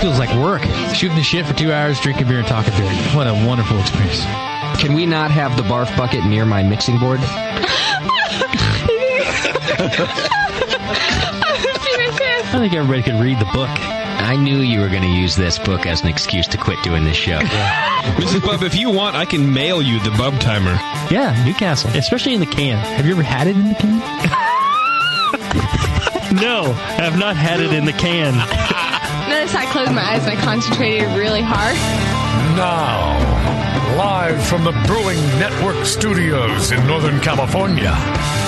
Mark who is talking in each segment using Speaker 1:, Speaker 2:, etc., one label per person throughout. Speaker 1: Feels like work. Shooting the shit for two hours, drinking beer, and talking dirty. What a wonderful experience.
Speaker 2: Can we not have the barf bucket near my mixing board?
Speaker 1: I think everybody could read the book.
Speaker 2: I knew you were going to use this book as an excuse to quit doing this show.
Speaker 3: Mrs. Buff, if you want, I can mail you the Bub Timer.
Speaker 1: Yeah, Newcastle, especially in the can. Have you ever had it in the can? no, I've not had it in the can.
Speaker 4: Notice I closed my eyes and I concentrated really hard.
Speaker 5: Now, live from the Brewing Network studios in Northern California,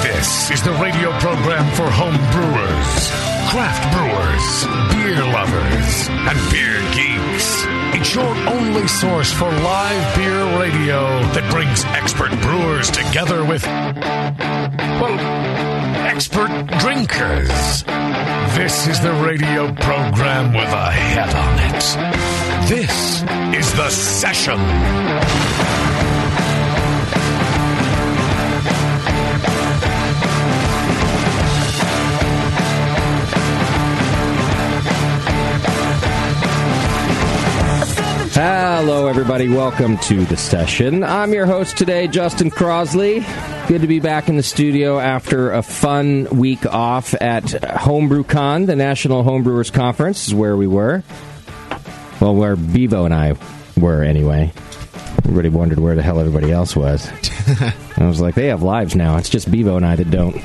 Speaker 5: this is the radio program for home brewers, craft brewers, beer lovers, and beer geeks. It's your only source for live beer radio that brings expert brewers together with, well, expert drinkers. This is the radio program with a head on it. This is The Session.
Speaker 2: Hello, everybody. Welcome to the session. I'm your host today, Justin Crosley. Good to be back in the studio after a fun week off at HomebrewCon, the National Homebrewers Conference, is where we were. Well, where Bevo and I were, anyway. Everybody wondered where the hell everybody else was. I was like, they have lives now. It's just Bevo and I that don't.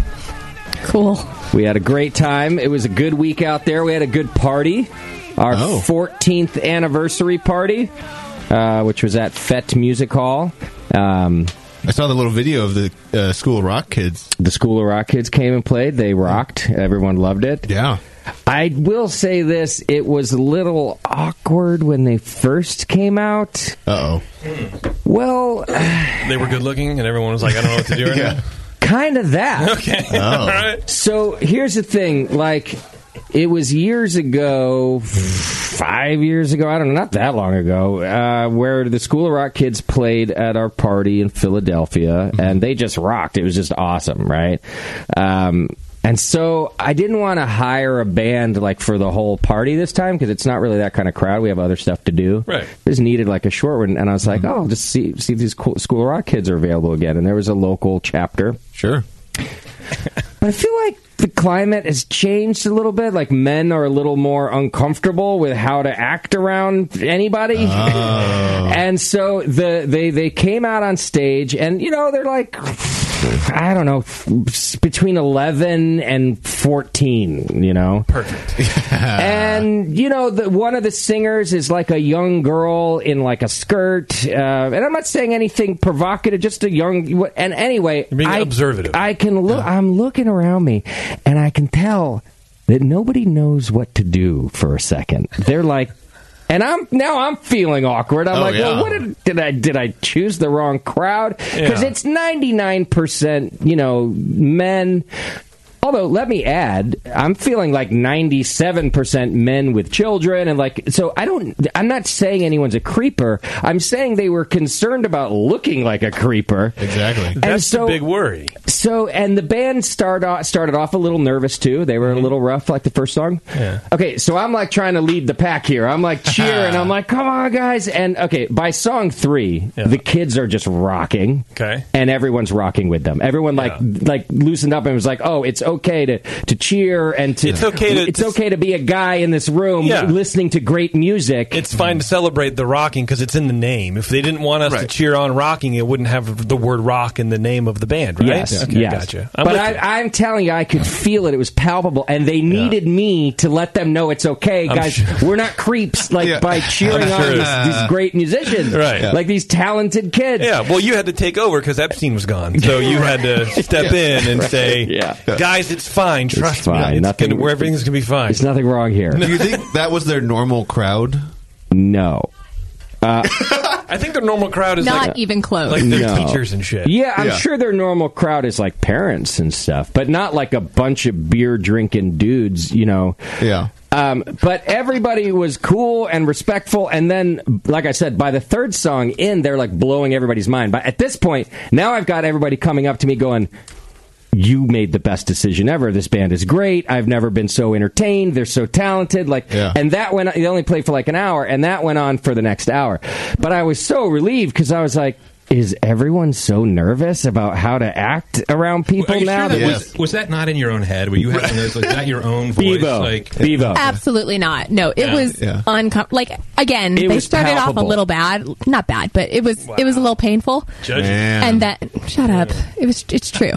Speaker 4: Cool.
Speaker 2: We had a great time. It was a good week out there. We had a good party. Our
Speaker 3: Oh.
Speaker 2: 14th anniversary party, uh, which was at Fete Music Hall. Um,
Speaker 3: I saw the little video of the uh, School of Rock kids.
Speaker 2: the School of Rock kids came and played. They rocked. Everyone loved it.
Speaker 3: Yeah.
Speaker 2: I will say this it was a little awkward when they first came out.
Speaker 3: Uh oh.
Speaker 2: Well,
Speaker 6: They were good looking, and everyone was like, I don't know what to do right now.
Speaker 2: kind of that.
Speaker 6: Okay. All
Speaker 3: Oh.
Speaker 6: right.
Speaker 2: So here's the thing, like it was years ago, five years ago. I don't know, not that long ago, uh, where the School of Rock kids played at our party in Philadelphia,
Speaker 6: Mm-hmm.
Speaker 2: and they just rocked. It was just awesome, right? Um, and so I didn't want to hire a band like for the whole party this time because it's not really that kind of crowd. We have other stuff to do.
Speaker 6: Right. Mm-hmm.
Speaker 2: Just needed like a short one, and I was like, oh, just see see if these cool School of Rock kids are available again. And there was a local chapter.
Speaker 3: Sure.
Speaker 2: But I feel like the climate has changed a little bit. Like men are a little more uncomfortable with how to act around anybody. and so the they they came out on stage and you know they're like I don't know between 11 and 14, you know. And you know, the, one of the singers is like a young girl in like a skirt, uh, and I'm not saying anything provocative. Just a young. And anyway,
Speaker 6: being
Speaker 2: I,
Speaker 6: observative.
Speaker 2: I can look. I'm looking around me, and I can tell that nobody knows what to do for a second. They're like. And I'm now I'm feeling awkward. I'm
Speaker 3: Oh,
Speaker 2: like, well,
Speaker 3: yeah.
Speaker 2: what did, did I did I choose the wrong crowd? Because
Speaker 6: Yeah.
Speaker 2: it's 99 percent, you know, men. Although, let me add, I'm feeling like 97% men with children, and like, so I don't, I'm not saying anyone's a creeper. I'm saying they were concerned about looking like a creeper.
Speaker 3: Exactly.
Speaker 2: and
Speaker 6: That's
Speaker 2: so,
Speaker 6: the big worry.
Speaker 2: so, and the band start off, started off a little nervous too. They were a little rough, like the first song.
Speaker 6: Mm-hmm. Yeah.
Speaker 2: Okay, so I'm like trying to lead the pack here. I'm like cheering. I'm like, come on, guys. And okay, by song three,
Speaker 6: Yeah.
Speaker 2: the kids are just rocking.
Speaker 6: Okay.
Speaker 2: And everyone's rocking with them. Everyone like
Speaker 6: Yeah.
Speaker 2: like loosened up and was like, oh, it's okay to, to cheer and to.
Speaker 7: It's okay to-
Speaker 2: It's okay to be a guy in this room
Speaker 7: Yeah.
Speaker 2: listening to great music.
Speaker 7: It's fine to celebrate the rocking because it's in the name. If they didn't want us to
Speaker 5: Right.
Speaker 7: cheer on rocking, it wouldn't have the word rock in the name of the band, right?
Speaker 2: Yes,
Speaker 7: Okay,
Speaker 2: yes.
Speaker 7: gotcha.
Speaker 2: but
Speaker 7: with you.
Speaker 2: I, I'm telling you, I could feel it. It was palpable, and they needed me to let them know it's okay,
Speaker 7: I'm
Speaker 2: guys.
Speaker 7: sure-
Speaker 2: We're not creeps like
Speaker 5: Yeah.
Speaker 2: by cheering
Speaker 7: I'm
Speaker 2: on
Speaker 7: sure.
Speaker 2: these, these great musicians,
Speaker 7: Right. Yeah.
Speaker 2: Like these talented kids.
Speaker 7: Yeah, well, you had to take over because Epstein was gone, so you had to step in and say,
Speaker 2: Yeah.
Speaker 7: "Guys, it's fine. Trust me.
Speaker 2: fine.
Speaker 7: It's
Speaker 2: Nothing-
Speaker 7: gonna- where everything's gonna be fine."
Speaker 2: There's nothing wrong here.
Speaker 5: Do you think that was their normal crowd?
Speaker 2: No. Uh,
Speaker 7: I think the normal crowd is
Speaker 4: Not
Speaker 7: like,
Speaker 4: even close.
Speaker 7: like their
Speaker 2: No.
Speaker 7: teachers and shit.
Speaker 2: Yeah, I'm
Speaker 5: Yeah.
Speaker 2: sure their normal crowd is like parents and stuff, but not like a bunch of beer drinking dudes, you know.
Speaker 5: Yeah.
Speaker 2: Um, but everybody was cool and respectful. And then, like I said, by the third song in, they're like blowing everybody's mind. But at this point, now I've got everybody coming up to me going, you made the best decision ever. This band is great. I've never been so entertained. They're so talented. Like,
Speaker 5: Yeah.
Speaker 2: and that went. They only played for like an hour, and that went on for the next hour. But I was so relieved because I was like, "Is everyone so nervous about how to act around people
Speaker 1: Are you
Speaker 2: now?"
Speaker 1: sure that
Speaker 5: Yeah.
Speaker 1: was, was that not in your own head? Were you having those? Like, that your own voice?
Speaker 2: Bevo,
Speaker 1: Like,
Speaker 2: Bevo.
Speaker 4: Absolutely not. No, it was
Speaker 5: yeah.
Speaker 4: uncomfortable. Like again,
Speaker 2: It
Speaker 4: they
Speaker 2: was
Speaker 4: started off
Speaker 2: palpable.
Speaker 4: a little bad, not bad, but it was it was a little painful.
Speaker 1: Judge-
Speaker 5: Man.
Speaker 4: And that shut up. It was it's true.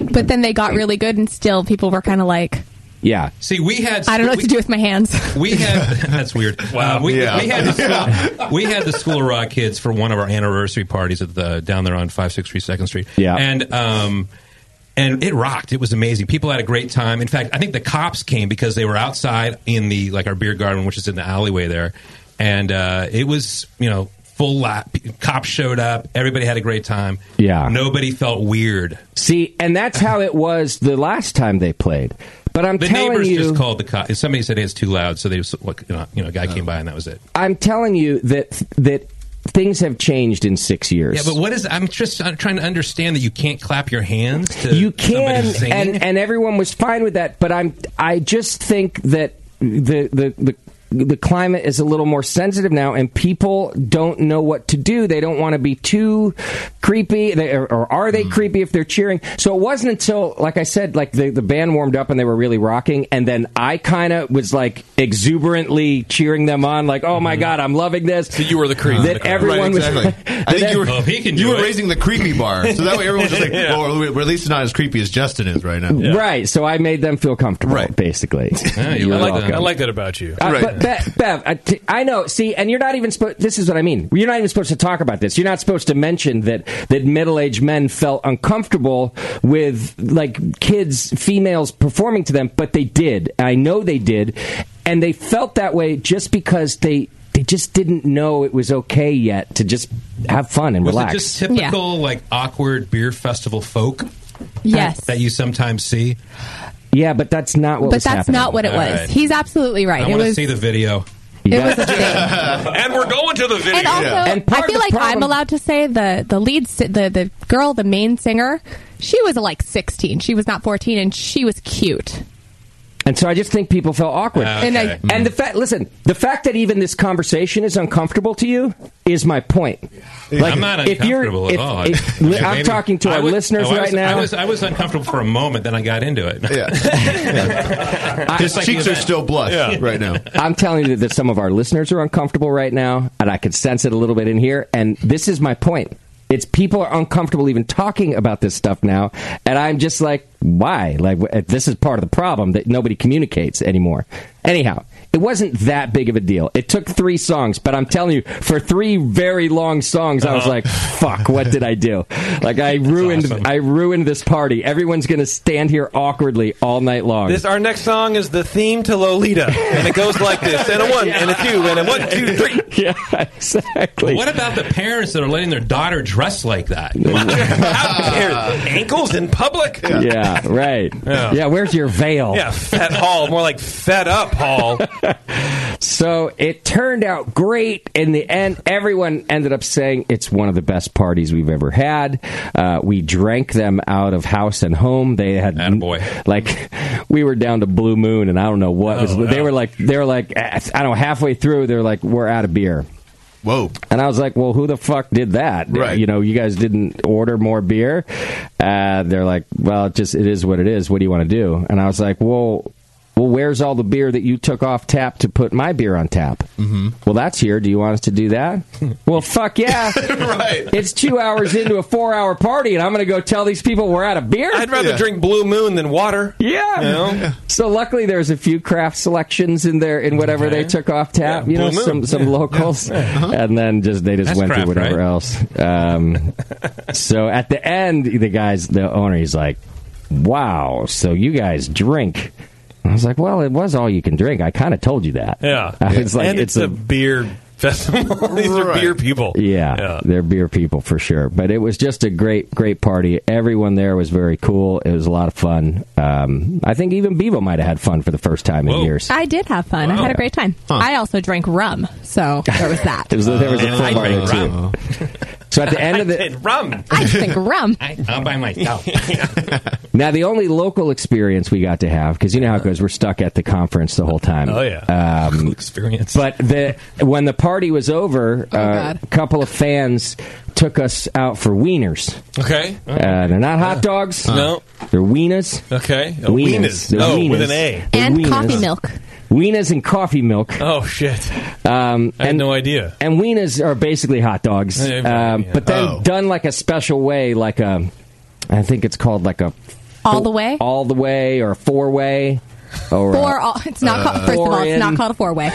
Speaker 4: but then they got really good, and still people were kind of like,
Speaker 2: yeah,
Speaker 1: see, we had.
Speaker 4: I don't know what
Speaker 1: we,
Speaker 4: to do with my hands.
Speaker 1: We had that's weird. Wow, we,
Speaker 5: Yeah.
Speaker 1: we had the school, we had the School of Rock kids for one of our anniversary parties at the down there on Five Six Street, Second Street.
Speaker 2: Yeah.
Speaker 1: and um, and it rocked. It was amazing. People had a great time. In fact, I think the cops came because they were outside in the like our beer garden, which is in the alleyway there, and uh, it was you know full lap. Cops showed up. Everybody had a great time.
Speaker 2: Yeah.
Speaker 1: nobody felt weird.
Speaker 2: see, and that's how it was the last time they played. But I'm
Speaker 1: The
Speaker 2: telling
Speaker 1: neighbors
Speaker 2: you,
Speaker 1: just called the cops. Somebody said it's too loud, so they just, you know, you know, a
Speaker 5: Oh.
Speaker 1: guy came by and that was it.
Speaker 2: I'm telling you that that things have changed in six years.
Speaker 1: Yeah, but what is? I'm just uh, trying to understand that you can't clap your hands. To
Speaker 2: you can
Speaker 1: somebody singing.
Speaker 2: and and everyone was fine with that but i'm i just think that the the the the climate is a little more sensitive now, and people don't know what to do. They don't want to be too creepy, they, or, or are they creepy if they're cheering? So it wasn't until, like I said, like the, the band warmed up and they were really rocking, and then I kind of was like exuberantly cheering them on, like, "Oh my god, I'm loving this." So
Speaker 7: you were the creep in the
Speaker 2: That
Speaker 7: crowd.
Speaker 2: everyone
Speaker 5: right,
Speaker 2: was.
Speaker 5: exactly. I think you were,
Speaker 1: Oh, he can
Speaker 5: you
Speaker 1: do
Speaker 5: were
Speaker 1: it.
Speaker 5: raising the creepy bar, so that way everyone's just like, "Well, we're at least not as creepy as Justin is right now."
Speaker 2: Right, so I made them feel comfortable,
Speaker 5: Right.
Speaker 2: basically.
Speaker 1: Yeah, you
Speaker 2: You're
Speaker 1: were
Speaker 7: I like,
Speaker 1: welcome.
Speaker 7: I like that about you.
Speaker 2: Uh,
Speaker 5: Right.
Speaker 2: But Bev, Bev I, t- I know. See, and you're not even supposed. This is what I mean. You're not even supposed to talk about this. You're not supposed to mention that that middle aged men felt uncomfortable with like kids, females performing to them, but they did. I know they did, and they felt that way just because they they just didn't know it was okay yet to just have fun and
Speaker 1: was
Speaker 2: relax.
Speaker 1: it just typical like awkward beer festival folk
Speaker 4: yes,
Speaker 1: that you sometimes see?
Speaker 2: yeah, but that's not what.
Speaker 4: but
Speaker 2: was
Speaker 4: that's
Speaker 2: happening.
Speaker 4: not what it
Speaker 1: All
Speaker 4: was.
Speaker 1: right.
Speaker 4: He's absolutely right.
Speaker 1: I
Speaker 4: it
Speaker 1: want to
Speaker 4: was
Speaker 1: see the video.
Speaker 4: it was a thing.
Speaker 7: And we're going to the video.
Speaker 4: And also,
Speaker 2: And part
Speaker 4: I
Speaker 2: of
Speaker 4: feel
Speaker 2: the
Speaker 4: like
Speaker 2: problem-
Speaker 4: I'm allowed to say the the lead si- the the girl, the main singer. She was like 16. She was not 14, and she was cute.
Speaker 2: And so I just think people felt awkward.
Speaker 1: Ah, Okay.
Speaker 4: And I-
Speaker 2: And the fact, listen, the fact that even this conversation is uncomfortable to you is my point. Like,
Speaker 1: I'm not
Speaker 2: if you're-
Speaker 1: uncomfortable
Speaker 2: if-
Speaker 1: at all.
Speaker 2: if-
Speaker 1: Maybe-
Speaker 2: I'm talking to
Speaker 1: I
Speaker 2: our
Speaker 1: was-
Speaker 2: listeners
Speaker 1: oh, I
Speaker 2: right
Speaker 1: was-
Speaker 2: now.
Speaker 1: I was, I was uncomfortable for a moment, then I got into it.
Speaker 5: Yeah. Yeah. His
Speaker 1: Just like the
Speaker 5: cheeks are
Speaker 1: event.
Speaker 5: still blush
Speaker 7: Yeah.
Speaker 5: right now.
Speaker 2: I'm telling you that some of our listeners are uncomfortable right now, and I can sense it a little bit in here. And this is my point. It's people are uncomfortable even talking about this stuff now, and I'm just like, why? Like wh- this is part of the problem that nobody communicates anymore. Anyhow, it wasn't that big of a deal. It took three songs, but I'm telling you, for three very long songs, I was like, fuck, what did I do? Like I ruined,
Speaker 1: Uh-huh. awesome.
Speaker 2: I ruined this party. Everyone's gonna stand here awkwardly all night long.
Speaker 7: This our next song is the theme to Lolita, and it goes like this: and a one, and a two, and a one, two, three.
Speaker 2: yeah, exactly.
Speaker 1: What about the parents that are letting their daughter dress like that?
Speaker 7: How dare
Speaker 2: Uh,
Speaker 7: ankles in public? Yeah.
Speaker 2: yeah, right. Yeah. where's your veil?
Speaker 7: fat hall, more like fed up hall.
Speaker 2: So it turned out great. In the end, everyone ended up saying it's one of the best parties we've ever had. Uh, we drank them out of house and home. They had
Speaker 1: Attaboy.
Speaker 2: like we were down to Blue Moon,
Speaker 5: Oh,
Speaker 2: and I don't know what was. They were like they were like I don't know halfway through. They're like we're out of beer.
Speaker 5: Whoa.
Speaker 2: And I was like, well, who the fuck did that?
Speaker 5: Right.
Speaker 2: You know, you guys didn't order more beer. Uh, they're like, well, it just it is what it is. What do you want to do? And I was like, well, well, where's all the beer that you took off tap to put my beer on tap? Mm-hmm. Well, that's here. Do you want us to do that? well, fuck yeah. right. It's two hours into a four hour party, and I'm going to go tell these people we're out of beer.
Speaker 8: I'd rather drink Blue Moon than water.
Speaker 2: Yeah.
Speaker 8: You know?
Speaker 2: So luckily, there's a few craft selections in there in whatever they took off tap.
Speaker 8: Yeah, Uh-huh.
Speaker 2: you know,
Speaker 8: Blue Moon.
Speaker 2: some some locals, and then just they just
Speaker 1: That's
Speaker 2: went
Speaker 1: craft,
Speaker 2: through whatever
Speaker 1: right?
Speaker 2: else. Um, so at the end, the guys, the owner, he's like, "Wow, so you guys drink." And I was like, well, it was all you can drink. I kind of told you that.
Speaker 8: Yeah.
Speaker 2: I was like,
Speaker 8: and
Speaker 2: Uh, it's,
Speaker 8: it's,
Speaker 2: a,
Speaker 8: a, beer festival. These are
Speaker 5: Right.
Speaker 8: beer people.
Speaker 2: yeah, they're beer people for sure. But it was just a great, great party. Everyone there was very cool. It was a lot of fun. Um, I think even Bevo might have had fun for the first time in
Speaker 1: Whoa.
Speaker 2: years.
Speaker 4: I did have fun. I had a great time. I also drank rum, so there was that.
Speaker 2: It was, there was a
Speaker 9: Oh,
Speaker 2: full
Speaker 1: I
Speaker 2: bar
Speaker 1: drank
Speaker 2: there, too. So at the end of the
Speaker 8: And rum.
Speaker 4: I drink rum.
Speaker 1: I, I'll buy myself.
Speaker 2: now, the only local experience we got to have because you know how it goes. We're stuck at the conference the whole time. Um,
Speaker 9: Oh yeah.
Speaker 1: Cool experience.
Speaker 2: But the when the party was over, uh,
Speaker 4: Oh, God.
Speaker 2: a couple of fans took us out for wieners.
Speaker 9: okay.
Speaker 2: Uh, they're not hot dogs.
Speaker 9: No.
Speaker 2: they're wieners.
Speaker 9: Okay. A
Speaker 2: Wieners. They're
Speaker 9: Oh,
Speaker 2: wieners.
Speaker 9: with an A.
Speaker 2: They're
Speaker 4: And
Speaker 2: wieners.
Speaker 4: coffee milk.
Speaker 2: Wieners and coffee milk.
Speaker 9: Oh shit.
Speaker 2: Um,
Speaker 9: I had
Speaker 2: and
Speaker 9: no idea.
Speaker 2: and wieners are basically hot dogs,
Speaker 9: Yeah,
Speaker 2: um,
Speaker 9: yeah.
Speaker 2: but then
Speaker 5: Oh.
Speaker 2: done like a special way, like a, I think it's called like a
Speaker 4: All the way?
Speaker 2: all the way, or four way, or uh,
Speaker 4: Four, all, it's not called, first of all, it's
Speaker 2: Foreign.
Speaker 4: not called a four way.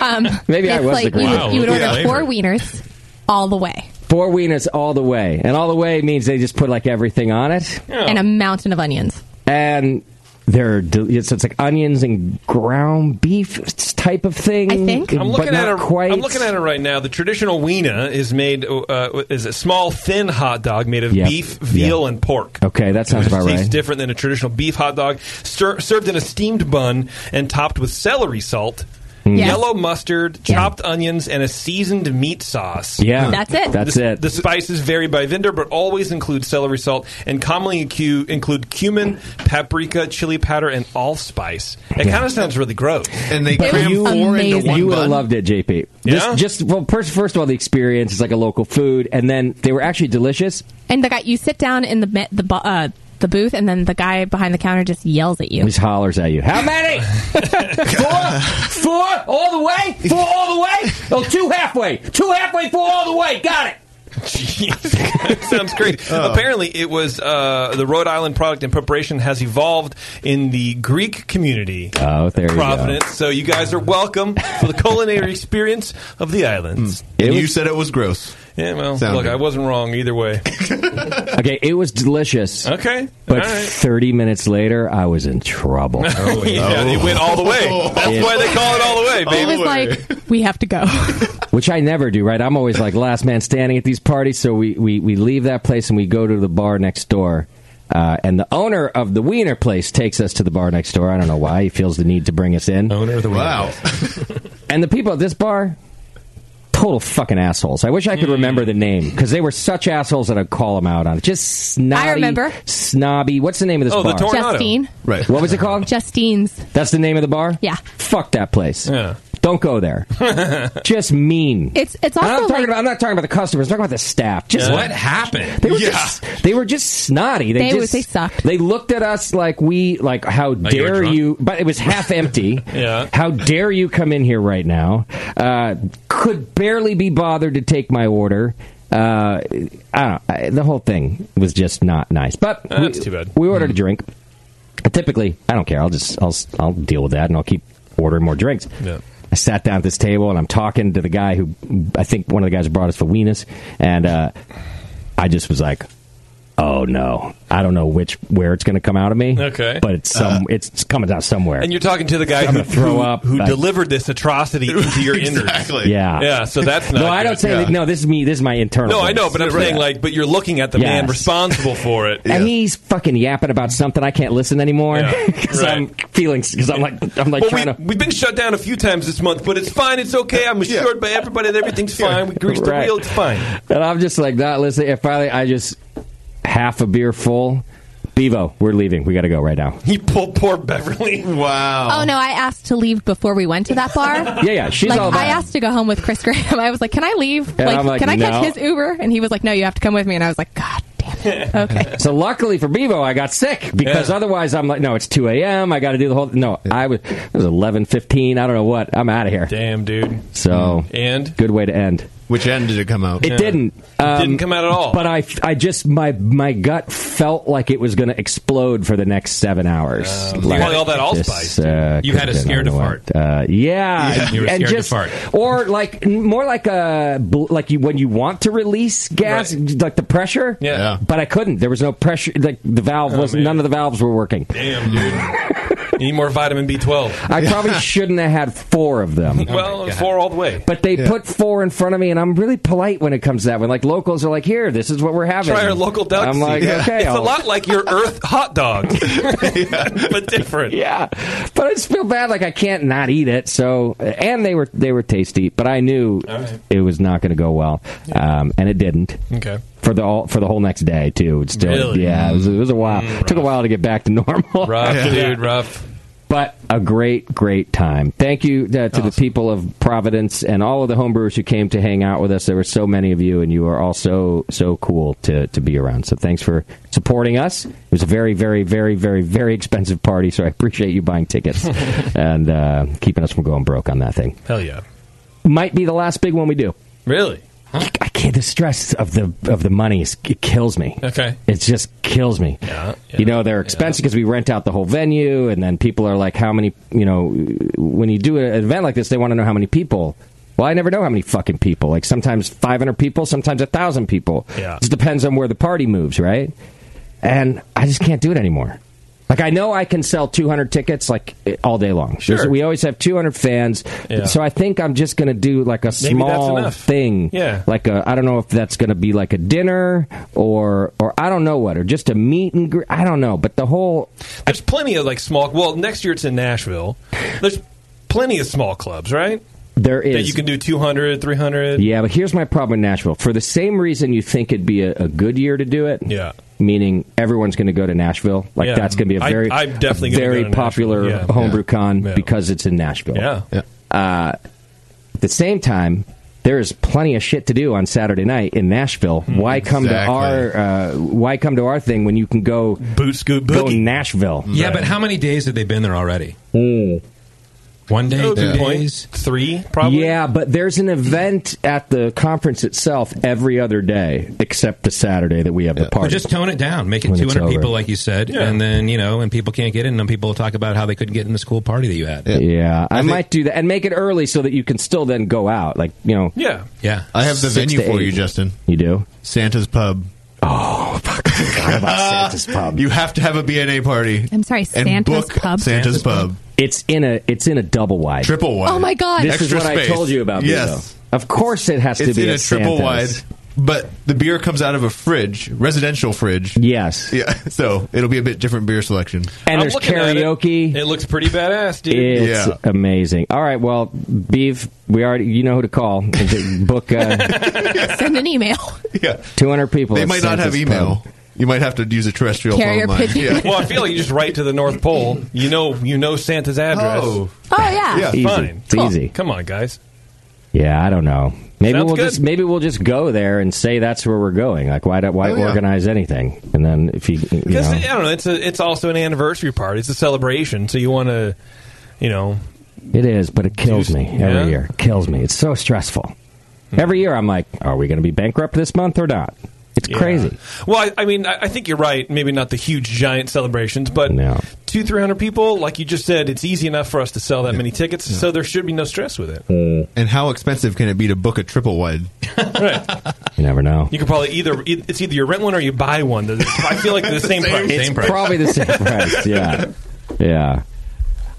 Speaker 4: Um,
Speaker 2: Maybe I
Speaker 4: it's
Speaker 2: was
Speaker 4: like
Speaker 2: the
Speaker 4: you
Speaker 2: green.
Speaker 4: would, you would
Speaker 9: Wow,
Speaker 4: order
Speaker 9: yeah.
Speaker 4: four wieners all the way
Speaker 2: four wieners all the way, and all the way means they just put like everything on it,
Speaker 4: and a mountain of onions.
Speaker 2: and they're del- it's, it's like onions and ground beef type of thing.
Speaker 4: I think.
Speaker 2: but
Speaker 4: I'm
Speaker 8: I'm looking
Speaker 2: not
Speaker 8: at it.
Speaker 2: quite.
Speaker 8: I'm looking at it right now. The traditional wiener is made uh, is a small, thin hot dog made of
Speaker 2: Yep.
Speaker 8: beef, veal, and pork.
Speaker 2: Okay, that sounds
Speaker 8: It
Speaker 2: about
Speaker 8: tastes
Speaker 2: right.
Speaker 8: different than a traditional beef hot dog, stir- served in a steamed bun and topped with celery salt,
Speaker 2: Hmm.
Speaker 4: Yes.
Speaker 8: yellow mustard, chopped onions, and a seasoned meat sauce.
Speaker 2: Yeah,
Speaker 4: Mm. That's it.
Speaker 2: That's
Speaker 8: the,
Speaker 2: it.
Speaker 8: The spices vary by vendor, but always include celery salt and commonly acu- include cumin, paprika, chili powder, and allspice. It kind of sounds really gross.
Speaker 5: And they
Speaker 4: It
Speaker 5: crammed
Speaker 4: was
Speaker 5: four into
Speaker 4: amazing.
Speaker 5: one
Speaker 2: you would have
Speaker 5: bun?
Speaker 2: loved it, JP.
Speaker 8: Yeah?
Speaker 2: Just, just well, first, first of all, the experience is like a local food, and then they were actually delicious.
Speaker 4: And the guy, you sit down in the me- the bu- uh, the booth, and then the guy behind the counter just yells at
Speaker 2: He
Speaker 4: you.
Speaker 2: just hollers at you. How many? four, four, all the way, four, all the way. Oh, two halfway, two halfway, four, all the way. Got it.
Speaker 8: That sounds great.
Speaker 5: Oh.
Speaker 8: Apparently, it was uh, the Rhode Island product and preparation has evolved in the Greek community.
Speaker 2: Oh, there you go.
Speaker 8: Providence. So you guys are welcome for the culinary experience of the islands.
Speaker 2: Hmm. It
Speaker 5: And you
Speaker 2: was-
Speaker 5: said it was gross.
Speaker 8: Yeah, well,
Speaker 5: Sounded.
Speaker 8: look, I wasn't wrong either way.
Speaker 2: Okay, it was delicious.
Speaker 8: Okay,
Speaker 2: But
Speaker 8: all right.
Speaker 2: 30 minutes later, I was in trouble.
Speaker 8: yeah, it went all the way. That's why they call it all the way,
Speaker 4: He
Speaker 8: baby.
Speaker 4: was like, "We have to go."
Speaker 2: which I never do, right? I'm always like last man standing at these parties. So we, we, we leave that place and we go to the bar next door. Uh, and the owner of the wiener place takes us to the bar next door. I don't know why. He feels the need to bring us in.
Speaker 1: Owner of the
Speaker 5: Wow.
Speaker 2: And the people at this bar, total fucking assholes. I wish I could remember the name because they were such assholes that I'd call them out on it. Just snotty,
Speaker 4: I remember.
Speaker 2: snobby. What's the name of this
Speaker 8: Oh, the
Speaker 2: bar?
Speaker 8: Tor- Coronado.
Speaker 4: Justine,
Speaker 5: right.
Speaker 2: what was it called?
Speaker 4: Justine's.
Speaker 2: That's the name of the bar?
Speaker 4: Yeah.
Speaker 2: Fuck that place.
Speaker 8: Yeah.
Speaker 2: Don't go there. Just mean.
Speaker 4: It's it's
Speaker 2: And I'm,
Speaker 4: also
Speaker 2: talking
Speaker 4: like
Speaker 2: about, I'm not talking about the customers. I'm talking about the staff. Just
Speaker 1: What happened?
Speaker 2: They were just they were just snotty. They,
Speaker 4: They
Speaker 2: just,
Speaker 4: were- they sucked.
Speaker 2: They looked at us like we like how
Speaker 1: you were
Speaker 2: dare
Speaker 1: drunk?
Speaker 2: you? But it was half empty.
Speaker 8: Yeah.
Speaker 2: How dare you come in here right now? Uh, could barely be bothered to take my order. Uh, I don't. Know, I, the whole thing was just not nice. But
Speaker 8: That's
Speaker 2: we,
Speaker 8: too bad. Mm-hmm.
Speaker 2: We ordered a drink. Typically, I don't care. I'll just I'll I'll deal with that, and I'll keep ordering more drinks.
Speaker 8: Yeah.
Speaker 2: I sat down at this table and I'm talking to the guy who I think one of the guys who brought us the weenus, and uh, I just was like, "Oh no, I don't know which where it's going to come out of me."
Speaker 8: Okay. Uh, Uh-huh.
Speaker 2: but it's some it's coming out somewhere.
Speaker 8: And you're talking to the guy who,
Speaker 2: gonna throw
Speaker 8: who,
Speaker 2: up,
Speaker 8: who
Speaker 2: like-
Speaker 8: delivered this atrocity into your innards.
Speaker 5: exactly.
Speaker 2: yeah,
Speaker 8: Yeah, so that's not.
Speaker 2: No, I don't
Speaker 8: good.
Speaker 2: say
Speaker 5: Yeah.
Speaker 2: that- no. This is me. This is my internal.
Speaker 8: No, I know,
Speaker 2: voice.
Speaker 8: but I'm saying like, but you're looking at the
Speaker 2: Yes.
Speaker 8: man responsible for it.
Speaker 2: And he's fucking yapping about something I can't listen anymore
Speaker 8: Yeah,
Speaker 2: because
Speaker 8: right.
Speaker 2: I'm feeling because I'm like I'm like
Speaker 8: Well,
Speaker 2: trying
Speaker 8: we,
Speaker 2: to
Speaker 8: we've been shut down a few times this month, but it's fine. It's okay. I'm assured by everybody that everything's fine. We greased
Speaker 2: Right.
Speaker 8: the wheel. It's fine.
Speaker 2: And I'm just like not listening. And finally, I just half a beer full, Bevo, we're leaving. We got to go right now.
Speaker 7: He pulled poor Beverly.
Speaker 5: Wow.
Speaker 4: Oh no, I asked to leave before we went to that bar.
Speaker 2: Yeah, yeah, she's
Speaker 4: like
Speaker 2: all about
Speaker 4: I
Speaker 2: it.
Speaker 4: asked to go home with Chris Graham. I was like, "Can I leave?
Speaker 2: And
Speaker 4: like,
Speaker 2: I'm like,
Speaker 4: can I
Speaker 2: "No."
Speaker 4: catch his Uber?" And he was like, "No, you have to come with me." And I was like, "God damn it." Okay.
Speaker 2: So luckily for Bevo, I got sick because
Speaker 1: Yeah.
Speaker 2: otherwise I'm like, no, it's 2 a.m. I got to do the whole. No, I was it was 11:15. I don't know what. I'm out of here.
Speaker 8: Damn, dude.
Speaker 2: So
Speaker 8: And
Speaker 2: good way to end.
Speaker 5: Which end did it come out?
Speaker 2: It didn't. Um,
Speaker 8: didn't come out at all.
Speaker 2: But I, I just my my gut felt like it was going to explode for the next seven hours.
Speaker 5: Uh,
Speaker 2: like,
Speaker 1: probably all that
Speaker 2: just,
Speaker 1: allspice.
Speaker 2: uh,
Speaker 1: You had a
Speaker 2: could've been
Speaker 1: scared to
Speaker 2: otherwise.
Speaker 1: fart.
Speaker 2: Uh, yeah,
Speaker 1: Yeah, you were
Speaker 2: and
Speaker 1: scared to
Speaker 2: just
Speaker 1: fart.
Speaker 2: or like more like a bl- like you when you want to release gas, like the pressure.
Speaker 8: Yeah. Oh,
Speaker 5: Yeah.
Speaker 2: But I couldn't. There was no pressure. Like the valve was
Speaker 8: man.
Speaker 2: none of the valves were working.
Speaker 8: damn, dude. you need more vitamin B12.
Speaker 2: I probably shouldn't have had four of them.
Speaker 1: Oh
Speaker 8: Well, four all the way.
Speaker 2: But they put four in front of me, and I'm really polite when it comes to that. When like locals are like, "Here, this is what we're having."
Speaker 8: Try our local duck.
Speaker 2: I'm like,
Speaker 8: seed.
Speaker 2: "Okay,
Speaker 8: it's a
Speaker 2: I'll-
Speaker 8: lot like your Earth hot dog, but different.
Speaker 2: yeah." But I just feel bad, like I can't not eat it. So, and they were they were tasty, but I knew it was not going to go well, um, and it didn't.
Speaker 8: Okay.
Speaker 2: For the all, for the whole next day too. It's still
Speaker 8: Really?
Speaker 2: yeah. It was, it was a while. took a while to get back to normal.
Speaker 8: Rough, dude, rough.
Speaker 2: but a great, great time. Thank you uh, to the people of Providence and all of the homebrewers who came to hang out with us. There were so many of you, and you are all so, so cool to, to be around. So thanks for supporting us. It was a very, very, very, very, very expensive party, so I appreciate you buying tickets and uh, keeping us from going broke on that thing.
Speaker 8: Hell yeah.
Speaker 2: Might be the last big one we do.
Speaker 8: Really?
Speaker 2: I can't. The stress of the of the money is, it kills me.
Speaker 8: Okay.
Speaker 2: it just kills me.
Speaker 8: Yeah, yeah,
Speaker 2: you know they're expensive because we rent out the whole venue, and then people are like, "How many?" You know, when you do an event like this, they want to know how many people. Well, I never know how many fucking people. Like sometimes five hundred people, sometimes a thousand people.
Speaker 8: Yeah.
Speaker 2: just depends on where the party moves, right? And I just can't do it anymore. Like I know I can sell 200 tickets like eh, all day long.
Speaker 8: Sure.
Speaker 2: There's- we always have 200 fans.
Speaker 8: Yeah.
Speaker 2: So I think I'm just going to do like a
Speaker 8: Maybe that's
Speaker 2: small
Speaker 8: enough.
Speaker 2: thing.
Speaker 8: Yeah.
Speaker 2: Like a, I don't know if that's going to be like a dinner or or I don't know what or just a meet and greet. I don't know. But the whole
Speaker 8: There's plenty of like small. Well, next year it's in Nashville. There's plenty of small clubs, right?
Speaker 2: there is.
Speaker 8: That you can do 200, 300.
Speaker 2: yeah, but here's my problem with Nashville. For the same reason you think it'd be a, a good year to do it.
Speaker 8: Yeah.
Speaker 2: Meaning everyone's going to go to Nashville. Like
Speaker 8: Yeah.
Speaker 2: that's going to be a
Speaker 8: I-
Speaker 2: very
Speaker 8: I'm definitely gonna
Speaker 2: very
Speaker 8: go to
Speaker 2: popular
Speaker 8: Nashville. Yeah.
Speaker 2: homebrew
Speaker 8: Yeah.
Speaker 2: con
Speaker 8: Yeah.
Speaker 2: because it's in Nashville. Uh,
Speaker 8: Yeah.
Speaker 5: Yeah.
Speaker 2: At the same time, there is plenty of shit to do on Saturday night in Nashville.
Speaker 8: Hmm.
Speaker 2: why come to
Speaker 5: exactly.
Speaker 2: our uh, Why come to our thing when you can go
Speaker 8: Boot scoot
Speaker 2: go
Speaker 8: boogie.
Speaker 2: Nashville?
Speaker 1: Yeah, but how many days have they been there already? One day,
Speaker 8: Oh,
Speaker 1: two
Speaker 8: good point.
Speaker 1: days.
Speaker 8: Three, probably.
Speaker 2: Yeah, but there's an event at the conference itself every other day except the Saturday that we have the
Speaker 1: Or
Speaker 2: party.
Speaker 1: just tone it down. Make it
Speaker 2: When it's
Speaker 1: two hundred
Speaker 2: over.
Speaker 1: people, like you said,
Speaker 8: Yeah.
Speaker 1: and then you know, and people can't get in, and people will talk about how they couldn't get in this cool party that you had. Yeah,
Speaker 2: yeah, I, might do that and make it early so that you can still then go out. Like you know,
Speaker 8: Yeah.
Speaker 5: I have the
Speaker 2: Six
Speaker 5: venue
Speaker 2: to
Speaker 5: for
Speaker 2: eight.
Speaker 5: you, Justin.
Speaker 2: you do.
Speaker 5: Santa's Pub.
Speaker 2: Oh, Santa's pub.
Speaker 5: You have to have a BNA party.
Speaker 4: I'm sorry,
Speaker 5: and
Speaker 4: Santa's
Speaker 5: book
Speaker 4: Pub?
Speaker 5: Santa's,
Speaker 1: Santa's
Speaker 5: Pub.
Speaker 2: It's in a it's in a double wide.
Speaker 5: Triple wide.
Speaker 4: Oh my god.
Speaker 2: This is
Speaker 5: Extra
Speaker 2: what
Speaker 5: space.
Speaker 2: I told you about.
Speaker 5: Yes.
Speaker 2: Bevo. of course it has to
Speaker 5: It's
Speaker 2: be
Speaker 5: in a
Speaker 2: at
Speaker 5: triple
Speaker 2: Santa's.
Speaker 5: wide, but the beer comes out of a fridge, residential fridge.
Speaker 2: Yes.
Speaker 5: Yeah, so it'll be a bit different beer selection.
Speaker 2: And
Speaker 8: I'm
Speaker 2: there's
Speaker 8: looking at
Speaker 2: karaoke.
Speaker 8: It. it looks pretty badass, dude.
Speaker 2: It's
Speaker 5: Yeah.
Speaker 2: amazing. All right, well, Beef, we already you know who to call. Book uh,
Speaker 4: Send an email.
Speaker 5: Yeah,
Speaker 2: 200 people.
Speaker 5: they
Speaker 2: at
Speaker 5: might not have
Speaker 2: Santa's
Speaker 5: email.
Speaker 2: Pub.
Speaker 5: You might have to use a terrestrial
Speaker 4: Carrier
Speaker 5: phone line.
Speaker 4: pigeon.
Speaker 5: Oh, Yeah.
Speaker 8: Well, I feel like you just write to the North Pole. You know, you know Santa's address.
Speaker 5: Oh,
Speaker 4: Oh yeah.
Speaker 5: Yeah.
Speaker 2: Easy.
Speaker 8: Fine.
Speaker 2: It's easy.
Speaker 8: Come on, guys.
Speaker 2: Yeah, I don't know. Maybe
Speaker 8: Sounds
Speaker 2: we'll
Speaker 8: good.
Speaker 2: just maybe we'll just go there and say that's where we're going. Like why do, why
Speaker 5: Oh, yeah.
Speaker 2: organize anything? And then if you, you
Speaker 8: Because
Speaker 2: know,
Speaker 8: I don't know, it's a, it's also an anniversary party. It's a celebration, so you want to, you know,
Speaker 2: it is, but it kills me
Speaker 8: Juicy,
Speaker 2: every
Speaker 8: yeah.
Speaker 2: year. It kills me. It's so stressful. Every year I'm like, are we going to be bankrupt this month or not? It's
Speaker 8: yeah.
Speaker 2: crazy.
Speaker 8: Well, I, I mean, I, I think you're right. Maybe not the huge giant celebrations, but
Speaker 2: No.
Speaker 8: two three hundred people, like you just said, it's easy enough for us to sell that many tickets. So there should be no stress with it.
Speaker 2: Mm.
Speaker 5: and how expensive can it be to book a triple wide?
Speaker 2: You never know.
Speaker 8: You could probably either it- it's either you rent one or you buy one. I feel like they're the same, price.
Speaker 2: It's
Speaker 1: Same price.
Speaker 2: probably the same price. Yeah, yeah.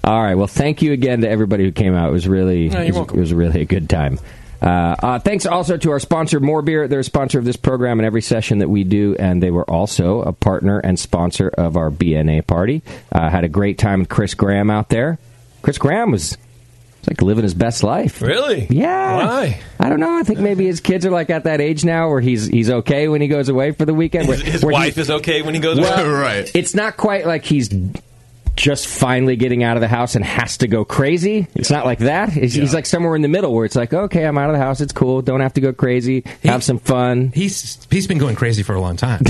Speaker 2: All right. Well, thank you again to everybody who came out. It was really,
Speaker 8: you're
Speaker 2: it, was,
Speaker 8: welcome.
Speaker 2: it was really a good time. Uh, uh, thanks also to our sponsor, More Beer. They're a sponsor of this program and every session that we do, and they were also a partner and sponsor of our BNA party. Uh, had a great time with Chris Graham out there. Chris Graham was It's like living his best life.
Speaker 8: Really?
Speaker 2: Yeah.
Speaker 8: Why?
Speaker 2: I don't know. I think maybe his kids are like at that age now where he's he's okay when he goes away for the weekend. Where,
Speaker 8: His, his
Speaker 2: where he-
Speaker 8: wife is okay when he goes.
Speaker 2: Well,
Speaker 5: Right.
Speaker 2: It's not quite like he's just finally getting out of the house and has to go crazy. It's not like that. He's, he's like somewhere in the middle where it's like, okay, I'm out of the house. It's cool. Don't have to go crazy. Have some fun.
Speaker 1: He's he's been going crazy for a long time.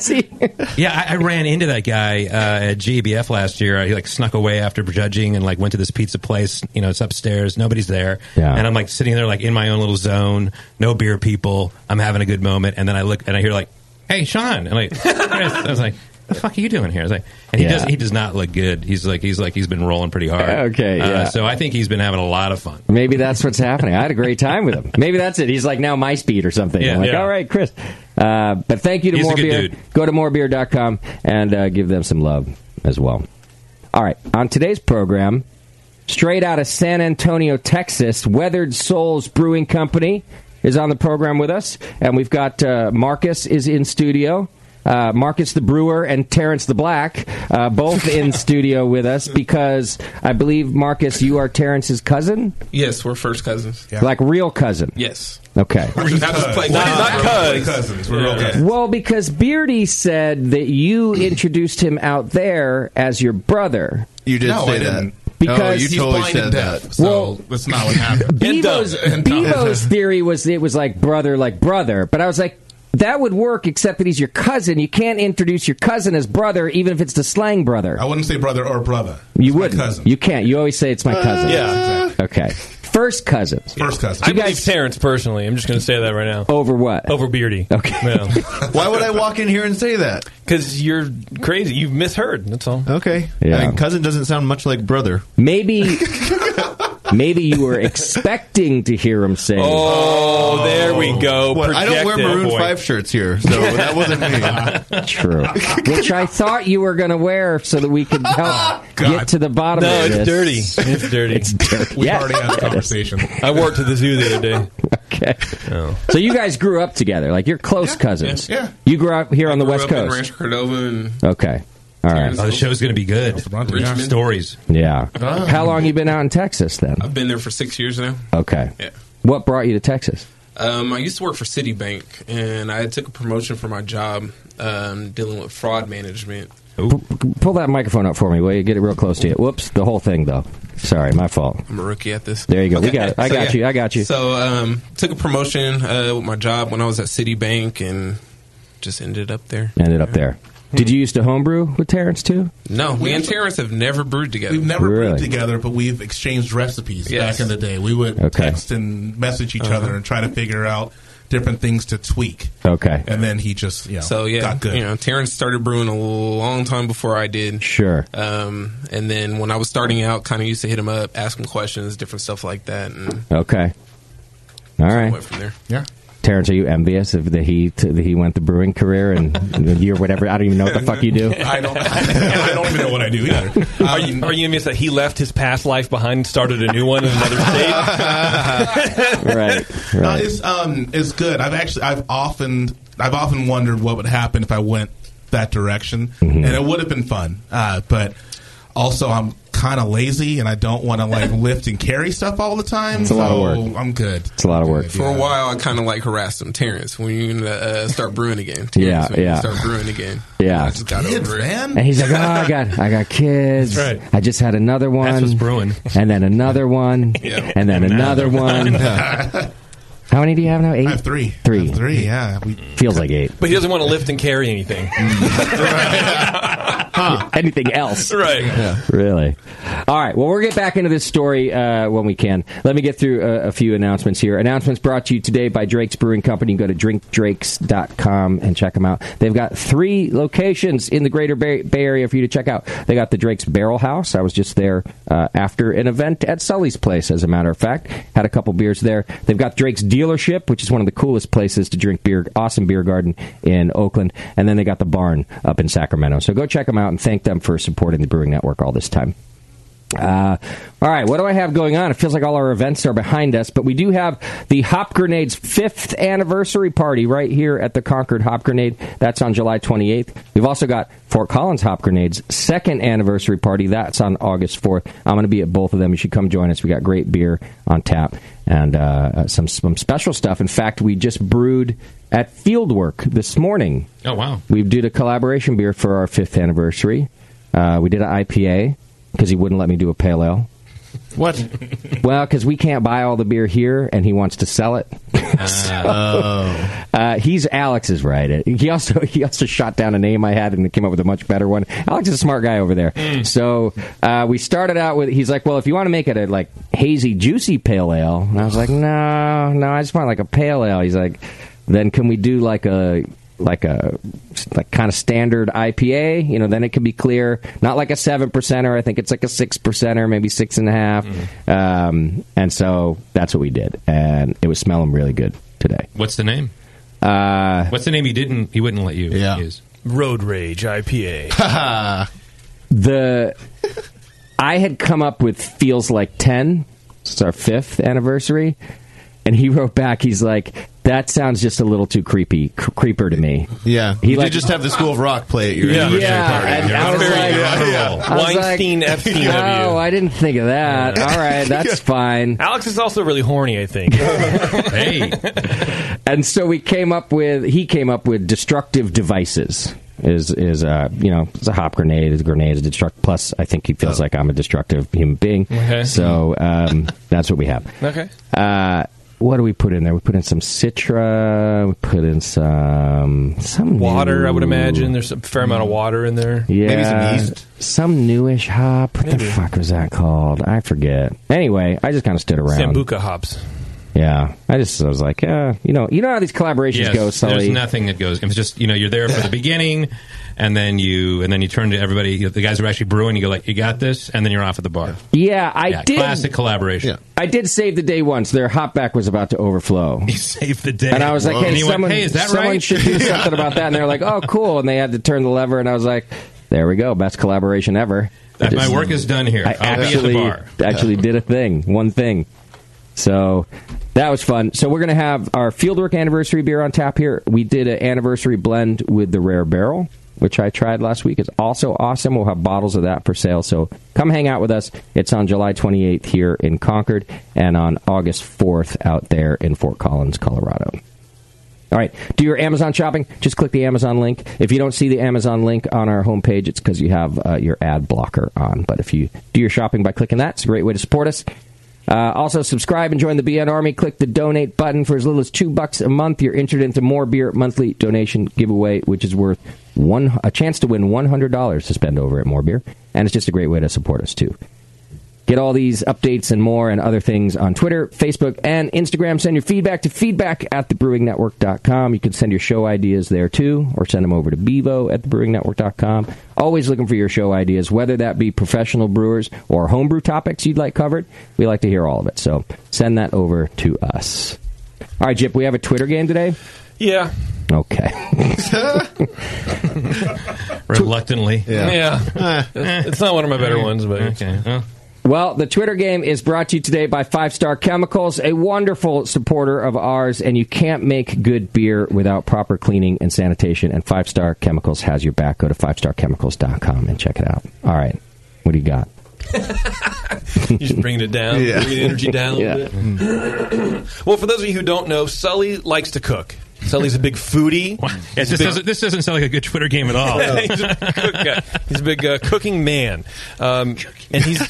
Speaker 2: See?
Speaker 1: yeah, I, I ran into that guy uh, at GBF last year. He like snuck away after judging and like went to this pizza place. You know, it's upstairs, nobody's there,
Speaker 2: Yeah.
Speaker 1: and I'm like sitting there like in my own little zone, no beer people. I'm having a good moment, and then I look and I hear like, "Hey, Sean!" And like, Chris, I was like. The fuck are you doing here? I was like, and he
Speaker 2: Yeah.
Speaker 1: does. He does not look good. He's like, he's like, he's been rolling pretty hard.
Speaker 2: Okay, yeah.
Speaker 1: Uh, so I think he's been having a lot of fun.
Speaker 2: Maybe that's what's happening. I had a great time with him. Maybe that's it. He's like now my speed or something.
Speaker 1: Yeah,
Speaker 2: I'm like,
Speaker 1: yeah.
Speaker 2: all right, Chris. Uh, but thank you to
Speaker 1: He's a
Speaker 2: More
Speaker 1: good
Speaker 2: Beer.
Speaker 1: dude.
Speaker 2: Go to morebeer.com and uh, give them some love as well. All right. On today's program, straight out of San Antonio, Texas, Weathered Souls Brewing Company is on the program with us. And we've got uh, Marcus is in studio. Uh, Marcus the Brewer and Terrence the Black, uh, both in studio with us because I believe, Marcus, you are Terrence's cousin?
Speaker 10: Yes, we're first cousins.
Speaker 2: Like real cousin.
Speaker 10: Yes.
Speaker 2: Okay.
Speaker 8: Not cuz.
Speaker 10: cousins. We're real cousins.
Speaker 2: Well, because Beardy said that you introduced him out there as your brother.
Speaker 5: You did
Speaker 10: No,
Speaker 5: say
Speaker 10: I
Speaker 5: that.
Speaker 10: didn't.
Speaker 5: oh,
Speaker 2: Because
Speaker 5: you
Speaker 2: he's
Speaker 5: totally
Speaker 10: Blind and
Speaker 5: said
Speaker 10: deaf,
Speaker 5: that.
Speaker 10: So
Speaker 2: Well-
Speaker 10: that's not what happened.
Speaker 2: Bebo's,
Speaker 10: And dumb.
Speaker 2: Bebo's theory was it was like brother, like brother. But I was like, that would work, except that he's your cousin. You can't introduce your cousin as brother, even if it's the slang brother.
Speaker 11: Oh,
Speaker 10: I wouldn't say brother or brother.
Speaker 2: you
Speaker 10: It's my
Speaker 2: wouldn't.
Speaker 10: cousin.
Speaker 2: You can't. You always say it's my cousin.
Speaker 8: Yeah.
Speaker 2: Okay. First cousins.
Speaker 10: first cousin.
Speaker 8: I believe
Speaker 2: guys-
Speaker 8: Terrence personally. I'm just going to say that right now.
Speaker 2: Over what?
Speaker 8: Over Beardy.
Speaker 2: Okay.
Speaker 5: Why would I walk in here and say that?
Speaker 8: Because you're crazy. You've misheard. That's all.
Speaker 5: Okay.
Speaker 2: Yeah.
Speaker 5: I mean, cousin doesn't sound much like brother.
Speaker 2: Maybe. maybe you were expecting to hear him say.
Speaker 8: Oh, there we go.
Speaker 5: What, I don't wear
Speaker 8: Projected.
Speaker 5: Maroon
Speaker 8: Boy.
Speaker 5: 5 shirts here, so that wasn't me.
Speaker 2: True. Which I thought you were going to wear so that we could help get to the bottom
Speaker 8: No,
Speaker 2: of
Speaker 8: it's
Speaker 2: this.
Speaker 8: dirty. It's dirty.
Speaker 2: It's dirty.
Speaker 10: We
Speaker 2: Yeah.
Speaker 10: already had a conversation.
Speaker 8: I worked at the zoo the other day.
Speaker 2: Okay. So you guys grew up together. Like you're close
Speaker 10: Yeah,
Speaker 2: cousins.
Speaker 10: yeah, yeah.
Speaker 2: You grew up here on the
Speaker 10: Grew
Speaker 2: West
Speaker 10: up in
Speaker 2: Coast.
Speaker 10: Rancho Cordova and
Speaker 2: okay. All right.
Speaker 10: Terrence.
Speaker 1: Oh, the show's going to be good.
Speaker 10: Richmond.
Speaker 1: Stories.
Speaker 2: Yeah. How long you been out in Texas then?
Speaker 10: I've been there for six years now.
Speaker 2: Okay.
Speaker 10: Yeah.
Speaker 2: What brought you to Texas?
Speaker 10: Um, I used to work for Citibank, and I took a promotion for my job um, dealing with fraud management.
Speaker 2: Pull that microphone up for me, will you? Get it real close to you. Whoops, the whole thing though. Sorry, my fault.
Speaker 10: I'm a rookie at this.
Speaker 2: There you go. We got it. I got you. I got you.
Speaker 10: So um, took a promotion uh, with my job when I was at Citibank, and just ended up there.
Speaker 2: Ended up there. Did you used to homebrew with Terrence too?
Speaker 10: No, me and Terrence have never brewed together.
Speaker 11: We've never
Speaker 2: Really?
Speaker 11: brewed together, but we've exchanged recipes
Speaker 10: Yes.
Speaker 11: back in the day. We would
Speaker 2: Okay.
Speaker 11: text and message each
Speaker 5: Uh-huh.
Speaker 11: other and try to figure out different things to tweak.
Speaker 2: Okay.
Speaker 11: And then he just, you know,
Speaker 10: So yeah,
Speaker 11: got good.
Speaker 10: you know, Terrence started brewing a long time before I did.
Speaker 2: Sure.
Speaker 10: Um, and then when I was starting out, kind of used to hit him up, ask him questions, different stuff like that, and
Speaker 2: Okay. All right.
Speaker 10: went from there.
Speaker 11: yeah.
Speaker 2: Terrence, are you envious of the he that he went the brewing career and the year whatever? I don't even know what the fuck you do.
Speaker 11: I don't, I don't even know what I do either.
Speaker 8: Are you, are you envious that he left his past life behind and started a new one in another state?
Speaker 2: Right,
Speaker 11: No,
Speaker 2: right.
Speaker 11: it's um, it's good. I've actually, I've often, I've often wondered what would happen if I went that direction,
Speaker 2: Mm-hmm.
Speaker 11: and it would have been fun. Uh, but also, I'm kind of lazy, and I don't want to like lift and carry stuff all the time. It's
Speaker 2: a lot of work.
Speaker 11: I'm good.
Speaker 2: It's a lot of work.
Speaker 10: For a while, I kind of like harassed him, Terrence. When you gonna uh, start brewing again? Terrence,
Speaker 2: Yeah,
Speaker 10: when you
Speaker 2: yeah.
Speaker 10: Start brewing again.
Speaker 2: Yeah.
Speaker 10: I just got
Speaker 11: Kids,
Speaker 10: over it.
Speaker 11: man.
Speaker 2: And he's like, oh, I got, I got kids.
Speaker 8: That's right.
Speaker 2: I just had another one.
Speaker 1: what's brewing.
Speaker 2: And then another one. And then another one. How many do you have now? Eight?
Speaker 11: I have three.
Speaker 2: Three.
Speaker 11: I have three. Yeah. We,
Speaker 2: Feels like eight.
Speaker 8: But he doesn't want to lift and carry anything.
Speaker 2: Anything else?
Speaker 8: right.
Speaker 2: Really? All right. Well, we'll get back into this story uh, when we can. Let me get through uh, a, a few announcements here. Announcements brought to you today by Drake's Brewing Company. Go to drinkdrakes.com and check them out. They've got three locations in the greater Bay, Bay Area for you to check out. They got the Drake's Barrel House. I was just there uh, after an event at Sully's place, as a matter of fact. Had a couple beers there. They've got Drake's Dealership, which is one of the coolest places to drink beer. Awesome beer garden in Oakland. And then they got the barn up in Sacramento. So go check them out and thank them for supporting the Brewing Network all this time. Uh, all right, what do I have going on? It feels like all our events are behind us, but we do have the Hop Grenade's fifth anniversary party right here at the Concord Hop Grenade. That's on July 28th. We've also got Fort Collins Hop Grenade's second anniversary party. That's on August 4th. I'm going to be at both of them. You should come join us. We got great beer on tap and uh, uh, some some special stuff. In fact, we just brewed at Fieldwork this morning.
Speaker 1: Oh, wow.
Speaker 2: We did a collaboration beer for our fifth anniversary. Uh, we did an IPA because he wouldn't let me do a pale ale.
Speaker 5: What?
Speaker 2: well, because we can't buy all the beer here, and he wants to sell it. So, uh, he's Alex is right. It- He also he also shot down a name I had and came up with a much better one. Alex is a smart guy over there. So uh, we started out with he's like, well, if you want to make it a like hazy, juicy pale ale, and I was like, no, no, I just want like a pale ale. He's like, then can we do like a like a like kind of standard IPA, you know, then it can be clear. Not like a seven percenter. I think it's like a six percenter, maybe six and a half. Um, and so that's what we did, and it was smelling really good today.
Speaker 1: What's the name?
Speaker 2: Uh,
Speaker 1: What's the name he didn't? He wouldn't let you use.
Speaker 8: Road Rage IPA.
Speaker 2: the I had come up with feels like ten. It's our fifth anniversary, and he wrote back. He's like, "That sounds just a little too creepy, cr- creeper to me."
Speaker 5: Yeah,
Speaker 2: He
Speaker 5: he you did
Speaker 2: like-
Speaker 5: just have the School of Rock play at your
Speaker 2: Yeah.
Speaker 5: anniversary
Speaker 2: Yeah,
Speaker 5: party.
Speaker 2: and I was like- oh, I was like,
Speaker 8: Weinstein FCW.
Speaker 2: Oh, I didn't think of that. All right, that's fine.
Speaker 8: Alex is also really horny, I think.
Speaker 1: hey.
Speaker 2: and so we came up with he came up with destructive devices is is uh you know it's a hop grenade is a grenade is a destruct plus I think he feels like I'm a destructive human being
Speaker 8: Oh. Okay.
Speaker 2: so um that's what we have
Speaker 8: Okay.
Speaker 2: uh what do we put in there we put in some citra we put in some some
Speaker 8: Water, I would
Speaker 2: new-
Speaker 8: imagine. There's a fair amount of water in there.
Speaker 2: yeah, some newish hop what the fuck was that called I forget anyway I just kind of stood around
Speaker 8: Sambuca hops.
Speaker 2: yeah I just I was like yeah you know you know how these collaborations
Speaker 1: Yes,
Speaker 2: go Sully
Speaker 1: there's nothing that goes. It's just you know you're there for the beginning, and then you and then you turn to everybody. you know, the guys who are actually brewing. You go like, you got this, and then you're off at the bar.
Speaker 2: Yeah, I
Speaker 1: Yeah,
Speaker 2: did.
Speaker 1: classic collaboration.
Speaker 2: I did save the day once. Their hopback was about to overflow. He
Speaker 1: saved the day.
Speaker 2: And I was like,
Speaker 1: Whoa.
Speaker 2: hey,
Speaker 1: And he went,
Speaker 2: someone,
Speaker 1: "Hey, is that
Speaker 2: someone
Speaker 1: right?"
Speaker 2: should do something about that. And they were like, oh, cool. And they had to turn the lever, and I was like, there we go. Best collaboration ever.
Speaker 1: That-
Speaker 2: I
Speaker 1: my
Speaker 2: just-
Speaker 1: work is done here.
Speaker 2: I
Speaker 1: I'll be at the
Speaker 2: actually,
Speaker 1: bar.
Speaker 2: actually did a thing, one thing. So that was fun. So we're going to have our Fieldwork anniversary beer on tap here. We did an anniversary blend with the Rare Barrel, which I tried last week. It's also awesome. We'll have bottles of that for sale. So come hang out with us. It's on July 28th here in Concord and on August 4th out there in Fort Collins, Colorado. All right. Do your Amazon shopping. Just click the Amazon link. If you don't see the Amazon link on our homepage, it's because you have uh, your ad blocker on. But if you do your shopping by clicking that, it's a great way to support us. Uh, also, subscribe and join the BN Army. Click the donate button for as little as two bucks a month. You're entered into more beer monthly donation giveaway, which is worth one a chance to win one hundred dollars to spend over at More Beer, and it's just a great way to support us too. Get all these updates and more and other things on Twitter, Facebook, and Instagram. Send your feedback to feedback at thebrewingnetwork.com. You can send your show ideas there too, or send them over to bevo at thebrewingnetwork.com. Always looking for your show ideas, whether that be professional brewers or homebrew topics you'd like covered. We like to hear all of it, so send that over to us. All right, Jip, we have a Twitter game today?
Speaker 8: Yeah.
Speaker 2: Okay.
Speaker 1: Reluctantly.
Speaker 8: Yeah. it's not one of my better ones, but.
Speaker 1: Okay.
Speaker 2: Well, the Twitter game is brought to you today by Five Star Chemicals, a wonderful supporter of ours, and you can't make good beer without proper cleaning and sanitation, and Five Star Chemicals has your back. Go to fivestarchemicals.com and check it out. All right, what do you got?
Speaker 8: You just bringing it down,
Speaker 2: Yeah.
Speaker 8: bringing the energy down a little
Speaker 2: Yeah.
Speaker 8: bit. well, for those of you who don't know, Sully likes to cook. Sully's a big foodie.
Speaker 1: Yeah,
Speaker 8: He's a
Speaker 1: this,
Speaker 8: big-
Speaker 1: doesn't, this doesn't sound like a good Twitter game at all.
Speaker 8: he's a big cook guy. He's a big uh, cooking man, um, and he's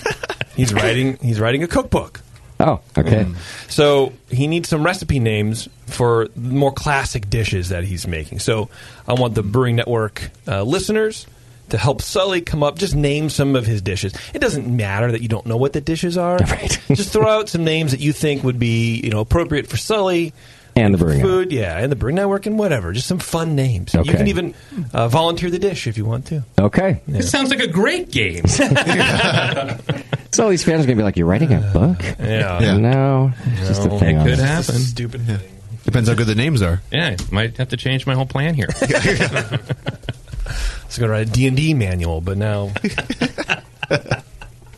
Speaker 8: he's writing he's writing a cookbook.
Speaker 2: Oh, okay.
Speaker 8: So he needs some recipe names for more classic dishes that he's making. So I want the Brewing Network uh, listeners to help Sully come up. Just name some of his dishes. It doesn't matter that you don't know what the dishes are. just throw out some names that you think would be you know appropriate for Sully.
Speaker 2: And the Brewing
Speaker 8: food, yeah, and the Brewing Network and whatever. Just some fun names. You
Speaker 2: Okay.
Speaker 8: can even uh, volunteer the dish if you want to.
Speaker 2: Okay.
Speaker 1: This sounds like a great game.
Speaker 2: So all these fans are going to be like, You're writing a book?
Speaker 1: Yeah.
Speaker 2: No, it's just a
Speaker 1: No,
Speaker 2: thing.
Speaker 1: it
Speaker 2: on
Speaker 1: could happen.
Speaker 8: Stupid.
Speaker 5: Depends how good the names are.
Speaker 1: Yeah, might have to change my whole plan here.
Speaker 8: I was going to write a D&D manual, but now...
Speaker 2: All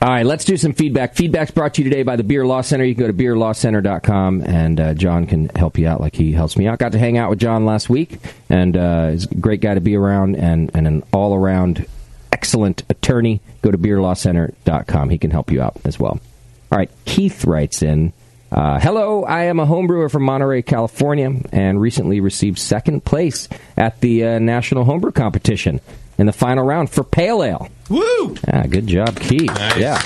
Speaker 2: All right, let's do some feedback. Feedback's brought to you today by the Beer Law Center. You can go to beerlawcenter.com, and uh, John can help you out like he helps me out. Got to hang out with John last week, and uh, he's a great guy to be around and, and an all around excellent attorney. Go to beerlawcenter.com. He can help you out as well. All right, Keith writes in. Uh, hello, I am a homebrewer from Monterey, California, and recently received second place at the uh, National Homebrew Competition in the final round for Pale Ale. Woo! Ah, good job, Keith. Yeah.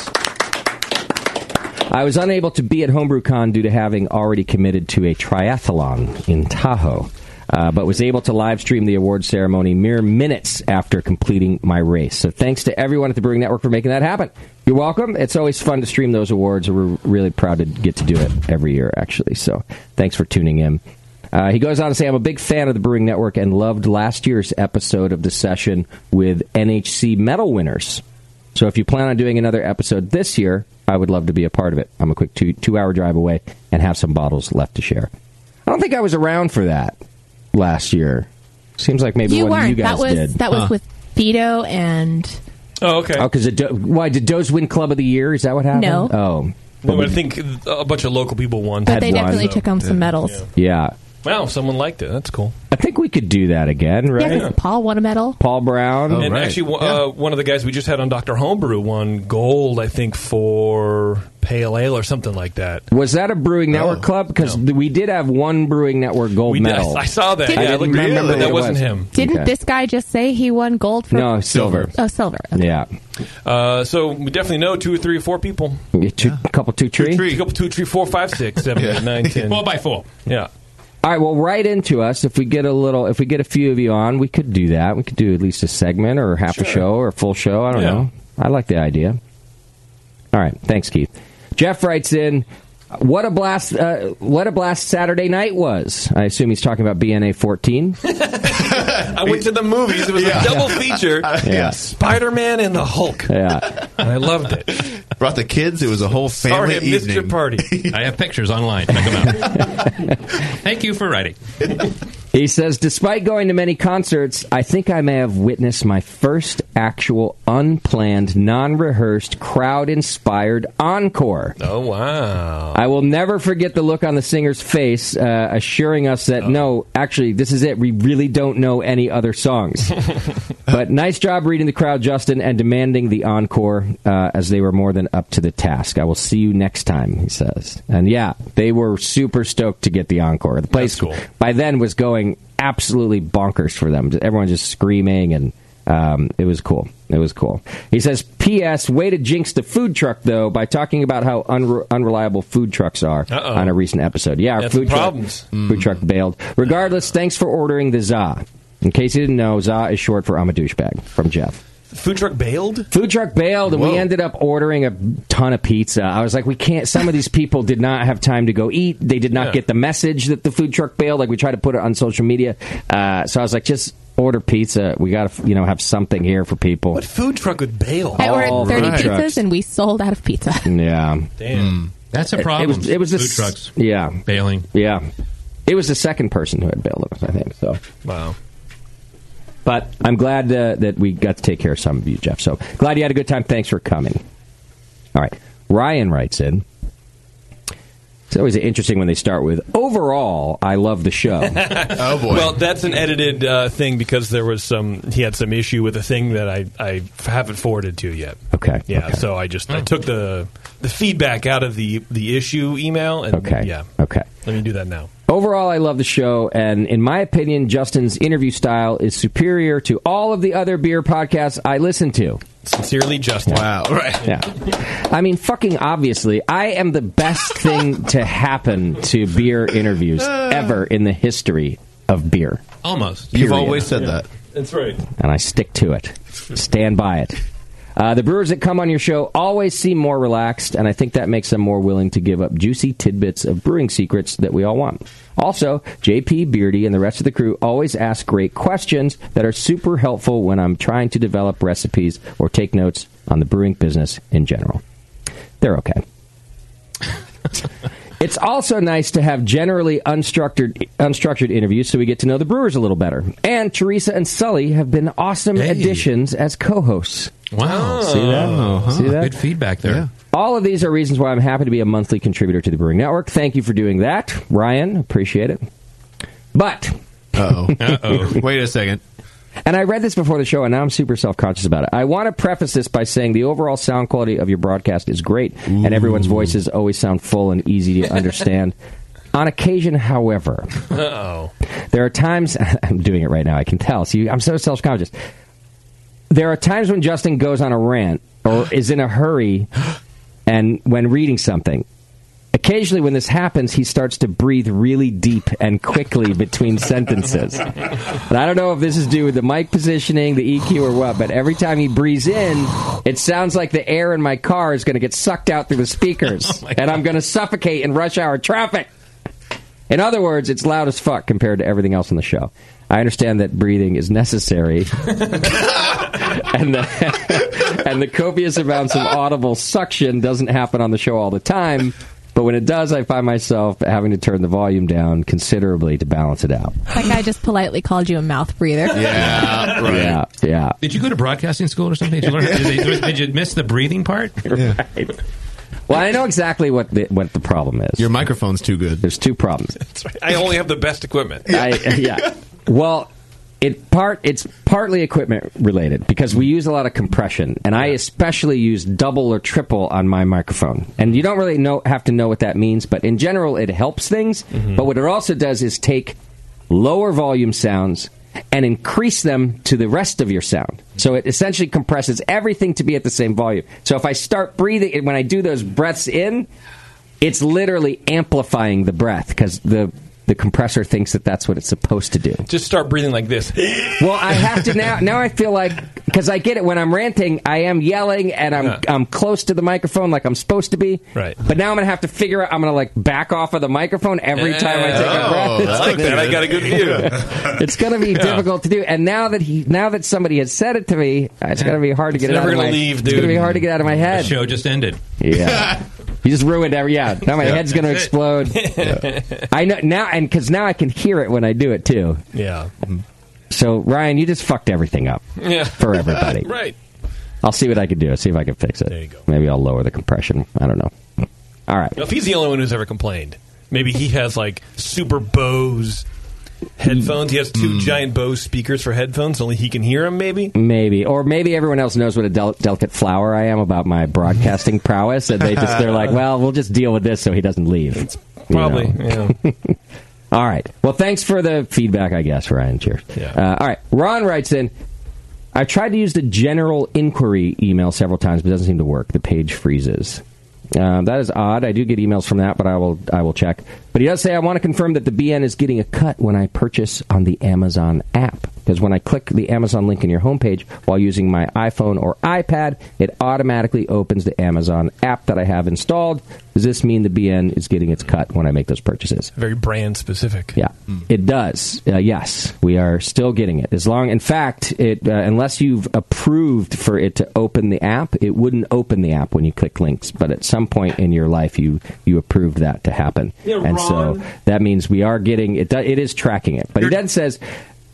Speaker 2: I was unable to be at HomebrewCon due to having already committed to a triathlon in Tahoe, uh, but was able to live stream the award ceremony mere minutes after completing my race. So thanks to everyone at the Brewing Network for making that happen. You're welcome. It's always fun to stream those awards. We're really proud to get to do it every year, actually. So thanks for tuning in. Uh, he goes on to say, I'm a big fan of the Brewing Network and loved last year's episode of the session with NHC medal winners. So if you plan on doing another episode this year, I would love to be a part of it. I'm a quick two two hour drive away and have some bottles left to share. I don't think I was around for that last year. Seems like maybe
Speaker 4: you
Speaker 2: one of
Speaker 4: weren't.
Speaker 2: you guys
Speaker 4: that was
Speaker 2: did.
Speaker 4: that was with Vito and
Speaker 2: Oh, okay. Oh, because Do- why did Doe's win Club of the Year? Is that what happened?
Speaker 4: No.
Speaker 2: Oh,
Speaker 8: Well, I think a bunch of local people won.
Speaker 4: but they definitely took home some medals. Yeah,
Speaker 2: Yeah,
Speaker 8: Wow, someone liked it. That's cool.
Speaker 2: I think we could do that again, right?
Speaker 4: 'cause Paul won a medal.
Speaker 2: Paul Brown
Speaker 8: and actually, uh, one of the guys we just had on Doctor Homebrew won gold, I think, for pale ale or something like that.
Speaker 2: Was that a Brewing Network club? Because we did have one Brewing Network gold
Speaker 8: We did-
Speaker 2: medal.
Speaker 8: I saw that. Yeah, I looked-
Speaker 2: remember
Speaker 8: Really?
Speaker 2: what
Speaker 8: That
Speaker 2: it
Speaker 8: wasn't
Speaker 2: was.
Speaker 8: him.
Speaker 4: Didn't
Speaker 2: Okay.
Speaker 4: this guy just say he won gold for
Speaker 2: No, silver.
Speaker 4: Oh, silver.
Speaker 2: Yeah,
Speaker 8: Uh, so we definitely know two or three or four people.
Speaker 2: You two, couple two tree.
Speaker 8: A couple, two, three, four, five, six, seven, eight, nine, ten.
Speaker 1: Four by four.
Speaker 8: Yeah.
Speaker 2: All right, well, write into us if we get a little, if we get a few of you on, we could do that. We could do at least a segment or half a show or a full show. I don't
Speaker 12: Yeah.
Speaker 2: know. I like the idea. All right, thanks, Keith. Jeff writes in, "What a blast! Uh, what a blast Saturday night was." I assume he's talking about BNA fourteen.
Speaker 8: I went to the movies. It was
Speaker 5: Yeah.
Speaker 8: a double feature.
Speaker 2: Yeah.
Speaker 8: Spider Man and the Hulk.
Speaker 2: Yeah,
Speaker 8: I loved it.
Speaker 5: Brought the kids. It was a whole family
Speaker 1: Sorry, I missed
Speaker 5: evening.
Speaker 1: your
Speaker 8: party.
Speaker 1: I have pictures online. Check them out. Thank you for writing.
Speaker 2: He says, despite going to many concerts, I think I may have witnessed my first actual unplanned, non rehearsed, crowd inspired encore.
Speaker 8: Oh, wow.
Speaker 2: I will never forget the look on the singer's face, uh, assuring us
Speaker 8: Oh.
Speaker 2: that no, actually, this is it. We really don't know any other songs. but nice job reading the crowd, Justin, and demanding the encore uh, as they were more than up to the task. I will see you next time, he says. And yeah, they were super stoked to get the encore. The place by then was going absolutely bonkers for them. Everyone just screaming and. Um, it was cool. It was cool. He says, "P.S. Way to jinx the food truck though by talking about how unre- unreliable food trucks are
Speaker 8: Uh-oh.
Speaker 2: on a recent episode. Yeah, our
Speaker 8: That's
Speaker 2: food
Speaker 8: the
Speaker 2: truck-
Speaker 8: problems.
Speaker 2: food truck bailed. Regardless, thanks for ordering the za. In case you didn't know, za is short for I'm a douchebag from Jeff.
Speaker 8: Food truck bailed?
Speaker 2: Food truck bailed, and we ended up ordering a ton of pizza. I was like, we can't. Some of these people did not have time to go eat. They did not
Speaker 8: Yeah.
Speaker 2: get the message that the food truck bailed. Like we tried to put it on social media. Uh, so I was like, just order pizza. We got to, you know, have something here for people.
Speaker 8: Food truck would bail.
Speaker 4: I
Speaker 2: All
Speaker 4: ordered 30
Speaker 2: right.
Speaker 4: pizzas and we sold out of pizza.
Speaker 2: Yeah. Hmm.
Speaker 8: Damn.
Speaker 1: That's a
Speaker 2: It-
Speaker 1: problem.
Speaker 2: It, was, it was the
Speaker 1: Food
Speaker 2: s-
Speaker 1: trucks.
Speaker 2: Yeah.
Speaker 1: Bailing.
Speaker 2: Yeah. It was the second person who had bailed us, I think. So.
Speaker 8: Wow.
Speaker 2: But I'm glad uh, that we got to take care of some of you, Jeff. So glad you had a good time. Thanks for coming. All right. Ryan writes in. It's always interesting when they start with, overall, I love the show.
Speaker 8: oh boy! Well, that's an edited uh, thing because there was some. He had some issue with a thing that I, I haven't forwarded to yet.
Speaker 2: Okay.
Speaker 8: Yeah. So I just I
Speaker 1: Hmm.
Speaker 8: took the the feedback out of the the issue email and
Speaker 2: Okay.
Speaker 8: yeah.
Speaker 2: Okay.
Speaker 8: Let me do that now.
Speaker 2: Overall, I love the show, and in my opinion, Justin's interview style is superior to all of the other beer podcasts I listen to.
Speaker 8: Sincerely, Justin. Wow. Right.
Speaker 2: Yeah. I mean, fucking obviously, I am the best thing to happen to beer interviews ever in the history of beer.
Speaker 1: Almost.
Speaker 2: You've Period. always said that.
Speaker 8: That's right.
Speaker 2: and I stick to it. Stand by it. Uh, the brewers that come on your show always seem more relaxed, and I think that makes them more willing to give up juicy tidbits of brewing secrets that we all want. Also, JP, Beardy, and the rest of the crew always ask great questions that are super helpful when I'm trying to develop recipes or take notes on the brewing business in general. They're okay. It's also nice to have generally unstructured unstructured interviews so we get to know the brewers a little better. And Teresa and Sully have been awesome additions as co-hosts.
Speaker 1: Wow.
Speaker 2: See that? See that?
Speaker 1: Uh-huh. Good feedback there.
Speaker 2: All of these are reasons why I'm happy to be a monthly contributor to the Brewing Network. Thank you for doing that, Ryan. Appreciate it. But
Speaker 5: Uh oh. Uh oh. Wait a second.
Speaker 2: and I read this before the show, and now I'm super self conscious about it. I want to preface this by saying the overall sound quality of your broadcast is great, and everyone's voices always sound full and easy to understand. On occasion, however,
Speaker 8: oh.
Speaker 2: there are times I'm doing it right now. I can tell. See, I'm so self conscious. There are times when Justin goes on a rant or is in a hurry, and when reading something. Occasionally, when this happens, he starts to breathe really deep and quickly between sentences. And I don't know if this is due to the mic positioning, the EQ, or what, but every time he breathes in, it sounds like the air in my car is going to get sucked out through the speakers, and I'm going to suffocate in rush hour traffic. In other words, it's loud as fuck compared to everything else on the show. I understand that breathing is necessary, and the and the copious amounts of audible suction doesn't happen on the show all the time. But when it does, I find myself having to turn the volume down considerably to balance it out.
Speaker 4: Like I just politely called you a mouth breather.
Speaker 1: Yeah, right.
Speaker 2: Yeah, yeah.
Speaker 1: Did you go to broadcasting school or something? Did you, learn, did, they, did you miss the breathing part?
Speaker 2: Right. Well, I know exactly what the, what the problem is. Your
Speaker 5: microphone's too good.
Speaker 2: There's two problems.
Speaker 8: I only have the best equipment.
Speaker 2: I, yeah. Well, it part it's partly equipment related because we use a lot of compression, and I especially use double or triple on my microphone. And you don't really know have to know what that means, but in general, it helps things.
Speaker 12: Mhm.
Speaker 2: But what it also does is take lower volume sounds and increase them to the rest of your sound. So it essentially compresses everything to be at the same volume. So if I start breathing, and when I do those breaths in, it's literally amplifying the breath because the the compressor thinks that that's what it's supposed to do.
Speaker 8: Just start breathing like this.
Speaker 2: Well, I have to now. Now I feel like because I get it when I'm ranting, I am yelling and I'm I'm close to the microphone like I'm supposed to be.
Speaker 8: Right.
Speaker 2: But now I'm gonna have to figure out. I'm gonna like back off of the microphone every time I take a breath. It's
Speaker 8: Oh, I like
Speaker 2: gonna-
Speaker 8: that. I got a good view.
Speaker 2: It's gonna be
Speaker 8: Yeah.
Speaker 2: difficult to do. And now that he now that somebody has said it to me, it's gonna be hard to
Speaker 1: It's
Speaker 2: get it
Speaker 1: never
Speaker 2: out of
Speaker 1: gonna
Speaker 2: my.
Speaker 1: leave,
Speaker 2: It's gonna be
Speaker 1: dude.
Speaker 2: hard to get out of my
Speaker 1: The
Speaker 2: head.
Speaker 1: show just ended.
Speaker 2: Yeah. You just ruined every. Yeah. Now my
Speaker 1: Yeah.
Speaker 2: head's going to
Speaker 1: That's it.
Speaker 2: explode. I know now, and because now I can hear it when I do it too.
Speaker 8: Yeah.
Speaker 2: So Ryan, you just fucked everything up.
Speaker 8: Yeah.
Speaker 2: For everybody.
Speaker 8: right.
Speaker 2: I'll see what I can do. See if I can fix it. There you go. Maybe I'll lower the compression. I don't know. All right.
Speaker 8: Now, if he's the only one who's ever complained, maybe he has like super Bose headphones. He has
Speaker 2: Mm.
Speaker 8: two giant Bose speakers for headphones. Only he can hear them. Maybe.
Speaker 2: Maybe, or maybe everyone else knows what a del- delicate flower I am about my broadcasting prowess, and they just they're like, "Well, we'll just deal with this so he doesn't leave." You
Speaker 8: probably,
Speaker 2: know? all right. Well, thanks for the feedback, I guess, Ryan. Cheers. Uh, all right. Ron writes in. I've tried to use the general inquiry email several times, but it doesn't seem to work. The page freezes. Um, that is odd. I do get emails from that, but I will I will check. But he does say I want to confirm that the BN is getting a cut when I purchase on the Amazon app because when I click the Amazon link in your homepage while using my iPhone or iPad, it automatically opens the Amazon app that I have installed. Does this mean the BN is getting its cut when I make those purchases?
Speaker 8: Very brand specific.
Speaker 2: Yeah, it does. Uh, yes, we are still getting it. As long, in fact, it uh, unless you've approved for it to open the app, it wouldn't open the app when you click links. But at some point in your life, you you approved that to happen,
Speaker 12: Yeah,
Speaker 2: and so
Speaker 12: Ron.
Speaker 2: that means we are getting it. Do, it is tracking it, but it then says.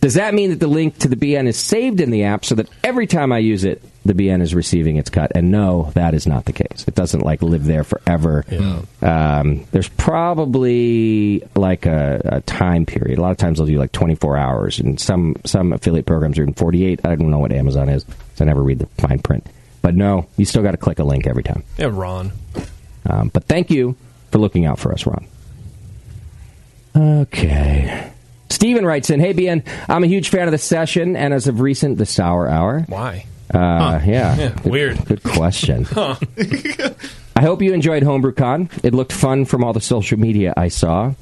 Speaker 2: Does that mean that the link to the BN is saved in the app so that every time I use it, the BN is receiving its cut? And no, that is not the case. It doesn't like live there forever. Um, there's probably like a, a time period. A lot of times they'll do like 24 hours, and some some affiliate programs are in 48. I don't know what Amazon is, so I never read the fine print. But no, you still got to click a link every time.
Speaker 8: Yeah, Ron.
Speaker 2: Um, but thank you for looking out for us, Ron. Okay. Steven writes in, Hey, BN, I'm a huge fan of the session and as of recent, the Sour Hour.
Speaker 8: Why?
Speaker 2: Uh, Yeah.
Speaker 8: Yeah,
Speaker 2: Good-
Speaker 8: weird.
Speaker 2: Good question.
Speaker 8: Huh.
Speaker 2: I hope you enjoyed HomebrewCon. It looked fun from all the social media I saw.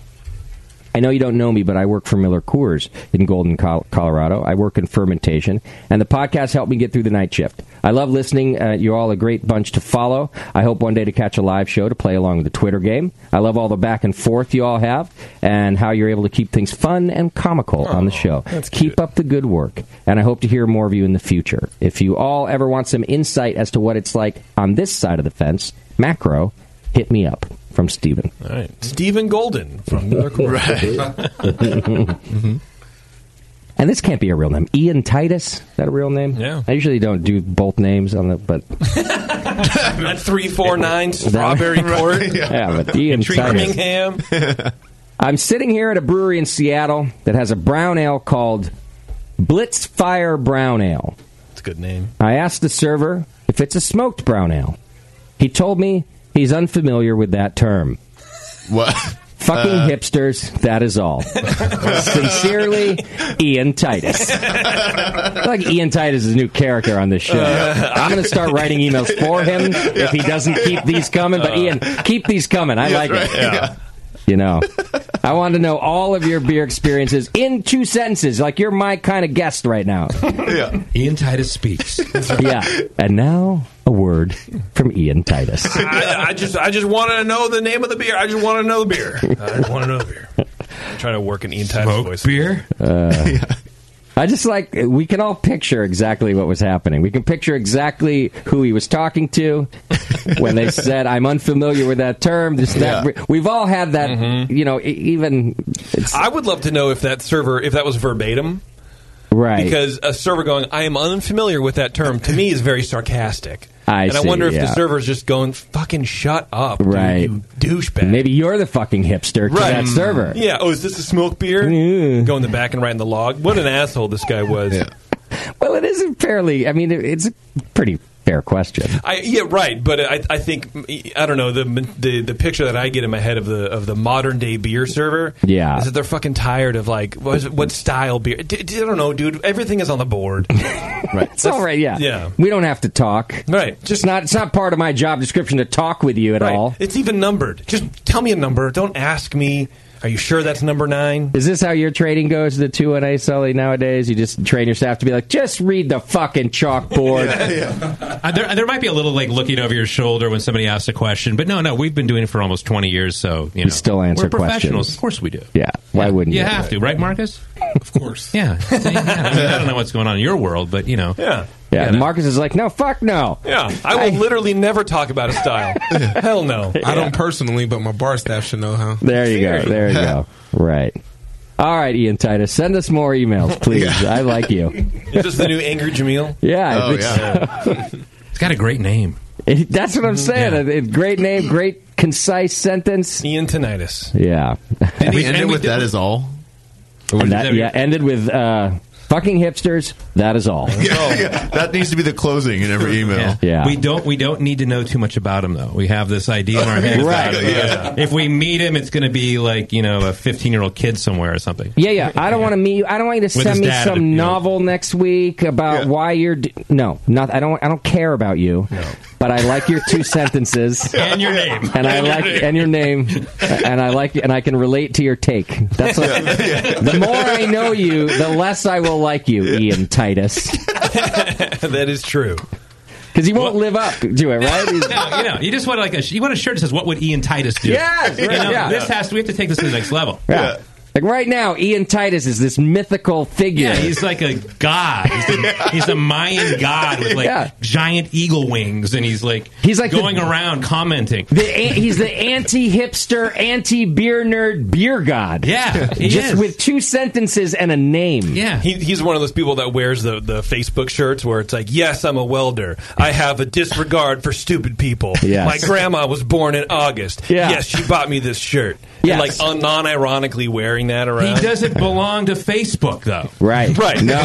Speaker 2: I know you don't know me, but I work for Miller Coors in Golden, Col- Colorado. I work in fermentation, and the podcast helped me get through the night shift. I love listening. Uh, you're all a great bunch to follow. I hope one day to catch a live show to play along with the Twitter game. I love all the back and forth you all have and how you're able to keep things fun and comical on the show. Keep up the good work, and I hope to hear more of you in the future. If you all ever want some insight as to what it's like on this side of the fence, macro, hit me up. from Steven.
Speaker 8: All right. Stephen Golden from Miracle.
Speaker 2: Mhm. And this can't be a real name. Ian Titus, is that a real name?
Speaker 8: Yeah.
Speaker 2: I usually don't do both names on the, but
Speaker 8: At 349 Strawberry
Speaker 2: Right,
Speaker 8: Court.
Speaker 2: yeah, but Ian
Speaker 8: Tree
Speaker 2: Titus.
Speaker 8: Cunningham.
Speaker 2: I'm sitting here at a brewery in Seattle that has a brown ale called Blitzfire Brown Ale.
Speaker 8: It's a good name.
Speaker 2: I asked the server if it's a smoked brown ale. He told me he's unfamiliar with that term.
Speaker 5: What?
Speaker 2: Fucking
Speaker 5: Uh.
Speaker 2: hipsters, that is all. Sincerely, Ian Titus. I feel like Ian Titus is a new character on this show.
Speaker 12: Uh.
Speaker 2: I'm going to start writing emails for him if he doesn't keep these coming. But
Speaker 12: Uh.
Speaker 2: Ian, keep these coming. I
Speaker 12: Yeah,
Speaker 2: like
Speaker 12: right,
Speaker 2: it.
Speaker 12: yeah.
Speaker 2: You know, I want to know all of your beer experiences in two sentences. Like you're my kind of guest right now.
Speaker 5: Yeah.
Speaker 1: Ian Titus speaks.
Speaker 2: yeah. And now a word from Ian Titus.
Speaker 8: I, I just I just want to know the name of the beer. I just want to know the beer. I just want to know the beer. I'm trying to work an Ian Titus voice.
Speaker 1: beer.
Speaker 2: Uh, I just like we can all picture exactly what was happening. We can picture exactly who he was talking to when they said, "I'm unfamiliar with that term." This, that. We've all had that,
Speaker 12: Mm-hmm.
Speaker 2: you know. e- Even
Speaker 8: I would love to know if that server if that was verbatim.
Speaker 2: Right.
Speaker 8: Because a server going, I am unfamiliar with that term, to me is very sarcastic.
Speaker 2: I
Speaker 8: and I
Speaker 2: see,
Speaker 8: wonder if
Speaker 2: yeah.
Speaker 8: the server's just going, fucking shut up. Oh, dude,
Speaker 2: right,
Speaker 8: you douchebag.
Speaker 2: Maybe you're the fucking hipster to that server. Mm.
Speaker 8: Yeah. Oh, is this a smoke beer? Go in the back and write in the log. What an asshole this guy was.
Speaker 2: Well, it is a fairly. I mean, it- it's a pretty fair question.
Speaker 8: I, yeah, right. But I, I think I don't know the, the the picture that I get in my head of the of the modern day beer server.
Speaker 2: Yeah.
Speaker 8: is that they're fucking tired of like what, is, what style beer? D- d- I don't know, dude. Everything is on the board.
Speaker 2: Right. It's all right. Yeah.
Speaker 8: Yeah.
Speaker 2: We don't have to talk.
Speaker 8: Right.
Speaker 2: Just not. It's not part of my job description to talk with you at all.
Speaker 8: It's even numbered. Just tell me a number. Don't ask me. Are you sure that's number nine?
Speaker 2: Is this how your trading goes, the 2 and A Sully nowadays? You just train your staff to be like, just read the fucking chalkboard.
Speaker 1: Uh, there, there might be a little like looking over your shoulder when somebody asks a question, but no, no, we've been doing it for almost twenty years, so you know,
Speaker 2: still answer
Speaker 1: we're professionals.
Speaker 2: questions.
Speaker 1: Of course, we do.
Speaker 2: Yeah, why wouldn't
Speaker 1: You
Speaker 2: you?
Speaker 1: have to, right, Marcus? Of course. Yeah. So, yeah, I, mean, I don't know what's going on in your world, but you know.
Speaker 8: Yeah.
Speaker 2: Yeah, Marcus is like, no, fuck no.
Speaker 8: Yeah, I will literally never talk about a style. Hell no.
Speaker 10: I don't personally, but my bar staff should know how.
Speaker 2: There you go. There you go. Right. All right, Ian Titus, send us more emails, please. I like you.
Speaker 8: Is this the new Angry Jamil?
Speaker 2: Yeah, I
Speaker 5: Oh,
Speaker 2: think so.
Speaker 1: it's got a great name.
Speaker 2: that's what I'm saying. A- a great name, great concise sentence.
Speaker 8: Ian Tinnitus.
Speaker 2: Yeah.
Speaker 5: Did he end it with that is all?
Speaker 2: And that, yeah, ended with uh, fucking hipsters. That is all.
Speaker 5: Yeah, Oh, that needs to be the closing in every email.
Speaker 2: Yeah.
Speaker 1: We don't. We don't need to know too much about him, though. We have this idea in our heads.
Speaker 5: Right.
Speaker 1: that, uh, If we meet him, it's going to be like you know a fifteen-year-old kid somewhere or something.
Speaker 2: Yeah, yeah. I don't want to meet. you. I don't want you to
Speaker 1: With his
Speaker 2: send me
Speaker 1: dad at the
Speaker 2: some
Speaker 1: funeral.
Speaker 2: novel next week about why you're. D- no, not. I don't. I don't care about you. But I like your two sentences
Speaker 1: And your name.
Speaker 2: and I
Speaker 1: And your
Speaker 2: like
Speaker 1: name.
Speaker 2: and your name, and I like and I can relate to your take. That's what, the more I know you, the less I will like you, Ian Titus,
Speaker 8: that is true.
Speaker 2: because you won't live up to it, right? He's-
Speaker 1: No, you know, you just want like a sh- you want a shirt that says "What would Ian Titus do?"
Speaker 2: Yes,
Speaker 1: You
Speaker 2: right,
Speaker 1: know,
Speaker 2: yeah.
Speaker 1: This has to. We have to take this to the next level.
Speaker 2: yeah. Like right now, Ian Titus is this mythical figure.
Speaker 1: Yeah, he's like a god. He's a, he's a Mayan god with like
Speaker 2: Yeah.
Speaker 1: giant eagle wings, and he's like
Speaker 2: He's like
Speaker 1: going
Speaker 2: the-
Speaker 1: around commenting.
Speaker 2: The, an- he's the anti-hipster, anti-beer nerd, beer god.
Speaker 1: Yeah, he
Speaker 2: just
Speaker 1: is.
Speaker 2: with two sentences and a name.
Speaker 1: Yeah,
Speaker 8: He, he's one of those people that wears the, the Facebook shirts where it's like, yes, I'm a welder. I have a disregard for stupid people.
Speaker 2: Yes.
Speaker 8: My grandma was born in August.
Speaker 2: Yeah.
Speaker 8: Yes, she bought me this shirt.
Speaker 2: Yes.
Speaker 8: And like un- non-ironically wearing that
Speaker 1: he
Speaker 8: around.
Speaker 1: doesn't belong to Facebook though.
Speaker 2: right,
Speaker 8: Right.
Speaker 2: No,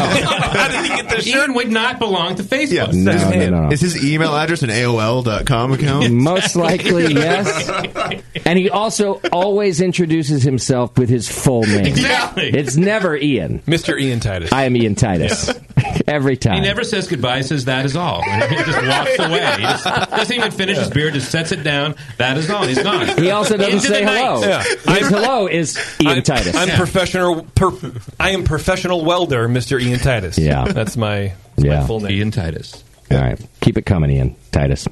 Speaker 1: Ian would not belong to Facebook.
Speaker 5: Yeah.
Speaker 2: no,
Speaker 5: Is
Speaker 2: no,
Speaker 5: his-
Speaker 2: no, no.
Speaker 5: Is his email address an AOL.com account?
Speaker 2: most likely yes. And he also always introduces himself with his full name.
Speaker 1: Exactly.
Speaker 2: It's never Ian.
Speaker 8: Mr. Ian Titus.
Speaker 2: I am Ian Titus every time.
Speaker 1: He never says goodbye. He says that is all. And he just walks away. He just doesn't even finish his beer. Just sets it down. That is all. He's gone.
Speaker 2: He also doesn't
Speaker 1: Into the
Speaker 2: say
Speaker 1: night.
Speaker 2: hello.
Speaker 8: Yeah.
Speaker 2: His hello is Ian Titus.
Speaker 8: I'm professional. Per, I am professional welder, Mr. Ian Titus.
Speaker 2: Yeah.
Speaker 8: that's my, that's
Speaker 2: Yeah.
Speaker 8: my full name.
Speaker 1: Ian Titus.
Speaker 2: All right, keep it coming, Ian Titus.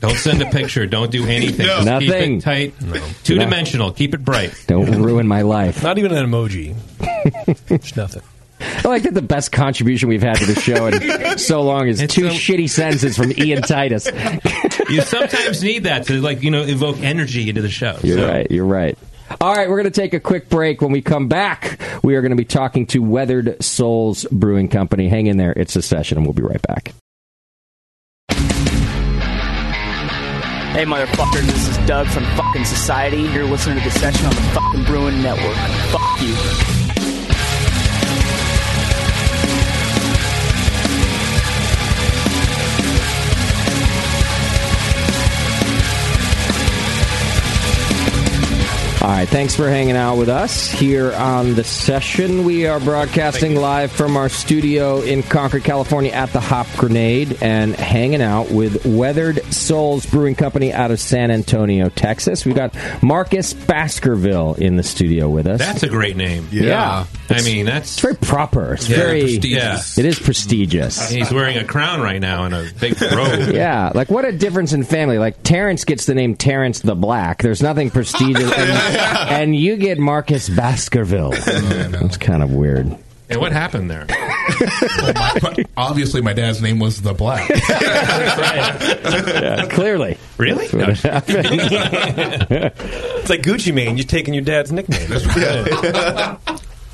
Speaker 1: Don't send a picture. Don't do anything. Just
Speaker 2: Nothing.
Speaker 1: Keep it tight. Two dimensional. Keep it bright.
Speaker 2: Don't ruin my life.
Speaker 8: Not even an emoji. It's nothing.
Speaker 2: Oh, I like that the best contribution we've had to the show in so long is two shitty sentences from Ian Titus.
Speaker 1: you sometimes need that to like you know evoke energy into the show.
Speaker 2: You're
Speaker 1: So-
Speaker 2: right. You're right. All right, we're going to take a quick break. When we come back, we are going to be talking to Weathered Souls Brewing Company. Hang in there. It's a session, and we'll be right back.
Speaker 12: Hey, motherfuckers, this is Doug from fucking Society. You're listening to the session on the fucking Bruin Network. Fuck you.
Speaker 2: All right, thanks for hanging out with us here on the session. We are broadcasting live from our studio in Concord, California at the Hop Grenade and hanging out with Weathered Souls Brewing Company out of San Antonio, Texas. We've got Marcus Baskerville in the studio with us.
Speaker 1: That's a great name.
Speaker 2: Yeah.
Speaker 1: I mean that's
Speaker 2: It's very proper. It's
Speaker 1: Yeah,
Speaker 2: very
Speaker 1: prestigious.
Speaker 2: It is prestigious.
Speaker 1: he's wearing a crown right now and a big robe.
Speaker 2: Yeah, like what a difference in family. Like Terrence gets the name Terrence the Black. There's nothing prestigious, and, and you get Marcus Baskerville. That's kind of weird.
Speaker 1: And what happened there?
Speaker 11: Obviously, my dad's name was the Black.
Speaker 2: Yeah, Uh, clearly,
Speaker 1: really,
Speaker 8: it's like Gucci Mane. You're taking your dad's nickname.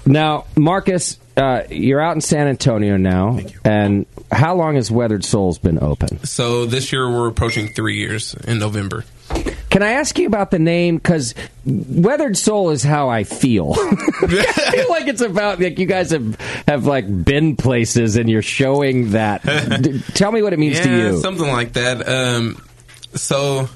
Speaker 2: Now, Marcus, uh, you're out in San Antonio now, and how long has Weathered Souls been open?
Speaker 10: So this year we're approaching three years in November.
Speaker 2: Can I ask you about the name? Because Weathered Soul is how I feel. I feel like it's about like you guys have have like been places, and you're showing that. D- tell me what it means to
Speaker 10: Yeah,
Speaker 2: you.
Speaker 10: something like that. Um, so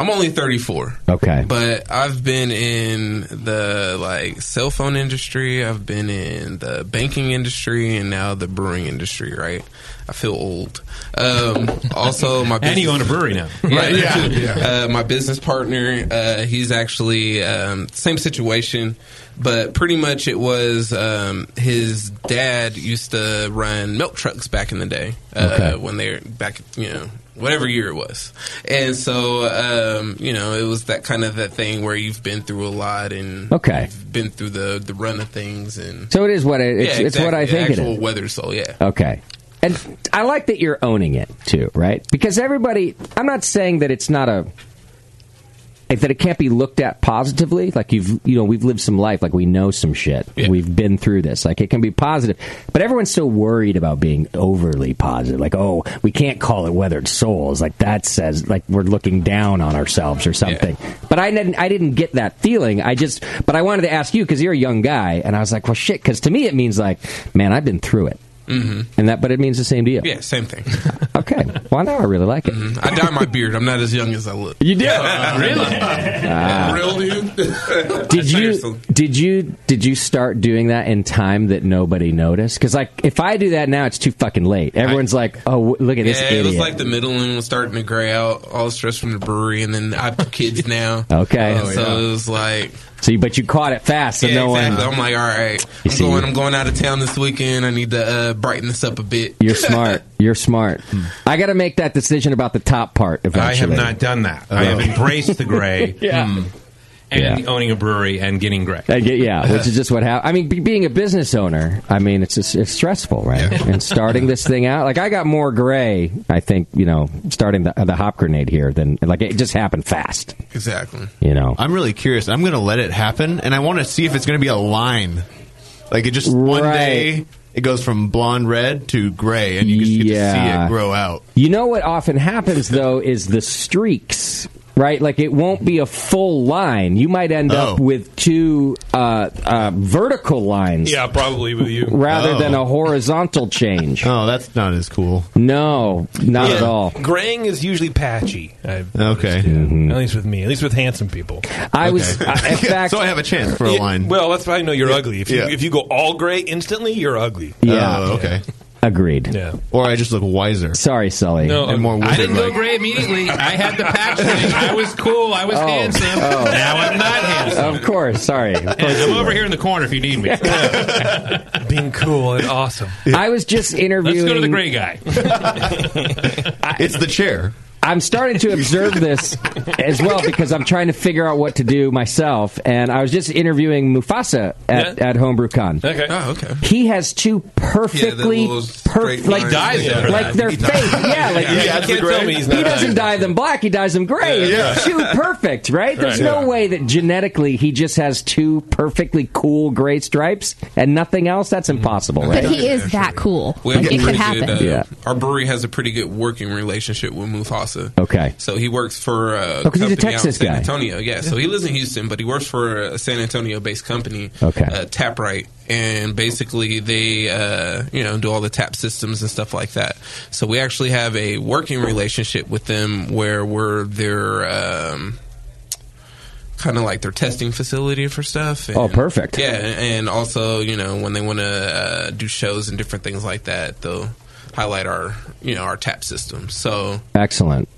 Speaker 10: I'm only 34.
Speaker 2: Okay.
Speaker 10: But I've been in the like cell phone industry, I've been in the banking industry, and now the brewing industry. Right? I feel old. Um, also, my
Speaker 1: And you own a brewery now.
Speaker 10: right?
Speaker 1: Yeah.
Speaker 10: Yeah.
Speaker 1: Yeah.
Speaker 10: Uh, my business partner, uh, he's actually um, same situation, but pretty much it was um, his dad used to run milk trucks back in the day uh,
Speaker 13: Okay.
Speaker 10: when they're back, you know. Whatever year it was, and so um, you know, it was that kind of that thing where you've been through a lot and
Speaker 2: Okay.
Speaker 10: you've been through the the run of things and
Speaker 2: So it is what I- it's-
Speaker 10: yeah,
Speaker 2: it's what I
Speaker 10: exactly,
Speaker 2: think it
Speaker 10: actual
Speaker 2: is.
Speaker 10: weather soul, yeah.
Speaker 2: Okay. And I like that you're owning it too, right? Because everybody, I'm not saying that it's not a that it can't be looked at positively. Like you've, you know, we've lived some life, like we know some shit. We've been through this. Like it can be positive, but everyone's so worried about being overly positive. Like, oh, we can't call it weathered souls. Like that says, like we're looking down on ourselves or something. But I didn't, I didn't get that feeling. I just, but I wanted to ask you because you're a young guy, and I was like, well, shit, because to me it means like, man, I've been through it.
Speaker 10: Mhm.
Speaker 2: And that, but it means the same to you.
Speaker 10: Yeah, same thing. Mm-hmm.
Speaker 2: Okay. Well, now I really like it.
Speaker 1: Mm,
Speaker 10: I dye my beard. I'm not as young as I look.
Speaker 2: You Ah. do?
Speaker 10: really? Real dude?
Speaker 2: Did
Speaker 10: Seriously.
Speaker 2: you did you did you start doing that in time that nobody noticed? Because like if I do that now, it's too fucking late. Everyone's like, oh, w- look at
Speaker 10: Yeah,
Speaker 2: this
Speaker 10: it
Speaker 2: idiot.
Speaker 10: was like the middle and was starting to gray out, all the stress from the brewery, and then I have kids now.
Speaker 2: Okay.
Speaker 10: And
Speaker 2: Oh,
Speaker 10: so
Speaker 2: yeah.
Speaker 10: it was like,
Speaker 2: so, you, but you caught it fast, so
Speaker 10: yeah,
Speaker 2: no
Speaker 10: exactly.
Speaker 2: one.
Speaker 1: Oh
Speaker 10: I'm like, all right,
Speaker 2: You
Speaker 10: I'm
Speaker 2: see.
Speaker 10: going, I'm going out of town this weekend. I need to uh, brighten this up a bit.
Speaker 2: You're smart. You're smart. I got to make that decision about the top part
Speaker 1: Hmm. I have
Speaker 2: eventually.
Speaker 1: not done that. I have
Speaker 2: Oh.
Speaker 1: embraced the gray.
Speaker 2: Yeah.
Speaker 1: Mm. And owning a brewery and getting gray.
Speaker 2: I get, yeah, which is just what happened. I mean, be, being a business owner, I mean, it's just, it's stressful, right? And starting this thing out, like I got more gray, I think, you know, starting the, the hop grenade here than like it just happened fast,
Speaker 10: Exactly.
Speaker 2: you know.
Speaker 5: I'm really curious. I'm going to let it happen, and I want to see if it's going to be a line. Like it just one day it goes from blonde red to gray, and you just get to see it grow out.
Speaker 2: You know what often happens though is the streaks, right? Like it won't be a full line. You might end
Speaker 5: Oh.
Speaker 2: up with two uh, uh, vertical lines.
Speaker 8: yeah, probably with you.
Speaker 2: Rather than a horizontal change.
Speaker 5: Oh, that's not as cool.
Speaker 2: No, not at
Speaker 8: Yeah,
Speaker 2: all.
Speaker 8: Graying is usually patchy. I've
Speaker 5: Okay.
Speaker 2: Mm-hmm.
Speaker 8: At least with me. At least with handsome people.
Speaker 2: I was- I- in fact-
Speaker 5: so I have a chance for a
Speaker 8: Yeah,
Speaker 5: line.
Speaker 8: Well, that's why I know you're ugly. If you,
Speaker 5: Yeah.
Speaker 8: if you go all gray instantly, you're ugly. Uh,
Speaker 2: Yeah.
Speaker 5: Oh, okay.
Speaker 2: Agreed.
Speaker 8: Yeah.
Speaker 5: Or I just look wiser.
Speaker 2: Sorry, Sully.
Speaker 8: No,
Speaker 5: and more
Speaker 1: I didn't go
Speaker 5: wizard-like.
Speaker 1: gray immediately. I had the patch thing. I was cool. I was
Speaker 2: Oh.
Speaker 1: handsome. Now I'm not handsome.
Speaker 2: Of course. Sorry.
Speaker 1: And I'm over here in the corner if you need me.
Speaker 8: Being cool and awesome.
Speaker 2: I was just interviewing.
Speaker 1: Let's go to the gray guy.
Speaker 5: it's the chair.
Speaker 2: I'm starting to observe this as well because I'm trying to figure out what to do myself. And I was just interviewing Mufasa at,
Speaker 10: Yeah.
Speaker 2: at HomebrewCon.
Speaker 10: Okay. Oh, okay.
Speaker 2: He has two perfectly
Speaker 10: little straight
Speaker 2: perfect, like,
Speaker 10: lines He dyes there. them
Speaker 2: like
Speaker 10: black.
Speaker 2: their
Speaker 10: He
Speaker 2: face.
Speaker 10: dyes-
Speaker 2: Yeah, like
Speaker 10: Yeah, you can't tell me he's not
Speaker 2: he doesn't
Speaker 10: dying.
Speaker 2: dye them black. He dyes them gray.
Speaker 10: Yeah.
Speaker 2: Yeah,
Speaker 10: Yeah.
Speaker 2: Two perfect, right? There's
Speaker 10: Right.
Speaker 2: no way that genetically he just has two perfectly cool gray stripes and nothing else. That's impossible, right?
Speaker 4: But he is that cool.
Speaker 10: We have
Speaker 4: Like,
Speaker 10: a
Speaker 4: it could
Speaker 10: pretty good,
Speaker 4: happen.
Speaker 10: uh, Our brewery has a pretty good working relationship with Mufasa.
Speaker 2: Okay.
Speaker 10: So he works for uh,
Speaker 2: Oh, 'cause he's a
Speaker 10: company
Speaker 2: Texas
Speaker 10: out in San
Speaker 2: guy.
Speaker 10: Antonio. Yeah, So he lives in Houston, but he works for a San Antonio based company.
Speaker 2: Okay.
Speaker 10: Uh, Taprite, and basically they uh, you know do all the tap systems and stuff like that. So we actually have a working relationship with them where we're their. Um, Kind of like their testing facility for stuff.
Speaker 2: Oh, perfect.
Speaker 10: Yeah, and also you know when they want to uh, do shows and different things like that, they'll highlight our you know our tap system. So
Speaker 2: Excellent.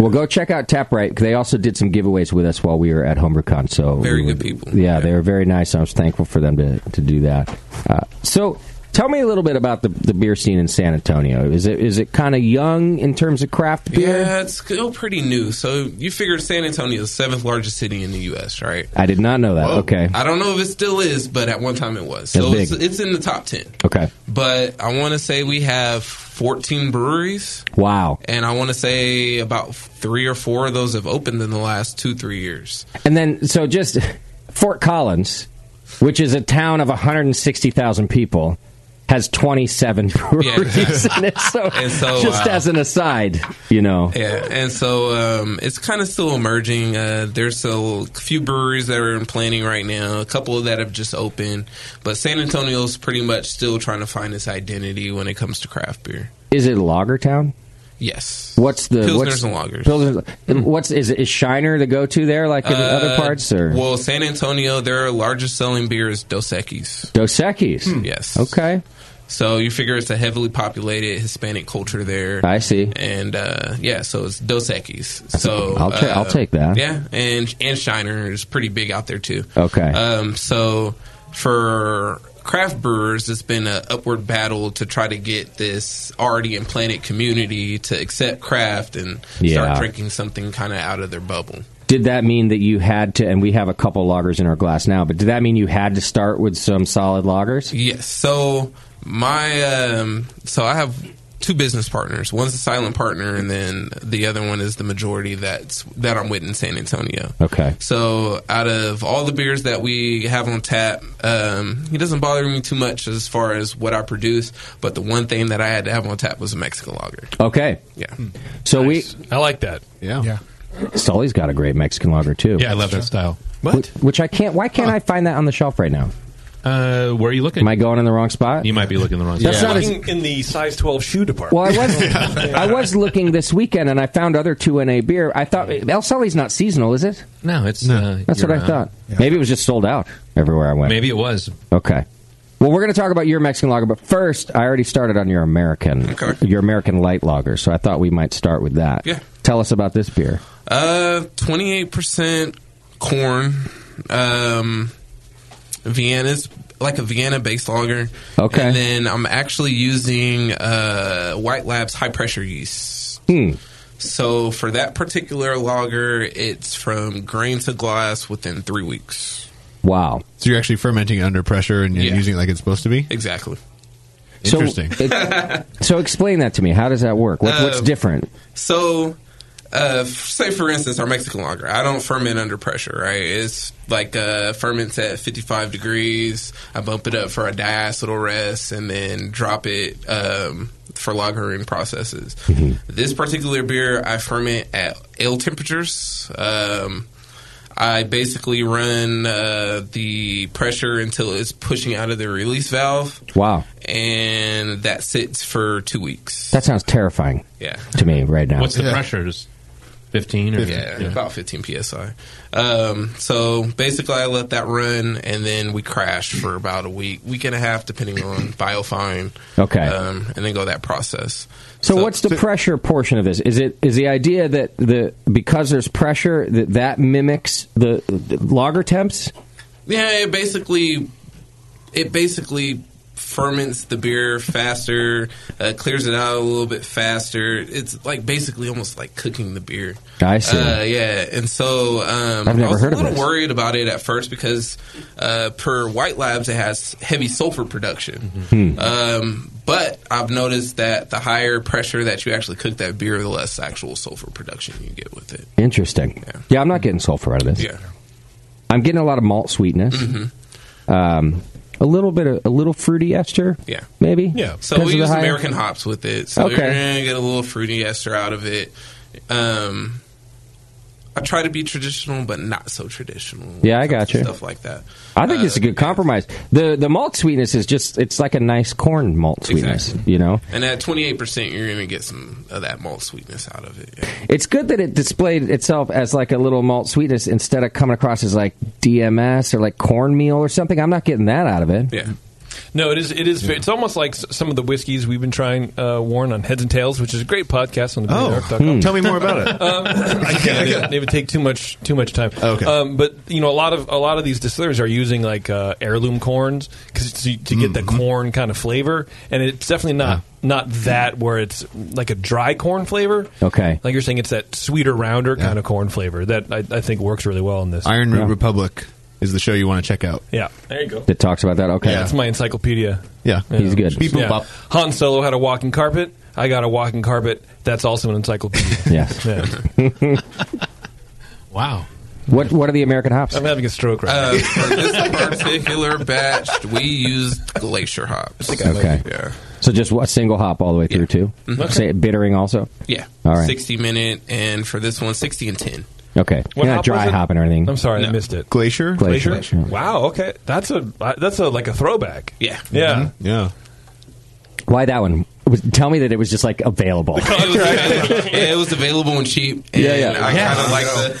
Speaker 2: Well, go check out Taprite. They also did some giveaways with us while we were at HomebrewCon. So
Speaker 10: Very
Speaker 2: we
Speaker 10: good
Speaker 2: were-
Speaker 10: people.
Speaker 2: Yeah, they were very nice. I was thankful for them to, to do that. Uh, so, tell me a little bit about the, the beer scene in San Antonio. Is it is it kind of young in terms of craft beer?
Speaker 10: yeah, it's still pretty new. So you figure San Antonio is the seventh largest city in the U.S., right?
Speaker 2: I did not know that. Okay.
Speaker 10: I don't know if it still is, but at one time it was.
Speaker 2: That's
Speaker 10: So it's,
Speaker 2: big.
Speaker 10: it's in the top ten.
Speaker 2: Okay.
Speaker 10: But I want to say we have 14 breweries,
Speaker 2: Wow.
Speaker 10: and I want to say about three or four of those have opened in the last two three years.
Speaker 2: And then, so just Fort Collins, which is a town of 160,000 people, has 27 breweries. in it. So,
Speaker 10: And so,
Speaker 2: just
Speaker 10: uh,
Speaker 2: as an aside, you know.
Speaker 10: Yeah, and so um, it's kind of still emerging. Uh, there's a few breweries that are in planning right now, a couple that have just opened, but San Antonio's pretty much still trying to find its identity when it comes to craft beer.
Speaker 2: Is it a lager town?
Speaker 10: Yes.
Speaker 2: What's the
Speaker 10: Pilsners
Speaker 2: what's,
Speaker 10: and lagers. Mm.
Speaker 2: Pilsners- What's is is Shiner the go to there like in other
Speaker 10: Uh,
Speaker 2: parts or
Speaker 10: Well, San Antonio, their largest selling beer is Dos Equis.
Speaker 2: Dos Equis?
Speaker 10: hmm, Yes.
Speaker 2: Okay.
Speaker 10: So you figure it's a heavily populated Hispanic culture there.
Speaker 2: I see.
Speaker 10: And uh, yeah, so it's Dos Equis. So
Speaker 2: I'll ta-
Speaker 10: uh,
Speaker 2: I'll take that.
Speaker 10: Yeah, and and Shiner is pretty big out there too.
Speaker 2: Okay.
Speaker 10: Um, so for craft brewers, it's been an upward battle to try to get this already implanted community to accept craft and
Speaker 2: Yeah.
Speaker 10: start drinking something kind of out of their bubble.
Speaker 2: Did that mean that you had to and we have a couple lagers in our glass now, but did that mean you had to start with some solid lagers?
Speaker 10: Yes. So my um, so I have two business partners. One's a silent partner, and then the other one is the majority that's that I'm with in San Antonio.
Speaker 2: Okay.
Speaker 10: So out of all the beers that we have on tap, um, it doesn't bother me too much as far as what I produce. But the one thing that I had to have on tap was a Mexican lager.
Speaker 2: Okay.
Speaker 10: Yeah.
Speaker 2: So we
Speaker 10: I like that.
Speaker 5: Yeah.
Speaker 10: Yeah.
Speaker 2: Sully's got a great Mexican lager too.
Speaker 1: Yeah, I love that style.
Speaker 2: Which, which I can't why can't I find that on the shelf right now?
Speaker 1: Uh, where are you looking?
Speaker 2: Am I going in the wrong spot?
Speaker 1: You might be looking in the wrong
Speaker 2: That's
Speaker 1: spot.
Speaker 2: not as-
Speaker 8: Looking in the size 12 shoe department.
Speaker 2: Well, I was I was looking this weekend and I found other 2NA beer. I thought El Sully's not seasonal, is it?
Speaker 1: No, it's no.
Speaker 2: That's what I thought. Maybe it was just sold out everywhere I went.
Speaker 1: Maybe it was.
Speaker 2: Okay. Well, we're going to talk about your Mexican lager, but first, I already started on your American, your American light lager, so I thought we might start with that.
Speaker 10: Yeah.
Speaker 2: Tell us about this beer.
Speaker 10: Uh, twenty eight percent corn. Um, Vienna's like a Vienna based lager.
Speaker 2: Okay.
Speaker 10: and then I'm actually using uh, White Labs high pressure yeast.
Speaker 2: Hmm.
Speaker 10: So for that particular lager, it's from grain to glass within three weeks.
Speaker 2: Wow.
Speaker 5: So you're actually fermenting it under pressure and you're
Speaker 10: Yeah.
Speaker 5: using it like it's supposed to be?
Speaker 10: Exactly.
Speaker 5: Interesting.
Speaker 2: So, it- so explain that to me. How does that work? What, what's
Speaker 10: Uh,
Speaker 2: different?
Speaker 10: So, uh, f- say for instance, our Mexican lager. I don't ferment under pressure, right? It's like uh, ferments at 55 degrees. I bump it up for a diacetyl rest and then drop it um, for lagering processes. This particular beer, I ferment at ale temperatures. Um, I basically run uh, the pressure until it's pushing out of the release valve,
Speaker 2: Wow.
Speaker 10: and that sits for two weeks.
Speaker 2: That sounds terrifying.
Speaker 10: Yeah.
Speaker 2: To me, right now.
Speaker 1: What's the pressure? Just 15 or
Speaker 10: yeah, about 15 psi. Um, so basically, I let that run, and then we crashed for about a week, week and a half, depending on biofine.
Speaker 2: Okay.
Speaker 10: um, and then go that process.
Speaker 2: So, what's the pressure portion of this? Is it is the idea that the because there's pressure that that mimics the, the lager temps?
Speaker 10: Yeah, it basically, it basically ferments the beer faster, uh, clears it out a little bit faster. It's like basically almost like cooking the beer.
Speaker 2: I see.
Speaker 10: Uh, yeah, and so um,
Speaker 2: I've never
Speaker 10: I was
Speaker 2: heard
Speaker 10: a
Speaker 2: of
Speaker 10: little
Speaker 2: this.
Speaker 10: worried about it at first because uh, per White Labs it has heavy sulfur production.
Speaker 2: Hmm.
Speaker 10: Um, but I've noticed that the higher pressure that you actually cook that beer, the less actual sulfur production you get with it.
Speaker 2: Interesting. Yeah. I'm not getting sulfur out of this.
Speaker 10: Yeah.
Speaker 2: I'm getting a lot of malt sweetness. Um, a little bit of a little fruity ester.
Speaker 10: Mm-hmm. Yeah.
Speaker 2: Maybe. Because
Speaker 10: So we
Speaker 2: of the
Speaker 10: use
Speaker 2: higher-
Speaker 10: American hops with it. So you're
Speaker 2: Okay.
Speaker 10: gonna get a little fruity ester out of it. Um, I try to be traditional, but not so traditional. when
Speaker 2: Yeah,
Speaker 10: it
Speaker 2: I
Speaker 10: comes
Speaker 2: got
Speaker 10: to
Speaker 2: you.
Speaker 10: Stuff like that.
Speaker 2: I think it's a
Speaker 10: Uh,
Speaker 2: good compromise. The the malt sweetness is just it's like a nice corn malt sweetness, you know.
Speaker 10: And at 28%, you're going to get some of that malt sweetness out of it.
Speaker 2: It's good that it displayed itself as like a little malt sweetness instead of coming across as like DMS or like cornmeal or something. I'm not getting that out of it.
Speaker 10: Yeah.
Speaker 8: No, it is. It is. It's almost like s- some of the whiskeys we've been trying, uh, Warren, on Heads and Tails, which is a great podcast on the
Speaker 5: Oh.
Speaker 8: BrewDark.com.
Speaker 5: Hmm. Tell me more about it.
Speaker 8: um, I can't. It, would- it would take too much too much time.
Speaker 5: Okay.
Speaker 8: Um, but you know, a lot of a lot of these distilleries are using like uh, heirloom corns 'cause to, to
Speaker 5: Mm-hmm.
Speaker 8: get the corn kind of flavor, and it's definitely not not that where it's like a dry corn flavor.
Speaker 2: Okay.
Speaker 8: Like you're saying, it's that sweeter, rounder kind of corn flavor that I, I think works really well in this.
Speaker 5: Iron Root Republic is the show you want to check out.
Speaker 8: Yeah. There you go.
Speaker 2: That talks about that. Okay.
Speaker 8: Yeah, that's my encyclopedia.
Speaker 5: Yeah. He's good. Beep, boop,
Speaker 8: Yeah.
Speaker 5: bop.
Speaker 8: Han Solo had a walking carpet. I got a walking carpet. That's also an encyclopedia.
Speaker 2: Yes.
Speaker 8: Yeah.
Speaker 14: wow.
Speaker 2: What what are the American hops?
Speaker 8: I'm having a stroke right
Speaker 10: Uh, for this particular batch, we used glacier hops.
Speaker 2: Okay.
Speaker 10: Yeah.
Speaker 2: So just a single hop all the way through too.
Speaker 10: Mhm.
Speaker 2: Say it bittering also.
Speaker 10: Yeah.
Speaker 2: All right.
Speaker 10: 60 minute, and for this one, 60 and 10.
Speaker 2: Okay.
Speaker 10: What
Speaker 2: You're not
Speaker 10: hop
Speaker 2: dry
Speaker 10: was it?
Speaker 2: hopping or anything.
Speaker 8: I'm sorry, I missed it.
Speaker 5: Glacier.
Speaker 2: Glacier.
Speaker 8: now. Wow. Okay. That's a that's a like a throwback.
Speaker 10: Yeah.
Speaker 8: Yeah.
Speaker 5: Yeah.
Speaker 2: Why that one? It was- tell me that it was just like available.
Speaker 10: It was, yeah, it was available and cheap. And
Speaker 2: Yeah, yeah.
Speaker 10: I
Speaker 2: Yeah.
Speaker 10: kind of like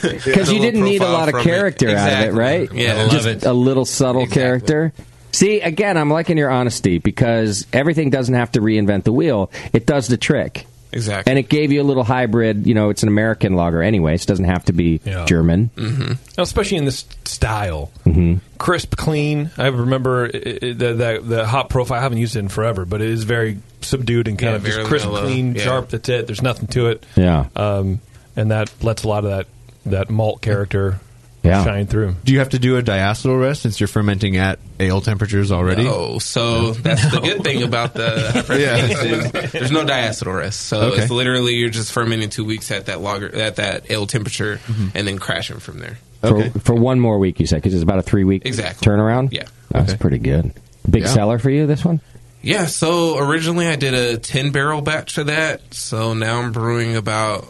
Speaker 10: the
Speaker 2: Because
Speaker 10: the
Speaker 2: you
Speaker 10: little
Speaker 2: didn't need a
Speaker 10: profile
Speaker 2: lot of
Speaker 10: from it.
Speaker 2: character out of it,
Speaker 10: Exactly.
Speaker 2: right?
Speaker 10: Yeah, I love
Speaker 2: just
Speaker 10: it.
Speaker 2: a little subtle character. See, again, I'm liking your honesty because everything doesn't have to reinvent the wheel. It does the trick.
Speaker 10: Exactly.
Speaker 2: And it gave you a little hybrid. You know, it's an American lager anyway. so It doesn't have to be
Speaker 8: Yeah.
Speaker 2: German.
Speaker 8: Mm-hmm. Now, especially in this style,
Speaker 2: hmm
Speaker 8: crisp, clean. I remember i- i- the, the the hop profile. I haven't used it in forever, but it is very subdued and kind
Speaker 10: Yeah,
Speaker 8: of just
Speaker 10: very
Speaker 8: crisp,
Speaker 10: mellow.
Speaker 8: clean,
Speaker 10: Yeah.
Speaker 8: sharp. That's it. There's nothing to it.
Speaker 2: Yeah.
Speaker 8: Um, and that lets a lot of that that malt character
Speaker 2: Yeah.
Speaker 8: shine through.
Speaker 5: Do you have to do a diacetyl rest since you're fermenting at ale temperatures already?
Speaker 10: Oh, so that's the good thing about the high pressure
Speaker 5: Yeah.
Speaker 10: yeast is there's no diacetyl rest. So
Speaker 5: Okay.
Speaker 10: it's literally you're just fermenting two weeks at that lager at that ale temperature
Speaker 2: Mm-hmm.
Speaker 10: and then crashing from there.
Speaker 2: For, for one more week, you said, because it's about a three week
Speaker 10: Exactly.
Speaker 2: turnaround.
Speaker 10: Yeah.
Speaker 2: That's pretty good. Big
Speaker 10: Yeah.
Speaker 2: seller for you, this one?
Speaker 10: Yeah, so originally I did a 10 barrel batch of that. So now I'm brewing about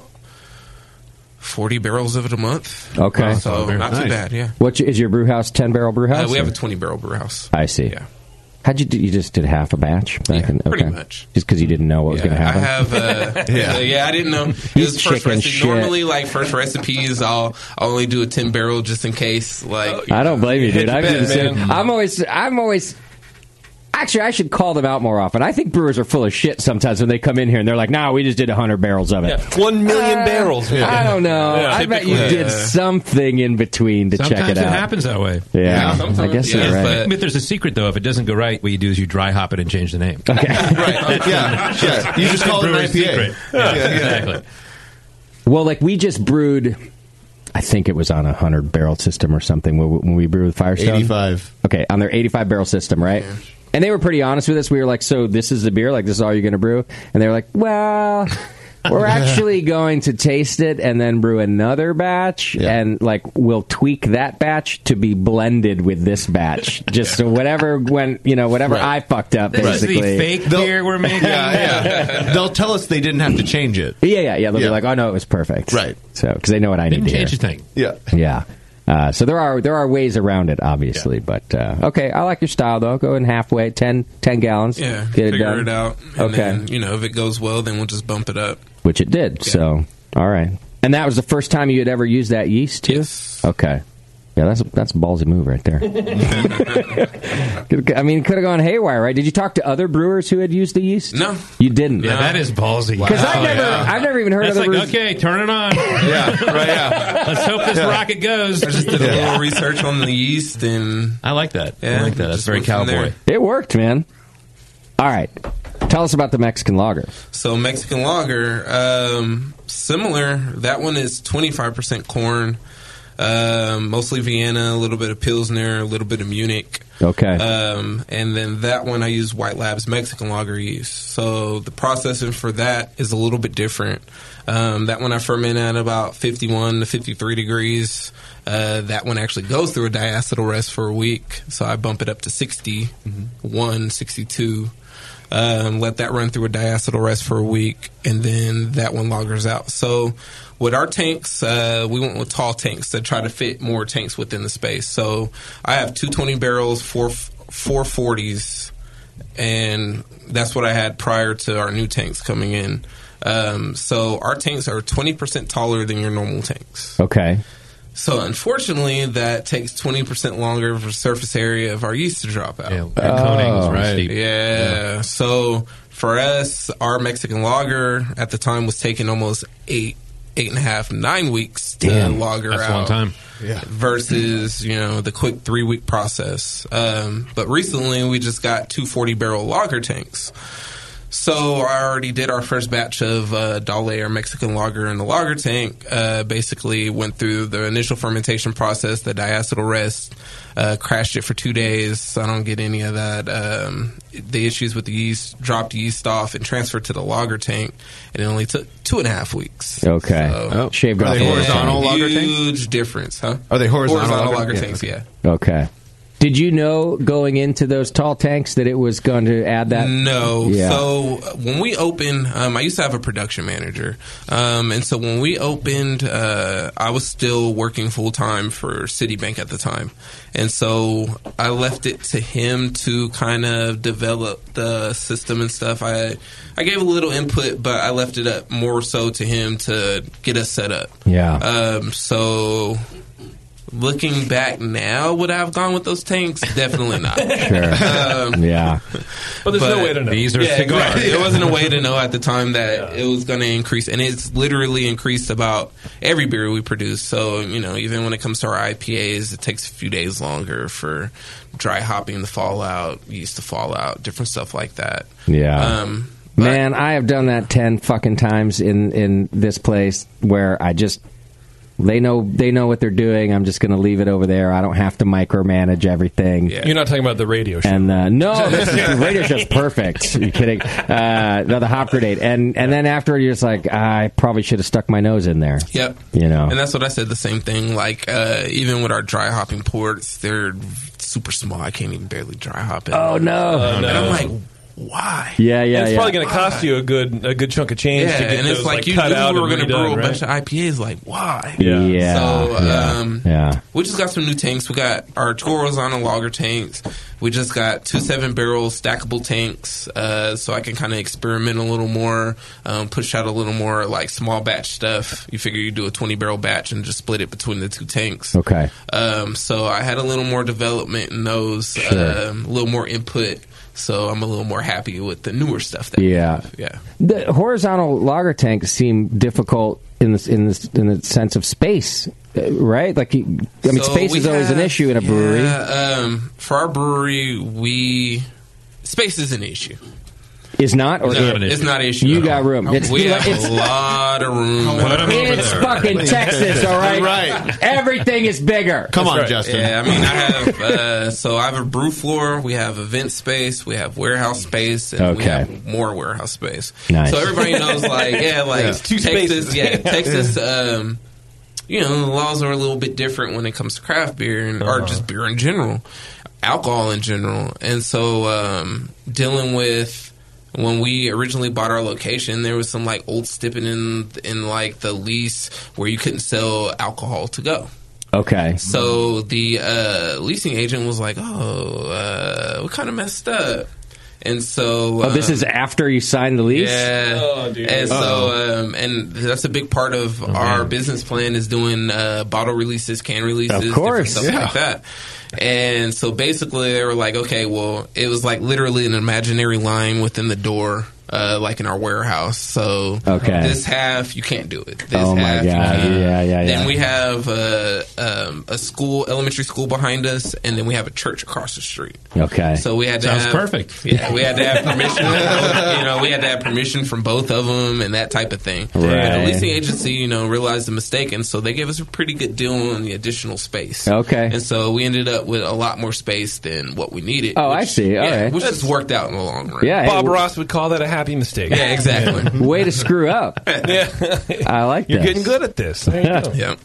Speaker 10: 40 barrels of it a month.
Speaker 2: Okay.
Speaker 10: Uh, So not too bad, yeah.
Speaker 2: What is your brew house 10 barrel brew house?
Speaker 10: Uh, we have
Speaker 2: or-
Speaker 10: a 20 barrel brew house.
Speaker 2: I see. How'd you do? You just did half a batch back in, okay.
Speaker 10: pretty much.
Speaker 2: Just because you didn't know what was going to
Speaker 10: I
Speaker 2: happen.
Speaker 10: have, uh,
Speaker 2: Yeah.
Speaker 10: yeah. yeah, I didn't know. It
Speaker 2: You
Speaker 10: was first
Speaker 2: chicken
Speaker 10: recipe.
Speaker 2: shit.
Speaker 10: Normally, like first recipes, I'll I'll only do a ten barrel just in case.
Speaker 14: Oh,
Speaker 10: Like,
Speaker 2: I don't blame you, dude.
Speaker 10: Hit
Speaker 2: I'm,
Speaker 10: the
Speaker 2: do the
Speaker 10: bed,
Speaker 2: same.
Speaker 10: man.
Speaker 2: I'm always, I'm always. Actually, I should call them out more often. I think brewers are full of shit sometimes when they come in here and they're like, "Nah, we just did hundred barrels of it."
Speaker 8: One million barrels.
Speaker 2: Yeah. Uh, I don't know.
Speaker 8: Yeah.
Speaker 2: I bet you
Speaker 8: Typically,
Speaker 2: did
Speaker 10: uh,
Speaker 8: yeah.
Speaker 2: something in between to check
Speaker 14: Sometimes
Speaker 2: it out.
Speaker 14: happens that way.
Speaker 2: Yeah, I guess
Speaker 14: it
Speaker 2: you're
Speaker 14: is,
Speaker 2: right.
Speaker 14: But, but there's a secret though. If it doesn't go right, what you do is you dry hop it and change the name. Okay.
Speaker 5: right. Yeah. yeah. You just call it an
Speaker 14: Brewer's
Speaker 5: IPA.
Speaker 14: secret.
Speaker 5: Yeah, yeah.
Speaker 14: Exactly.
Speaker 2: Well, like we just brewed, I think it was on a hundred barrel system or something when we, when we brewed with Firestone.
Speaker 5: 85.
Speaker 2: Okay, on their eighty-five barrel system, right? And they were pretty honest with us. We were like, "So this is the beer? Like this is all you're going to brew?" And they were like, "Well." We're actually going to taste it and then brew another batch, and like we'll tweak that batch to be blended with this batch, just so whatever when you know whatever I fucked up.
Speaker 14: This is the
Speaker 2: basically.
Speaker 14: fake beer we're making.
Speaker 5: Yeah, yeah. They'll tell us they didn't have to change it.
Speaker 2: Yeah, yeah, yeah. They'll
Speaker 5: Yeah.
Speaker 2: be like, "Oh no, it was perfect."
Speaker 5: Right.
Speaker 2: So because they know what I
Speaker 14: Didn't
Speaker 2: need to
Speaker 14: change
Speaker 2: hear.
Speaker 14: a thing.
Speaker 5: Yeah.
Speaker 2: Yeah. Uh, so there are there are ways around it, obviously, but uh, okay. I like your style though. Go in halfway, 10, 10 gallons.
Speaker 10: yeah,
Speaker 2: get it
Speaker 10: figure
Speaker 2: done.
Speaker 10: it out. And
Speaker 2: Okay.
Speaker 10: then, you know, if it goes well, then we'll just bump it up.
Speaker 2: Which it did. So all right. And that was the first time you had ever used that yeast too. Okay. Yeah, that's a, that's a ballsy move right there. I mean, it could have gone haywire, right? Did you talk to other brewers who had used the yeast?
Speaker 10: No.
Speaker 2: you didn't.
Speaker 14: Yeah, that is ballsy.
Speaker 2: 'Cause I've never- I've never even heard
Speaker 14: Oh, That's
Speaker 2: of the
Speaker 14: like,
Speaker 2: roof-
Speaker 14: okay, turn it on.
Speaker 5: yeah, right. Yeah.
Speaker 14: Let's hope this
Speaker 10: Yeah.
Speaker 14: rocket goes.
Speaker 10: I just did a little research on the yeast, and
Speaker 14: I like that.
Speaker 10: Yeah,
Speaker 14: I like that. That's
Speaker 10: just
Speaker 14: very
Speaker 10: went from
Speaker 14: cowboy.
Speaker 10: there.
Speaker 2: It worked, man. All right. Tell us about the Mexican lager.
Speaker 10: So Mexican lager, um, similar. That one is 25% corn, um, mostly Vienna, a little bit of Pilsner, a little bit of Munich.
Speaker 2: Okay.
Speaker 10: Um, and then that one I use White Labs Mexican lager yeast. So the processing for that is a little bit different. Um, that one I ferment at about 51 to 53 degrees. Uh, that one actually goes through a diacetyl rest for a week. So I bump it up to 61, 62. Um, let that run through a diacetyl rest for a week, and then that one loggers out. So, with our tanks, uh, we went with tall tanks to try to fit more tanks within the space. So, I have 220 barrels, four 440s, and that's what I had prior to our new tanks coming in. Um, so, our tanks are 20% taller than your normal tanks.
Speaker 2: Okay.
Speaker 10: So, unfortunately, that takes 20% longer for surface area of our yeast to drop out. Yeah,
Speaker 1: that coating was Oh. right.
Speaker 10: Yeah. So for us, our Mexican lager at the time was taking almost eight, eight and a half, nine weeks to
Speaker 1: Damn.
Speaker 10: lager
Speaker 1: That's
Speaker 10: out.
Speaker 1: a long time.
Speaker 10: Yeah. Versus you know the quick three week process. Um, but recently, we just got two 40 barrel lager tanks. So I already did our first batch of uh, Dale or Mexican lager in the lager tank. Uh, basically, went through the initial fermentation process, the diacetyl rest, uh, crashed it for two days. I don't get any of that. Um, the issues with the yeast, dropped yeast off, and transferred to the lager tank. And it only took two and a half weeks.
Speaker 2: Okay.
Speaker 8: Oh.
Speaker 2: Shaved off. the
Speaker 10: Yeah,
Speaker 2: inside.
Speaker 10: Huge difference, huh?
Speaker 2: Are they horizontal lager?
Speaker 10: lager
Speaker 2: Yeah,
Speaker 10: tanks?
Speaker 2: okay.
Speaker 10: Yeah.
Speaker 2: Okay. Did you know going into those tall tanks that it was going to add that?
Speaker 10: No.
Speaker 2: Yeah.
Speaker 10: So uh, when we opened, um, I used to have a production manager, um, and so when we opened, uh, I was still working full time for Citibank at the time, and so I left it to him to kind of develop the system and stuff. I I gave a little input, but I left it up more so to him to get us set up.
Speaker 2: Yeah.
Speaker 10: Um, so. Looking back now, would I have gone with those tanks? Definitely not.
Speaker 2: Sure.
Speaker 10: Um,
Speaker 2: yeah.
Speaker 10: but
Speaker 8: there's no way to know. These are
Speaker 10: yeah,
Speaker 8: cigars.
Speaker 10: exactly. There wasn't a way to know at the time that it was going to increase, and it's literally increased about every beer we produce. So you know, even when it comes to our IPAs, it takes a few days longer for dry hopping the fallout, yeast to fall out, different stuff like that.
Speaker 2: Yeah.
Speaker 10: Um,
Speaker 2: Man, I have done that ten fucking times in in this place where I just they know they know what they're doing. I'm just going to leave it over there. I don't have to micromanage everything.
Speaker 8: You're not talking about the radio show.
Speaker 2: And uh, no, this is, the radio show's perfect. Are you kidding? Uh, no, the hop grenade, and and then after you're just like, I probably should have stuck my nose in there.
Speaker 10: Yep.
Speaker 2: You know.
Speaker 10: And that's what I said. The same thing. Like uh, even with our dry hopping ports, they're super small. I can't even barely dry hop it.
Speaker 2: Oh, no. Oh,
Speaker 10: And
Speaker 2: no.
Speaker 10: I'm like, why?
Speaker 2: Yeah, yeah,
Speaker 8: And it's
Speaker 2: yeah.
Speaker 8: probably going to cost you a good a good chunk of change
Speaker 10: Yeah,
Speaker 8: to get
Speaker 10: and
Speaker 8: those
Speaker 10: it's like, you
Speaker 8: cut
Speaker 10: knew
Speaker 8: out
Speaker 10: we were
Speaker 8: and
Speaker 10: going to brew
Speaker 8: redone,
Speaker 10: a
Speaker 8: right?
Speaker 10: bunch of IPAs. Like why?
Speaker 2: Yeah. Yeah.
Speaker 10: So
Speaker 2: Yeah.
Speaker 10: Um,
Speaker 2: Yeah.
Speaker 10: we just got some new tanks. We got our Toros on and lager tanks. We just got two seven barrel stackable tanks, uh, so I can kind of experiment a little more, um, push out a little more like small batch stuff. You figure you do a twenty barrel batch and just split it between the two tanks.
Speaker 2: Okay.
Speaker 10: Um, so I had a little more development in those,
Speaker 2: Sure.
Speaker 10: um, a little more input. So I'm a little more happy with the newer stuff. That
Speaker 2: Yeah.
Speaker 10: yeah.
Speaker 2: The horizontal lager tanks seem difficult in this in this in the sense of space, uh, right? Like, you, I mean,
Speaker 10: So
Speaker 2: space
Speaker 10: we
Speaker 2: is always an
Speaker 10: have-
Speaker 2: issue in a brewery.
Speaker 10: Yeah, um, for our brewery, we space is an issue.
Speaker 2: Is not or
Speaker 10: No,
Speaker 2: it-
Speaker 10: it's not an issue.
Speaker 2: You
Speaker 10: at
Speaker 2: got
Speaker 10: all.
Speaker 2: room. It's,
Speaker 10: we have
Speaker 2: it's-
Speaker 10: a lot of room.
Speaker 2: it's fucking Texas, all right? Everything is bigger.
Speaker 10: Yeah, I mean, I have uh, so I have a brew floor. We have event space. We have warehouse space, and we
Speaker 2: Okay.
Speaker 10: have more warehouse space.
Speaker 2: Nice.
Speaker 10: So everybody knows, like, yeah, like
Speaker 2: Yeah.
Speaker 10: Texas,
Speaker 2: Two spaces.
Speaker 10: yeah,
Speaker 2: Yeah.
Speaker 10: Texas. Um, you know, the laws are a little bit different when it comes to craft beer and
Speaker 2: Uh-huh.
Speaker 10: or just beer in general, alcohol in general, and so um, dealing with. When we originally bought our location, there was some like old stipping in in like the lease where you couldn't sell alcohol to go.
Speaker 2: Okay.
Speaker 10: So the uh, leasing agent was like, "Oh, uh, we kind of messed up," and so
Speaker 2: Oh, this
Speaker 10: um,
Speaker 2: is after you signed the lease.
Speaker 10: yeah.
Speaker 2: Oh,
Speaker 10: And
Speaker 2: Uh-oh.
Speaker 10: so, um, and that's a big part of our business plan is doing uh, bottle releases, can releases,
Speaker 2: Of
Speaker 10: different
Speaker 2: course,
Speaker 10: stuff
Speaker 2: yeah.
Speaker 10: like that. And so, basically, they were like, okay, well, it was like literally an imaginary line within the door. uh, like in our warehouse. So
Speaker 2: Okay.
Speaker 10: this half you can't do it. This
Speaker 2: Oh, my
Speaker 10: half, you
Speaker 2: God.
Speaker 10: can.
Speaker 2: Yeah, yeah,
Speaker 10: Then
Speaker 2: yeah.
Speaker 10: we have uh, um, a school, elementary school behind us, and then we have a church across the street.
Speaker 2: Okay.
Speaker 10: So we had to
Speaker 14: Sounds
Speaker 10: have,
Speaker 14: perfect.
Speaker 10: Yeah, we had to have permission. you know, we had to have permission from both of them and that type of thing. But
Speaker 2: Right.
Speaker 10: The leasing agency, you know, realized the mistake, and so they gave us a pretty good deal on the additional space.
Speaker 2: Okay.
Speaker 10: And so we ended up with a lot more space than what we needed.
Speaker 2: Oh, I see. All
Speaker 10: yeah,
Speaker 2: right.
Speaker 10: Which has worked out in the long run.
Speaker 2: Yeah, hey,
Speaker 8: Bob Ross would call that a happy mistake.
Speaker 10: Yeah, exactly.
Speaker 2: Way to screw up. I like
Speaker 8: You're
Speaker 2: this.
Speaker 8: getting good at this. There you go.
Speaker 10: Yeah.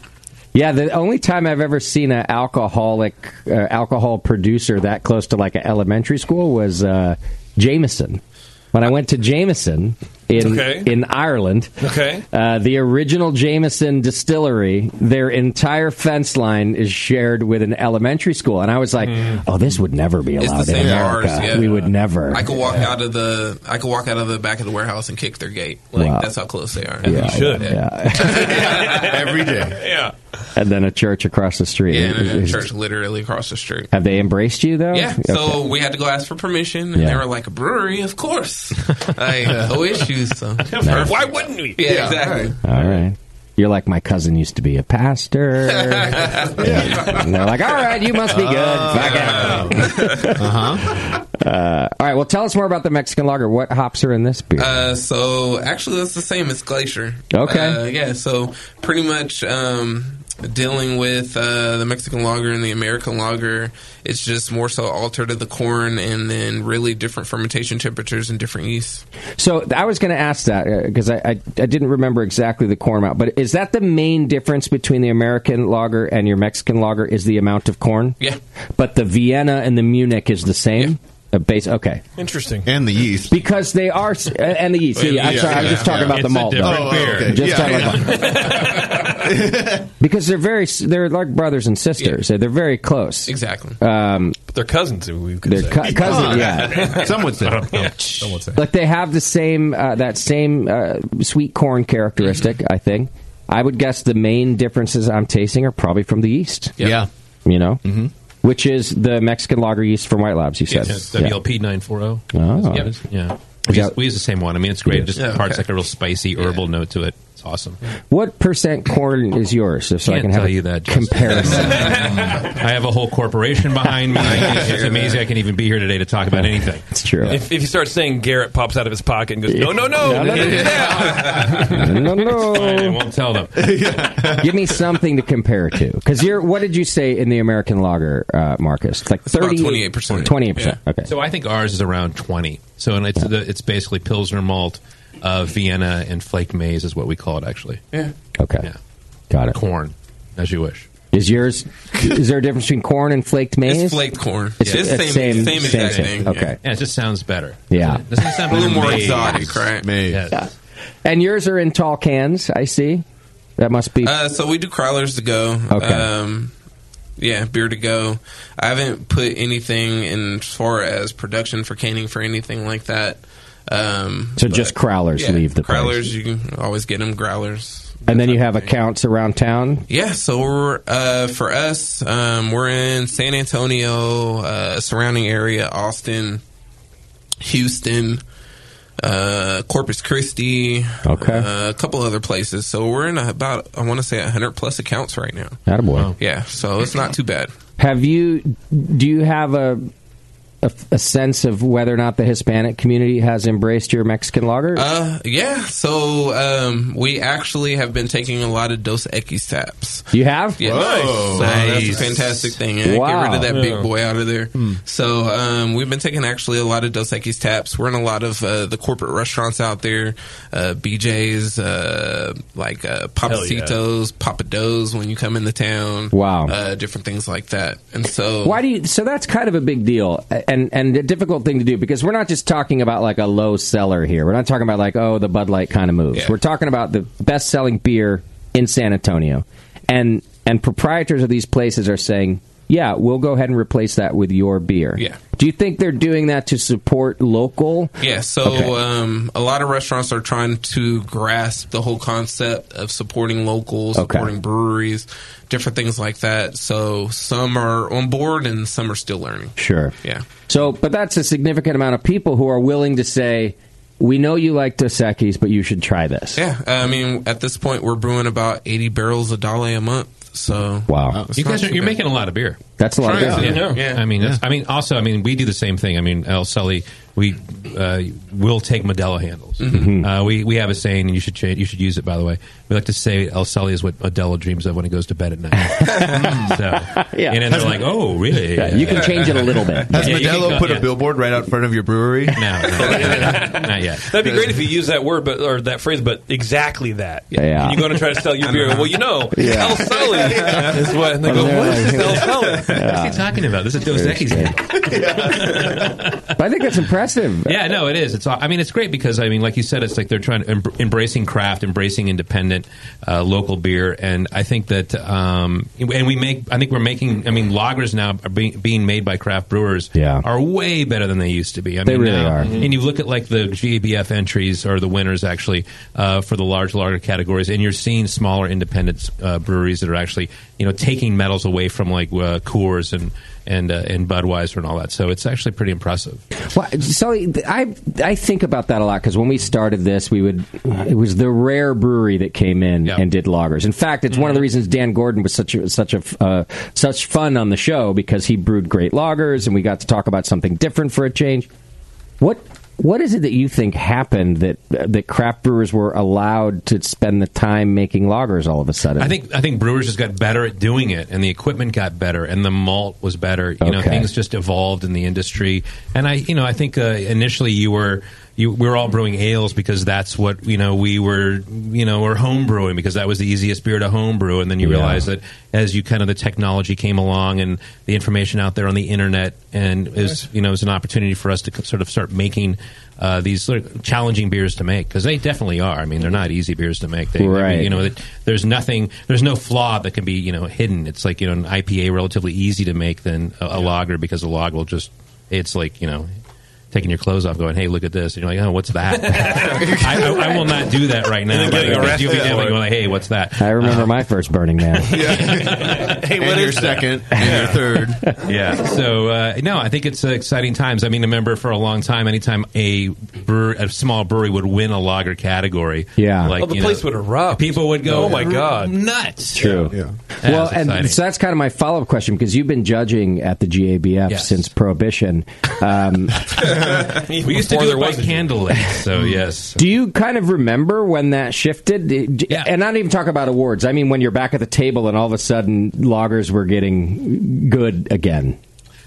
Speaker 2: Yeah, the only time I've ever seen an alcoholic uh, alcohol producer that close to like an elementary school was uh, Jameson. When I went to Jameson in
Speaker 8: Okay.
Speaker 2: in Ireland,
Speaker 8: Okay.
Speaker 2: uh, the original Jameson distillery, their entire fence line is shared with an elementary school, and I was like, "Oh, this would never be
Speaker 10: Hmm. It's the
Speaker 2: allowed in
Speaker 10: same as ours,
Speaker 2: America.
Speaker 10: yeah.
Speaker 2: We would never."
Speaker 10: I could walk out of the I could walk out of the back of the warehouse and kick their gate. Like
Speaker 2: Wow.
Speaker 10: that's how close they are.
Speaker 2: Yeah, You should. yeah.
Speaker 5: every day.
Speaker 8: Yeah.
Speaker 2: and then a church across the street.
Speaker 10: Yeah, and
Speaker 2: Is-
Speaker 10: then a
Speaker 2: is-
Speaker 10: church literally across the street.
Speaker 2: Have they embraced you though?
Speaker 10: Yeah,
Speaker 2: Okay.
Speaker 10: so we had to go ask for permission, and
Speaker 2: Yeah.
Speaker 10: they were like, "A brewery, of course." like, uh, no issues. So. Perfect.
Speaker 8: Why wouldn't we?
Speaker 10: Yeah, exactly.
Speaker 2: All right. You're like, my cousin used to be a pastor. Yeah. And they're like, all right, you must be good. Fuck it. Uh, all right, well, tell us more about the Mexican lager. What hops are in this beer?
Speaker 10: Uh, so actually, that's the same as Glacier.
Speaker 2: Okay.
Speaker 10: Uh, yeah. So pretty much um, dealing with uh, the Mexican lager and the American lager, it's just more so altered to the corn and then really different fermentation temperatures and different yeasts.
Speaker 2: so I was going to ask that because I, I, I didn't remember exactly the corn amount, but is that the main difference between the American lager and your Mexican lager is the amount of corn?
Speaker 10: Yeah.
Speaker 2: But the Vienna and the Munich is the same? A base, okay.
Speaker 8: Interesting.
Speaker 5: And the yeast.
Speaker 2: Because they are, s- and the yeast. Yeah, I'm sorry, I'm just talking about the
Speaker 1: It's a
Speaker 2: malt. though.
Speaker 1: different beer.
Speaker 5: okay.
Speaker 2: Just
Speaker 5: Yeah,
Speaker 2: talking
Speaker 5: yeah.
Speaker 2: about because they're very they're like brothers and sisters. They're very close. Um,
Speaker 10: Exactly.
Speaker 8: They're cousins. We could
Speaker 2: They're cu-
Speaker 8: say.
Speaker 2: cousin, yeah.
Speaker 5: Some would say.
Speaker 8: Someone say.
Speaker 2: Like they have the same uh, that same uh, sweet corn characteristic. I think. I would guess the main differences I'm tasting are probably from the yeast.
Speaker 5: Yeah.
Speaker 2: You know, mm-hmm. which is the Mexican lager yeast from White Labs. You said.
Speaker 1: Yes,
Speaker 2: Yeah.
Speaker 1: WLP nine four zero.
Speaker 2: Oh.
Speaker 1: Yeah. We,
Speaker 2: Yeah.
Speaker 1: Use, we use the same one. I mean, it's great. It just
Speaker 10: Yeah,
Speaker 1: parts
Speaker 10: okay.
Speaker 1: like a real spicy herbal note to it. It's awesome.
Speaker 2: What percent corn is yours? So, I
Speaker 1: Can't
Speaker 2: can have
Speaker 1: tell
Speaker 2: a
Speaker 1: you that, Justin.
Speaker 2: comparison.
Speaker 1: I have a whole corporation behind me. It's amazing I can even be here today to talk about anything.
Speaker 2: it's true.
Speaker 8: If, if you start saying Garrett pops out of his pocket and goes, no, no, no,
Speaker 2: No, no,
Speaker 8: can't
Speaker 2: no.
Speaker 8: do that.
Speaker 2: no,
Speaker 1: I
Speaker 2: no.
Speaker 1: won't tell them.
Speaker 2: Give me something to compare to. Because you're, what did you say in the American lager, uh, Marcus? It's Like
Speaker 10: It's about
Speaker 2: 30,
Speaker 10: 28%.
Speaker 2: 28%. Okay.
Speaker 1: So I think ours is around twenty. So and it's the, it's basically pilsner malt, uh, Vienna, and flaked maize is what we call it actually. Yeah.
Speaker 2: okay.
Speaker 1: Yeah.
Speaker 2: Got it.
Speaker 1: Corn, as you wish.
Speaker 2: Is yours, is there a difference between corn and flaked maize?
Speaker 10: It's flaked corn.
Speaker 2: It's-
Speaker 10: Yeah, it's
Speaker 2: it's
Speaker 10: same,
Speaker 2: same-
Speaker 10: same,
Speaker 2: same
Speaker 10: exact
Speaker 2: thing.
Speaker 10: thing.
Speaker 2: Okay.
Speaker 1: Yeah, it just sounds better.
Speaker 2: Yeah.
Speaker 1: Doesn't it? Doesn't it sound
Speaker 10: A little
Speaker 1: better
Speaker 10: more
Speaker 1: than maize?
Speaker 10: exotic, right?
Speaker 5: Maize.
Speaker 1: Yes.
Speaker 2: And yours are in tall cans, I see. That must be.
Speaker 10: Uh, so we do crawlers to go.
Speaker 2: Okay.
Speaker 10: Um, yeah, beer to go. I haven't put anything in as far as production for canning for anything like that. Um,
Speaker 2: So just crowlers leave the place.
Speaker 10: crowlers. You can always get them growlers.
Speaker 2: and then you have
Speaker 10: a
Speaker 2: accounts around town.
Speaker 10: Yeah, so we're, uh, for us, um, we're in San Antonio, uh, surrounding area, Austin, Houston, uh, Corpus Christi,
Speaker 2: Okay.
Speaker 10: uh, a couple other places. So we're in about I want to say hundred plus accounts right now.
Speaker 2: Attaboy.
Speaker 10: Yeah, so it's not too bad.
Speaker 2: Have you? Do you have a, a a sense of whether or not the Hispanic community has embraced your Mexican lager?
Speaker 10: Uh, yeah, so um, we actually have been taking a lot of Dos Equis taps.
Speaker 2: you have.
Speaker 10: Yeah,
Speaker 5: Whoa.
Speaker 10: so that's a
Speaker 5: Nice.
Speaker 10: fantastic thing. And
Speaker 2: Wow. Hmm.
Speaker 10: Get rid of that big boy out of there. So um, we've been taking actually a lot of Dos Equis taps. We're in a lot of uh, the corporate restaurants out there, uh, BJ's, uh, like uh, Papacitos, Papados when you come into town.
Speaker 2: Wow.
Speaker 10: uh, different things like that. And so
Speaker 2: Why do you? So that's kind of a big deal and and a difficult thing to do because we're not just talking about like a low seller here. We're not talking about like oh the Bud Light kind of moves.
Speaker 10: Yeah.
Speaker 2: We're talking about the best selling beer in San Antonio, and and proprietors of these places are saying. Yeah, we'll go ahead and replace that with your beer.
Speaker 10: Yeah.
Speaker 2: Do you think they're doing that to support local?
Speaker 10: Yeah, so um, a lot of restaurants are trying to grasp the whole concept of supporting locals,
Speaker 2: Okay.
Speaker 10: supporting breweries, different things like that. So some are on board and some are still learning.
Speaker 2: Sure.
Speaker 10: Yeah.
Speaker 2: So, but that's a significant amount of people who are willing to say, we know you like Dos Equis, but you should try this.
Speaker 10: Yeah, I mean, at this point, we're brewing about 80 barrels of Dale a month. So
Speaker 2: Wow.
Speaker 10: It's
Speaker 1: You
Speaker 10: not
Speaker 1: guys are,
Speaker 10: too
Speaker 1: you're
Speaker 10: bad.
Speaker 1: making a lot of beer. Um,
Speaker 2: That's a lot of beer.
Speaker 1: Trying to,
Speaker 10: Yeah.
Speaker 1: you know.
Speaker 10: Yeah.
Speaker 1: I mean, that's, I mean, also, I mean, we do the same thing. I mean, El Sully, we uh, will take Modelo handles.
Speaker 10: Mm-hmm.
Speaker 1: Uh, we we have a saying, and you should change, you should use it. By the way, we like to say El Sully is what Modelo dreams of when he goes to bed at night. so,
Speaker 2: Yeah.
Speaker 1: and then they're like, oh, really?
Speaker 2: Yeah, you can change it a little bit.
Speaker 5: Has
Speaker 1: Yeah, you
Speaker 5: Modelo
Speaker 1: can go-
Speaker 5: put
Speaker 1: yeah.
Speaker 5: a billboard right out front of your brewery?
Speaker 1: No, no, not yet.
Speaker 8: That'd be great if you used that word, but or that phrase, but exactly that.
Speaker 2: Yeah.
Speaker 8: When you go to try to sell your beer, well, you know,
Speaker 2: Yeah.
Speaker 8: El Sully is what. And they
Speaker 2: Oh,
Speaker 8: go,
Speaker 2: they're
Speaker 8: what is
Speaker 2: like-
Speaker 8: this El Sully?
Speaker 1: What's he talking about? This is Dos Equis.
Speaker 2: But I think that's impressive.
Speaker 1: Yeah, no, it is. It's. aw- I mean, it's great because I mean, like you said, it's like they're trying to em- embracing craft, embracing independent, uh, local beer, and I think that, um, and we make. I think we're making. I mean, lagers now are being, being made by craft brewers.
Speaker 2: Yeah.
Speaker 1: are way better than they used to be. I
Speaker 2: They
Speaker 1: mean,
Speaker 2: really
Speaker 1: now-
Speaker 2: are.
Speaker 1: And you look at like the GABF entries or the winners actually uh, for the large lager categories, and you're seeing smaller independent uh, breweries that are actually you know taking metals away from like uh, Coors and and uh, and Budweiser and all that. So it's actually pretty impressive.
Speaker 2: Well, so I I think about that a lot because when we started this, we would it was the rare brewery that came in
Speaker 1: Yeah. Mm-hmm.
Speaker 2: and did lagers. In fact, it's one of the reasons Dan Gordon was such a, such a f- uh, such fun on the show because he brewed great lagers and we got to talk about something different for a change. What what is it that you think happened that that craft brewers were allowed to spend the time making lagers all of a sudden?
Speaker 1: I think I think brewers just got better at doing it, and the equipment got better, and the malt was better. You know,
Speaker 2: Okay.
Speaker 1: things just evolved in the industry. And I, you know, I think uh, initially you were. You, we were all brewing ales because that's what you know. We were you know we're home brewing because that was the easiest beer to home brew, and then you
Speaker 2: Yeah.
Speaker 1: realize that as you kind of the technology came along and the information out there on the internet, and is you know is an opportunity for us to c- sort of start making uh, these sort of challenging beers to make because they definitely are. I mean, they're not easy beers to make. They,
Speaker 2: Right.
Speaker 1: you know, that there's nothing, there's no flaw that can be you know hidden. It's like you know an IPA relatively easy to make than a, a lager because a log will just it's like you know taking your clothes off, going, hey, look at this, and you're like, oh, what's that? I, I, I will not do that right now.
Speaker 8: And then getting
Speaker 1: You'll be
Speaker 8: arrested
Speaker 1: down,
Speaker 8: for
Speaker 1: like,
Speaker 8: it.
Speaker 1: going, hey, what's that?
Speaker 2: I remember my first Burning Man.
Speaker 8: Hey, what
Speaker 5: and your
Speaker 8: is that?
Speaker 5: second and your third.
Speaker 1: yeah. So uh, no, I think it's uh, exciting times. I mean, I remember for a long time, anytime a brewer, a small brewery would win a lager category,
Speaker 2: Yeah.
Speaker 1: like
Speaker 8: Oh, the
Speaker 1: you
Speaker 8: place
Speaker 1: know,
Speaker 8: would erupt.
Speaker 1: People would go,
Speaker 8: Oh, my God.
Speaker 1: nuts!
Speaker 2: True.
Speaker 1: Yeah,
Speaker 2: well,
Speaker 1: it's
Speaker 2: and
Speaker 1: exciting.
Speaker 2: so that's kind of my follow up question because you've been judging at the GABF
Speaker 1: Yes.
Speaker 2: since Prohibition. Um,
Speaker 1: We used to do
Speaker 8: Before
Speaker 1: it
Speaker 8: there
Speaker 1: by
Speaker 8: was a-
Speaker 1: candlelight. So yes,
Speaker 2: do you kind of remember when that shifted? D-
Speaker 1: Yeah.
Speaker 2: And not even talk about awards. I mean, when you're back at the table and all of a sudden loggers were getting good again.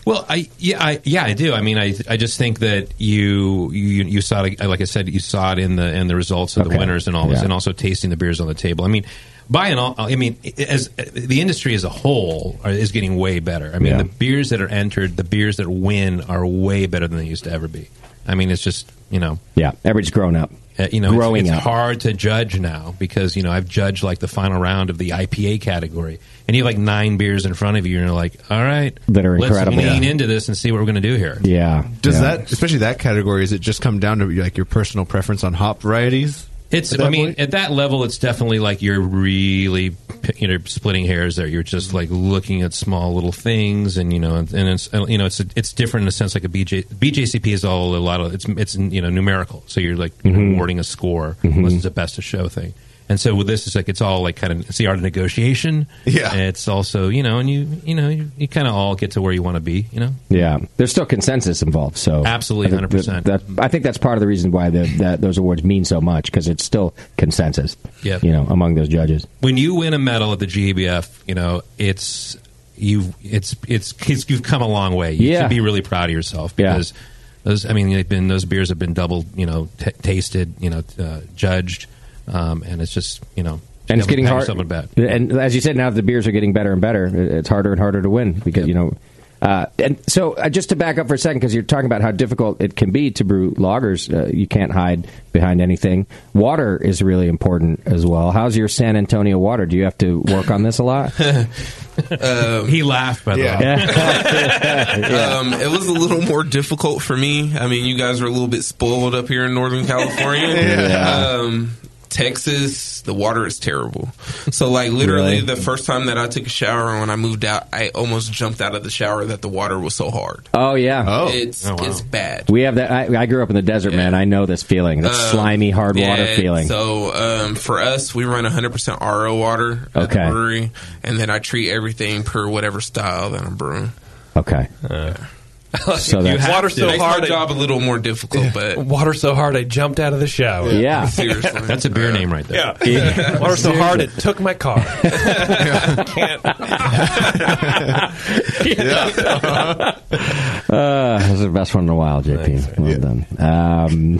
Speaker 1: Well, I yeah, I yeah, I do. I mean, I I just think that you you you saw it like I said, you saw it in the in the results of
Speaker 2: Okay.
Speaker 1: the winners and all this,
Speaker 2: Yeah.
Speaker 1: and also tasting the beers on the table. I mean. By and all, I mean, as uh, the industry as a whole are, is getting way better. I mean,
Speaker 2: Yeah.
Speaker 1: the beers that are entered, the beers that win, are way better than they used to ever be. I mean, it's just you know,
Speaker 2: Yeah. Everybody's grown up.
Speaker 1: uh, you know, it's-
Speaker 2: Growing
Speaker 1: it's,
Speaker 2: up.
Speaker 1: hard to judge now because you know I've judged like the final round of the IPA category, and you have like nine beers in front of you, and you're like, all right,
Speaker 2: That are incredible.
Speaker 1: Let's lean
Speaker 2: Yeah.
Speaker 1: into this and see what we're going to do here.
Speaker 2: Yeah.
Speaker 5: Does
Speaker 2: Yeah.
Speaker 5: that, especially that category, does it just come down to like your personal preference on hop varieties?
Speaker 1: It's,
Speaker 5: At that
Speaker 1: I mean,
Speaker 5: point?
Speaker 1: at that level, it's definitely like you're really, you know, splitting hairs there. You're just like looking at small little things, and you know, and it's, you know, it's it's different in a sense. Like a BJ, BJCP is all a lot of it's it's you know numerical, so you're like you know,
Speaker 5: Mm-hmm.
Speaker 1: awarding a score unless it's a best of show thing. And so with this, it's like it's all like kind of it's the art of negotiation.
Speaker 5: Yeah.
Speaker 1: And it's also you know, and you you know, you, you kind of all get to where you want to be. You know,
Speaker 2: Yeah, there's still consensus involved. So
Speaker 1: Absolutely,
Speaker 2: I think That,
Speaker 1: 100%.
Speaker 2: that- I think that's part of the reason why the, that those awards mean so much because it's still consensus.
Speaker 1: Yep.
Speaker 2: you know, among those judges.
Speaker 1: when you win a medal at the GABF, you know it's you it's it's, it's you've come a long way. You
Speaker 2: Yeah.
Speaker 1: should be really proud of yourself
Speaker 2: Yeah.
Speaker 1: because those I mean they've been those beers have been double you know t- tasted you know uh, judged um, and it's just you know
Speaker 2: and it's
Speaker 1: never
Speaker 2: getting
Speaker 1: pat
Speaker 2: hard.
Speaker 1: yourself on the back.
Speaker 2: And as you said, now the beers are getting better and better. It- It's harder and harder to win because
Speaker 1: Yep.
Speaker 2: you know. Uh, and so, uh, just to back up for a second, because you're talking about how difficult it can be to brew lagers, uh, you can't hide behind anything. Water is really important as well. How's your San Antonio water? Do you have to work on this a lot?
Speaker 1: He laughed by the way.
Speaker 10: Um, it was a little more difficult for me. I mean, you guys are a little bit spoiled up here in Northern California. Um, Texas, the water is terrible. So like literally
Speaker 2: Really?
Speaker 10: the first time that I took a shower when I moved out, I almost jumped out of the shower that the water was so hard.
Speaker 2: Oh yeah.
Speaker 10: it's it's bad.
Speaker 2: We have that. I, I grew up in the desert, man. I know this feeling. That
Speaker 10: Um,
Speaker 2: slimy, hard water
Speaker 10: yeah,
Speaker 2: feeling.
Speaker 10: So um, for us, we run 100% RO water at
Speaker 2: Okay.
Speaker 10: the brewery, and then I treat everything per whatever style that I'm brewing.
Speaker 2: okay. So
Speaker 10: Uh. You
Speaker 2: that's-
Speaker 10: have
Speaker 8: Water
Speaker 10: to.
Speaker 8: so
Speaker 10: Makes my
Speaker 8: hard I-
Speaker 10: job a little more difficult, but
Speaker 8: Water so hard I jumped out of the shower.
Speaker 2: Yeah.
Speaker 10: Seriously.
Speaker 1: That's a beer name right there.
Speaker 8: Yeah. Water so hard it took my car.
Speaker 2: Uh, this is the best one in a while, JP. well done. Um,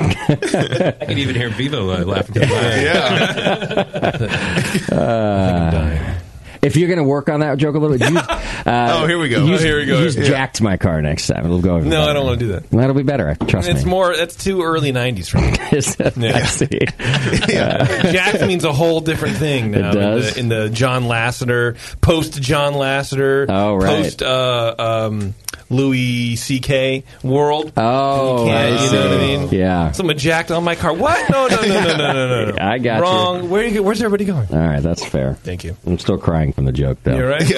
Speaker 1: I can even hear Vivo uh, laughing. yeah.
Speaker 2: uh, if you're going to work on that joke a little bit, use, uh,
Speaker 5: Oh, here we go.
Speaker 2: Use,
Speaker 5: Oh, here we go.
Speaker 2: Use
Speaker 5: Yeah.
Speaker 2: jacked my car next time. It'll go. Over
Speaker 8: No, I
Speaker 2: better.
Speaker 8: don't wanna do that.
Speaker 2: That'll be better. Trust
Speaker 8: it's
Speaker 2: me.
Speaker 8: more. That's too early '90s for me.
Speaker 2: Is that- I see. Uh,
Speaker 8: Jack means a whole different thing now.
Speaker 2: It does?
Speaker 8: In, the, in the John Lasseter, post John Lasseter,
Speaker 2: Oh, right.
Speaker 8: post uh, um, Louis C.K. world.
Speaker 2: Oh,
Speaker 8: You
Speaker 2: I
Speaker 8: can't- you know what I
Speaker 2: see.
Speaker 8: mean?
Speaker 2: Yeah.
Speaker 8: Someone jacked on my car. What? No, no, no, no, no, no, no. no.
Speaker 2: I got you.
Speaker 8: Wrong. Where you, where's everybody going?
Speaker 2: All right, that's fair.
Speaker 8: Thank you.
Speaker 2: I'm still crying from the joke, though.
Speaker 8: You're right.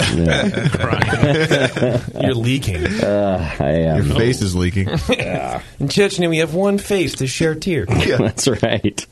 Speaker 2: Yeah.
Speaker 8: You're leaking.
Speaker 2: Uh, I am.
Speaker 5: Your face is leaking.
Speaker 8: In Chechnya, we have one face to share tears.
Speaker 2: That's right.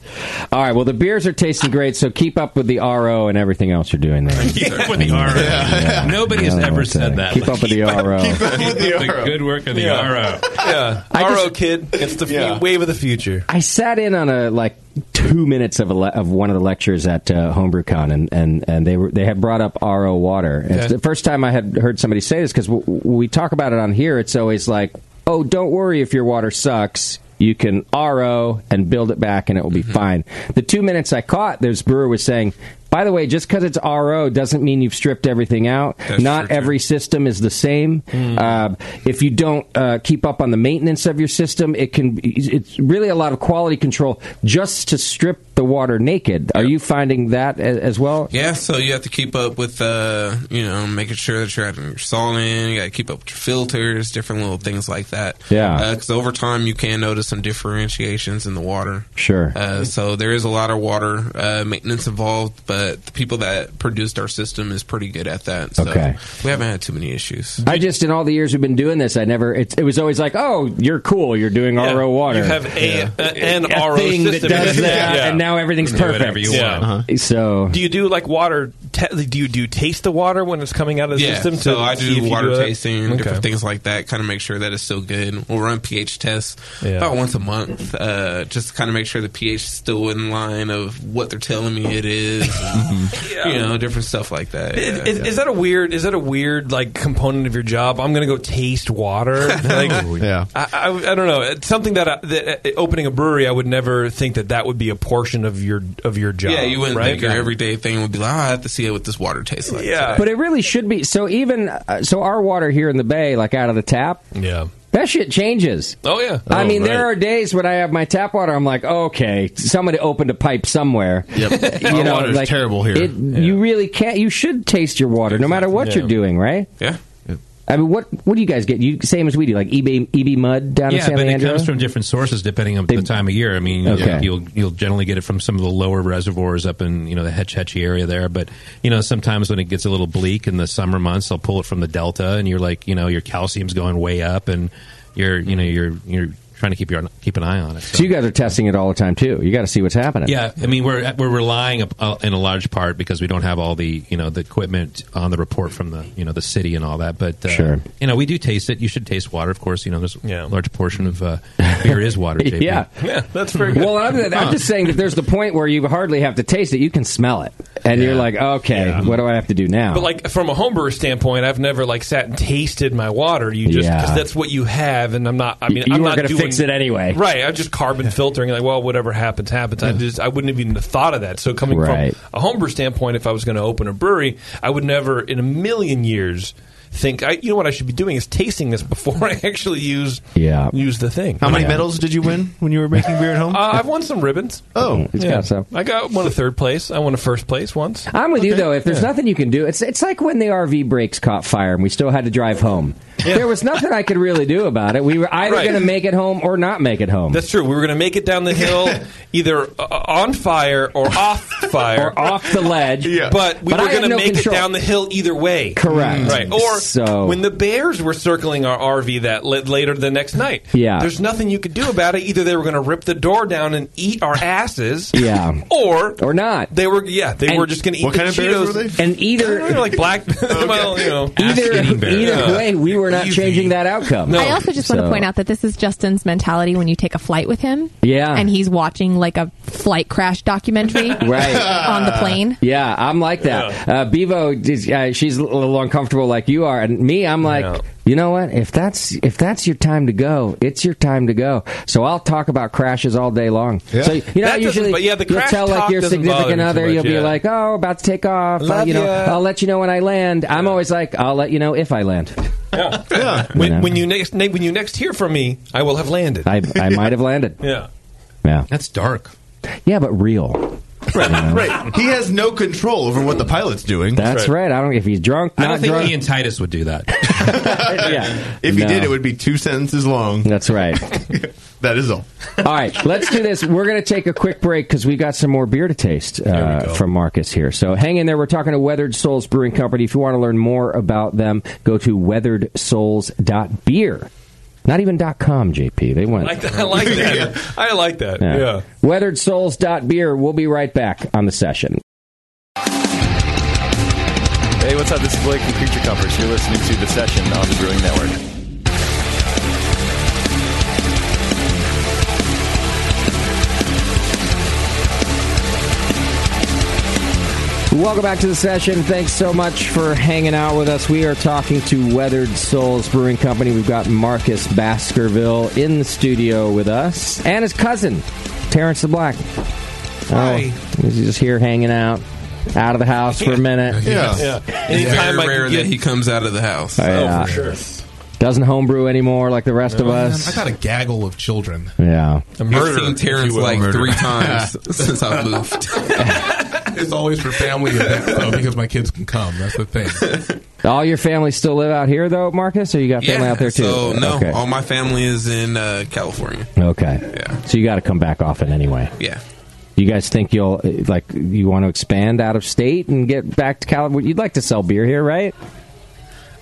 Speaker 2: All right. Well, the beers are tasting great, so keep up with the RO and everything else you're doing there.
Speaker 1: With the R. Nobody has
Speaker 2: Yeah,
Speaker 1: ever
Speaker 2: that's
Speaker 1: said
Speaker 2: it.
Speaker 1: that.
Speaker 2: Keep up with the RO.
Speaker 1: Keep up the good work of the
Speaker 8: Yeah.
Speaker 1: RO.
Speaker 8: Yeah.
Speaker 2: I
Speaker 8: RO
Speaker 2: just-
Speaker 8: kid, it's the
Speaker 5: Yeah.
Speaker 8: wave of the future.
Speaker 2: I sat in on a like two minutes of a le- of one of the lectures at uh, HomebrewCon, and, and and they were they had brought up RO water. And It's
Speaker 8: Okay.
Speaker 2: the first time I had heard somebody say this because w- w- we talk about it on here. It's always like, oh, don't worry if your water sucks. You can RO and build it back, and it will be fine. The two minutes I caught, this brewer was saying. By the way, just because it's RO doesn't mean you've stripped everything out. Not every system is the same.
Speaker 1: Hmm.
Speaker 2: Uh, if you don't uh, keep up on the maintenance of your system, it can. It's really a lot of quality control just to strip the water naked. Are you finding that as, as well?
Speaker 10: Yeah, so you have to keep up with, uh, you know, making sure that you're adding your salt in. You got to keep up with your filters, different little things like that.
Speaker 2: Yeah.
Speaker 10: Because over time, you can notice some differentiations in the water.
Speaker 2: Sure.
Speaker 10: Uh, so there is a lot of water uh, maintenance involved, but the people that produced our system is pretty good at that. So
Speaker 2: Okay.
Speaker 10: we haven't had too many issues.
Speaker 2: I just in all the years we've been doing this, I never. It, it was always like, oh, you're cool. You're doing RO water.
Speaker 8: You have a, a- an
Speaker 2: a
Speaker 8: RO
Speaker 2: thing
Speaker 8: system.
Speaker 2: that does that,
Speaker 8: Yeah.
Speaker 2: and now everything's
Speaker 1: You can do
Speaker 2: perfect. Uh-huh.
Speaker 1: whatever you
Speaker 8: Yeah.
Speaker 1: want. Uh-huh.
Speaker 2: So
Speaker 8: Do you do like water? Te- do you do taste the water when it's coming out of the
Speaker 10: yeah,
Speaker 8: system? to
Speaker 10: so I
Speaker 8: see if
Speaker 10: do
Speaker 8: you
Speaker 10: water
Speaker 8: it?
Speaker 10: tasting, different
Speaker 8: Okay.
Speaker 10: things like that. Kind of make sure that it's still good. We'll run pH tests
Speaker 8: Yeah.
Speaker 10: about once a month, uh, just to kind of make sure the pH is still in line of what they're telling me it is. and, You know, different stuff like that.
Speaker 8: Is,
Speaker 10: yeah.
Speaker 8: is, is that a weird? Is that a weird like component of your job? I'm gonna go taste water. Like,
Speaker 5: Yeah.
Speaker 8: I, I, I don't know. It's something that, I, that uh, opening a brewery, I would never think that that would be a portion of your of your job.
Speaker 10: yeah, you wouldn't
Speaker 8: right?
Speaker 10: think your everyday thing would be like, oh, I have to see what this water tastes like.
Speaker 8: Yeah.
Speaker 2: But it really should be. So even uh, so, our water here in the bay, like out of the tap,
Speaker 8: Yeah.
Speaker 2: that shit changes.
Speaker 8: Oh yeah.
Speaker 2: I
Speaker 8: Oh,
Speaker 2: mean, there
Speaker 8: right.
Speaker 2: are days when I have my tap water. I'm like, okay, somebody opened a pipe somewhere.
Speaker 5: Yep.
Speaker 2: You
Speaker 5: Our
Speaker 2: know,
Speaker 5: water's
Speaker 2: like,
Speaker 5: terrible here.
Speaker 2: It, You really can't. You should taste your water, no matter what you're doing, right?
Speaker 10: Yeah.
Speaker 2: I mean, what what do you guys get? You same as we do, like E EB EB mud down in
Speaker 1: Yeah,
Speaker 2: San
Speaker 1: but it
Speaker 2: Leandro.
Speaker 1: comes from different sources depending on the time of year. I mean,
Speaker 2: Okay.
Speaker 1: you'll you'll generally get it from some of the lower reservoirs up in you know the Hetch Hetchy area there. But you know, sometimes when it gets a little bleak in the summer months, they'll pull it from the delta, and you're like, you know, your calcium's going way up, and you're you know you're you're trying to keep your keep an eye on it.
Speaker 2: so you guys are testing it all the time too. You got to see what's happening.
Speaker 1: Yeah, I mean we're we're relying up- uh, in a large part because we don't have all the you know the equipment on the report from the you know the city and all that. But uh,
Speaker 2: Sure.
Speaker 1: you know we do taste it. You should taste water, of course. You know there's
Speaker 8: Yeah.
Speaker 1: a large portion of uh, beer is water. JP.
Speaker 2: yeah.
Speaker 8: Yeah, that's very good.
Speaker 2: Well, I'm, I'm just saying that there's the point where you hardly have to taste it; you can smell it, and you're like, okay, what do I have to do now?
Speaker 8: But like from a homebrewer standpoint, I've never like sat and tasted my water. You just
Speaker 2: Yeah.
Speaker 8: because that's what you have, and I'm not. I mean,
Speaker 2: You weren't
Speaker 8: I'm not
Speaker 2: gonna
Speaker 8: going to
Speaker 2: fix it anyway.
Speaker 8: right? I'm just carbon filtering. Like, well, whatever happens, happens. I just I wouldn't have even thought of that. So coming
Speaker 2: Right.
Speaker 8: from a homebrewer standpoint, if I was going to open a brewery, I would never in a million years think, I, you know what I should be doing is tasting this before I actually use
Speaker 2: yeah.
Speaker 8: use the thing.
Speaker 5: How many
Speaker 8: Yeah.
Speaker 5: medals did you win when you were making beer at home?
Speaker 8: Uh, I've won some ribbons.
Speaker 5: Oh,
Speaker 2: He's got some.
Speaker 8: I got one a third place. I won a first place once.
Speaker 2: I'm with you though. If there's nothing you can do, it's it's like when the RV brakes caught fire and we still had to drive home. There was nothing I could really do about it. We were either
Speaker 8: Right.
Speaker 2: going to make it home or not make it home.
Speaker 8: That's true. We were going to make it down the hill either uh, on fire or off fire.
Speaker 2: or off the ledge.
Speaker 8: But we
Speaker 2: But I
Speaker 8: were
Speaker 2: had
Speaker 8: going to
Speaker 2: no
Speaker 8: make
Speaker 2: control.
Speaker 8: it down the hill either way. Mm.
Speaker 2: Correct.
Speaker 8: Right. Or
Speaker 2: So-
Speaker 8: when the bears were circling our RV that l- later the next night.
Speaker 2: Yeah.
Speaker 8: There's nothing you could do about it. Either they were going to rip the door down and eat our asses.
Speaker 2: Yeah.
Speaker 8: Or
Speaker 2: Or not.
Speaker 8: they were yeah they
Speaker 2: And-
Speaker 8: were just going to eat
Speaker 5: What
Speaker 8: the
Speaker 5: kind of bears
Speaker 8: Cheetos.
Speaker 5: were
Speaker 2: And either
Speaker 8: They were like black. well, you know.
Speaker 2: either
Speaker 1: Ass-eating bear.
Speaker 2: either way, we were not changing that outcome.
Speaker 4: I also just want
Speaker 2: So-
Speaker 4: to point out that this is Justin's mentality when you take a flight with him.
Speaker 2: Yeah.
Speaker 4: And he's watching like a flight crash documentary
Speaker 2: Right.
Speaker 4: on the plane.
Speaker 2: Yeah, I'm like that. Uh, Bevo, is- uh, she's a little uncomfortable like you are, and me, I'm like,
Speaker 8: Yeah.
Speaker 2: you know what? If that's if that's your time to go, it's your time to go. So I'll talk about crashes all day long.
Speaker 5: Yeah.
Speaker 2: So you know,
Speaker 8: That doesn't
Speaker 2: usually
Speaker 8: bo- yeah, the
Speaker 2: you'll
Speaker 8: crash
Speaker 2: tell like
Speaker 8: talk
Speaker 2: your
Speaker 8: doesn't bother me
Speaker 2: significant
Speaker 8: too
Speaker 2: other,
Speaker 8: much,
Speaker 2: you'll be
Speaker 8: yeah.
Speaker 2: like, oh, about to take off. Uh,
Speaker 8: Love
Speaker 2: you know,
Speaker 8: ya.
Speaker 2: I'll let you know when I land. I'm always like, I'll let you know if I land.
Speaker 8: When,
Speaker 2: You know?
Speaker 8: when you next na- when you next hear from me, I will have landed.
Speaker 2: I I might have landed.
Speaker 8: yeah.
Speaker 2: Yeah,
Speaker 1: That's dark.
Speaker 2: yeah, but real.
Speaker 5: right. He has no control over what the pilot's doing.
Speaker 2: That's right. I don't. If he's drunk,
Speaker 1: I
Speaker 2: not
Speaker 1: don't think
Speaker 2: drunk.
Speaker 1: Ian Titus would do that.
Speaker 2: yeah.
Speaker 5: If he
Speaker 2: No.
Speaker 5: did, it would be two sentences long.
Speaker 2: That's right.
Speaker 5: that is all.
Speaker 2: All right, let's do this. We're going to take a quick break because we got some more beer to taste uh, from Marcus here. So hang in there. We're talking to Weathered Souls Brewing Company. If you want to learn more about them, go to weatheredsouls.beer. Not even .com, JP. They went.
Speaker 8: I like that. I like that. I like that.
Speaker 2: Yeah.
Speaker 8: yeah.
Speaker 2: Weatheredsouls.beer. We'll be right back on the session.
Speaker 13: Hey, what's up? This is Blake from Creature Comforts. You're listening to The Session on the Brewing Network.
Speaker 2: Welcome back to the session. Thanks so much for hanging out with us. We are talking to Weathered Souls Brewing Company. We've got Marcus Baskerville in the studio with us and his cousin, Terrence the Black.
Speaker 1: Hi.
Speaker 2: Oh, he's just here hanging out, out of the house for a minute.
Speaker 5: Yeah.
Speaker 10: It's
Speaker 8: Anytime I
Speaker 10: very
Speaker 8: can
Speaker 10: rare
Speaker 8: get-
Speaker 10: that he comes out of the house.
Speaker 2: Yeah.
Speaker 8: Oh, for sure.
Speaker 2: Doesn't homebrew anymore like the rest of
Speaker 11: Man,
Speaker 2: us.
Speaker 11: I got a gaggle of children.
Speaker 2: yeah.
Speaker 8: A
Speaker 10: I've
Speaker 8: murderer,
Speaker 10: seen
Speaker 8: if you
Speaker 10: Terrence
Speaker 8: will.
Speaker 10: like
Speaker 8: Murderer.
Speaker 10: three times since I moved.
Speaker 11: It's always for family events though, because my kids can come. That's the thing.
Speaker 2: All your family still live out here though, Marcus, or you got family out there too?
Speaker 10: So no,
Speaker 2: Okay.
Speaker 10: all my family is in uh, California.
Speaker 2: okay.
Speaker 10: Yeah.
Speaker 2: So you got to come back often anyway.
Speaker 10: Yeah.
Speaker 2: You guys think you'll uh, like you want to expand out of state and get back to California? You'd like to sell beer here, right?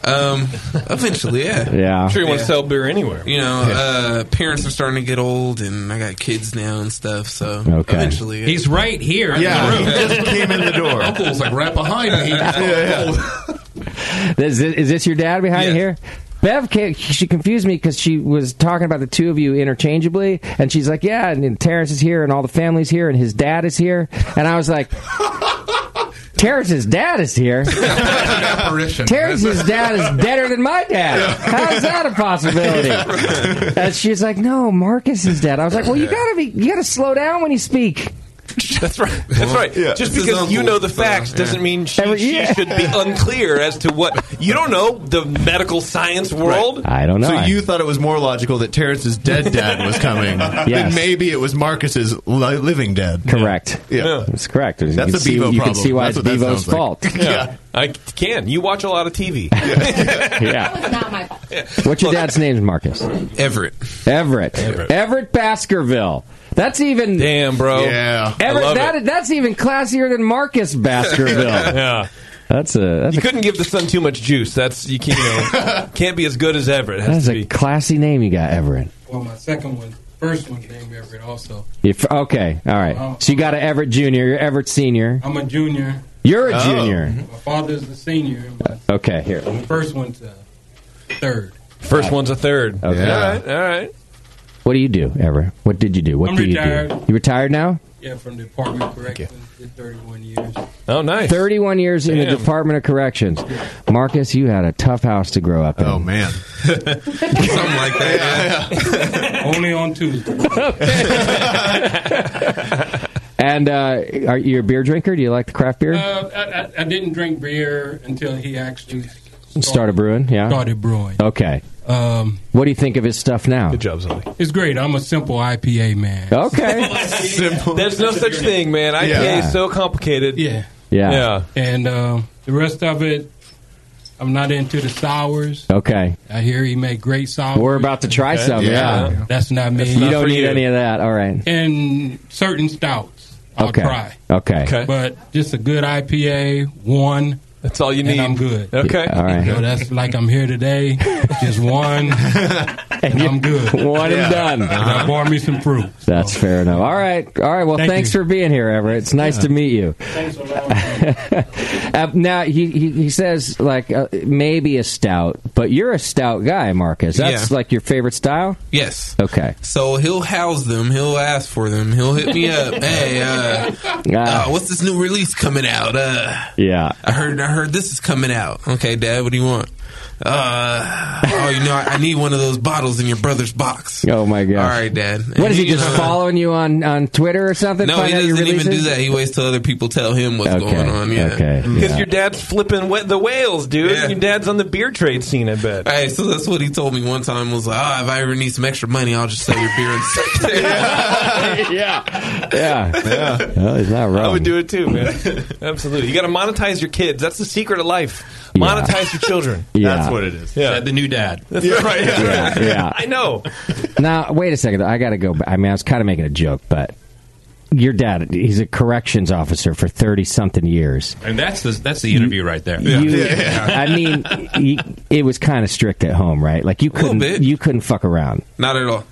Speaker 10: Um. Eventually, yeah.
Speaker 2: Yeah.
Speaker 8: I'm sure you want to sell beer anywhere.
Speaker 10: You know, uh, parents are starting to get old, and I got kids now and stuff. So
Speaker 2: Okay.
Speaker 10: eventually, yeah.
Speaker 1: He's right here.
Speaker 5: Yeah, he just came in the door.
Speaker 11: Uncle's like right behind me.
Speaker 2: Is this, is this your dad behind you here? Bev, ca- she confused me because she was talking about the two of you interchangeably, and she's like, "Yeah, and, and Terrence is here, and all the family's here, and his dad is here," and I was like. Terrence's dad is here.
Speaker 11: An apparition.
Speaker 2: Terrence's dad is deader than my dad. How is that a possibility? And she's like, "No, Marcus's dad." I was like, "Well, you gotta be, you gotta slow down when you speak."
Speaker 8: That's right. That's right.
Speaker 5: yeah.
Speaker 8: Just
Speaker 10: This is
Speaker 8: because you
Speaker 10: uncle,
Speaker 8: know the
Speaker 10: so,
Speaker 8: facts
Speaker 10: yeah.
Speaker 8: doesn't mean she,
Speaker 2: Every-
Speaker 8: she
Speaker 2: yeah.
Speaker 8: should be unclear as to what you don't know. The medical science world.
Speaker 2: I don't know.
Speaker 5: So you thought it was more logical that Terrence's dead dad was coming
Speaker 2: Yes.
Speaker 5: than maybe it was Marcus's li- living dad.
Speaker 2: Correct.
Speaker 5: Yeah. Yeah.
Speaker 2: That's correct. You
Speaker 5: That's
Speaker 2: can
Speaker 5: a
Speaker 2: see, You
Speaker 5: Bevo
Speaker 2: can
Speaker 5: problem.
Speaker 2: see why
Speaker 5: That's
Speaker 2: it's
Speaker 5: what that
Speaker 2: Bevo's
Speaker 5: sounds like.
Speaker 2: fault.
Speaker 5: Yeah.
Speaker 8: I can. You watch a lot of TV.
Speaker 2: yeah.
Speaker 4: Not my fault.
Speaker 2: What's your dad's name, Marcus?
Speaker 10: Everett.
Speaker 2: Everett. Everett. Baskerville. That's even.
Speaker 8: Damn, bro.
Speaker 5: Yeah.
Speaker 8: I
Speaker 2: Everett,
Speaker 8: love
Speaker 2: that,
Speaker 8: it.
Speaker 2: that's even classier than Marcus Baskerville.
Speaker 8: Yeah.
Speaker 2: that's a that's
Speaker 8: You
Speaker 2: a,
Speaker 8: couldn't give the sun too much juice. That's you can't. You know, can't be as good as ever. It
Speaker 2: that's
Speaker 8: has to
Speaker 2: a
Speaker 8: be.
Speaker 2: classy name you got, Everett.
Speaker 6: Well, my second one, first one named Everett also.
Speaker 2: If, okay, all right. So you got an Everett Junior, you're Everett Senior.
Speaker 6: I'm a junior.
Speaker 2: You're a
Speaker 5: Oh.
Speaker 2: junior.
Speaker 6: My father's a senior. and
Speaker 2: Okay, here.
Speaker 6: My first one's a third.
Speaker 8: First one's a third.
Speaker 2: Okay.
Speaker 8: All right. All right.
Speaker 2: What do you do, Everett? What did you do? What
Speaker 6: I'm
Speaker 2: do you
Speaker 6: retired.
Speaker 2: do? You retired now?
Speaker 6: Yeah, from the Department of Corrections. Did 31 years.
Speaker 8: Oh, nice.
Speaker 2: 31 years in the
Speaker 8: Damn.
Speaker 2: Department of Corrections. Marcus, you had a tough house to grow up in.
Speaker 5: Oh man.
Speaker 10: Something like that.
Speaker 6: Only on Tuesday.
Speaker 2: And uh, are you a beer drinker? Do you like the craft beer?
Speaker 6: Uh, I, I, I didn't drink beer until he actually
Speaker 2: Started brewing, yeah.
Speaker 6: Started brewing.
Speaker 2: Okay.
Speaker 6: Um,
Speaker 2: what do you think of his stuff now? Good
Speaker 8: job, Sully.
Speaker 6: It's great. I'm a simple IPA man.
Speaker 2: Okay.
Speaker 8: There's no such thing, man. IPA is so complicated.
Speaker 6: Yeah.
Speaker 2: Yeah.
Speaker 6: And um, the rest of it, I'm not into the sours.
Speaker 2: Okay.
Speaker 6: I hear he make great sours.
Speaker 2: We're about to try
Speaker 6: Okay.
Speaker 2: some. Yeah.
Speaker 6: That's not me.
Speaker 2: You don't need any of that. All right.
Speaker 6: And certain stouts, I'll
Speaker 2: Okay.
Speaker 6: try.
Speaker 2: Okay. Okay.
Speaker 6: But just a good IPA, one.
Speaker 8: That's all you
Speaker 6: need. I'm good.
Speaker 8: Okay.
Speaker 2: all right.
Speaker 6: So that's like I'm here today. Just one, and I'm good.
Speaker 2: One and done.
Speaker 6: I bought me some fruit.
Speaker 2: That's fair enough. All right. All right. Well,
Speaker 6: Thank
Speaker 2: thanks
Speaker 6: you.
Speaker 2: for being here, Everett. It's nice
Speaker 6: Yeah.
Speaker 2: to meet you.
Speaker 6: Thanks a
Speaker 2: uh, now, he, he, he says, like, uh, maybe a stout, but you're a stout guy, Marcus. That's
Speaker 10: Yeah.
Speaker 2: like your favorite style?
Speaker 10: Yes.
Speaker 2: Okay.
Speaker 10: So he'll house them. He'll ask for them. He'll hit me up. hey, uh,
Speaker 2: Ah.
Speaker 10: uh, what's this new release coming out? Uh,
Speaker 2: Yeah.
Speaker 10: I heard. I heard this is coming out. Okay, Dad, what do you want? Uh, oh, you know, I, I need one of those bottles in your brother's box.
Speaker 2: Oh, my gosh.
Speaker 10: All right, Dad. And
Speaker 2: What is he
Speaker 10: you
Speaker 2: just
Speaker 10: know-
Speaker 2: following you on, on Twitter or something?
Speaker 10: No, he
Speaker 2: Find out your
Speaker 10: doesn't even do
Speaker 2: releases?
Speaker 10: that. He waits till other people tell him what's
Speaker 2: Okay,
Speaker 10: going on. Yeah.
Speaker 2: okay,
Speaker 8: Because Mm. your dad's flipping wet the whales, dude. Your dad's on the beer trade scene, I bet.
Speaker 10: Hey, so that's what he told me one time was like, oh, if I ever need some extra money, I'll just sell your beer and stick there.
Speaker 2: yeah. Yeah.
Speaker 8: Yeah.
Speaker 2: Well, he's not wrong.
Speaker 8: I would do it too, man. Absolutely. You got to monetize your kids. That's the secret of life. Monetize your children.
Speaker 2: Yeah. That's what
Speaker 8: it is. Yeah.
Speaker 1: the new dad.
Speaker 8: That's right. Yeah.
Speaker 2: Yeah, yeah.
Speaker 8: I know.
Speaker 2: Now, wait a second. though. I got to go. ba- I mean, I was kind of making a joke, but your dad, he's a corrections officer for 30 something years.
Speaker 1: And that's the that's the interview right there.
Speaker 2: You- I mean, y it was kind of strict at home, right? Like you couldn't you couldn't fuck around.
Speaker 10: Not at all.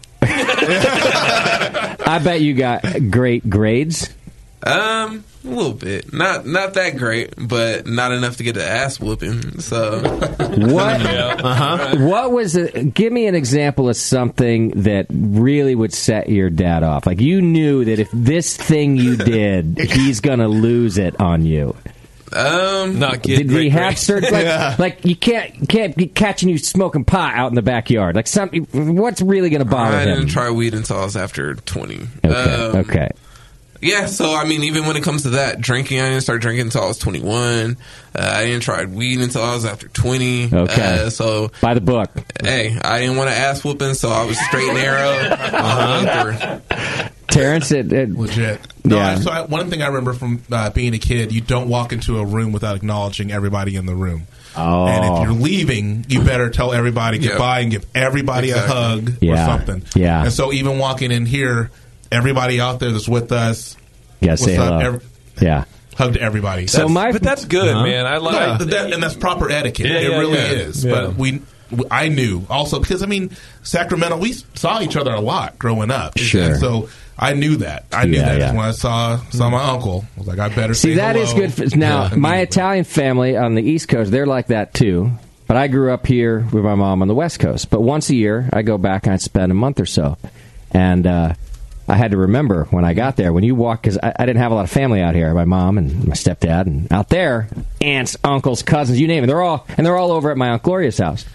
Speaker 2: I bet you got great grades.
Speaker 10: Um, a little bit. Not not that great, but not enough to get an ass whooping. So
Speaker 2: What?
Speaker 10: Uh-huh.
Speaker 2: What was? A, give me an example of something that really would set your dad off. Like you knew that if this thing you did, he's gonna lose it on you.
Speaker 10: Um,
Speaker 8: not
Speaker 2: Did he have certain like, like you can't you can't be catching you smoking pot out in the backyard? Like something. What's really gonna bother
Speaker 10: I didn't
Speaker 2: him?
Speaker 10: try weed and sauce after twenty.
Speaker 2: Okay.
Speaker 10: Um,
Speaker 2: okay.
Speaker 10: Yeah, so I mean, even when it comes to that drinking, I didn't start drinking until I was twenty one. Uh, I didn't try weed until I was after twenty.
Speaker 2: Okay.
Speaker 10: Uh, so
Speaker 2: By the book.
Speaker 10: hey, I didn't want to ass whooping, so I was straight and narrow.
Speaker 6: Uh-huh.
Speaker 10: uh
Speaker 2: Terrence, it, it
Speaker 10: legit.
Speaker 11: No,
Speaker 2: yeah.
Speaker 11: I, so I, one thing I remember from uh, being a kid, you don't walk into a room without acknowledging everybody in the room.
Speaker 2: Oh.
Speaker 11: And if you're leaving, you better tell everybody
Speaker 2: Yeah.
Speaker 11: goodbye and give everybody
Speaker 2: Exactly.
Speaker 11: a hug
Speaker 2: Yeah.
Speaker 11: or something.
Speaker 2: Yeah.
Speaker 11: And so even walking in here, everybody out there that's with us,
Speaker 2: Yeah,
Speaker 11: what's
Speaker 2: say
Speaker 11: up,
Speaker 2: hello.
Speaker 11: every-
Speaker 2: yeah.
Speaker 11: hug to everybody.
Speaker 2: So my- Uh-huh. But that's good, Huh? man. I
Speaker 11: No,
Speaker 2: like-
Speaker 11: th- that, and that's proper etiquette.
Speaker 8: Yeah,
Speaker 11: it
Speaker 8: yeah,
Speaker 11: really
Speaker 8: yeah.
Speaker 11: is.
Speaker 8: Yeah.
Speaker 11: But we, w- I knew also because I mean Sacramento, we saw each other a lot growing up.
Speaker 2: Sure.
Speaker 11: And so I knew that. I knew
Speaker 2: Yeah,
Speaker 11: that
Speaker 2: yeah.
Speaker 11: when I saw saw my uncle. I was like, I better
Speaker 2: See,
Speaker 11: say
Speaker 2: that is
Speaker 11: hello.
Speaker 2: good. For, now,
Speaker 11: Yeah.
Speaker 2: my Italian family on the East Coast, they're like that too. But I grew up here with my mom on the West Coast. But once a year, I go back and I spend a month or so. And uh, I had to remember when I got there, when you walk, because I, I didn't have a lot of family out here. My mom and my stepdad, and out there, aunts, uncles, cousins, you name it. They're all and they're all over at my aunt Gloria's house.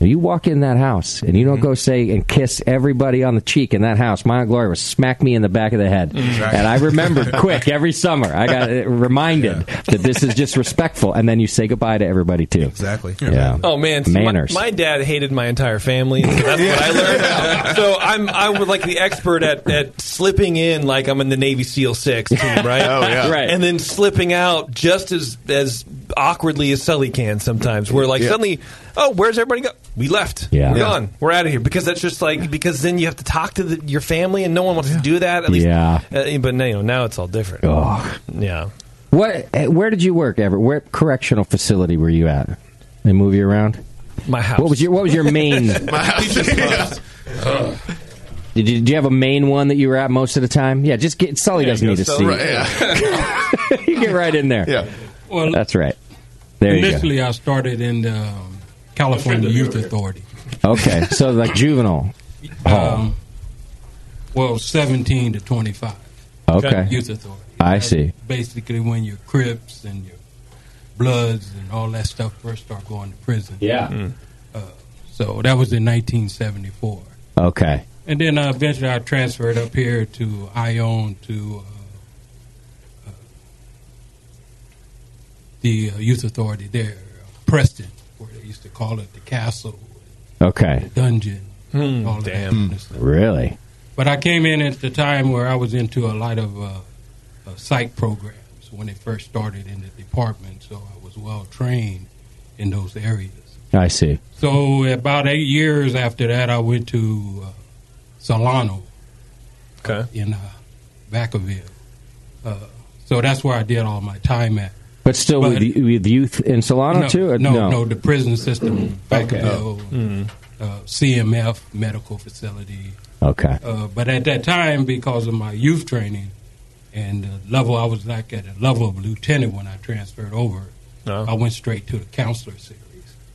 Speaker 2: Now, You walk in that house and you
Speaker 11: Mm-hmm.
Speaker 2: don't go say and kiss everybody on the cheek in that house. My Aunt Gloria would smack me in the back of the head.
Speaker 15: Exactly.
Speaker 2: And I remembered quick every summer. I got uh, reminded that this is just respectful. And then you say goodbye to everybody, too.
Speaker 11: Exactly.
Speaker 2: Yeah.
Speaker 5: Um,
Speaker 8: Oh man, See, my-
Speaker 2: Manners.
Speaker 8: My, dad hated my entire family. So that's what I learned. so I'm I was like the expert at, at slipping in like I'm in the Navy SEAL Six team, right?
Speaker 5: Oh, yeah. Right.
Speaker 8: And then slipping out just as as awkwardly as Sully can sometimes. Where like
Speaker 5: Yeah.
Speaker 8: suddenly, oh, where's everybody go? We left.
Speaker 5: Yeah.
Speaker 8: We're
Speaker 5: Yeah.
Speaker 8: gone. We're out of here because that's just like because then you have to talk to the, your family and no one wants to do that at least.
Speaker 2: Yeah.
Speaker 8: Uh, but you know now it's all different.
Speaker 2: Oh.
Speaker 8: Yeah.
Speaker 2: What, eh, where did you work, Everett? Where correctional facility were you at? They move you around?
Speaker 8: My house.
Speaker 2: What was your, what was your main?
Speaker 8: My house is closed.
Speaker 2: Did you, did you have a main one that you were at most of the time? Yeah, just get. Sully doesn't need to see. you get right in there. Yeah.
Speaker 6: Well,
Speaker 2: That's right. There you go.
Speaker 6: Initially, I started in the um, California Youth Authority.
Speaker 2: Okay, so like juvenile.
Speaker 6: Um, well, 17 to 25.
Speaker 2: Okay.
Speaker 6: Youth Authority.
Speaker 2: I see.
Speaker 6: Basically, when your Crips and your Bloods and all that stuff first start going to prison.
Speaker 2: Yeah. Mm.
Speaker 6: Uh, so that was in 1974.
Speaker 2: Okay.
Speaker 6: And then uh, eventually I transferred up here to Ione to uh, uh, the uh, youth authority there, Preston. where they used to call it the castle,
Speaker 2: Okay.
Speaker 6: dungeon,
Speaker 2: Hmm,
Speaker 8: Mm,
Speaker 6: all damn. That.
Speaker 2: Really?
Speaker 6: But I came in at the time where I was into a lot of uh, uh, psych programs when it first started in the department, so I was well trained in those areas.
Speaker 2: I see.
Speaker 6: So about eight years after that, I went to uh, Solano okay. in uh, Vacaville. Uh, so that's where I did all my time at.
Speaker 2: But still
Speaker 6: But-
Speaker 2: with, with youth in Solano
Speaker 6: no,
Speaker 2: too? Or Mm-hmm.
Speaker 6: no, no, the prison system,
Speaker 2: Okay.
Speaker 6: Vacaville, uh, CMF medical facility.
Speaker 2: Okay.
Speaker 6: Uh, but at that time, because of my youth training and the level, I was like at a level of lieutenant when I transferred over. I went straight to the counselor series,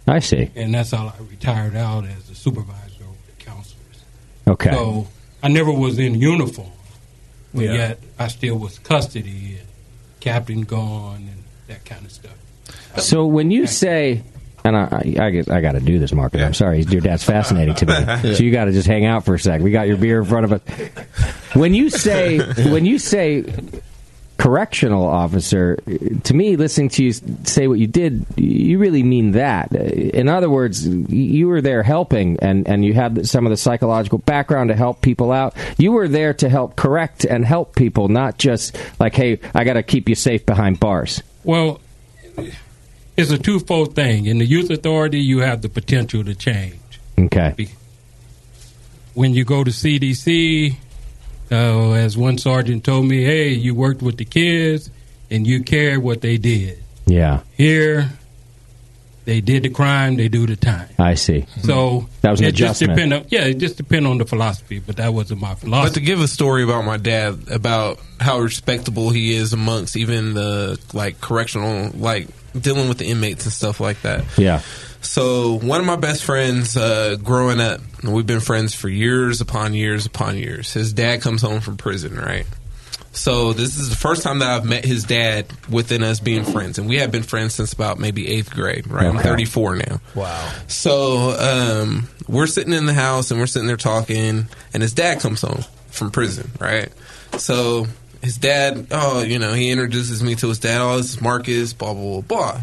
Speaker 2: I see.
Speaker 6: and that's how I retired out as a supervisor over the counselors.
Speaker 2: Okay.
Speaker 6: So I never was in uniform, but
Speaker 2: Yeah.
Speaker 6: yet I still was custody and captain gone and that kind of stuff.
Speaker 2: So when you say, and I, I, I got to do this, Mark. I'm sorry, your dad's fascinating to me.
Speaker 6: Yeah.
Speaker 2: So you got to just hang out for a sec. We got your beer in front of us. When you say, when you say, correctional officer, to me, listening to you say what you did, you really mean that. In other words, you were there helping, and and you had some of the psychological background to help people out. You were there to help correct and help people, not just like, hey, I got to keep you safe behind bars.
Speaker 6: Well, it's a twofold thing. In the youth authority, you have the potential to change.
Speaker 2: Okay.
Speaker 6: When you go to CDC, uh, as one sergeant told me, hey, you worked with the kids and you cared what they did.
Speaker 2: Yeah.
Speaker 6: Here, they did the crime, they do the time.
Speaker 2: I see.
Speaker 6: So
Speaker 2: Hmm. that was an
Speaker 6: it
Speaker 2: adjustment.
Speaker 6: Just depend on, yeah, it just depend on the philosophy, but that wasn't my philosophy.
Speaker 10: But to give a story about my dad about how respectable he is amongst even the like correctional, like dealing with the inmates and stuff like that.
Speaker 2: Yeah.
Speaker 10: So one of my best friends uh, growing up, and we've been friends for years upon years upon years. His dad comes home from prison, right? So this is the first time that I've met his dad within us being friends, and we have been friends since about maybe eighth grade, right? I'm
Speaker 15: Okay.
Speaker 10: 34 now. Wow. So um, we're sitting in the house and we're sitting there talking, and his dad comes home from prison, right? So his dad, oh, you know, he introduces me to his dad. Oh, this is Marcus, blah blah blah. blah.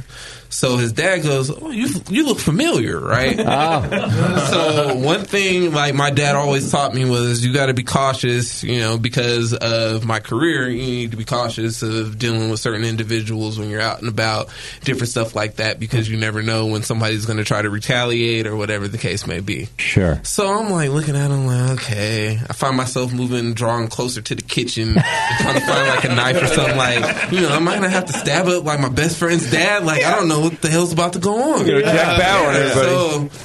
Speaker 10: So his dad goes, "Oh, you you look familiar, right?" so one thing like my dad always taught me was you got to be cautious, you know, because of my career, you need to be cautious of dealing with certain individuals when you're out and about, different stuff like that, because you never know when somebody's going to try to retaliate or whatever the case may be.
Speaker 2: Sure.
Speaker 10: So I'm like looking at him, like, okay. I find myself moving, drawing closer to the kitchen, trying to find like a knife or something. Like, you know, am I gonna have to stab up like my best friend's dad? Like, I don't know what the hell's about to go on.
Speaker 13: You know, Jack Bauer and everybody.
Speaker 10: So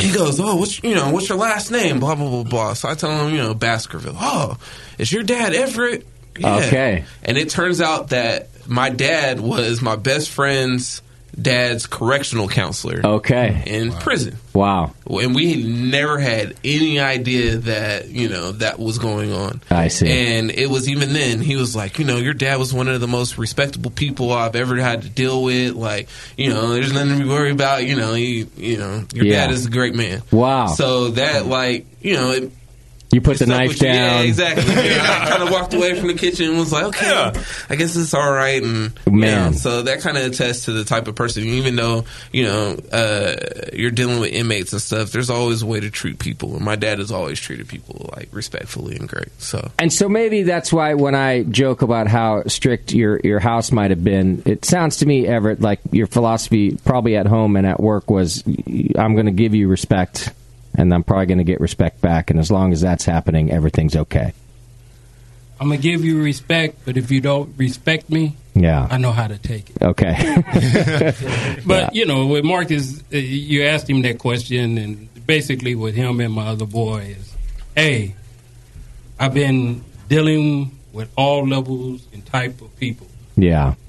Speaker 10: he goes, oh, what's you know, what's your last name? Blah blah blah blah. So I tell him, you know, Baskerville. Oh, is your dad Everett?
Speaker 2: Okay.
Speaker 10: And it turns out that my dad was my best friend's dad's correctional counselor.
Speaker 2: Oh. Okay.
Speaker 10: In prison.
Speaker 2: Wow.
Speaker 10: And we never had any idea that, you know, that was going on.
Speaker 2: I see.
Speaker 10: And it was even then, he was like, you know, your dad was one of the most respectable people I've ever had to deal with. Like, you know, there's nothing to be worried about. You know, he, you know, your
Speaker 2: Yeah.
Speaker 10: dad is a great man.
Speaker 2: Wow.
Speaker 10: So that, like, you know, it,
Speaker 2: you put the knife
Speaker 10: which-
Speaker 2: down.
Speaker 10: Yeah, exactly. Yeah, I kind of walked away from the kitchen and was like, okay, I guess it's all right. And
Speaker 2: Man.
Speaker 10: yeah, so that kind of attests to the type of person. Even though you know uh, you're dealing with inmates and stuff, there's always a way to treat people. And my dad has always treated people like respectfully and great. So
Speaker 2: And so maybe that's why when I joke about how strict your your house might have been, it sounds to me, Everett, like your philosophy probably at home and at work was, I'm going to give you respect, and I'm probably going to get respect back, and as long as that's happening, everything's okay.
Speaker 6: I'm gonna give you respect, but if you don't respect me,
Speaker 2: Yeah.
Speaker 6: I know how to take it.
Speaker 2: Okay.
Speaker 6: But you know, with Marcus, uh, you asked him that question, and basically, with him and my other boy is, hey, I've been dealing with all levels and type of people.
Speaker 2: yeah.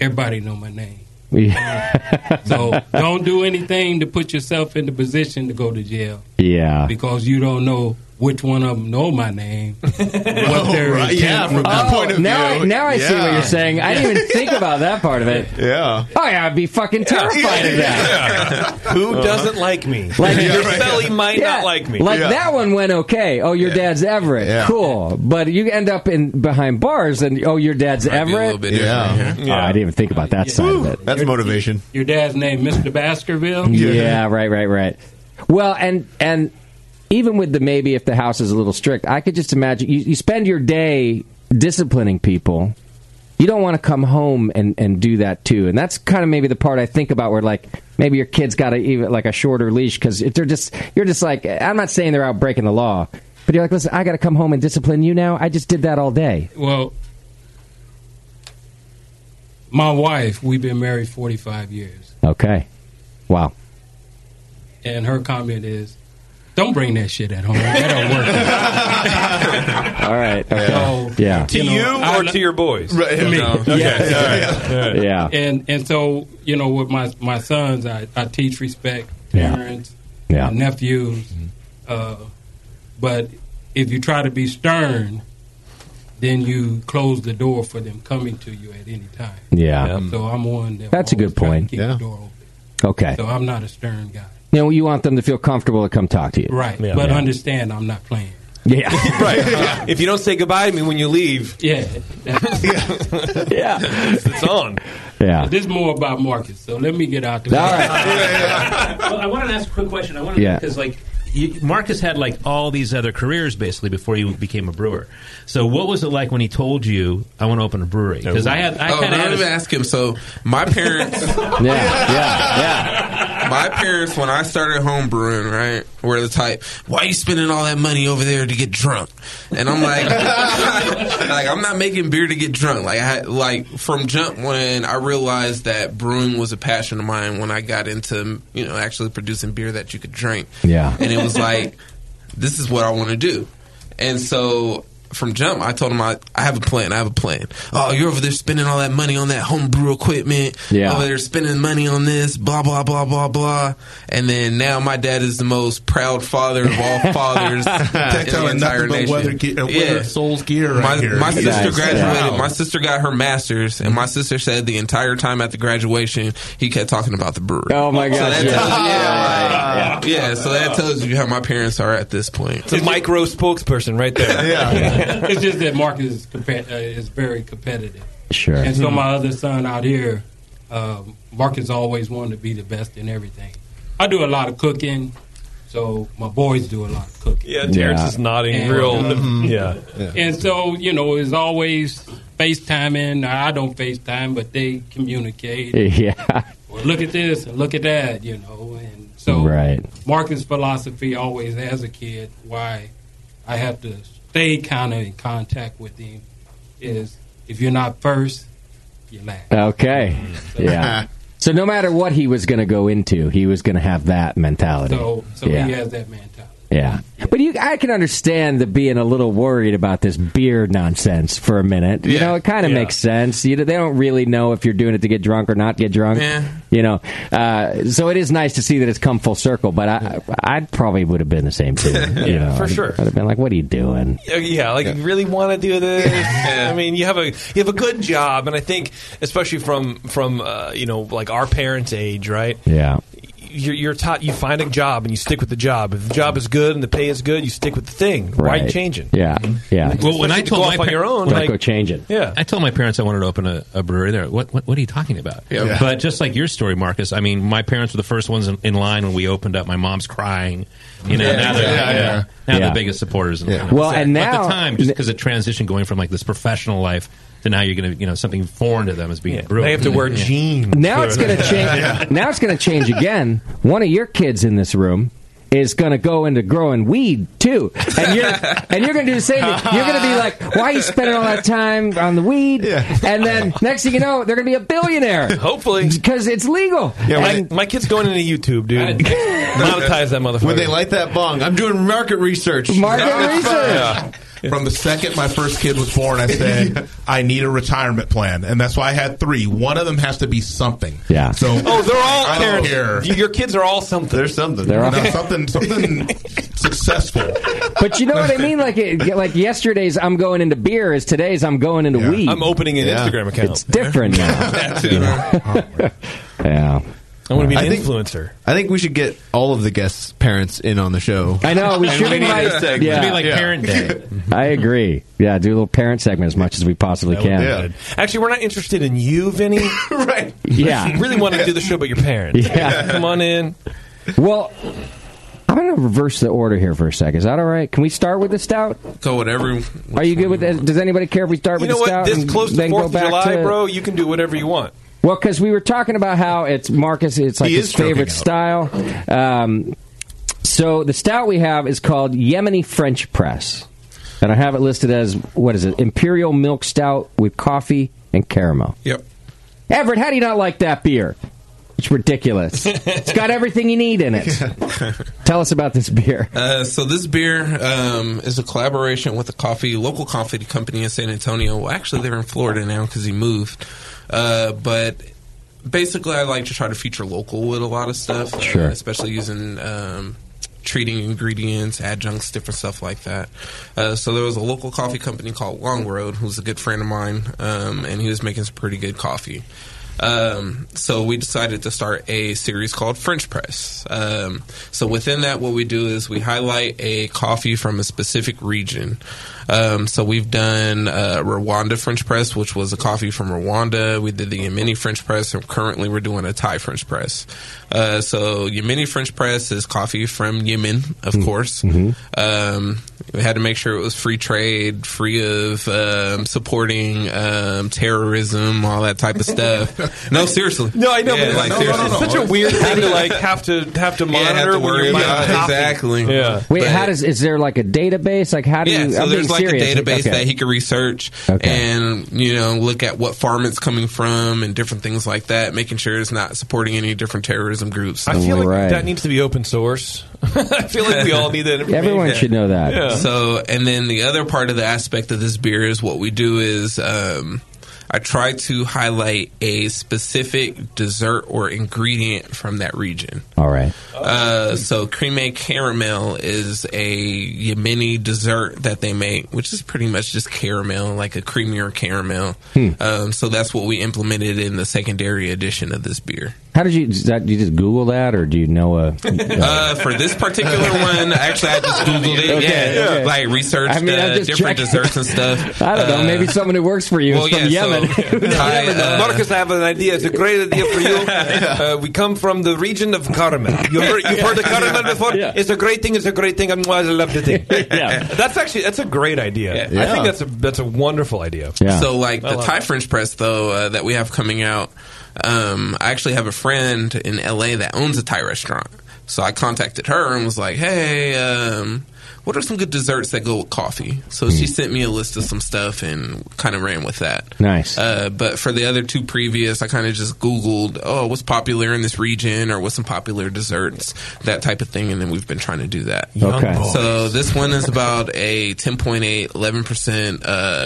Speaker 6: Everybody know my name,
Speaker 2: Yeah.
Speaker 6: so don't do anything to put yourself in the position to go to jail
Speaker 2: Yeah.
Speaker 6: because you don't know which one of them know my name. what their
Speaker 5: right,
Speaker 6: intent
Speaker 5: yeah, from
Speaker 6: would
Speaker 5: that
Speaker 6: be.
Speaker 5: point of
Speaker 2: Oh, now,
Speaker 5: view,
Speaker 2: I, now I see what
Speaker 5: yeah.
Speaker 2: you're saying. I didn't even think about that part of it.
Speaker 5: Yeah.
Speaker 2: Oh yeah, I'd be fucking terrified of that.
Speaker 8: Who doesn't like me?
Speaker 2: Uh-huh. Like-
Speaker 8: your
Speaker 2: Yeah.
Speaker 8: belly might
Speaker 2: Yeah.
Speaker 8: not like me.
Speaker 2: Like that one went okay. Oh, your dad's Everett.
Speaker 8: Yeah.
Speaker 2: Cool. But you end up in behind bars and oh, your dad's
Speaker 10: be a little
Speaker 2: Everett.
Speaker 10: bit different, Yeah. yeah.
Speaker 2: Oh, I didn't even think about that side of it.
Speaker 5: That's motivation.
Speaker 6: Your dad's name, Mr. Baskerville.
Speaker 2: yeah, right, right, right. Well, and and even with the maybe if the house is a little strict, I could just imagine you, you spend your day disciplining people. You don't want to come home and, and do that too, and that's kind of maybe the part I think about where like maybe your kid's got a even like a shorter leash because they're just you're just like I'm not saying they're out breaking the law, but you're like listen, I got to come home and discipline you now. I just did that all day.
Speaker 6: Well, my wife, we've been married 45 years,
Speaker 2: Okay, wow.
Speaker 6: and her comment is, "Don't bring that shit at home. That don't work."
Speaker 2: All right. Okay.
Speaker 6: So,
Speaker 2: Yeah.
Speaker 8: To you,
Speaker 6: know, I
Speaker 8: or
Speaker 6: li-
Speaker 8: to your boys?
Speaker 6: Right,
Speaker 8: To me.
Speaker 6: no.
Speaker 8: Okay.
Speaker 6: Yeah.
Speaker 8: All right.
Speaker 2: Yeah.
Speaker 6: And and so you know, with my my sons, I, I teach respect,
Speaker 2: Yeah.
Speaker 6: parents,
Speaker 2: Yeah.
Speaker 6: my nephews.
Speaker 8: Mm-hmm.
Speaker 6: Uh, but if you try to be stern, then you close the door for them coming to you at any time.
Speaker 2: Yeah. Yeah.
Speaker 6: So I'm one that
Speaker 2: That's a good
Speaker 6: always try to
Speaker 2: point.
Speaker 6: keep
Speaker 2: Yeah.
Speaker 6: the door open.
Speaker 2: Okay.
Speaker 6: So I'm not a stern guy.
Speaker 2: You know, you want them to feel comfortable to come talk to you,
Speaker 6: Right. But understand, I'm not playing.
Speaker 2: Yeah.
Speaker 8: right. If you don't say goodbye to me when you leave,
Speaker 6: Yeah.
Speaker 2: yeah,
Speaker 8: it's on.
Speaker 2: Yeah.
Speaker 6: This is more about markets, so let me get out the
Speaker 2: All
Speaker 6: way.
Speaker 15: well, I want to ask a quick question. I want to
Speaker 6: Yeah.
Speaker 15: because like you, Marcus had like all these other careers basically before you became a brewer. So what was it like when he told you I want to open a brewery? Because I had I
Speaker 10: oh,
Speaker 15: had,
Speaker 10: I
Speaker 15: had
Speaker 10: didn't
Speaker 15: a-
Speaker 10: even ask him. So my parents, yeah,
Speaker 2: yeah,
Speaker 10: yeah. My parents, when I started home brewing, right, were the type, "Why you spending all that money over there to get drunk?" And I'm like, like I'm not making beer to get drunk. Like I had, like from jump when I realized that brewing was a passion of mine. When I got into you know actually producing beer that you could drink,
Speaker 2: Yeah.
Speaker 10: and it was like, this is what I want to do. And so from jump, I told him I, I have a plan. I have a plan. Oh, you're over there spending all that money on that homebrew equipment.
Speaker 2: Yeah.
Speaker 10: Over there spending money on this, blah, blah, blah, blah, blah. And then now my dad is the most proud father of all fathers in the
Speaker 11: telling
Speaker 10: entire
Speaker 11: nothing but
Speaker 10: nation.
Speaker 11: weather, gear, uh, weather souls gear right
Speaker 10: my,
Speaker 11: here.
Speaker 10: my sister graduated.
Speaker 11: Wow.
Speaker 10: My sister got her master's, and my sister said the entire time at the graduation, he kept talking about the brewery.
Speaker 2: Oh my God,
Speaker 10: So that
Speaker 2: yeah.
Speaker 10: tells you- yeah,
Speaker 2: Yeah.
Speaker 10: like- yeah, so that tells you how my parents are at this point.
Speaker 8: It's a micro spokesperson right there.
Speaker 6: it's just that market is compet- uh, is very competitive.
Speaker 2: Sure.
Speaker 6: And so
Speaker 2: Mhm.
Speaker 6: my other son out here, um, Marcus always wanted to be the best in everything. I do a lot of cooking, so my boys do a lot of cooking.
Speaker 8: Yeah, Terrence is nodding
Speaker 6: And- uh,
Speaker 8: real. Yeah.
Speaker 6: And so you know, it's always FaceTiming. I don't FaceTime, but they communicate.
Speaker 2: Yeah.
Speaker 6: Well, look at this and look at that, you know. And so
Speaker 2: Right.
Speaker 6: Marcus' philosophy always as a kid, why I have to stay kind of in contact with him is if you're not first, you're last.
Speaker 2: Okay. Yeah. so no matter what he was going to go into, he was going to have that mentality.
Speaker 6: So, so
Speaker 2: yeah.
Speaker 6: he has that mentality.
Speaker 2: yeah. But you, I can understand the being a little worried about this beer nonsense for a minute. You
Speaker 10: Yeah.
Speaker 2: know, it kind of makes sense. You know, they don't really know if you're doing it to get drunk or not get drunk.
Speaker 10: Yeah.
Speaker 2: You know, uh, so it is nice to see that it's come full circle. But I, I probably would have been the same too. you
Speaker 8: Yeah,
Speaker 2: know.
Speaker 8: for
Speaker 2: I'd-
Speaker 8: sure.
Speaker 2: I'd have been like, "What are you doing?"
Speaker 8: Uh, Yeah, like you really want to do this. I mean, you have a you have a good job, and I think especially from from uh, you know like our parents' age, right?
Speaker 2: Yeah.
Speaker 8: You're, you're taught you find a job and you stick with the job. If the job is good and the pay is good, you stick with the thing. Why
Speaker 2: Right.
Speaker 8: change it?
Speaker 2: Yeah. Yeah.
Speaker 8: Well, when I told my par-
Speaker 2: Don't
Speaker 8: like-
Speaker 2: go change it.
Speaker 8: Yeah.
Speaker 15: I told my parents I wanted to open a, a brewery there. What, what what are you talking about?
Speaker 10: Yeah. Yeah.
Speaker 15: But just like your story, Marcus, I mean, my parents were the first ones in, in line when we opened up. My mom's crying. You know,
Speaker 10: Yeah,
Speaker 15: now they're,
Speaker 10: yeah,
Speaker 15: yeah,
Speaker 10: yeah.
Speaker 15: Now they're
Speaker 2: Yeah.
Speaker 15: the biggest supporters. In
Speaker 2: Yeah.
Speaker 15: line.
Speaker 2: Well, and
Speaker 15: But at
Speaker 2: now-
Speaker 15: the time, just because of transition going from like this professional life to now you're going to, you know, something foreign to them is being a brewer.
Speaker 8: They have to wear jeans.
Speaker 2: Now it's going to change. Now it's going to change again. One of your kids in this room is going to go into growing weed too, and you're and you're going to do the same. thing. You're going to be like, "Why are you spending all that time on the weed?" And then next thing you know, they're going to be a billionaire
Speaker 8: Hopefully,
Speaker 2: because it's legal.
Speaker 8: yeah, my,
Speaker 2: And-
Speaker 8: my kid's going into YouTube, dude. Monetize that motherfucker.
Speaker 5: When they light that bong, I'm doing market research.
Speaker 2: Market
Speaker 5: Yeah.
Speaker 2: research.
Speaker 8: Yeah.
Speaker 11: From the second my first kid was born, I said I need a retirement plan, and that's why I had three. One of them has to be something.
Speaker 2: Yeah.
Speaker 11: So
Speaker 8: Oh, they're all
Speaker 11: I
Speaker 8: Karen.
Speaker 11: don't care.
Speaker 8: Your kids are all something.
Speaker 11: They're something.
Speaker 2: They're all-
Speaker 11: something. Something successful.
Speaker 2: But you know what I mean? Like it, like yesterday's I'm going into beer is today's I'm going into weed.
Speaker 8: I'm opening an Yeah. Instagram account.
Speaker 2: It's different now.
Speaker 8: That's
Speaker 2: You
Speaker 8: it.
Speaker 2: know?
Speaker 8: Oh,
Speaker 2: yeah.
Speaker 8: I want to be an
Speaker 5: I think-
Speaker 8: influencer.
Speaker 5: I think we should get all of the guests' parents in on the show.
Speaker 2: I know we should invite- yeah. I agree. Yeah, do a little parent segment as much as we possibly
Speaker 8: That would
Speaker 2: can.
Speaker 8: be good. Actually, we're not interested in you, Vinny. right.
Speaker 2: Yeah.
Speaker 8: really want to do the show about your parents.
Speaker 2: Yeah.
Speaker 8: Come on in.
Speaker 2: Well, I'm going to reverse the order here for a second. Is that all right? Can we start with the stout?
Speaker 10: Go whatever.
Speaker 2: Are you good with that? Does anybody care if we start
Speaker 8: You
Speaker 2: with
Speaker 8: know
Speaker 2: the
Speaker 8: what?
Speaker 2: stout?
Speaker 8: This
Speaker 2: and
Speaker 8: close to
Speaker 2: then go
Speaker 8: 4th of
Speaker 2: back
Speaker 8: July,
Speaker 2: to-
Speaker 8: bro, you can do whatever you want.
Speaker 2: Well, because we were talking about how it's Marcus, it's like
Speaker 8: He
Speaker 2: his
Speaker 8: is stroking
Speaker 2: favorite
Speaker 8: out.
Speaker 2: style. Um, so the stout we have is called Yemeni French Press, and I have it listed as what is it? Imperial milk stout with coffee and caramel.
Speaker 10: Yep.
Speaker 2: Everett, how do you not like that beer? It's ridiculous. it's got everything you need in it. Tell us about this beer.
Speaker 10: Uh, so this beer um, is a collaboration with a coffee local coffee company in San Antonio. Well, actually, they're in Florida now because he moved. Uh, but basically, I like to try to feature local with a lot of stuff, uh,
Speaker 2: Sure.
Speaker 10: especially using um, treating ingredients, adjuncts, different stuff like that. Uh, so there was a local coffee company called Long Road, who's a good friend of mine, um, and he was making some pretty good coffee. Um, so we decided to start a series called French Press. Um, so within that, what we do is we highlight a coffee from a specific region. Um, so we've done uh, Rwanda French Press, which was a coffee from Rwanda. We did the Yemeni French Press, and currently we're doing a Thai French Press. Uh, so Yemeni French Press is coffee from Yemen, of
Speaker 8: Hmm.
Speaker 10: course.
Speaker 11: Mm-hmm.
Speaker 10: Um, we had to make sure it was free trade, free of um, supporting um, terrorism, all that type of stuff. no, seriously.
Speaker 8: No, I know,
Speaker 10: Yeah,
Speaker 8: but
Speaker 10: like,
Speaker 8: it's,
Speaker 10: seriously.
Speaker 8: it's such a weird thing to like have to have to
Speaker 10: Yeah,
Speaker 8: monitor
Speaker 10: have to
Speaker 8: when
Speaker 10: worry
Speaker 8: you're buying
Speaker 10: about it.
Speaker 8: coffee.
Speaker 10: exactly.
Speaker 8: Yeah.
Speaker 2: Wait,
Speaker 10: Uh, But-
Speaker 2: how does is there like a database? Like how do
Speaker 10: yeah,
Speaker 2: you?
Speaker 10: so
Speaker 2: I'm being
Speaker 10: there's like
Speaker 2: serious.
Speaker 10: a database
Speaker 2: Okay.
Speaker 10: that he could research and you know look at what farm it's coming from and different things like that, making sure it's not supporting any different terrorism groups.
Speaker 8: I feel like that needs to be open source. I feel like we all need that information. Yeah.
Speaker 10: So, and then the other part of the aspect of this beer is what we do is um, I try to highlight a specific dessert or ingredient from that region.
Speaker 2: All right.
Speaker 10: Uh, so creme caramel is a Yemeni dessert that they make, which is pretty much just caramel, like a creamier caramel.
Speaker 2: Hmm.
Speaker 10: Um, so that's what we implemented in the secondary edition of this beer.
Speaker 2: How did you? Is that, you just Google that, or do you know a?
Speaker 10: Uh, for this particular one, actually, I just googled it.
Speaker 2: Okay,
Speaker 10: yeah,
Speaker 2: okay.
Speaker 10: like researched
Speaker 2: I mean, I'm
Speaker 10: uh,
Speaker 2: just
Speaker 10: different
Speaker 2: checking.
Speaker 10: desserts and stuff.
Speaker 2: I don't know.
Speaker 10: Uh,
Speaker 2: Maybe someone who works for you
Speaker 10: well,
Speaker 2: is from
Speaker 10: yeah, so-
Speaker 2: Yemen.
Speaker 10: Thai, uh,
Speaker 8: Marcus, I have an idea. It's a great idea for you. Uh, we come from the region of caramel. You've heard, you've heard of caramel before? It's a great thing. It's a great thing. I'm, I love the thing.
Speaker 2: yeah.
Speaker 8: That's actually that's a great idea.
Speaker 10: Yeah.
Speaker 8: I think that's a that's a wonderful idea.
Speaker 10: So, like
Speaker 8: I
Speaker 10: the
Speaker 8: love
Speaker 10: Thai
Speaker 8: it.
Speaker 10: French press, though, uh, that we have coming out, um, I actually have a friend in LA that owns a Thai restaurant. So I contacted her and was like, hey, um, what are some good desserts that go with coffee? So she sent me a list of some stuff and kind of ran with that.
Speaker 2: Nice.
Speaker 10: Uh, but for the other two previous, I kind of just Googled, oh, what's popular in this region or what's some popular desserts, that type of thing. And then we've been trying to do that.
Speaker 2: Young Okay. boys.
Speaker 10: So this one is about a 10.8, 11%, uh,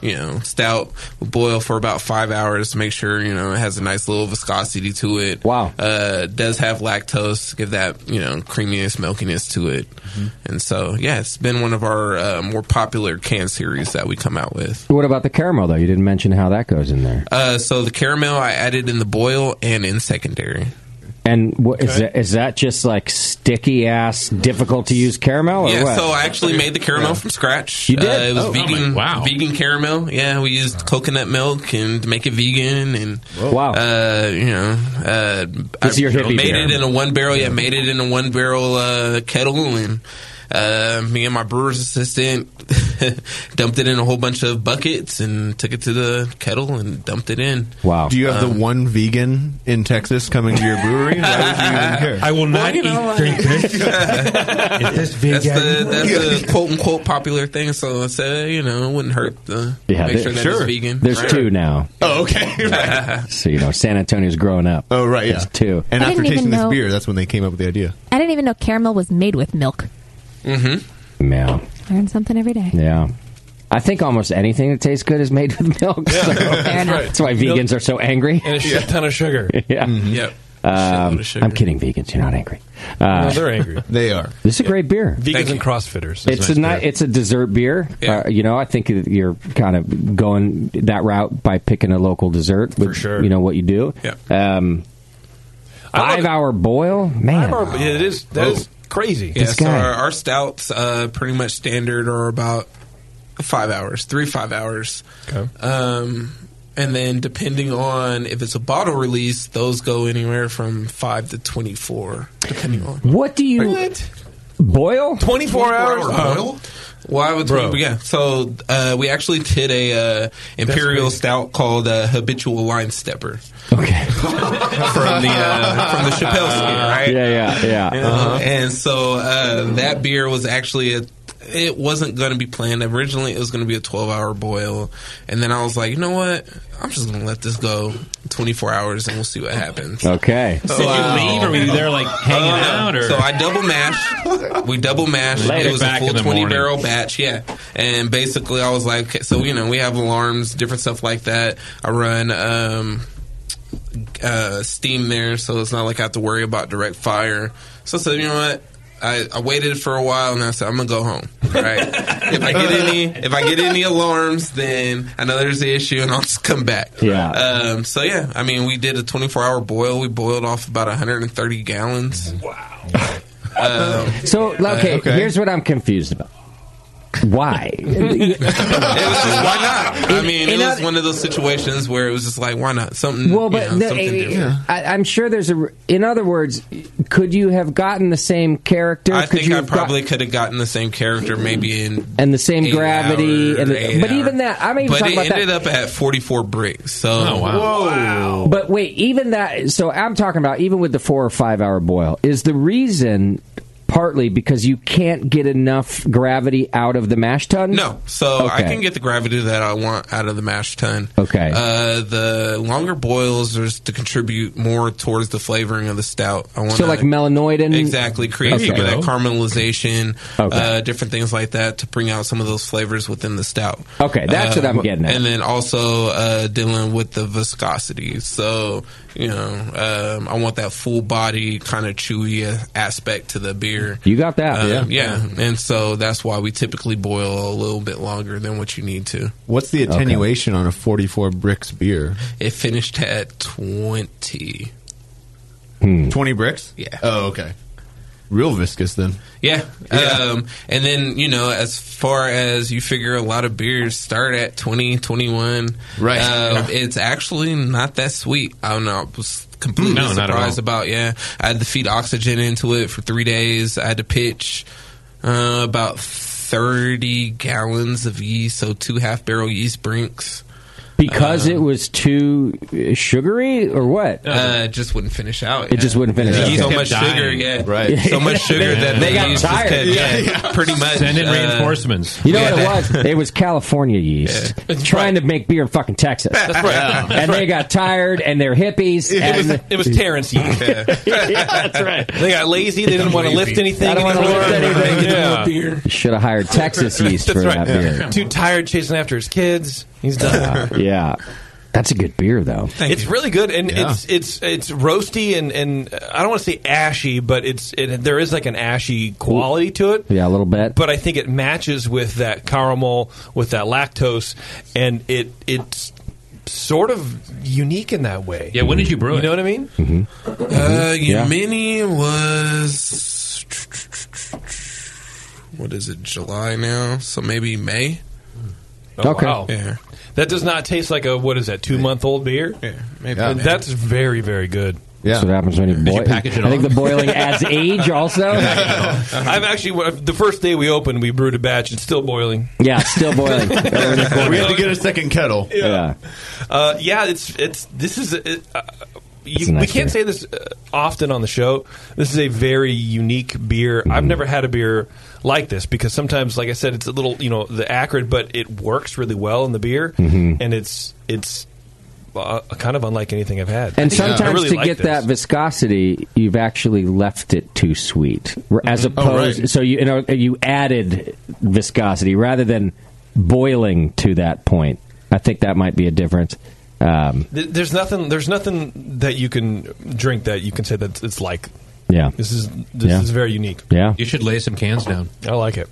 Speaker 10: you know, stout. We boil for about five hours to make sure, you know, it has a nice little viscosity to it.
Speaker 2: Wow.
Speaker 10: Uh, does have lactose, give that, you know, creaminess, milkiness to it.
Speaker 2: Mm-hmm.
Speaker 10: And so, yeah, it's been one of our uh, more popular can series that we come out with.
Speaker 2: What about the caramel though? You didn't mention how that goes in there.
Speaker 10: Uh, so the caramel I added in the boil and in secondary.
Speaker 2: And what is that? Is that just like sticky ass, difficult to use caramel, or
Speaker 10: yeah,
Speaker 2: what?
Speaker 10: so I actually made the caramel from scratch.
Speaker 2: You did?
Speaker 10: Uh, it was
Speaker 2: Oh,
Speaker 10: vegan.
Speaker 2: wow.
Speaker 10: vegan caramel. Yeah, we used coconut milk and to make it vegan. And
Speaker 2: wow,
Speaker 10: uh, you know, uh,
Speaker 2: This is your hippie
Speaker 10: made
Speaker 2: beer.
Speaker 10: it in a one barrel. Yeah, made it in a one barrel uh, kettle and. Uh, me and my brewer's assistant dumped it in a whole bunch of buckets and took it to the kettle and dumped it in.
Speaker 2: Wow. Uh.
Speaker 5: Do you have
Speaker 10: Um,
Speaker 5: the one vegan in Texas coming to your brewery?
Speaker 10: I will not eat, drink this. That's the, that's the quote unquote popular thing. So I said, you know, it wouldn't hurt the
Speaker 2: yeah,
Speaker 10: make
Speaker 2: there-
Speaker 10: sure that it's vegan.
Speaker 2: There's
Speaker 10: Right.
Speaker 2: two now,
Speaker 10: Oh, okay.
Speaker 2: so you know San Antonio's growing up.
Speaker 5: Oh right, yeah,
Speaker 2: There's two.
Speaker 5: And
Speaker 4: I
Speaker 5: after
Speaker 4: didn't even
Speaker 5: tasting this
Speaker 4: know-
Speaker 5: beer, that's when they came up with the idea.
Speaker 4: I didn't even know caramel was made with milk.
Speaker 10: Mm-hmm.
Speaker 2: Yeah.
Speaker 4: Learn something every day.
Speaker 2: Yeah. I think almost anything that tastes good is made with milk. so That's why vegans are so angry.
Speaker 8: And a shit ton of sugar. Mm-hmm.
Speaker 2: yeah.
Speaker 10: Yep.
Speaker 2: Um, I'm kidding, vegans. You're not angry. Uh,
Speaker 8: No, they're angry.
Speaker 5: They are.
Speaker 2: This is a great beer.
Speaker 8: Vegans and CrossFitters.
Speaker 2: It's a nice, it's a dessert beer. Uh, you know, I think you're kind of going that route by picking a local dessert. With, For sure. You know what you do. Um, five hour boil, man.
Speaker 8: Five-hour- yeah, it is. That is crazy.
Speaker 10: Yeah,
Speaker 2: This
Speaker 10: so
Speaker 2: guy.
Speaker 10: our, our stouts uh, pretty much standard are about five hours, three five hours. Okay. Um, and then depending on if it's a bottle release, those go anywhere from five to twenty four, depending on
Speaker 2: What do you boil?
Speaker 8: Twenty
Speaker 10: four hours boil. Why would
Speaker 2: Bro.
Speaker 10: we? Yeah. So uh, we actually did a uh, imperial stout called uh, Habitual Line Stepper. Okay. from the uh, from the Chappelle scene, right?
Speaker 2: Yeah, Uh-huh. yeah, yeah.
Speaker 10: You know?
Speaker 5: Uh-huh.
Speaker 10: And so uh, that beer was actually a. It wasn't going to be planned originally. It was going to be a twelve-hour boil, and then I was like, you know what? I'm just going to let this go twenty-four hours, and we'll see what happens.
Speaker 2: Okay.
Speaker 10: So, uh, uh, So I double mash. We double mashed.
Speaker 15: Later
Speaker 10: it was
Speaker 15: back
Speaker 10: a
Speaker 15: in
Speaker 10: full
Speaker 15: the
Speaker 10: twenty
Speaker 15: morning.
Speaker 10: barrel batch, yeah. And basically, I was like, okay, so you know, we have alarms, different stuff like that. I run um, uh, steam there, so it's not like I have to worry about direct fire. So I said, you know what? I, I waited for a while and I said I'm gonna go home. Right? if I get any, if I get any alarms, then I know there's the issue, and I'll just come back.
Speaker 2: Yeah.
Speaker 10: Um, so yeah, I mean, we did a 24 hour boil. We boiled off about 130 gallons. Wow. Um,
Speaker 2: So okay, here's what I'm confused about. Why?
Speaker 10: why not? I mean,
Speaker 2: in
Speaker 10: it was one of those situations where it was just like, why not? Something.
Speaker 2: well, but
Speaker 10: you know,
Speaker 2: no,
Speaker 10: something
Speaker 2: eh,
Speaker 10: different.
Speaker 2: I, I'm sure there's a. In other words, could you have gotten the same character?
Speaker 10: I
Speaker 2: could
Speaker 10: think
Speaker 2: you
Speaker 10: I
Speaker 2: have got-
Speaker 10: probably could have gotten the same character maybe in.
Speaker 2: and the same
Speaker 10: eight
Speaker 2: gravity,
Speaker 10: hour,
Speaker 2: and
Speaker 10: eight
Speaker 2: the, but
Speaker 10: hour.
Speaker 2: even that, I'm even
Speaker 10: But
Speaker 2: talking
Speaker 10: it
Speaker 2: about that. Oh,
Speaker 10: ended up at 44 bricks. So.
Speaker 2: But wait, even that. So I'm talking about even with the four or five hour boil is the reason partly because you can't get enough gravity out of the mash tun.
Speaker 10: No, so I
Speaker 2: Okay.
Speaker 10: can get the gravity that I want out of the mash tun.
Speaker 2: Okay.
Speaker 10: Uh, the longer boils are to contribute more towards the flavoring of the stout. I want
Speaker 2: So like melanoidin.
Speaker 10: exactly create
Speaker 2: Okay.
Speaker 10: some of that caramelization,
Speaker 2: Okay.
Speaker 10: uh, different things like that to bring out some of those flavors within the stout. Um,
Speaker 2: Okay, that's what I'm getting at.
Speaker 10: And then also uh, dealing with the viscosity. So you know, um, I want that full body kind of chewy uh, aspect to the beer.
Speaker 2: You got that.
Speaker 10: Um, yeah. and so that's why we typically boil a little bit longer than what you need to.
Speaker 5: What's the attenuation on a 44 bricks beer?
Speaker 10: It finished at twenty.
Speaker 15: Hmm.
Speaker 5: 20 bricks?
Speaker 10: Yeah.
Speaker 5: Oh, okay. Real viscous then.
Speaker 10: Yeah.
Speaker 8: Uh,
Speaker 10: Um, and then, you know, as far as you figure a lot of beers start at 20, 21.
Speaker 5: Right.
Speaker 10: Um,
Speaker 5: Yeah.
Speaker 10: It's actually not that sweet. I don't know. I was completely
Speaker 15: No, not at
Speaker 10: surprised
Speaker 15: all.
Speaker 10: about, yeah. I had to feed oxygen into it for three days. I had to pitch uh, about 30 gallons of yeast, so two half barrel yeast brinks.
Speaker 2: Because it was too uh, sugary or what?
Speaker 10: Uh, it just wouldn't finish out.
Speaker 2: It just wouldn't finish
Speaker 10: Yeah.
Speaker 2: out.
Speaker 10: So
Speaker 2: Kept
Speaker 10: much
Speaker 2: dying.
Speaker 10: sugar, yeah.
Speaker 2: Right.
Speaker 10: So much sugar that
Speaker 2: They
Speaker 10: the
Speaker 2: got
Speaker 10: yeast just
Speaker 2: tired.
Speaker 10: kept-
Speaker 2: Yeah,
Speaker 10: yeah,
Speaker 2: yeah.
Speaker 10: Pretty much.
Speaker 15: Send in
Speaker 10: uh,
Speaker 15: reinforcements.
Speaker 2: You know
Speaker 10: Yeah.
Speaker 2: what it was? It was California yeast trying to make beer in fucking Texas.
Speaker 8: That's right. Yeah.
Speaker 2: And they got tired and they're hippies.
Speaker 8: It
Speaker 2: and
Speaker 8: was, it was Terrence Yeast.
Speaker 2: that's right.
Speaker 8: They got lazy. They didn't want to lift anything.
Speaker 2: I don't want to
Speaker 8: anymore.
Speaker 2: lift anything.
Speaker 8: Yeah.
Speaker 2: You should have hired Texas yeast for that beer.
Speaker 8: Too tired chasing after his kids. He's done.
Speaker 2: Uh, yeah. That's a good beer, though.
Speaker 8: it's really good, and
Speaker 2: Yeah.
Speaker 8: it's it's it's roasty and and uh, I don't want to say ashy, but it's it, there is like an ashy quality to it.
Speaker 2: Yeah, a little bit.
Speaker 8: But I think it matches with that caramel, with that lactose, and it it's sort of unique in that way.
Speaker 15: Yeah, when did you brew
Speaker 8: You
Speaker 15: it?
Speaker 8: know what I mean?
Speaker 2: Mm-hmm.
Speaker 10: Uh,
Speaker 8: Yeah.
Speaker 10: Yemeni was what is it? July now, so maybe May.
Speaker 8: Oh, wow.
Speaker 10: Yeah.
Speaker 8: That does not taste like a what is that two month old beer? Yeah,
Speaker 10: maybe.
Speaker 8: That's very very good.
Speaker 2: That's what happens when you boil.
Speaker 8: package it
Speaker 2: I think
Speaker 8: all?
Speaker 2: the boiling adds age also. Uh-huh.
Speaker 8: I've actually the first day we opened, we brewed a batch. It's still boiling.
Speaker 2: yeah, still boiling.
Speaker 5: we had to get a second kettle.
Speaker 2: Yeah.
Speaker 8: Uh, yeah, it's it's this is it, uh,
Speaker 5: a
Speaker 8: you,
Speaker 5: nice
Speaker 8: we can't
Speaker 5: beer.
Speaker 8: say this uh, often on the show. This is a very unique beer.
Speaker 2: Mm-hmm.
Speaker 8: I've never had a beer like this because sometimes, like I said, it's a little you know the acrid, but it works really well in the beer,
Speaker 2: Mhm.
Speaker 8: and it's it's uh, kind of unlike anything I've had.
Speaker 2: And
Speaker 8: I think- I
Speaker 2: sometimes
Speaker 8: really
Speaker 2: to
Speaker 8: like
Speaker 2: get
Speaker 8: this.
Speaker 2: that viscosity, you've actually left it too sweet, R- as
Speaker 8: Mhm. Oh,
Speaker 2: opposed.
Speaker 8: right.
Speaker 2: So you, you know you added viscosity rather than boiling to that point. I think that might be a difference. Um,
Speaker 8: Th- There's nothing. There's nothing that you can drink that you can say that it's like.
Speaker 2: Yeah.
Speaker 8: This is this
Speaker 2: Yeah.
Speaker 8: is very unique.
Speaker 2: Yeah. Mm-hmm.
Speaker 8: You should lay some cans down. I like it.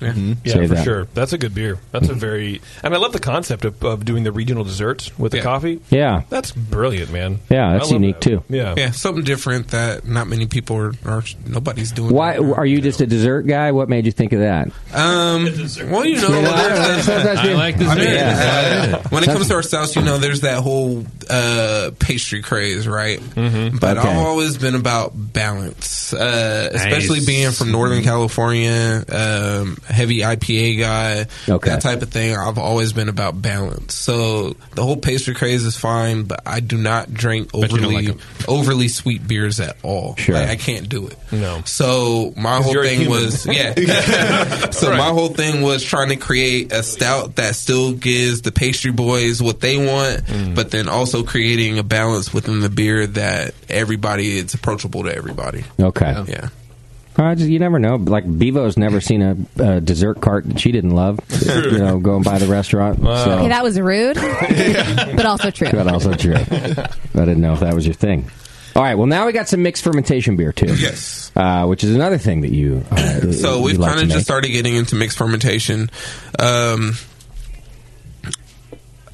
Speaker 8: Yeah, yeah
Speaker 2: Say
Speaker 8: for
Speaker 2: that. Mm-hmm.
Speaker 8: sure. That's a good beer. That's a very and I love the concept of, of doing the regional desserts with the coffee.
Speaker 2: Yeah.
Speaker 8: that's brilliant, man.
Speaker 2: Yeah, that's
Speaker 8: I love
Speaker 2: unique,
Speaker 8: that.
Speaker 2: too.
Speaker 8: Yeah,
Speaker 10: yeah, something different that not many people are, are nobody's doing.
Speaker 2: why are you just a dessert guy? What made you think of that?
Speaker 10: Um, well, you know, there's that-
Speaker 2: I like dessert.
Speaker 10: mean,
Speaker 2: Yeah.
Speaker 10: uh, when it comes to our South, you know, there's that whole uh, pastry craze, right? Mm-hmm. But
Speaker 16: Okay.
Speaker 10: I've always been about balance, uh, especially
Speaker 16: Nice.
Speaker 10: being from Northern California, um, heavy IPA guy,
Speaker 16: Okay.
Speaker 10: that type of thing. I've always been about balance. So the whole pastry craze is fine, but I do not drink
Speaker 1: But you don't
Speaker 10: overly
Speaker 1: like 'em.
Speaker 10: overly sweet beers at all.
Speaker 1: Sure.
Speaker 10: Like, I can't do it.
Speaker 1: No.
Speaker 10: So my
Speaker 1: 'Cause
Speaker 10: whole
Speaker 1: you're a
Speaker 10: thing
Speaker 1: human.
Speaker 10: was yeah. so my whole thing was trying to create a stout that still gives the pastry boys what they want, but then also creating a balance within the beer that everybody it's approachable to everybody.
Speaker 2: Okay.
Speaker 10: Yeah.
Speaker 2: I just, you never know. Like Bevo's never seen a, a dessert cart that she didn't love. you know, going by the restaurant. so.
Speaker 4: Okay, that was rude, but also true.
Speaker 2: That also true. I didn't know if that was your thing. All right. Well, now we got some mixed fermentation beer too.
Speaker 10: Yes.
Speaker 2: uh, which is another thing that you. Uh,
Speaker 10: so
Speaker 2: you
Speaker 10: we've
Speaker 2: like
Speaker 10: kind
Speaker 2: to
Speaker 10: of
Speaker 2: make.
Speaker 10: just started getting into mixed fermentation. Um,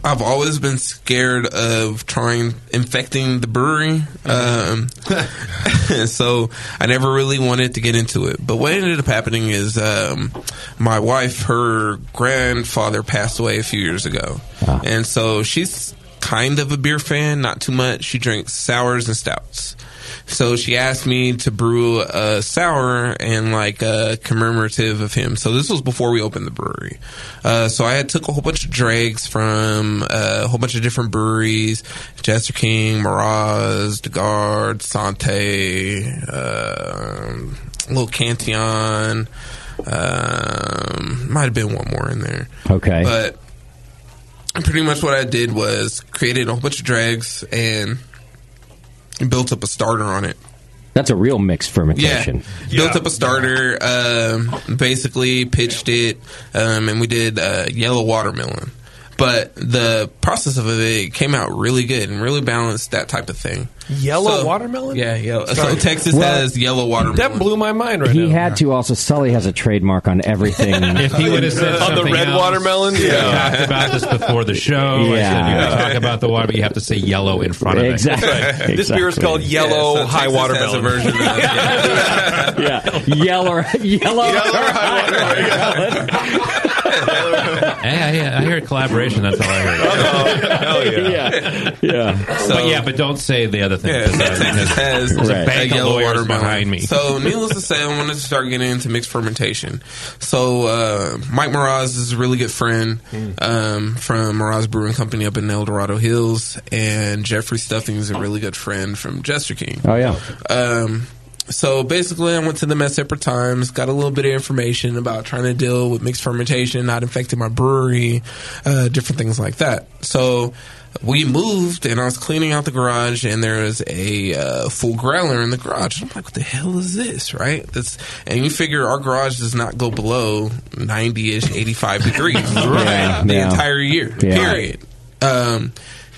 Speaker 10: I've always been scared of trying infecting the brewery, um, so I never really wanted to get into it. But what ended up happening is um, my wife, her grandfather passed away a few years ago,
Speaker 2: Ah.
Speaker 10: and so she's kind of a beer fan, not too much. She drinks sours and stouts. So she asked me to brew a sour and like a commemorative of him. So this was before we opened the brewery. Uh, so I had took a whole bunch of dregs from uh, a whole bunch of different breweries: Jester King, Miraz, Degard, Sante, um Little Cantillon. Um, might have been one more in there.
Speaker 2: Okay.
Speaker 10: but pretty much what I did was created a whole bunch of dregs and built up a starter on it.
Speaker 2: That's a real mixed fermentation.
Speaker 10: Yeah. Built up a starter, um, basically pitched it, um, and we did uh, yellow watermelon. But the process of it came out really good and really balanced, that type of thing.
Speaker 8: Yellow
Speaker 10: So-
Speaker 8: watermelon.
Speaker 10: Yeah, yellow. So
Speaker 8: Sorry.
Speaker 10: Texas
Speaker 8: Well,
Speaker 10: has yellow watermelon.
Speaker 8: That blew my mind right
Speaker 2: he
Speaker 8: now.
Speaker 2: had to also. Sully has a trademark on everything.
Speaker 15: If he would have said
Speaker 8: On the
Speaker 15: something
Speaker 8: red
Speaker 15: else,
Speaker 8: watermelon?
Speaker 15: we
Speaker 8: Yeah.
Speaker 15: talked about this before the show. I said,
Speaker 2: Yeah.
Speaker 15: you can talk about the water, but you have to say yellow in front of
Speaker 2: Exactly.
Speaker 15: it.
Speaker 2: That's right. This beer is called
Speaker 8: Yeah, Yellow so High Texas has Watermelon. a version
Speaker 2: yeah, yellow, yellow.
Speaker 15: Hey, I, I hear collaboration. That's all I heard.
Speaker 8: Hell
Speaker 15: yeah.
Speaker 2: yeah. Yeah.
Speaker 15: but yeah, but don't say the other thing.
Speaker 10: Yeah, Texas has
Speaker 15: There's a
Speaker 10: a
Speaker 15: bank of
Speaker 10: yellow
Speaker 15: lawyers
Speaker 10: watermelon.
Speaker 15: behind me.
Speaker 10: So, needless to say, I wanted to start getting into mixed fermentation. So, uh, Mike Moraz is a really good friend
Speaker 15: Hmm.
Speaker 10: um, from Moraz Brewing Company up in El Dorado Hills, and Jeffrey Stuffing is a really good friend from Jester King.
Speaker 2: Oh yeah.
Speaker 10: Um, so basically, I went to them at separate times, got a little bit of information about trying to deal with mixed fermentation, not infecting my brewery, uh, different things like that. So we moved, and I was cleaning out the garage, and there was a uh, full growler in the garage. I'm like, what the hell is this, right? That's, and you figure our garage does not go below 90 ish, 85 degrees
Speaker 16: Yeah,
Speaker 10: the
Speaker 16: yeah.
Speaker 10: entire year,
Speaker 16: Yeah.
Speaker 10: period. Um,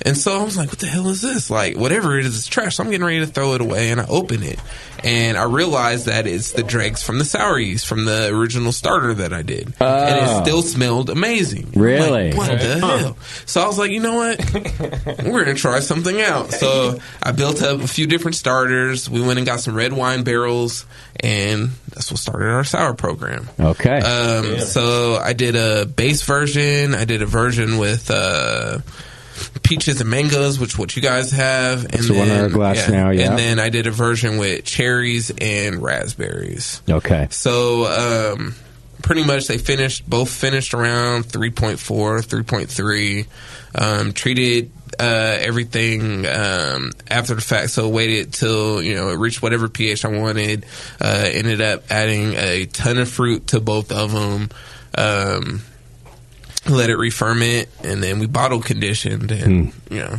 Speaker 10: and so I was like, what the hell is this? Like, whatever it is, it's trash. So I'm getting ready to throw it away. And I open it. And I realize that it's the dregs from the sour yeast from the original starter that I did. And
Speaker 2: Oh.
Speaker 10: it still smelled amazing.
Speaker 2: Really?
Speaker 10: Like, what the
Speaker 2: Huh.
Speaker 10: hell? So I was like, you know what? We're going to try something out. So I built up a few different starters. We went and got some red wine barrels. And that's what started our sour program.
Speaker 2: Okay.
Speaker 10: Um, So I did a base version. I did a version with uh, peaches and mangoes, which what you guys have. And
Speaker 2: That's the one in our glass now, yeah.
Speaker 10: And then I did a version with cherries and raspberries.
Speaker 2: Okay.
Speaker 10: So um, pretty much they finished, both finished around 3.4, 3.3. Um, treated uh, everything um, after the fact. So waited till, you know, it reached whatever pH I wanted. Uh, ended up adding a ton of fruit to both of them. Um, let it referment, and then we bottle conditioned, and you know,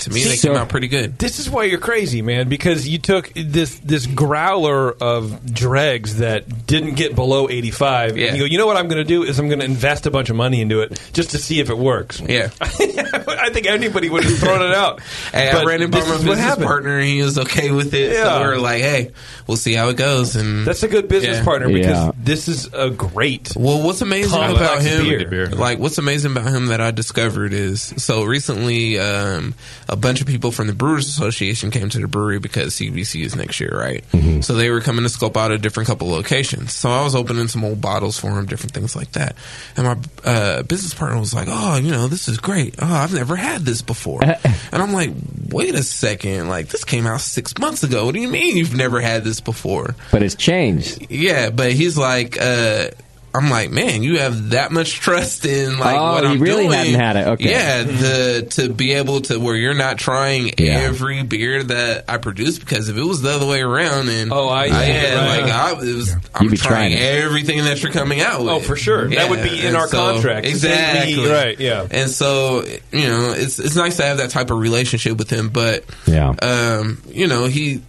Speaker 10: to me they
Speaker 8: So-
Speaker 10: came out pretty good.
Speaker 8: This is why you're crazy, man, because you took this this growler of dregs that didn't get below 85,
Speaker 10: Yeah.
Speaker 8: and you go, you know what I'm going to do is I'm going to invest a bunch of money into it just to see if it works.
Speaker 10: Yeah.
Speaker 8: I think anybody would have thrown it out.
Speaker 10: Hey, I
Speaker 8: But
Speaker 10: ran it by
Speaker 8: this
Speaker 10: my
Speaker 8: is what
Speaker 10: business
Speaker 8: happened.
Speaker 10: partner, and he was okay with it.
Speaker 8: Yeah.
Speaker 10: So we were like, "Hey, we'll see how it goes." And
Speaker 8: That's a good business
Speaker 10: Yeah.
Speaker 8: partner because
Speaker 10: Yeah.
Speaker 8: this is a great.
Speaker 10: Well, what's amazing
Speaker 8: complex
Speaker 10: about him,
Speaker 8: beer.
Speaker 10: like what's amazing about him that I discovered is so recently, um, a bunch of people from the Brewers Association came to the brewery because CBC is next year, right?
Speaker 8: Mm-hmm.
Speaker 10: So they were coming to scope out a different couple locations. So I was opening some old bottles for him, different things like that. And my uh, business partner was like, "Oh, you know, this is great. Oh, I've never had this before." and I'm like, "Wait a second! Like this came out six months ago. What do you mean you've never had this before?"
Speaker 2: But it's changed.
Speaker 10: Yeah, but he's like, uh, I'm like, man, you have that much trust in like
Speaker 2: Oh,
Speaker 10: what
Speaker 2: he
Speaker 10: I'm
Speaker 2: really
Speaker 10: doing.
Speaker 2: hadn't had it. Okay. Hmm.
Speaker 10: Yeah, the to be able to where you're not trying
Speaker 2: Yeah.
Speaker 10: every beer that I produce because if it was the other way around, and oh, I
Speaker 8: see.
Speaker 10: yeah,
Speaker 8: Right.
Speaker 10: like I it was,
Speaker 2: You'd
Speaker 10: I'm
Speaker 2: be
Speaker 10: trying,
Speaker 2: trying it.
Speaker 10: everything that you're coming out with.
Speaker 8: Oh, for sure. That would be in
Speaker 10: and
Speaker 8: our contract. It shouldn't be-
Speaker 10: Exactly.
Speaker 8: right, yeah.
Speaker 10: And so you know, it's it's nice to have that type of relationship with him, but
Speaker 2: Yeah.
Speaker 10: um, you know, he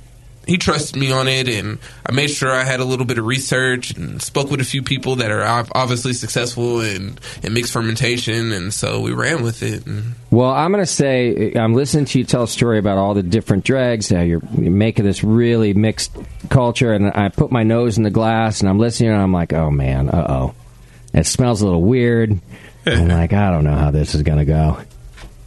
Speaker 10: he trusted me on it, and I made sure I had a little bit of research and spoke with a few people that are ob- obviously successful in, in mixed fermentation, and so we ran with it. And
Speaker 2: Well, I'm going to say uh, I'm listening to you tell a story about all the different dregs. How you're, you're making this really mixed culture, and I put my nose in the glass, and I'm listening, and I'm like, oh man, uh oh, it smells a little weird. I'm like, I don't know how this is going to go.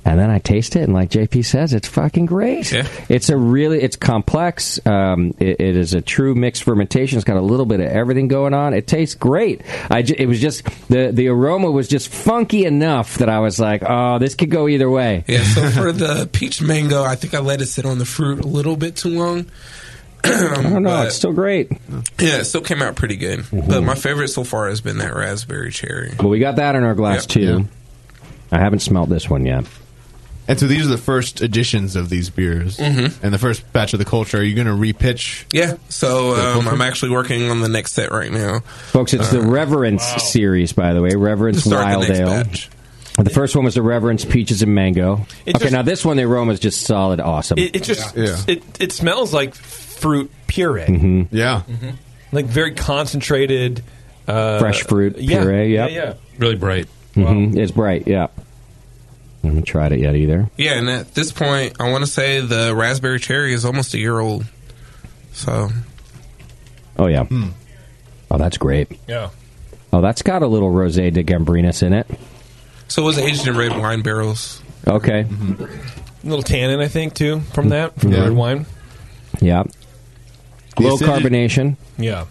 Speaker 2: And then I taste it, and like JP says, it's fucking great. It's a really, it's complex. Um, it, it is a true mixed fermentation. It's got a little bit of everything going on. It tastes great. I ju- it was just the the aroma was just funky enough that I was like, oh, this could go either way.
Speaker 10: yeah, so for the peach mango, I think I let it sit on the fruit a little bit too long.
Speaker 2: I don't know. It's still great. Mm-hmm.
Speaker 10: Yeah, it still came out pretty good. But my favorite so far has been that raspberry cherry.
Speaker 2: But we got that in our glass
Speaker 10: Yeah,
Speaker 2: too. I haven't smelled this one yet.
Speaker 5: And so these are the first editions of these beers,
Speaker 8: Mm-hmm.
Speaker 10: Mhm.
Speaker 5: and the first batch of the culture. Are you going to repitch?
Speaker 10: Yeah, so
Speaker 5: Yeah, go
Speaker 10: um,
Speaker 5: for
Speaker 10: I'm
Speaker 5: it.
Speaker 10: actually working on the next set right now. Uh,
Speaker 2: Folks, it's the Reverence series, by the way. Reverence
Speaker 10: Just start the
Speaker 2: Wild
Speaker 10: next
Speaker 2: Ale.
Speaker 10: batch.
Speaker 2: The first one was the Reverence Peaches and Mango.
Speaker 8: It
Speaker 2: okay,
Speaker 8: just-
Speaker 2: now this one, the aroma is just solid, awesome.
Speaker 8: It, it just it it smells like fruit puree. Mm-hmm.
Speaker 2: Mhm.
Speaker 5: Mm-hmm. Yeah,
Speaker 8: like very concentrated, uh,
Speaker 2: Fresh fruit
Speaker 8: yeah,
Speaker 2: puree, yep.
Speaker 8: Yeah, yeah,
Speaker 1: really bright.
Speaker 2: Mhm, It's bright, yeah. I haven't tried it yet either.
Speaker 10: Yeah, and at this point, I want to say the raspberry cherry is almost a year old. So
Speaker 2: Oh, yeah.
Speaker 1: Hmm.
Speaker 2: Oh, that's great.
Speaker 10: yeah.
Speaker 2: Oh, that's got a little Rosé de Gambrinus in it.
Speaker 10: So it was aged in red wine barrels.
Speaker 2: Okay.
Speaker 8: A
Speaker 1: Mm-hmm.
Speaker 8: little tannin, I think, too,
Speaker 5: Mm-hmm.
Speaker 8: from that from
Speaker 2: Yeah.
Speaker 8: the red wine.
Speaker 2: Yeah.
Speaker 5: The
Speaker 2: Low
Speaker 5: acidity-
Speaker 2: carbonation.
Speaker 8: Yeah.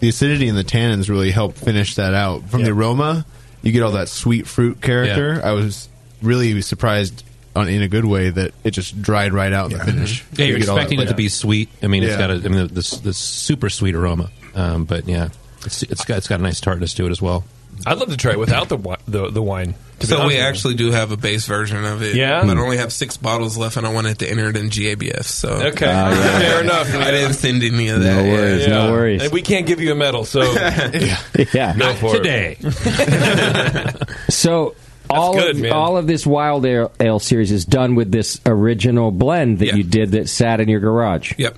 Speaker 5: The acidity and the tannins really help finish that out. From the aroma, you get all that sweet fruit character. I was really surprised on in a good way that it just dried right out in the finish.
Speaker 8: Mm-hmm.
Speaker 1: Yeah, you're
Speaker 5: You get all that
Speaker 1: expecting it to
Speaker 5: flavor.
Speaker 1: be sweet. I mean, it's
Speaker 5: Yeah.
Speaker 1: got a, I mean, this, this super sweet aroma. Um, but yeah, it's, it's got it's got a nice tartness to it as well.
Speaker 8: I'd love to try it without the wi- the, the wine. to be
Speaker 10: So
Speaker 8: honest
Speaker 10: we
Speaker 8: with you.
Speaker 10: actually do have a base version of it.
Speaker 8: Yeah?
Speaker 10: But I only have six bottles left, and I wanted to enter it in GABF. So
Speaker 8: Okay. Ah, yeah. Fair enough.
Speaker 10: I didn't send any of that.
Speaker 2: No
Speaker 10: yeah.
Speaker 2: worries, no
Speaker 10: Yeah.
Speaker 2: worries.
Speaker 8: And we can't give you a medal, so
Speaker 2: yeah,
Speaker 8: go for
Speaker 1: today.
Speaker 8: it.
Speaker 2: So all
Speaker 8: good,
Speaker 2: of,
Speaker 8: man.
Speaker 2: all of this wild ale, ale series is done with this original blend that you did that sat in your garage.
Speaker 10: Yep.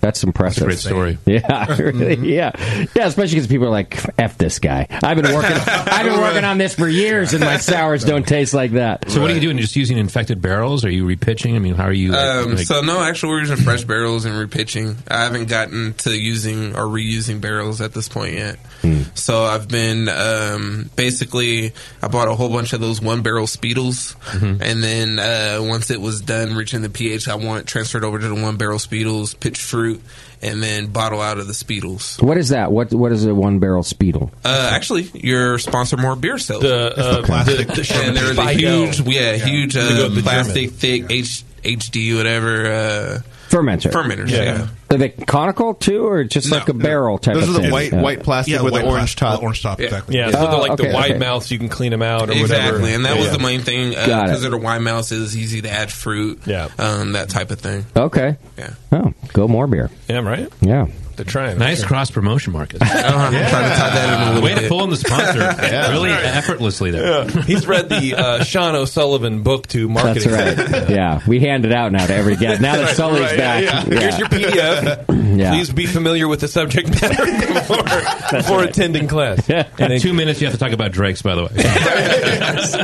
Speaker 2: That's impressive.
Speaker 1: That's a great story. Mm-hmm.
Speaker 2: Yeah, really, yeah, yeah. Especially because people are like, "F this guy." I've been working. I've been working on this for years, and my sours don't taste like that.
Speaker 1: So what are you doing? Just using infected barrels? Are you repitching? I mean, how are you? like-
Speaker 10: Um,
Speaker 1: like-
Speaker 10: so no, actually, we're using fresh barrels and repitching. I haven't gotten to using or reusing barrels at this point yet.
Speaker 1: Hmm.
Speaker 10: So I've been um, basically I bought a whole bunch of those one barrel speedles,
Speaker 12: Mhm.
Speaker 1: Mm-hmm.
Speaker 10: and then uh, once it was done reaching the pH I want, transferred over to the one barrel speedles, pitch fruit, and then bottle out of the speedles.
Speaker 2: What is that? What What is a one barrel speedle?
Speaker 10: Uh, actually, your sponsor more beer sells.
Speaker 8: The, uh, the plastic,
Speaker 10: and there was a huge, yeah, huge
Speaker 2: They go
Speaker 10: uh,
Speaker 2: with the
Speaker 10: plastic, thick H, HD, whatever. Uh,
Speaker 2: Fermenter.
Speaker 10: Fermenters, yeah.
Speaker 2: Are they conical too, or just like a barrel type? of thing? Yeah.
Speaker 10: Yeah, white pla-
Speaker 5: top.
Speaker 10: orange top, exactly.
Speaker 8: Yeah,
Speaker 10: Yeah.
Speaker 8: so they're
Speaker 10: Oh,
Speaker 8: like
Speaker 10: okay,
Speaker 8: the wide
Speaker 10: okay.
Speaker 8: mouths. You can clean them out or whatever.
Speaker 10: Exactly, and that
Speaker 8: Yeah,
Speaker 10: was
Speaker 8: yeah.
Speaker 10: the main thing
Speaker 8: Got it.
Speaker 10: because they're wine mouse is easy to add fruit, yeah, um, that type of thing.
Speaker 2: Okay.
Speaker 10: Yeah.
Speaker 2: Oh, go more beer.
Speaker 8: Yeah, right.
Speaker 2: Yeah.
Speaker 8: They're trying.
Speaker 1: Nice cross promotion, Marcus.
Speaker 10: I'm trying to tie that in a little
Speaker 1: Way to
Speaker 10: bit.
Speaker 1: pull in the sponsor.
Speaker 10: Yeah.
Speaker 1: Really effortlessly there.
Speaker 8: Yeah. He's read the uh, Sean O'Sullivan book to
Speaker 2: That's
Speaker 8: marketing.
Speaker 2: right. yeah, we hand it out now to every guest. Now that
Speaker 8: Right,
Speaker 2: Sully's
Speaker 8: right,
Speaker 2: back,
Speaker 8: yeah,
Speaker 2: yeah.
Speaker 8: yeah. Here's your PDF.
Speaker 2: Yeah.
Speaker 8: Please be familiar with the subject matter before, before attending class.
Speaker 1: In two minutes, you have to talk about Drake's, by the way.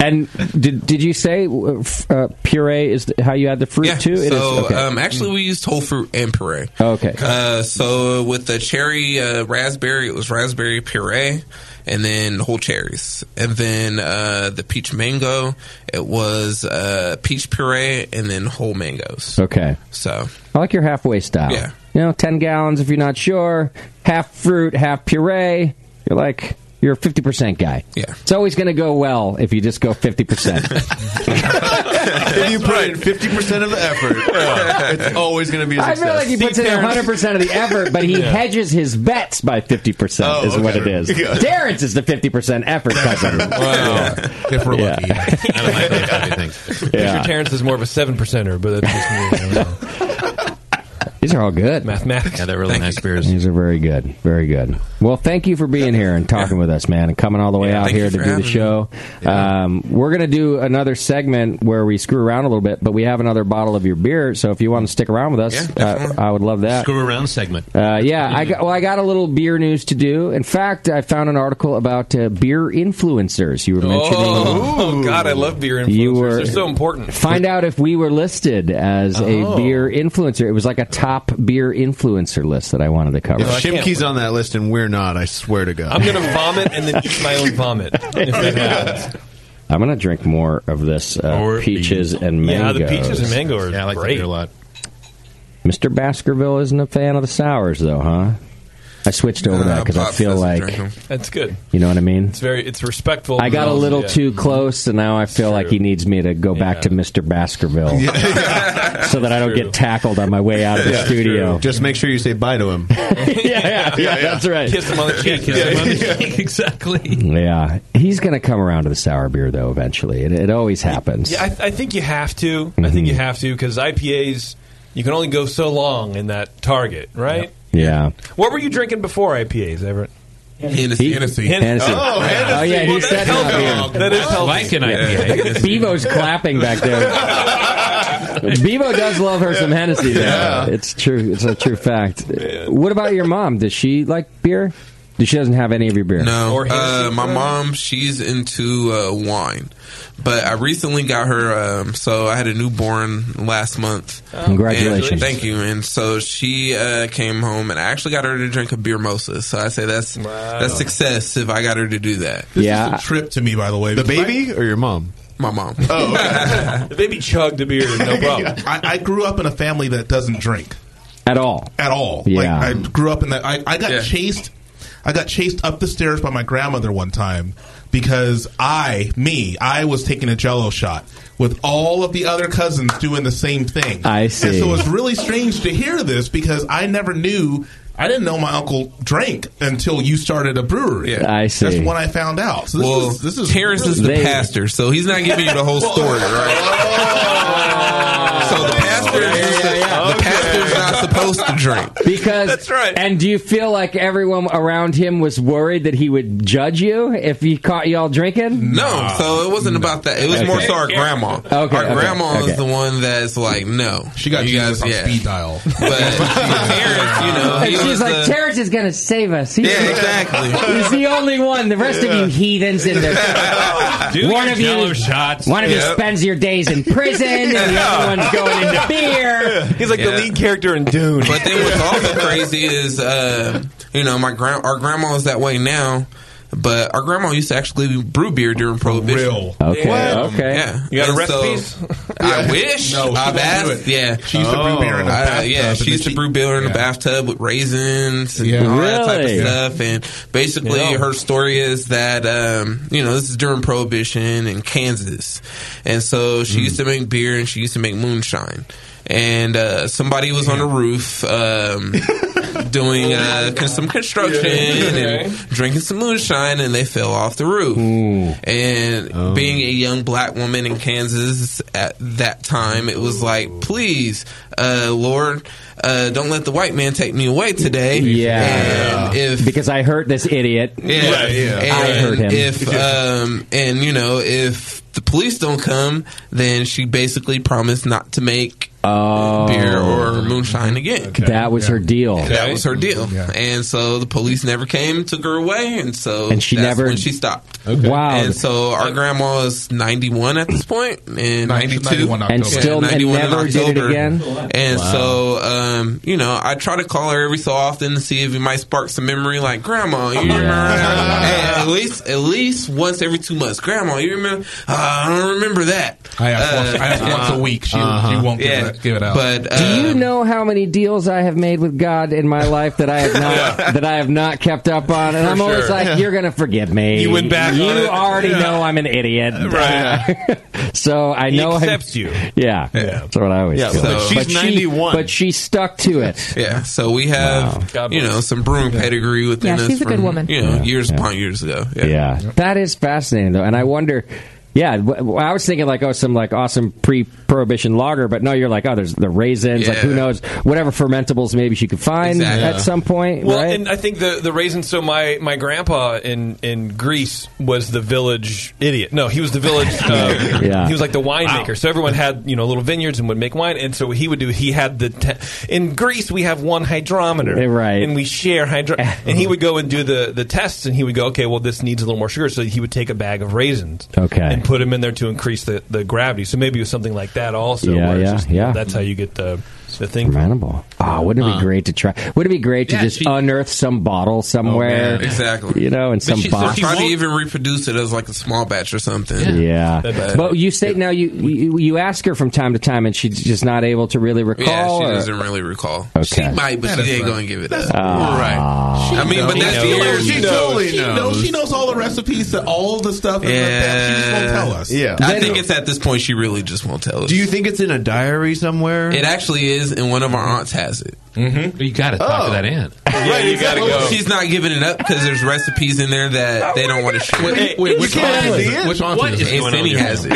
Speaker 2: And did did you say uh, f- uh, puree is the, how you add the fruit too? It is-
Speaker 10: so
Speaker 2: okay.
Speaker 10: um, actually, we used whole fruit and puree.
Speaker 2: Okay.
Speaker 10: Uh, so with the cherry uh, raspberry, it was raspberry puree, and then whole cherries, and then uh, the peach mango, it was uh, peach puree, and then whole mangoes.
Speaker 2: Okay.
Speaker 10: So
Speaker 2: I like your halfway style.
Speaker 10: Yeah.
Speaker 2: You know, 10 gallons if you're not sure, half fruit, half puree. You're like, you're a 50% guy.
Speaker 10: Yeah.
Speaker 2: It's always going to go well if you just go 50%.
Speaker 5: if you put in fifty percent of the effort, it's always going to be. A
Speaker 2: I
Speaker 5: success.
Speaker 2: feel like he puts in 100% of the effort, but he
Speaker 5: Yeah.
Speaker 2: hedges his bets by 50%,
Speaker 5: Oh,
Speaker 2: is what it
Speaker 5: okay.
Speaker 2: is.
Speaker 5: Yeah.
Speaker 2: Terrence is the 50% effort cousin.
Speaker 8: Wow.
Speaker 10: If we're
Speaker 2: yeah. lucky.
Speaker 8: Mr. Terrence is more of a seven percenter, but that's just me. I don't know.
Speaker 2: These are all good.
Speaker 8: Mathematics.
Speaker 1: Yeah, they're really nice beers.
Speaker 2: These are very good. Very good. Well, thank you for being here and talking with us, man, and coming all the way out
Speaker 10: thank
Speaker 2: here
Speaker 10: you
Speaker 2: to
Speaker 10: for
Speaker 2: do the
Speaker 10: having me.
Speaker 2: show. Um, we're going to do another segment where we screw around a little bit, but we have another bottle of your beer. So if you want to stick around with us, uh, I would love that.
Speaker 1: Screw around segment.
Speaker 2: Uh, yeah, I got, well, I got a little beer news to do. In fact, I found an article about uh, beer influencers. You were mentioning.
Speaker 8: Oh, God, I love beer influencers.
Speaker 2: You were-
Speaker 8: They're so important. Oh.
Speaker 2: Find out if we were listed as a beer influencer. It was like a top beer influencer list that I wanted to cover.
Speaker 5: If Shimkey's on that list and we're not, I swear to God,
Speaker 8: I'm going to vomit and then eat my own vomit. if that happens.
Speaker 2: I'm gonna drink more of this uh,
Speaker 8: Or
Speaker 2: peaches
Speaker 8: beans.
Speaker 2: and
Speaker 8: Yeah,
Speaker 2: mangoes.
Speaker 8: the peaches and mango are Yeah, I like that great. beer a
Speaker 1: lot.
Speaker 2: Mr. Baskerville isn't a fan of the sours, though, huh? I switched over to that because I
Speaker 8: Pop
Speaker 2: feel
Speaker 8: doesn't
Speaker 2: like
Speaker 8: drink 'em. that's good.
Speaker 2: you know what I mean.
Speaker 8: It's very it's respectful.
Speaker 2: I got a little
Speaker 8: Yeah.
Speaker 2: too close, and now I feel like he needs me to go back to Mr. Baskerville so that I don't get tackled on my way out of the
Speaker 5: Yeah,
Speaker 2: studio.
Speaker 5: true. Just make sure you say bye to him.
Speaker 2: yeah, that's right.
Speaker 8: Kiss him on the cheek.
Speaker 1: kiss him on the
Speaker 8: cheek. Exactly.
Speaker 2: Yeah, he's going to come around to the sour beer though eventually. It, it always happens.
Speaker 8: Yeah, I, I think you have to. I think you have to because IPAs you can only go so long in that target, right?
Speaker 2: Yeah.
Speaker 8: What were you drinking before IPAs, Everett?
Speaker 10: Hennessy. Hennessy.
Speaker 2: Hennessy.
Speaker 8: Oh, Hennessy.
Speaker 2: Oh, yeah, he
Speaker 8: Well, that's
Speaker 2: said
Speaker 8: healthy.
Speaker 2: healthy.
Speaker 8: That is healthy.
Speaker 1: Like an IPA.
Speaker 2: Bevo's clapping back there. Bevo does love her some Hennessy. Though. It's true. It's a true fact. What about your mom? Does she like beer? She doesn't have any of your beer.
Speaker 10: No, uh, my mom, she's into uh, wine, but I recently got her. Um, so I had a newborn last month.
Speaker 2: Congratulations.
Speaker 10: And- thank you. And so she uh, came home, and I actually got her to drink a beer mosa. So I say that's that's success if I got her to do that.
Speaker 2: This Yeah. is a
Speaker 10: trip to me, by the way.
Speaker 5: The baby or your mom?
Speaker 10: My mom. Oh,
Speaker 8: the baby chugged a beer, no problem.
Speaker 11: I, I grew up in a family that doesn't drink
Speaker 2: at all.
Speaker 11: at all.
Speaker 2: Yeah.
Speaker 11: Like I grew up in that. I, I got
Speaker 10: Yeah.
Speaker 11: chased. I got chased up the stairs by my grandmother one time because I, me, I was taking a Jello shot with all of the other cousins doing the same thing.
Speaker 2: I
Speaker 11: And
Speaker 2: see.
Speaker 11: so it's really strange to hear this because I never knew. I didn't know my uncle drank until you started a brewery.
Speaker 10: Yeah.
Speaker 2: I
Speaker 11: That's
Speaker 2: see.
Speaker 11: when I found out. So this
Speaker 10: well,
Speaker 11: is this is
Speaker 10: Terrence is the
Speaker 11: really-
Speaker 10: pastor, so he's not giving you the whole story, right?
Speaker 11: Oh.
Speaker 10: so the pastor, is the pastor's not supposed to drink.
Speaker 2: Because that's right. And do you feel like everyone around him was worried that he would judge you if he caught y'all drinking?
Speaker 10: No, so it wasn't about that. It was more so our grandma. our
Speaker 2: Okay, okay,
Speaker 10: grandma
Speaker 2: okay.
Speaker 10: is the one that's like, no,
Speaker 11: She got
Speaker 10: you
Speaker 11: Jesus on speed dial.
Speaker 10: But Terrence, you know,
Speaker 2: And
Speaker 10: uh, he
Speaker 2: she's
Speaker 10: was
Speaker 2: like,
Speaker 10: the,
Speaker 2: Terrence is going to save us. He's,
Speaker 10: yeah, exactly.
Speaker 2: he's the only one. The rest of you heathens in the
Speaker 1: Do
Speaker 2: one
Speaker 1: your
Speaker 2: of you
Speaker 1: jello shots.
Speaker 2: One of you
Speaker 10: Yeah.
Speaker 2: spends your days in prison, and the other one's going into beer.
Speaker 8: He's like the
Speaker 10: Yeah.
Speaker 8: lead character in Dune.
Speaker 10: But then what's also crazy is, uh, you know, my grand, our grandma is that way now. But our grandma used to actually brew beer during Prohibition.
Speaker 11: Real.
Speaker 2: Okay, okay.
Speaker 10: Yeah,
Speaker 8: You got a
Speaker 10: And
Speaker 8: recipes?
Speaker 10: So, I wish.
Speaker 11: No, Oh, she
Speaker 10: I've
Speaker 11: don't do
Speaker 10: asked.
Speaker 11: it.
Speaker 10: Yeah,
Speaker 11: She used to brew beer in the
Speaker 10: I-
Speaker 11: bathtub.
Speaker 10: yeah,
Speaker 11: and
Speaker 10: she used
Speaker 11: then
Speaker 10: to brew beer in the
Speaker 11: Yeah.
Speaker 10: bathtub with raisins and
Speaker 11: Yeah.
Speaker 10: all that type of
Speaker 2: Really?
Speaker 10: stuff. And basically,
Speaker 8: Yeah.
Speaker 10: her story is that um, you know this is during Prohibition in Kansas, and so
Speaker 11: Mm.
Speaker 10: she used to make beer and she used to make moonshine. And uh, somebody was on the roof. Um, doing uh, con- some construction and drinking some moonshine, and they fell off the roof. And being a young black woman in Kansas at that time, it was like, please, uh, Lord, uh, don't let the white man take me away today.
Speaker 2: Yeah.
Speaker 10: And if
Speaker 2: because I hurt this idiot.
Speaker 10: yeah, And
Speaker 2: I hurt him.
Speaker 10: If um, and you know, if the police don't come, then she basically promised not to make beer or moonshine again.
Speaker 2: Oh. That was her deal.
Speaker 10: And That was her deal, and so the police never came, took her away, and so
Speaker 2: And she
Speaker 10: that's
Speaker 2: never-
Speaker 10: when she stopped.
Speaker 2: Okay. Wow.
Speaker 10: And so our grandma is ninety one at this point, and
Speaker 11: Nine-
Speaker 10: ninety two,
Speaker 11: 91 And October. still- and never did it again?
Speaker 10: And
Speaker 11: Wow.
Speaker 10: so, um, you know, I try to call her every so often to see if it might spark some memory. Like, Grandma, you remember? at least, at least once every two months. Grandma, you remember? Uh, I don't remember that. Uh,
Speaker 11: I ask once- I ask once a week. She- Uh-huh. she won't give it- give it out.
Speaker 2: Do
Speaker 10: But uh,
Speaker 2: you know how many deals I have made with God in my life that I have not that I have not kept up on? And
Speaker 10: For
Speaker 2: I'm always
Speaker 10: sure.
Speaker 2: like,
Speaker 10: Yeah.
Speaker 2: "You're gonna forgive me."
Speaker 10: You went back
Speaker 2: You
Speaker 10: on it.
Speaker 2: already
Speaker 10: Yeah.
Speaker 2: know I'm an idiot,
Speaker 10: Right.
Speaker 2: so I
Speaker 10: He
Speaker 2: know I-
Speaker 10: accepts you.
Speaker 2: Yeah, that's what I always.
Speaker 10: Yeah,
Speaker 2: feel.
Speaker 10: but she's
Speaker 2: she-
Speaker 10: 91.
Speaker 2: but she stuck to it.
Speaker 10: Yeah, so we have you know some brewing pedigree within
Speaker 2: Yeah,
Speaker 10: us.
Speaker 2: she's a good
Speaker 10: from,
Speaker 2: woman.
Speaker 10: You know,
Speaker 2: Yeah,
Speaker 10: years
Speaker 2: yeah.
Speaker 10: upon years ago.
Speaker 2: Yeah. that is fascinating though, and I wonder. Yeah, w- I was thinking like oh, some like awesome pre-prohibition lager, but no, you're like oh, there's the raisins, like who
Speaker 8: Yeah.
Speaker 2: knows, whatever fermentables maybe she could find
Speaker 8: Exactly.
Speaker 2: at some point,
Speaker 8: Well,
Speaker 2: right?
Speaker 8: and I think the the reason. So my my grandpa in in Greece was the village idiot. No, he was the village. Uh,
Speaker 2: Yeah.
Speaker 8: He was like the winemaker. So everyone had you know little vineyards and would make wine. And so what he would do. He had the te- in Greece we have one hydrometer,
Speaker 2: Eh,
Speaker 8: right? And we share hydro. and he would go and do the the tests, and he would go, okay, well this needs a little more sugar. So he would take a bag of raisins,
Speaker 2: Okay.
Speaker 8: and put them in there to increase the the gravity. So maybe it was something like that also.
Speaker 2: Yeah,
Speaker 8: where it's
Speaker 2: yeah,
Speaker 8: just, you
Speaker 2: yeah.
Speaker 8: know, That's how you Uh-huh. get the the thing.
Speaker 2: Fermentable. Oh, wouldn't it be
Speaker 8: Huh.
Speaker 2: great to try? Wouldn't it be great to just unearth some
Speaker 8: Oh,
Speaker 2: bottle somewhere?
Speaker 10: man, exactly.
Speaker 2: You know, in Oh, some
Speaker 10: Or
Speaker 2: box.
Speaker 10: try to even reproduce it as like a small batch or something.
Speaker 2: Yeah.
Speaker 10: But-
Speaker 2: But you say now you, you you ask her from time to time and she's just not able to really recall.
Speaker 10: yeah, she
Speaker 2: or-
Speaker 10: doesn't really recall.
Speaker 2: Okay.
Speaker 10: She might, but
Speaker 2: That is
Speaker 10: she ain't
Speaker 2: fine.
Speaker 10: going to give it up.
Speaker 2: Ah.
Speaker 10: right. I mean, but
Speaker 2: knows.
Speaker 10: that's
Speaker 2: She
Speaker 10: the
Speaker 2: knows.
Speaker 10: years.
Speaker 2: She
Speaker 10: She knows. She knows all the recipes to all the stuff.
Speaker 5: and
Speaker 10: Yeah.
Speaker 5: like that. She just won't tell us. Yeah.
Speaker 10: I
Speaker 5: Then-
Speaker 10: think it's at this point she really just won't tell us.
Speaker 5: Do you think it's in a diary somewhere?
Speaker 10: It actually is, and one of our aunts has it. Mm-hmm. You got to
Speaker 5: talk to Oh. that
Speaker 10: aunt.
Speaker 5: Yeah, you gotta go.
Speaker 10: She's not giving it up because there's recipes in there that they don't want to share. Wait,
Speaker 11: wait, which aunt is it? Which aunt
Speaker 10: What
Speaker 11: is it?
Speaker 10: Aunt Cindy has it.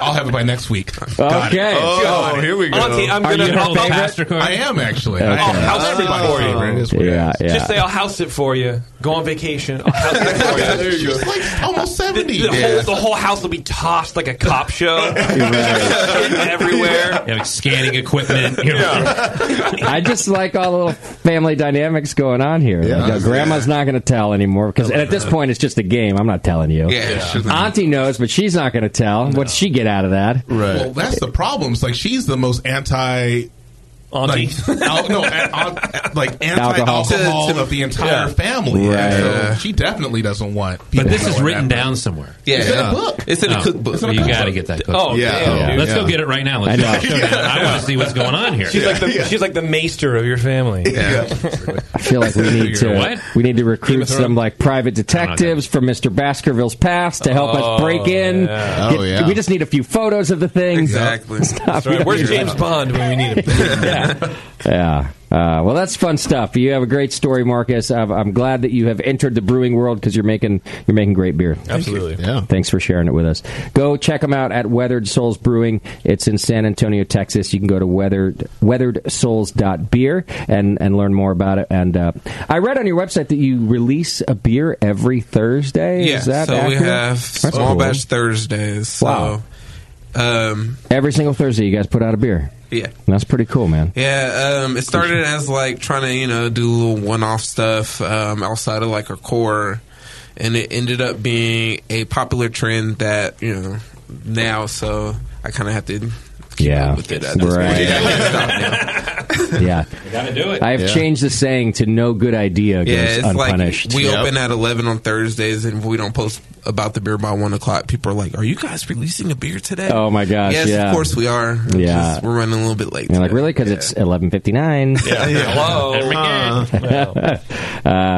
Speaker 11: I'll have it by next week. Got it.
Speaker 10: Okay. Oh,
Speaker 11: Got it.
Speaker 10: here we go.
Speaker 11: Auntie, I'm
Speaker 10: Are
Speaker 11: gonna
Speaker 10: you her
Speaker 11: I'll-
Speaker 10: favorite?
Speaker 11: I'll- I am actually.
Speaker 8: Okay.
Speaker 11: I'll house
Speaker 8: Oh.
Speaker 11: everybody for you.
Speaker 2: Yeah, yeah.
Speaker 8: Just say I'll house it for you. Go on vacation. I'll house it for you.
Speaker 11: like almost seventy.
Speaker 8: The, whole, the whole house will be tossed like a cop show. everywhere.
Speaker 15: like scanning equipment. You know.
Speaker 2: I just like all the little family dynamics going on here. Like, uh, grandma's not going to tell anymore because at this point it's just a game. I'm not telling you.
Speaker 10: Yeah, it's just-
Speaker 2: Auntie knows, but she's not going to tell. What'd she get out of that? Right.
Speaker 11: Well, that's the problem. It's like she's the most anti.
Speaker 8: Auntie.
Speaker 11: Like, al- no, a- al- like anti-alcohol
Speaker 10: To- to-
Speaker 11: of the
Speaker 10: yeah.
Speaker 11: entire family.
Speaker 10: Right.
Speaker 11: And so
Speaker 10: Yeah.
Speaker 11: she definitely doesn't want.
Speaker 15: But
Speaker 11: people
Speaker 15: this is
Speaker 11: knowing
Speaker 15: written
Speaker 11: that.
Speaker 15: down somewhere. Oh.
Speaker 11: Yeah. It's in a book. It's in a cookbook. It's in a
Speaker 15: you
Speaker 11: cookbook.
Speaker 15: got to get that cookbook.
Speaker 11: Oh, Yeah. damn, dude.
Speaker 15: Let's go
Speaker 11: Yeah.
Speaker 15: get it right now. Let's
Speaker 11: I know.
Speaker 15: I, I want to see what's going on here.
Speaker 8: She's like the she's like the maester of your family.
Speaker 2: I feel like we need to
Speaker 8: What?
Speaker 2: we need to recruit
Speaker 8: of Thrones?
Speaker 2: some like private detectives from Mr. Baskerville's past to help
Speaker 8: Oh,
Speaker 2: us break in.
Speaker 8: yeah.
Speaker 2: Get-
Speaker 8: Oh, yeah.
Speaker 2: We just need a few photos of the thing. Stop.
Speaker 8: That's right. Where's James Bond when we need him?
Speaker 2: Yeah. Uh, well, that's fun stuff. You have a great story, Marcus. I'm, I'm glad that you have entered the brewing world because you're making you're making great beer.
Speaker 8: Absolutely.
Speaker 2: Yeah. Thanks for sharing it with us. Go check them out at Weathered Souls Brewing. It's in San Antonio, Texas. You can go to weathered weatheredsouls.beer and and learn more about it. And uh, I read on your website that you release a beer every Thursday.
Speaker 10: Yeah,
Speaker 2: Is that
Speaker 10: so we
Speaker 2: accurate?
Speaker 10: have
Speaker 2: That's
Speaker 10: small
Speaker 2: cool.
Speaker 10: batch Thursdays. So,
Speaker 2: Wow.
Speaker 10: Um,
Speaker 2: Every single Thursday, you guys put out a beer.
Speaker 10: Yeah.
Speaker 2: That's pretty cool, man.
Speaker 10: yeah, um, it started as like trying to you know do little one-off stuff um, outside of like our core, and it ended up being a popular trend that you know now. So I kind of have to keep
Speaker 2: Yeah.
Speaker 10: up with it. At this point.
Speaker 2: Right.
Speaker 10: I can't stop now.
Speaker 2: Yeah.
Speaker 10: gotta do it.
Speaker 2: I have
Speaker 10: Yeah.
Speaker 2: changed the saying to no good idea goes
Speaker 10: Yeah, it's
Speaker 2: unpunished.
Speaker 10: like we open at eleven on Thursdays, and if we don't post about the beer by one o'clock, people are like, "Are you guys releasing a beer today?"
Speaker 2: Oh my gosh,
Speaker 10: Yes,
Speaker 2: yeah.
Speaker 10: of course we are. It's
Speaker 2: Yeah.
Speaker 10: just- we're running a little bit late.
Speaker 2: You're like, really? Because it's 11.59.
Speaker 10: Uh-huh.
Speaker 2: uh,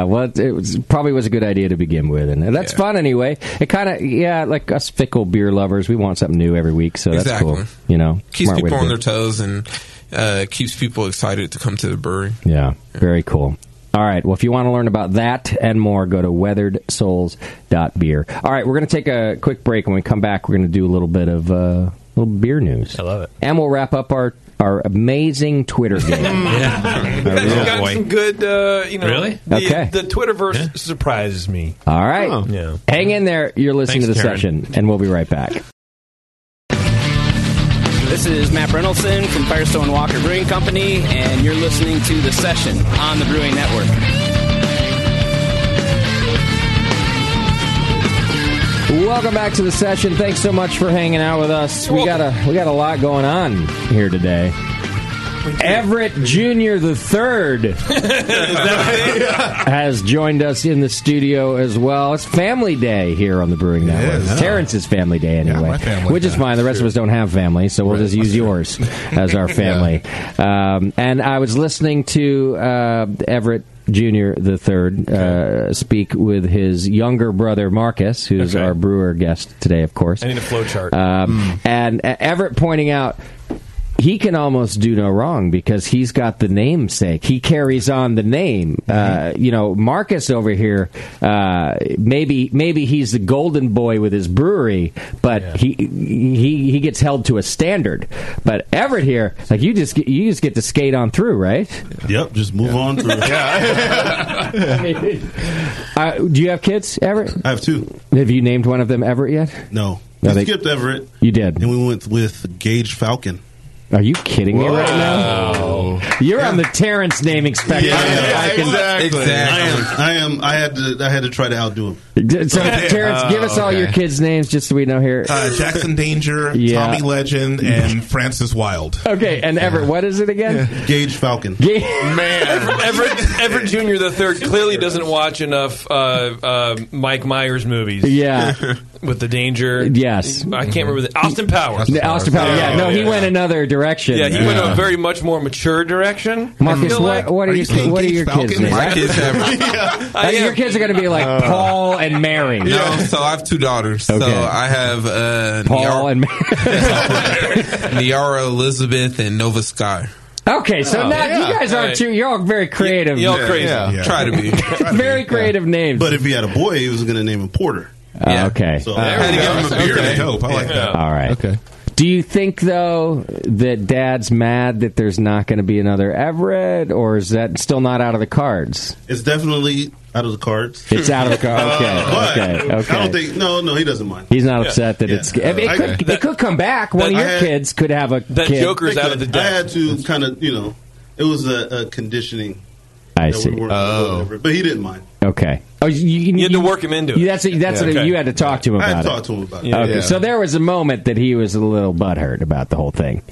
Speaker 2: well, it was, probably was a good idea to begin with, and that's fun anyway. It kind of, yeah, like us fickle beer lovers, we want something new every week, so that's
Speaker 10: Exactly.
Speaker 2: cool. You know,
Speaker 10: Keeps
Speaker 2: smart way
Speaker 10: people
Speaker 2: to
Speaker 10: on
Speaker 2: do
Speaker 10: their
Speaker 2: it.
Speaker 10: toes, and uh, keeps people excited to come to the brewery.
Speaker 2: Yeah, very cool. All right. Well, if you want to learn about that and more, go to weatheredsouls.beer. All right, we're going to take a quick break. When we come back, we're going to do a little bit of uh, little beer news. I love it. And we'll wrap up our, our amazing Twitter game.
Speaker 8: yeah.
Speaker 2: Oh,
Speaker 8: We've got
Speaker 2: boy.
Speaker 8: some good, uh, you know.
Speaker 2: Really?
Speaker 8: The,
Speaker 2: Okay.
Speaker 8: The Twitterverse surprises me.
Speaker 2: All right.
Speaker 8: Oh. Yeah.
Speaker 2: Hang in there. You're listening
Speaker 8: Thanks,
Speaker 2: to the
Speaker 8: Karen.
Speaker 2: session, and we'll be right back.
Speaker 12: This is Matt Reynoldson from Firestone Walker Brewing Company, and you're listening to The Session on the Brewing Network.
Speaker 2: Welcome back to the session. Thanks so much for hanging out with us. we got a we got a lot going on here today. Everett Junior the third has joined us in the studio as well. It's Family Day here on the Brewing Network.
Speaker 16: is.
Speaker 2: Terrence's Family Day anyway,
Speaker 16: my family
Speaker 2: which is
Speaker 16: time.
Speaker 2: fine. The rest of us don't have family, so we'll just use yours as our family. Um, and I was listening to uh, Everett. Junior the third uh, speak with his younger brother Marcus, who's our brewer guest today, of course.
Speaker 8: I need a flow chart.
Speaker 2: Um, And uh, Everett pointing out he can almost do no wrong because he's got the namesake. He carries on the name. Uh, you know, Marcus over here, uh, maybe maybe he's the golden boy with his brewery, but he he he gets held to a standard. But Everett here, like you just get, you just get to skate on through, right?
Speaker 17: Yep, just move on through.
Speaker 2: Uh, do you have kids, Everett?
Speaker 17: I have two.
Speaker 2: Have you named one of them Everett yet?
Speaker 17: No.
Speaker 2: No,
Speaker 17: We
Speaker 2: they-
Speaker 17: skipped Everett.
Speaker 2: You did.
Speaker 17: And we went with Gage Falcon.
Speaker 2: Are you kidding me right now? You're on the Terrence naming spectrum. I can-
Speaker 17: I am. I am. I had to. I had to try to outdo him.
Speaker 2: So, Terrence, give
Speaker 17: Oh,
Speaker 2: us all your kids' names just so we know here.
Speaker 17: Uh,
Speaker 11: Jackson Danger,
Speaker 2: Yeah.
Speaker 11: Tommy Legend, and Francis Wild.
Speaker 2: Okay, and Everett, what is it again?
Speaker 17: Gage Falcon.
Speaker 8: Man, Everett, Everett Junior the third clearly doesn't watch enough uh, uh, Mike Myers movies.
Speaker 2: Yeah.
Speaker 8: with the danger.
Speaker 2: Yes.
Speaker 8: I can't remember the Austin Powers.
Speaker 2: The Austin Powers. Yeah, no, he went another direction.
Speaker 8: Yeah, he went in a very much more mature direction.
Speaker 2: Marcus,
Speaker 8: I feel
Speaker 2: what-
Speaker 8: like.
Speaker 2: what are Are you- you saying what are Gage your kids' Falcon? names? My kids
Speaker 11: have-
Speaker 2: I mean, your kids are going to be like Paul and Mary.
Speaker 10: No, so I have two daughters.
Speaker 2: Okay.
Speaker 10: So I have uh,
Speaker 2: Paul and
Speaker 10: Niara Elizabeth and Nova Sky.
Speaker 2: Okay, so
Speaker 10: Oh,
Speaker 2: now
Speaker 10: yeah.
Speaker 2: you guys aren't
Speaker 10: Right.
Speaker 2: too. You're all very creative.
Speaker 10: Y'all crazy. Yeah. Try to be.
Speaker 2: Very creative names.
Speaker 17: But if he had a boy, he was going to name him Porter.
Speaker 2: Oh, okay.
Speaker 17: So I had to give him a beer.
Speaker 2: Okay.
Speaker 17: Dope. I like that.
Speaker 2: All right.
Speaker 17: Okay.
Speaker 2: Do you think though that Dad's mad that there's not going to be another Everett, or is that still not out of the cards?
Speaker 17: It's definitely out of the cards.
Speaker 2: It's out of the cards. Okay,
Speaker 17: Uh, but
Speaker 2: okay, okay.
Speaker 17: I don't think. No, no, he doesn't mind.
Speaker 2: He's not upset that it's. I mean, it,
Speaker 17: I-
Speaker 2: could, it could come back. One of
Speaker 17: I
Speaker 2: your
Speaker 17: had-
Speaker 2: kids could have a kid.
Speaker 17: They could. I had to kind of, you know, it was a, a conditioning.
Speaker 2: I
Speaker 17: that
Speaker 2: see.
Speaker 17: We oh. But he didn't mind.
Speaker 2: Okay. Oh, you, you, had to work him into it. That's what- that's
Speaker 17: Yeah.
Speaker 2: what
Speaker 17: Okay.
Speaker 2: you had to talk to him
Speaker 17: I
Speaker 2: about.
Speaker 17: had to
Speaker 2: it.
Speaker 17: talk to him about it.
Speaker 2: Okay.
Speaker 17: Yeah.
Speaker 2: So there was a moment that he was a little butthurt about the whole thing.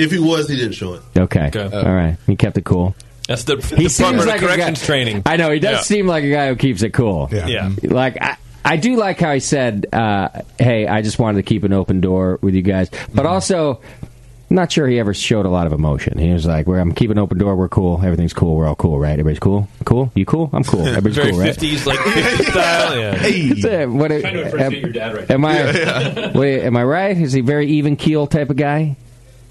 Speaker 17: If he was, he didn't show it.
Speaker 2: Okay.
Speaker 17: Okay.
Speaker 2: All right. He kept it cool.
Speaker 8: That's the
Speaker 2: He
Speaker 8: Department
Speaker 2: seems
Speaker 8: of
Speaker 2: like a guy-
Speaker 8: Corrections training.
Speaker 2: I know he does
Speaker 8: Yeah.
Speaker 2: seem like a guy who keeps it cool.
Speaker 8: Yeah. Yeah.
Speaker 2: Like I, I do like how he said, uh, "Hey, I just wanted to keep an open door with you guys,"
Speaker 8: Mm-hmm.
Speaker 2: but also. I'm Not sure he ever showed a lot of emotion. He was like, "We're I'm keeping an open door. We're cool. Everything's cool. We're all cool, right? Everybody's cool. Cool. You cool? I'm cool. Everybody's
Speaker 8: Very
Speaker 2: cool, right?
Speaker 8: 50s, like 50s style. Yeah.
Speaker 2: That's it. What
Speaker 8: Trying to impersonate
Speaker 2: am-
Speaker 8: your dad right
Speaker 2: am
Speaker 8: now.
Speaker 2: I?
Speaker 8: Yeah,
Speaker 2: Wait, am I right? Is he very even keel type of guy?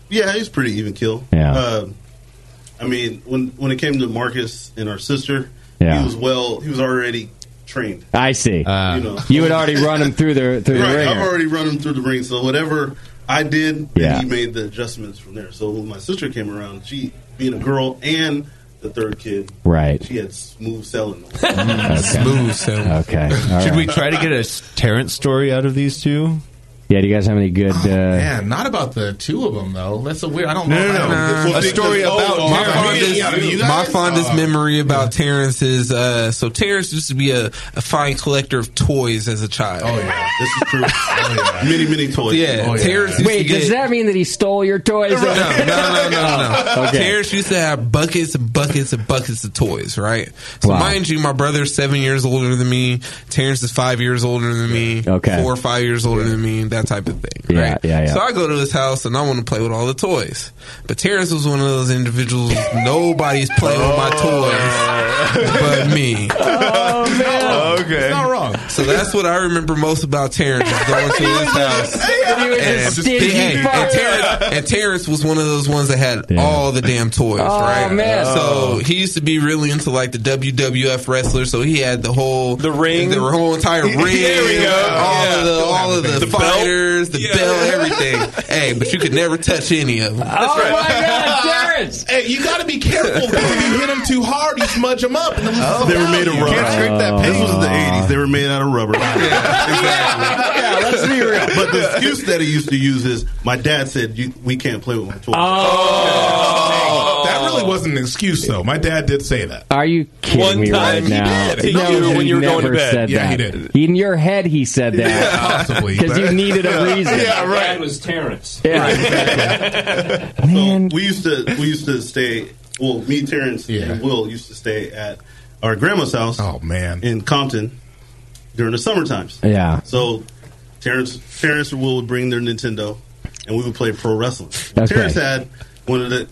Speaker 17: Yeah, he's pretty even kill.
Speaker 2: Yeah.
Speaker 17: Um, I mean, when when it came to Marcus and our sister,
Speaker 2: Yeah.
Speaker 17: he was well. He was already trained.
Speaker 2: I see.
Speaker 17: You
Speaker 8: Uh,
Speaker 17: know.
Speaker 2: you had already run him through the through
Speaker 17: right,
Speaker 2: the ringer.
Speaker 17: I've already run him through the ring. So whatever I did, then
Speaker 2: Yeah.
Speaker 17: he made the adjustments from there. So when my sister came around, she being a girl and the third kid,
Speaker 2: Right.
Speaker 17: She had smooth selling.
Speaker 2: Okay.
Speaker 17: Smooth selling.
Speaker 2: Okay. all
Speaker 5: Should we
Speaker 2: right.
Speaker 5: try to get a s- Terrence story out of these two?
Speaker 2: Yeah. Do you guys have any
Speaker 5: Oh,
Speaker 2: good? uh,
Speaker 11: Yeah, not about the two of them though. That's a weird. I don't
Speaker 5: No,
Speaker 11: know.
Speaker 5: no,
Speaker 10: Uh,
Speaker 11: if
Speaker 5: no.
Speaker 11: I would-
Speaker 5: A story about
Speaker 11: oh,
Speaker 5: my
Speaker 11: Terrence.
Speaker 5: fondest-
Speaker 11: Yeah, you guys- Uh.
Speaker 10: My fondest
Speaker 17: uh,
Speaker 10: memory about Terrence is uh, so Terrence used to be a, a fine collector of toys as a child. Oh
Speaker 17: yeah, this is true. Many many toys.
Speaker 10: Yeah,
Speaker 17: Oh, yeah.
Speaker 10: Terrence. Used
Speaker 2: Wait,
Speaker 10: to get,
Speaker 2: does that mean that he stole your toys?
Speaker 10: No, no, no, no, no, no.
Speaker 2: Okay.
Speaker 10: Terrence used to have buckets and buckets and buckets of toys, right? So
Speaker 2: Wow.
Speaker 10: mind you, my brother's seven years older than me. Terrence is five years older than me.
Speaker 2: Okay.
Speaker 10: Four or five years older than me. That that type of thing.
Speaker 16: Yeah,
Speaker 10: right?
Speaker 16: yeah, yeah.
Speaker 10: So I go to his house and I want to play with all the toys. But Terrence was one of those individuals. Nobody's playing with my toys but me.
Speaker 17: Oh, man. Okay. It's not wrong.
Speaker 10: So that's what I remember most about Terrence is going to his house.
Speaker 17: And he was a stingy
Speaker 10: hey, and
Speaker 17: fart.
Speaker 10: Terrence, and Terrence was one of those ones that had all the damn toys,
Speaker 17: Oh,
Speaker 10: right?
Speaker 17: man.
Speaker 10: So he used to be really into like the WWF wrestlers. So he had the whole the ring, the whole entire ring, all of the all of the, fighters, the belt, everything. hey, but you could never touch any of them.
Speaker 17: That's right.
Speaker 10: my
Speaker 17: Oh God, Terrence! hey, you got to be careful because if you hit them too hard, you smudge them up. And oh,
Speaker 10: They were made of rubber. Can't scrape that
Speaker 17: This was the eighties.
Speaker 10: They were made out of rubber.
Speaker 17: yeah, let's be real.
Speaker 10: But
Speaker 17: the excuse that he used to use is, "My dad said you, we can't play with my toys."
Speaker 10: Oh.
Speaker 17: that really wasn't an excuse, though. My dad did say that.
Speaker 2: Are you kidding
Speaker 17: One
Speaker 2: me
Speaker 17: time
Speaker 2: right
Speaker 17: he
Speaker 2: now?
Speaker 17: did. He
Speaker 2: No,
Speaker 17: did
Speaker 2: he
Speaker 17: when you were going to
Speaker 2: never
Speaker 17: bed.
Speaker 2: Said
Speaker 17: Yeah, he
Speaker 2: that. In your head, he said that.
Speaker 17: Possibly.
Speaker 2: Because you needed a reason.
Speaker 6: That was Terrence.
Speaker 2: Yeah.
Speaker 17: So we used to we used to stay. Well, me, Terrence, and Will used to stay at our grandma's house. Oh man, in Compton during the summer times.
Speaker 2: Yeah.
Speaker 17: So Terrence, Terrence, and Will would bring their Nintendo, and we would play pro wrestling.
Speaker 2: That's
Speaker 17: Terrence
Speaker 2: right.
Speaker 17: had one of the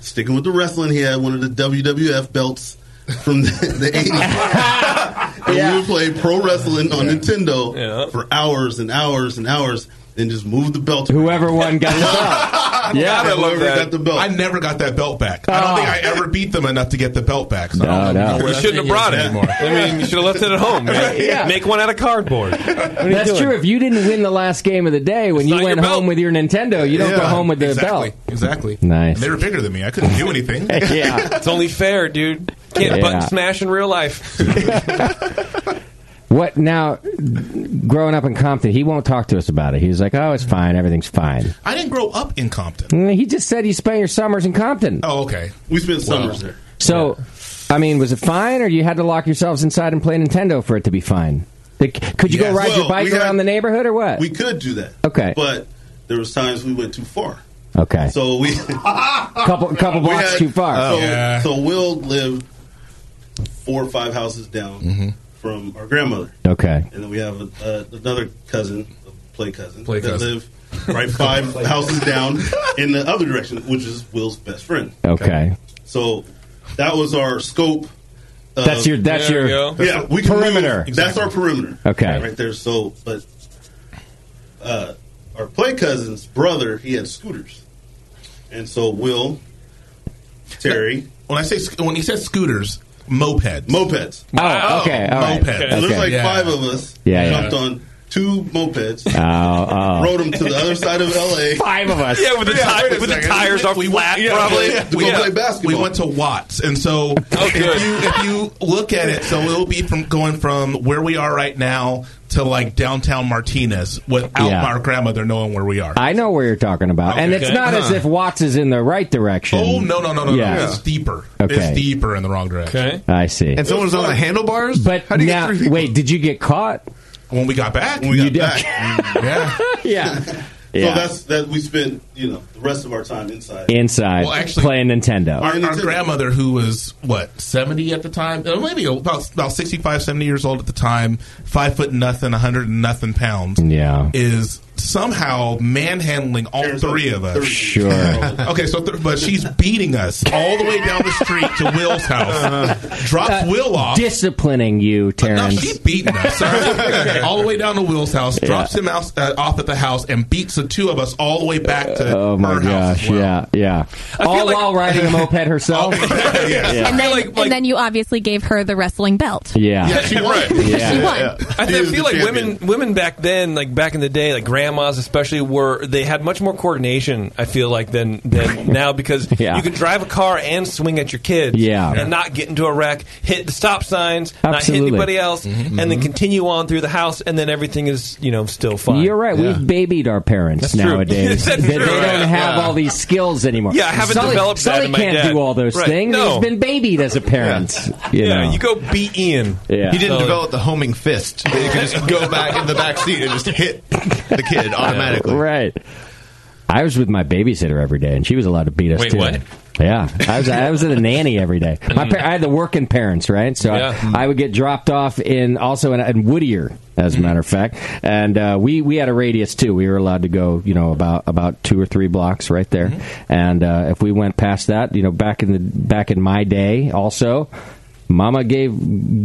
Speaker 17: sticking with the wrestling. He had one of the WWF belts from the eighties. And we would play pro wrestling on Nintendo for hours and hours and hours, and just move the belt.
Speaker 2: Whoever won got
Speaker 17: the belt.
Speaker 2: Yeah.
Speaker 17: I love that. Got the belt.
Speaker 11: I never got that belt back. I don't think I
Speaker 2: Oh.
Speaker 11: ever beat them enough to get the belt back. So I don't know.
Speaker 8: You shouldn't have brought it. I mean, you should have left it at home. Man.
Speaker 11: Yeah.
Speaker 8: Make one out of cardboard.
Speaker 2: That's true. If you didn't win the last game of the day when you went home with your Nintendo, you don't go
Speaker 11: Yeah,
Speaker 2: home with the
Speaker 11: exactly,
Speaker 2: belt.
Speaker 11: Exactly.
Speaker 2: Nice.
Speaker 11: And they were bigger than me. I couldn't do anything.
Speaker 2: Yeah.
Speaker 8: It's only fair, dude. Can't
Speaker 2: Yeah.
Speaker 8: button smash in real life.
Speaker 2: What now? Growing up in Compton, he won't talk to us about it. He was like, "Oh, it's fine. Everything's fine."
Speaker 11: I didn't grow up in Compton.
Speaker 2: Mm, He just said you spent your summers in Compton.
Speaker 11: Oh, okay.
Speaker 17: We spent summers there.
Speaker 2: So, I mean, was it fine, or you had to lock yourselves inside and play Nintendo for it to be fine? Like, could you
Speaker 17: Yes.
Speaker 2: go ride your
Speaker 17: Well,
Speaker 2: bike
Speaker 17: we had-
Speaker 2: around the neighborhood, or what?
Speaker 17: We could do that.
Speaker 2: Okay.
Speaker 17: But there was times we went too far.
Speaker 2: okay.
Speaker 17: So we
Speaker 2: couple couple
Speaker 17: we
Speaker 2: blocks
Speaker 17: had-
Speaker 2: too far.
Speaker 11: Oh,
Speaker 17: So, so Will lived four or five houses down from our grandmother.
Speaker 2: Mm-hmm. Okay.
Speaker 17: And then we have a, uh, another cousin, a play cousin,
Speaker 11: Play
Speaker 17: that
Speaker 11: cousin.
Speaker 17: lived right five
Speaker 11: Play
Speaker 17: houses
Speaker 11: cousin.
Speaker 17: down in the other direction, which is Will's best friend.
Speaker 2: Okay.
Speaker 17: So that was our scope. of-
Speaker 2: That's your- that's There we your go.
Speaker 17: yeah we can
Speaker 2: perimeter.
Speaker 17: move. That's our perimeter.
Speaker 2: Okay.
Speaker 17: right there. So, but uh, our play cousin's brother, he had scooters, and so Will, Terry.
Speaker 11: When I say sc- when he says scooters, mopeds,
Speaker 17: mopeds.
Speaker 2: Oh, okay, all right,
Speaker 11: mopeds.
Speaker 2: okay. And
Speaker 17: there's like
Speaker 11: Yeah.
Speaker 17: five of us.
Speaker 2: Yeah,
Speaker 17: jumped
Speaker 2: yeah.
Speaker 17: on two mopeds.
Speaker 2: Oh, oh.
Speaker 17: Rode them to the other side of L.A.
Speaker 2: Five of us.
Speaker 8: Yeah, with the ti- with the tires
Speaker 11: off
Speaker 8: are flat, probably. Oh,
Speaker 17: To go play basketball.
Speaker 11: We went to Watts, and so if, you, if you look at it, so it'll be from going from where we are right now to like downtown Martinez without
Speaker 2: Yeah.
Speaker 11: our grandmother knowing where we are.
Speaker 2: I know where you're talking about, and it's
Speaker 11: Okay.
Speaker 2: not
Speaker 11: Huh.
Speaker 2: as if Watts is in the right direction.
Speaker 11: Oh no no no no!
Speaker 2: Yeah.
Speaker 11: no. It's deeper.
Speaker 2: Okay.
Speaker 11: It's deeper in the wrong direction. Okay.
Speaker 2: I see.
Speaker 11: And someone's on the
Speaker 2: handlebars. But
Speaker 11: How do you get
Speaker 2: now,
Speaker 11: through people?
Speaker 2: wait, did you get caught?
Speaker 11: When we got back,
Speaker 17: we got
Speaker 2: did-
Speaker 17: back.
Speaker 11: yeah.
Speaker 2: yeah.
Speaker 17: So that's that. We spent you know the rest of our time inside.
Speaker 2: Inside,
Speaker 11: Well, actually-
Speaker 2: playing Nintendo.
Speaker 11: Our, our grandmother, who was what seventy at the time, uh, maybe about about 65, 70 years old at the time, five foot nothing, hundred and nothing pounds,
Speaker 2: yeah.
Speaker 11: is somehow manhandling all three of us.
Speaker 2: Sure.
Speaker 11: okay, so th- but she's beating us all the way down the street to Will's
Speaker 2: Uh-huh.
Speaker 11: house, drops Will
Speaker 2: Uh,
Speaker 11: off, Uh,
Speaker 2: Disciplining you, Terrence.
Speaker 11: beating us sorry. all the way down to Will's house, drops him out, uh, off at the house, and beats the two of us all the way back to
Speaker 2: oh my
Speaker 11: her house.
Speaker 2: gosh! Yeah, yeah. All while riding a moped herself. Yeah.
Speaker 4: And then, and then you obviously gave her the wrestling belt.
Speaker 2: Yeah.
Speaker 8: she won.
Speaker 2: Yeah. She won.
Speaker 8: I,
Speaker 4: She
Speaker 8: th- I
Speaker 4: was
Speaker 8: feel
Speaker 4: the
Speaker 8: like women women back then, like back in the day, like grandmas especially, were they had much more coordination. I feel like than than now because
Speaker 2: Yeah.
Speaker 8: you can drive a car and swing at your kids,
Speaker 2: Yeah.
Speaker 8: and not get into a wreck, hit the stop signs, not
Speaker 2: Absolutely.
Speaker 8: hit anybody else, and then continue on through the house, and then everything is you know still fine.
Speaker 2: You're right. We've babied our parents
Speaker 8: That's true.
Speaker 2: nowadays.
Speaker 8: That's
Speaker 2: They- they
Speaker 8: true.
Speaker 2: don't have
Speaker 8: Yeah.
Speaker 2: all these skills anymore.
Speaker 8: Yeah, I haven't
Speaker 2: Sully,
Speaker 8: developed that
Speaker 2: Sully
Speaker 8: in my
Speaker 2: can't
Speaker 8: dad.
Speaker 2: do all those
Speaker 8: Right.
Speaker 2: things.
Speaker 8: No.
Speaker 2: He's been babied as a parent. You
Speaker 8: yeah,
Speaker 2: know.
Speaker 8: you go beat Ian.
Speaker 2: Yeah.
Speaker 5: He didn't
Speaker 8: So-
Speaker 5: develop the homing fist. You could just go back in the back seat and just hit the kid automatically.
Speaker 2: Right. I was with my babysitter every day, and she was allowed to beat us
Speaker 18: Wait,
Speaker 2: too.
Speaker 18: what? Mm.
Speaker 2: Yeah, I was I was at a nanny every day. My par- I had the working parents, right? So I-
Speaker 18: Yeah.
Speaker 2: I, would get dropped off in also in, in Whittier,
Speaker 18: Mm.
Speaker 2: as a matter of fact, and uh, we we had a radius too. We were allowed to go, you know, about about two or three blocks right there,
Speaker 18: Mm-hmm.
Speaker 2: and uh, if we went past that, you know, back in the back in my day, also. Mama gave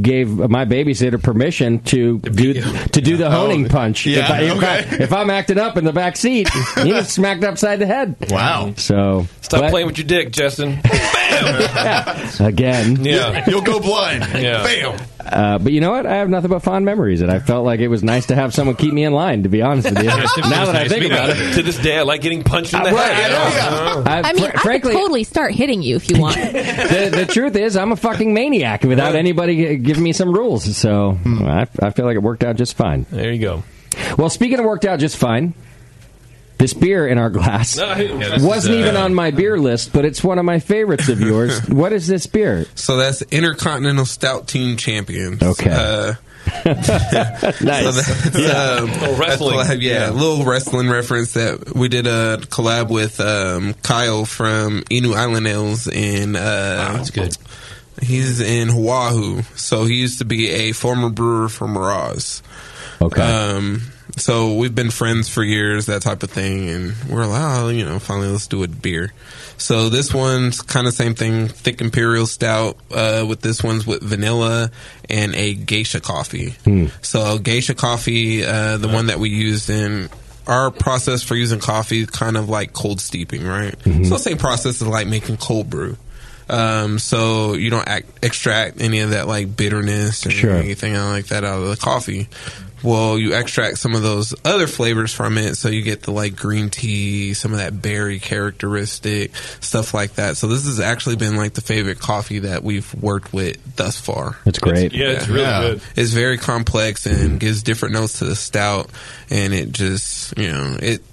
Speaker 2: gave my babysitter permission to do to do
Speaker 18: Oh,
Speaker 2: the honing punch.
Speaker 17: Yeah,
Speaker 2: if, I, if I- if I'm acting up in the back seat, you get smacked upside the head.
Speaker 8: Wow.
Speaker 2: So
Speaker 8: Stop
Speaker 2: but-
Speaker 8: playing with your dick, Justin.
Speaker 2: again.
Speaker 8: Yeah.
Speaker 19: You'll go blind.
Speaker 8: Yeah.
Speaker 19: Bam.
Speaker 2: Uh, but you know what? I have nothing but fond memories, and I felt like it was nice to have someone keep me in line. To be honest with you, now that I think about it, Uh,
Speaker 8: to this day, I like getting punched in the head.
Speaker 2: I-
Speaker 4: I mean,
Speaker 2: fr-
Speaker 4: I
Speaker 2: frankly-
Speaker 4: could totally start hitting you if you want.
Speaker 2: the, the truth is, I'm a fucking maniac without anybody g- giving me some rules. So I, I feel like it worked out just fine.
Speaker 8: Hmm. There you go.
Speaker 2: Well, speaking of worked out just fine, this beer in our glass
Speaker 10: No, yeah, this
Speaker 2: wasn't
Speaker 10: is, uh,
Speaker 2: even on my beer list, but it's one of my favorites of yours. what is this beer?
Speaker 10: So that's Intercontinental Stout Team Champions.
Speaker 2: Okay.
Speaker 10: Uh, um,
Speaker 2: nice.
Speaker 10: yeah.
Speaker 8: Oh, wrestling.
Speaker 10: yeah,
Speaker 8: Yeah.
Speaker 10: a little wrestling reference that we did a collab with um, Kyle from Inu Island Ales in. Uh, that's good. He's in Oahu, so he used to be a former brewer from Roz.
Speaker 2: Okay.
Speaker 10: Um, so we've been friends for years, that type of thing, and we're like, oh, you know, finally let's do a beer. So this one's kind of same thing, thick imperial stout. Uh, with this one's with vanilla and a geisha coffee. So geisha coffee, uh, the one that we used in our process for using coffee, is kind of like cold steeping, right? So same process is like making cold brew. Um, so you don't act, extract any of that like bitterness or
Speaker 2: Sure.
Speaker 10: anything like that out of the coffee. Well, you extract some of those other flavors from it, so you get the like green tea, some of that berry characteristic stuff like that. So this has actually been like the favorite coffee that we've worked with thus far.
Speaker 2: That's great. yeah, it's really good.
Speaker 10: It's very complex and gives different notes to the stout, and it just you know it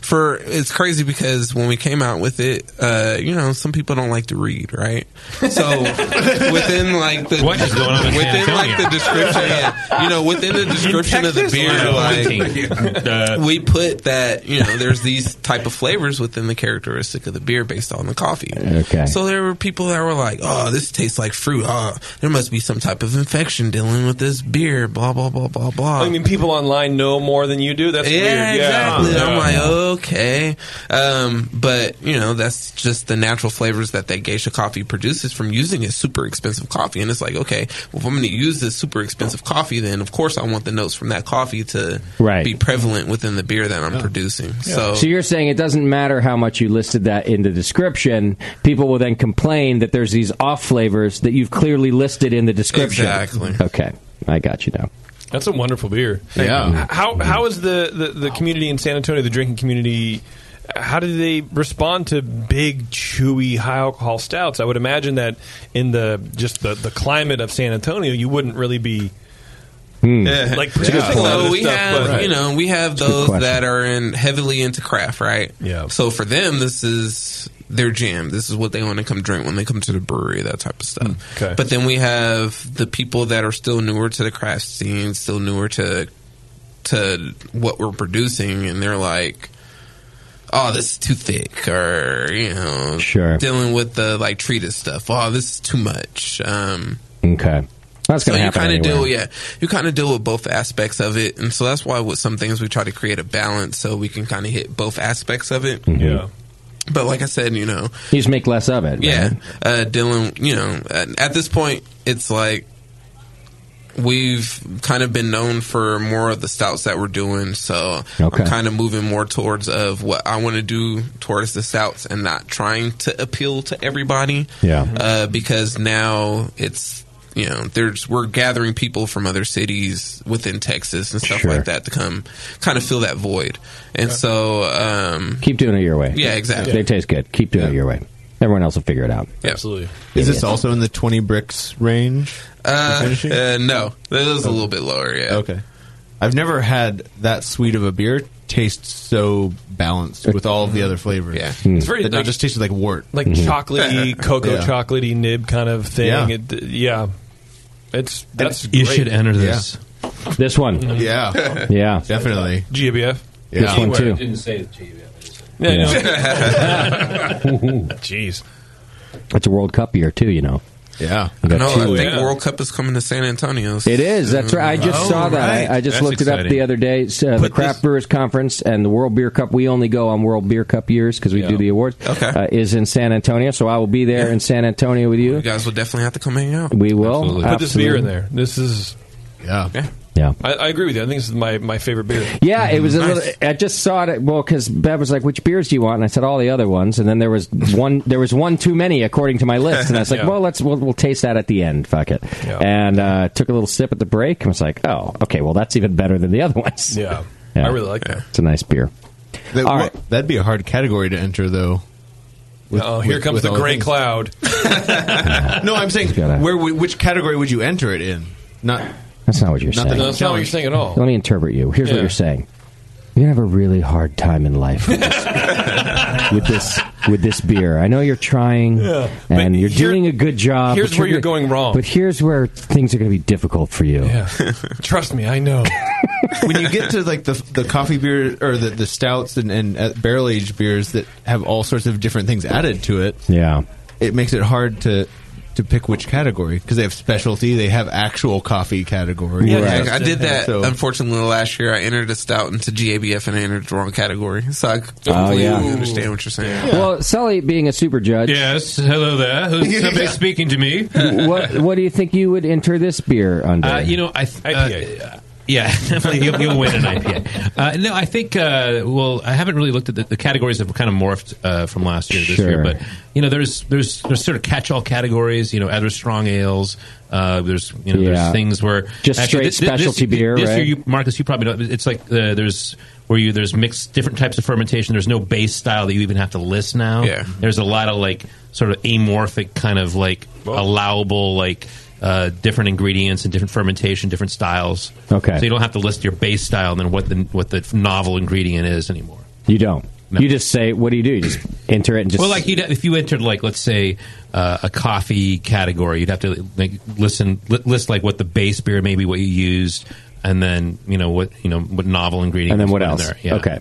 Speaker 10: for it's crazy because when we came out with it, uh, you know, some people don't like to read, right? So within like the
Speaker 18: What is going on in San
Speaker 10: within like
Speaker 18: Antonio?
Speaker 10: the description, yeah, you know, within the description of the
Speaker 18: Texas?
Speaker 10: beer,
Speaker 18: No,
Speaker 10: like we put that you know, there's these type of flavors within the characteristic of the beer based on the coffee.
Speaker 2: Okay.
Speaker 10: So there were people that were like, "Oh, this tastes like fruit. Oh, there must be some type of infection dealing with this beer." Blah blah blah blah blah
Speaker 8: I mean, people online know more than you do. That's
Speaker 10: yeah,
Speaker 8: weird.
Speaker 10: exactly.
Speaker 8: Yeah.
Speaker 10: I'm like, oh. okay, um, but you know, that's just the natural flavors that that geisha coffee produces from using a super expensive coffee. And it's like, okay, well, if I'm going to use this super expensive coffee, then of course I want the notes from that coffee to
Speaker 2: Right.
Speaker 10: be prevalent within the beer that I'm producing. So,
Speaker 2: you're saying it doesn't matter how much you listed that in the description. People will then complain that there's these off flavors that you've clearly listed in the description.
Speaker 10: Exactly.
Speaker 2: Okay, I got you now.
Speaker 8: That's a wonderful beer.
Speaker 2: Yeah.
Speaker 8: How how is the, the, the community in San Antonio, the drinking community, how do they respond to big, chewy, high alcohol stouts? I would imagine that in the just the, the climate of San Antonio, you wouldn't really be
Speaker 2: Hmm.
Speaker 10: Yeah.
Speaker 8: Mm. like producing a lot of
Speaker 10: So
Speaker 8: this
Speaker 10: we
Speaker 8: stuff,
Speaker 10: have,
Speaker 8: but-
Speaker 10: you know, we have
Speaker 8: a good
Speaker 10: those
Speaker 8: question.
Speaker 10: that are in heavily into craft, right?
Speaker 8: Yeah.
Speaker 10: So for them, this is their jam. This is what they want to come drink when they come to the brewery, that type of stuff.
Speaker 8: Mm. Okay.
Speaker 10: But then we have the people that are still newer to the craft scene, still newer to to what we're producing, and they're like. Oh, this is too thick, or you know,
Speaker 2: Sure.
Speaker 10: dealing with the like treated stuff. Oh, this is too much. Um,
Speaker 2: Okay, that's going to
Speaker 10: so you
Speaker 2: happen.
Speaker 10: kind of
Speaker 2: anyway.
Speaker 10: deal, yeah, you kind of deal with both aspects of it, and so that's why with some things we try to create a balance so we can kind of hit both aspects of it.
Speaker 2: Mhm. Yeah.
Speaker 10: But like I said, you know,
Speaker 2: You just make less of it.
Speaker 10: yeah,
Speaker 2: right?
Speaker 10: uh, dealing, you know, at, at this point, it's like we've kind of been known for more of the stouts that we're doing, so
Speaker 2: Okay.
Speaker 10: I'm kind of moving more towards of what I want to do towards the stouts and not trying to appeal to everybody.
Speaker 2: Yeah.
Speaker 10: Uh, because now it's you know there's we're gathering people from other cities within Texas and stuff like that to come kind of fill that void, and so um,
Speaker 2: Keep doing it your way.
Speaker 10: Yeah, exactly.
Speaker 2: They taste good. Keep doing it your way. Everyone else will figure it out.
Speaker 10: absolutely.
Speaker 5: Is this also in the 20 bricks range?
Speaker 10: Uh, uh, no, that was a little bit lower. Yeah.
Speaker 5: Okay. I've never had that sweet of a beer taste so balanced with all of the other flavors. Yeah.
Speaker 2: Hmm.
Speaker 8: It's very
Speaker 5: that not
Speaker 8: like-
Speaker 5: just tasted like wort.
Speaker 8: like
Speaker 2: Mm-hmm.
Speaker 8: chocolatey, cocoa
Speaker 5: Yeah.
Speaker 8: chocolatey nib kind of thing.
Speaker 5: Yeah.
Speaker 8: It, yeah. It's that's
Speaker 5: you
Speaker 8: great. Mm-hmm.
Speaker 5: should enter this.
Speaker 2: This one.
Speaker 5: Yeah.
Speaker 2: Yeah.
Speaker 5: Definitely.
Speaker 8: GABF.
Speaker 2: This one too.
Speaker 6: Didn't say it to you.
Speaker 2: Yeah.
Speaker 8: Jeez.
Speaker 2: It's a World Cup year too, you know.
Speaker 5: Yeah,
Speaker 10: I
Speaker 2: We got
Speaker 10: know. I
Speaker 2: two-
Speaker 10: think World Cup is coming to San Antonio.
Speaker 2: It is. That's right. I just
Speaker 10: Oh,
Speaker 2: saw that.
Speaker 10: right.
Speaker 2: I, I just
Speaker 10: That's
Speaker 2: looked it up the
Speaker 10: exciting.
Speaker 2: other day. It's, uh, the Craft Brewers Conference and the World Beer Cup. We only go on World Beer Cup years because we do the awards. Okay. Uh, is in San Antonio, so I will be there in San Antonio with you.
Speaker 10: You guys will definitely have to come hang out.
Speaker 2: We will.
Speaker 8: Put this beer in
Speaker 2: Absolutely.
Speaker 8: there. This is.
Speaker 5: Yeah.
Speaker 10: Yeah.
Speaker 2: Yeah.
Speaker 8: I, I agree with you. I think this is my, my favorite beer.
Speaker 2: Yeah, it was a little. I just saw it. At, well, because Bev was like, "Which beers do you want?" And I said, "All the other ones." And then there was one. There was one too many according to my list. And I was like,
Speaker 8: Yeah.
Speaker 2: "Well, let's we'll, we'll taste that at the end. Fuck it." And uh, took a little sip at the break and was like, "Oh, okay. Well, that's even better than the other ones."
Speaker 8: Yeah.
Speaker 2: Yeah.
Speaker 8: I really like that.
Speaker 2: It's a nice beer.
Speaker 5: That, what- That'd be a hard category to enter, though. With-
Speaker 8: oh, here
Speaker 5: with-
Speaker 8: comes
Speaker 5: with
Speaker 8: the
Speaker 5: all the
Speaker 8: gray
Speaker 5: things.
Speaker 8: cloud.
Speaker 5: no, I'm saying where would- which category would you enter it in? Not
Speaker 2: That's not what you're
Speaker 5: Not that
Speaker 2: saying.
Speaker 5: it's a That's not what you're challenge. saying at all.
Speaker 2: Let me interpret you. Here's what
Speaker 5: Yeah.
Speaker 2: you're saying. You're gonna have a really hard time in life with this with this, with this beer. I know you're trying
Speaker 8: Yeah.
Speaker 2: and you're doing a good job.
Speaker 8: here's
Speaker 2: but
Speaker 8: where you're going wrong.
Speaker 2: But here's where things are gonna be difficult for you.
Speaker 8: Yeah. Trust me, I know.
Speaker 5: when you get to like the the coffee beer or the, the stouts and, and uh, barrel aged beers that have all sorts of different things added to it,
Speaker 2: Yeah.
Speaker 5: it makes it hard to to pick which category because they have specialty, they have actual coffee category.
Speaker 10: Yeah, I did that.
Speaker 5: So-
Speaker 10: Unfortunately, last year I entered a stout into GABF and I entered the wrong category. So I completely
Speaker 2: Oh, yeah.
Speaker 10: understand what you're saying.
Speaker 2: Well, Sully being a super judge.
Speaker 1: Yes, hello there. Who's somebody speaking to me?
Speaker 2: what what do you think you would enter this beer under?
Speaker 1: Uh, you know, I th- IPA. yeah, definitely. You'll, you'll win an IPA. Uh, no, I think. Uh, well, I haven't really looked at the, the categories have kind of morphed uh, from last year to this
Speaker 2: Sure.
Speaker 1: year, but you know, there's there's there's sort of catch-all categories. You know, other strong ales. Uh, there's you know,
Speaker 2: Yeah.
Speaker 1: there's things where
Speaker 2: Just straight specialty beer,
Speaker 1: This year,
Speaker 2: right?
Speaker 1: you, Marcus, you probably know. It's like uh, there's where you there's mixed different types of fermentation. There's no base style that you even have to list now.
Speaker 10: Yeah.
Speaker 1: There's a lot of like sort of amorphic kind of like allowable like uh, different ingredients and different fermentation, different styles.
Speaker 2: Okay.
Speaker 1: So you don't have to list your base style and then what the what the novel ingredient is anymore.
Speaker 2: You don't. You just say what do you do? You just enter it and just
Speaker 1: well, like you'd, if you entered like let's say uh, a coffee category, you'd have to like, listen li- list like what the base beer, maybe what you used, and then you know what you know what novel ingredient,
Speaker 2: and then
Speaker 1: was
Speaker 2: what
Speaker 1: put in
Speaker 2: else?
Speaker 1: there. Yeah.
Speaker 2: Okay.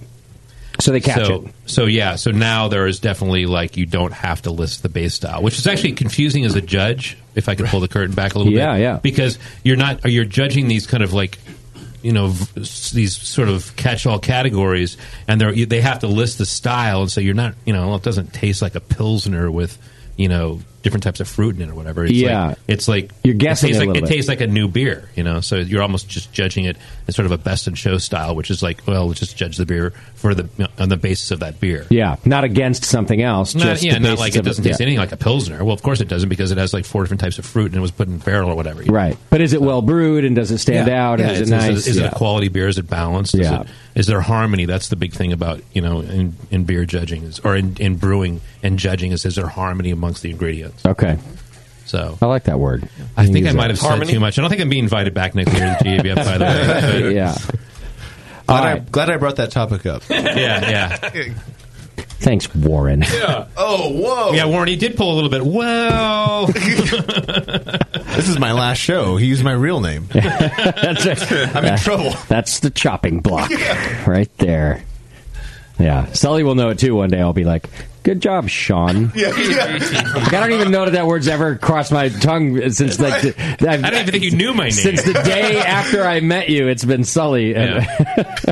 Speaker 2: So they catch
Speaker 1: so,
Speaker 2: it.
Speaker 1: So yeah, so now there is definitely like you don't have to list the base style, which is actually confusing as a judge. If I could pull the curtain back a little
Speaker 2: Yeah,
Speaker 1: bit,
Speaker 2: yeah.
Speaker 1: because you're not you're judging these kind of like you know v- s- these sort of catch-all categories, and they are they have to list the style, and so you're not you know well, it doesn't taste like a pilsner with you know different types of fruit in it or whatever. It's
Speaker 2: Yeah.
Speaker 1: like, it's like
Speaker 2: You're guessing
Speaker 1: It tastes,
Speaker 2: a
Speaker 1: like,
Speaker 2: little
Speaker 1: it
Speaker 2: bit.
Speaker 1: tastes like a new beer, you know. So you're almost just judging it in sort of a best in show style, which is like, well, let's just judge the beer for the on the basis of that beer.
Speaker 2: Yeah, not against something else.
Speaker 1: Not,
Speaker 2: just
Speaker 1: yeah,
Speaker 2: the
Speaker 1: not
Speaker 2: basis
Speaker 1: like it
Speaker 2: of
Speaker 1: doesn't taste
Speaker 2: yeah.
Speaker 1: anything like a pilsner. Well, of course it doesn't because it has like four different types of fruit and it was put in barrel or whatever.
Speaker 2: Right, but is it well brewed and does it stand
Speaker 1: Yeah.
Speaker 2: out?
Speaker 1: Yeah,
Speaker 2: and is it
Speaker 1: it's-
Speaker 2: nice?
Speaker 1: Is, it
Speaker 2: Yeah.
Speaker 1: a quality beer? Is it balanced?
Speaker 2: Yeah.
Speaker 1: Is, it, is there harmony? That's the big thing about you know in, in beer judging is, or in, in brewing and judging is is there harmony amongst the ingredients?
Speaker 2: okay.
Speaker 1: So
Speaker 2: I like that word.
Speaker 1: I
Speaker 2: You can
Speaker 1: think I
Speaker 2: use
Speaker 1: might
Speaker 2: that.
Speaker 1: have said too much. I don't think I'm being invited back next year to the GABF, by the way. But-
Speaker 2: yeah.
Speaker 5: Glad, I, glad I brought that topic up.
Speaker 1: yeah, yeah.
Speaker 2: Thanks, Warren.
Speaker 1: Yeah. Oh, whoa. Yeah, Warren, he did pull a little bit. Well,
Speaker 5: This is my last show. He used my real name.
Speaker 2: That's it.
Speaker 5: I'm in
Speaker 2: That-
Speaker 5: trouble.
Speaker 2: That's the chopping block right there. Yeah, Sully will know it too one day. I'll be like, "Good job, Sean." I don't even know that that word's ever crossed my tongue since like the, I've-
Speaker 1: I don't even think you knew my name.
Speaker 2: since the day after I met you. It's been Sully. And-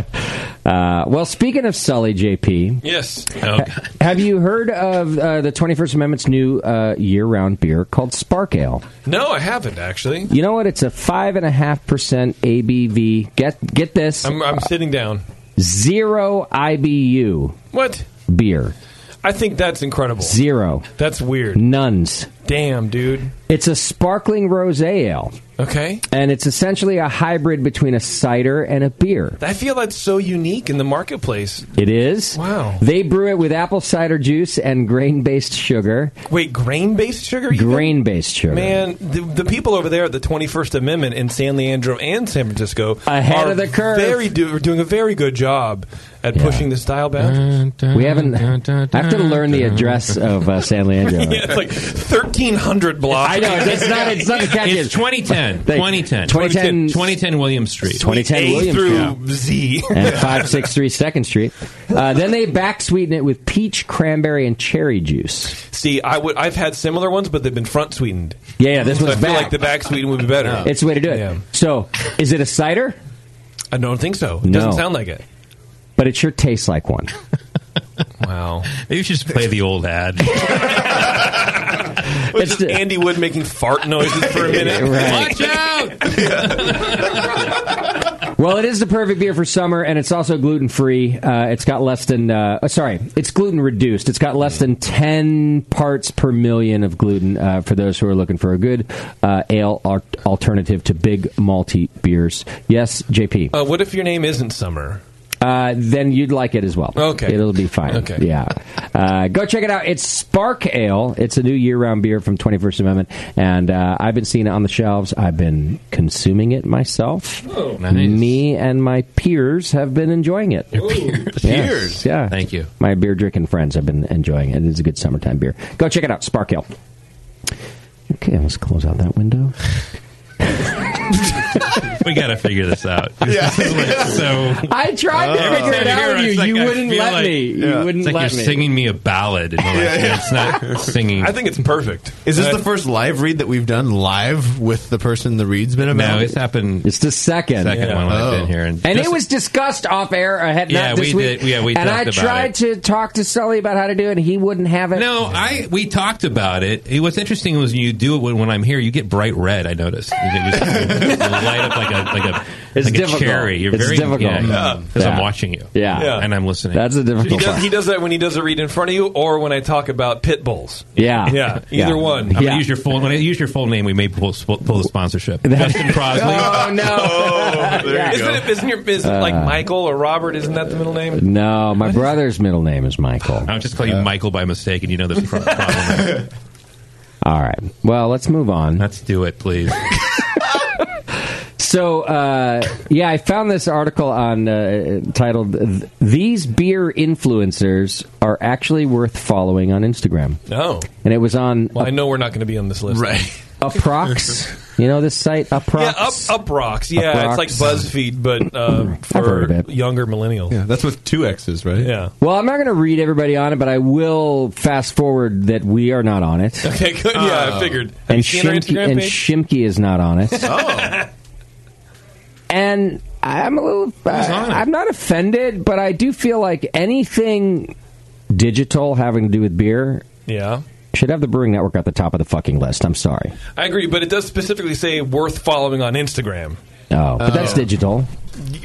Speaker 2: uh, well, speaking of Sully, JP,
Speaker 8: Yes.
Speaker 1: Oh,
Speaker 2: ha- have you heard of uh, the 21st Amendment's new uh, year-round beer called Spark Ale?
Speaker 8: No, I haven't actually.
Speaker 2: You know what? It's a five and a half percent ABV. Get get this.
Speaker 8: I'm, I'm sitting down.
Speaker 2: Zero IBU
Speaker 8: What?
Speaker 2: beer.
Speaker 8: I think that's incredible.
Speaker 2: Zero.
Speaker 8: That's weird.
Speaker 2: Nuns.
Speaker 8: Damn, dude.
Speaker 2: It's a sparkling rose ale.
Speaker 8: Okay.
Speaker 2: And it's essentially a hybrid between a cider and a beer.
Speaker 8: I feel that's so unique in the marketplace.
Speaker 2: It is.
Speaker 8: Wow.
Speaker 2: They brew it with apple cider juice and grain based sugar.
Speaker 8: Wait, grain based sugar? even?
Speaker 2: Grain based sugar.
Speaker 8: Man, the, the people over there at the 21st Amendment in San Leandro and San Francisco
Speaker 2: Ahead
Speaker 8: are
Speaker 2: of the curve.
Speaker 8: Very do, are doing a very good job at pushing the style boundaries.
Speaker 2: We haven't. I have to learn the address of uh, San Leandro.
Speaker 8: Yeah, it's like 1400 block.
Speaker 2: I know, it's not- it's not a cat
Speaker 1: It's 2010. 2010. 2010. 2010 Williams Street.
Speaker 2: 2010
Speaker 1: A
Speaker 2: Williams
Speaker 1: through
Speaker 8: Z.
Speaker 2: and 563 Second Street. Uh, then they back sweeten it with peach, cranberry, and cherry juice.
Speaker 8: See, I would I've had similar ones, but they've been front sweetened.
Speaker 2: Yeah, yeah, this
Speaker 8: so
Speaker 2: one's
Speaker 8: I feel
Speaker 2: back.
Speaker 8: like the back sweetened would be better.
Speaker 2: It's the way to do it.
Speaker 8: Oh. Yeah.
Speaker 2: So, is it a cider?
Speaker 8: I don't think so. It
Speaker 2: No.
Speaker 8: doesn't sound like it.
Speaker 2: But it sure tastes like one.
Speaker 8: Wow.
Speaker 1: Maybe you should just play the old ad.
Speaker 8: It's just Andy Wood making fart noises for a minute.
Speaker 2: Right.
Speaker 1: Watch out!
Speaker 2: Well, it is the perfect beer for summer, and it's also gluten free. Uh, it's got less than uh, uh, sorry, it's gluten reduced. It's got less than ten parts per million of gluten uh, for those who are looking for a good uh, ale al- alternative to big malty beers. Yes, JP.
Speaker 8: Uh, what if your name isn't Summer?
Speaker 2: Uh, then you'd like it as well. Okay, it'll be fine.
Speaker 8: Okay.
Speaker 2: yeah. Uh, go check it out. It's Spark Ale. It's a new year-round beer from 21st Amendment, and uh, I've been seeing it on the shelves. I've been consuming it myself.
Speaker 1: Oh,
Speaker 2: Me and my peers have been enjoying it. Your
Speaker 1: peers,
Speaker 2: yeah.
Speaker 1: Peers.
Speaker 2: yeah.
Speaker 1: Thank you.
Speaker 2: My beer drinking friends have been enjoying it. It's a good summertime beer. Go check it out. Spark Ale. Okay, let's close out that window.
Speaker 1: we got to figure this out. Yeah. so
Speaker 2: I tried to
Speaker 1: Every
Speaker 2: figure
Speaker 1: time
Speaker 2: it
Speaker 1: you
Speaker 2: out with you.
Speaker 1: hear it, it's like
Speaker 2: you
Speaker 1: I
Speaker 2: wouldn't
Speaker 1: feel
Speaker 2: let
Speaker 1: like-
Speaker 2: me. You wouldn't
Speaker 1: it's like
Speaker 2: let
Speaker 1: you're
Speaker 2: me.
Speaker 1: singing me a ballad. And I'm like, It's not singing.
Speaker 8: I think it's perfect.
Speaker 5: Is this
Speaker 1: Uh,
Speaker 5: the first live read that we've done live with the person the read's been about? Oh.
Speaker 1: No, it's happened.
Speaker 2: It's the second.
Speaker 1: Second one when I've been here, and
Speaker 2: And it was discussed off air ahead.
Speaker 1: Yeah,
Speaker 2: not this
Speaker 1: we
Speaker 2: week,
Speaker 1: did- yeah, we
Speaker 2: And
Speaker 1: talked
Speaker 2: I
Speaker 1: about
Speaker 2: tried
Speaker 1: it.
Speaker 2: to talk to Sully about how to do it, and he wouldn't have it.
Speaker 1: No, I we talked about it. it what's interesting was you do it when, when I'm here. You get bright red. I noticed. You can just you light up like a like a
Speaker 2: It's
Speaker 1: like
Speaker 2: difficult.
Speaker 1: a cherry. You're
Speaker 2: It's
Speaker 1: very
Speaker 2: difficult.
Speaker 1: because
Speaker 2: Yeah.
Speaker 1: I'm
Speaker 2: Yeah.
Speaker 1: watching you.
Speaker 2: Yeah. Yeah.
Speaker 1: and I'm listening.
Speaker 2: That's a
Speaker 8: He
Speaker 2: difficult
Speaker 8: does,
Speaker 2: part.
Speaker 8: he does that when he does a read in front of you, or when I talk about pit bulls.
Speaker 2: Yeah,
Speaker 8: yeah, either one.
Speaker 1: I'm gonna use your full. When I use your full name, we may pull, pull the sponsorship. Justin Crosley.
Speaker 2: Oh no!
Speaker 8: isn't, It, isn't your isn't like
Speaker 2: Uh,
Speaker 8: Michael or Robert? Isn't that the middle name?
Speaker 2: No, my brother's middle name is Michael.
Speaker 1: I'll just call you Michael by mistake, and you know this pro- problem.
Speaker 2: All right. Well, let's move on.
Speaker 1: Let's do it, please.
Speaker 2: So, uh, yeah, I found this article on uh, titled "These Beer Influencers Are Actually Worth Following on Instagram,"
Speaker 1: Oh.
Speaker 8: No.
Speaker 2: and it was on uh,
Speaker 8: Well, I know we're not going to be on this list,
Speaker 2: Right. Uprox. you know this site Uprox.
Speaker 8: Yeah, up up rocks. Yeah,
Speaker 2: Uprox.
Speaker 8: it's like BuzzFeed, but uh,
Speaker 2: heard
Speaker 8: for younger millennials. Yeah,
Speaker 5: that's with two X's, right?
Speaker 8: Yeah.
Speaker 2: Well, I'm not going to read everybody on it, but I will fast forward that we are not on it.
Speaker 8: Okay, good. Yeah, I figured. Have
Speaker 2: Um, and
Speaker 8: you seen our
Speaker 2: Shimke,
Speaker 8: Instagram
Speaker 2: and
Speaker 8: page?
Speaker 2: Shimke is not on it.
Speaker 8: Oh.
Speaker 2: And I'm a little. Uh, I'm not offended, but I do feel like anything digital having to do with beer
Speaker 8: yeah,
Speaker 2: should have the Brewing Network at the top of the fucking list. I'm sorry.
Speaker 8: I agree, but it does specifically say worth following on Instagram.
Speaker 2: Oh, but that's
Speaker 8: Oh.
Speaker 2: digital.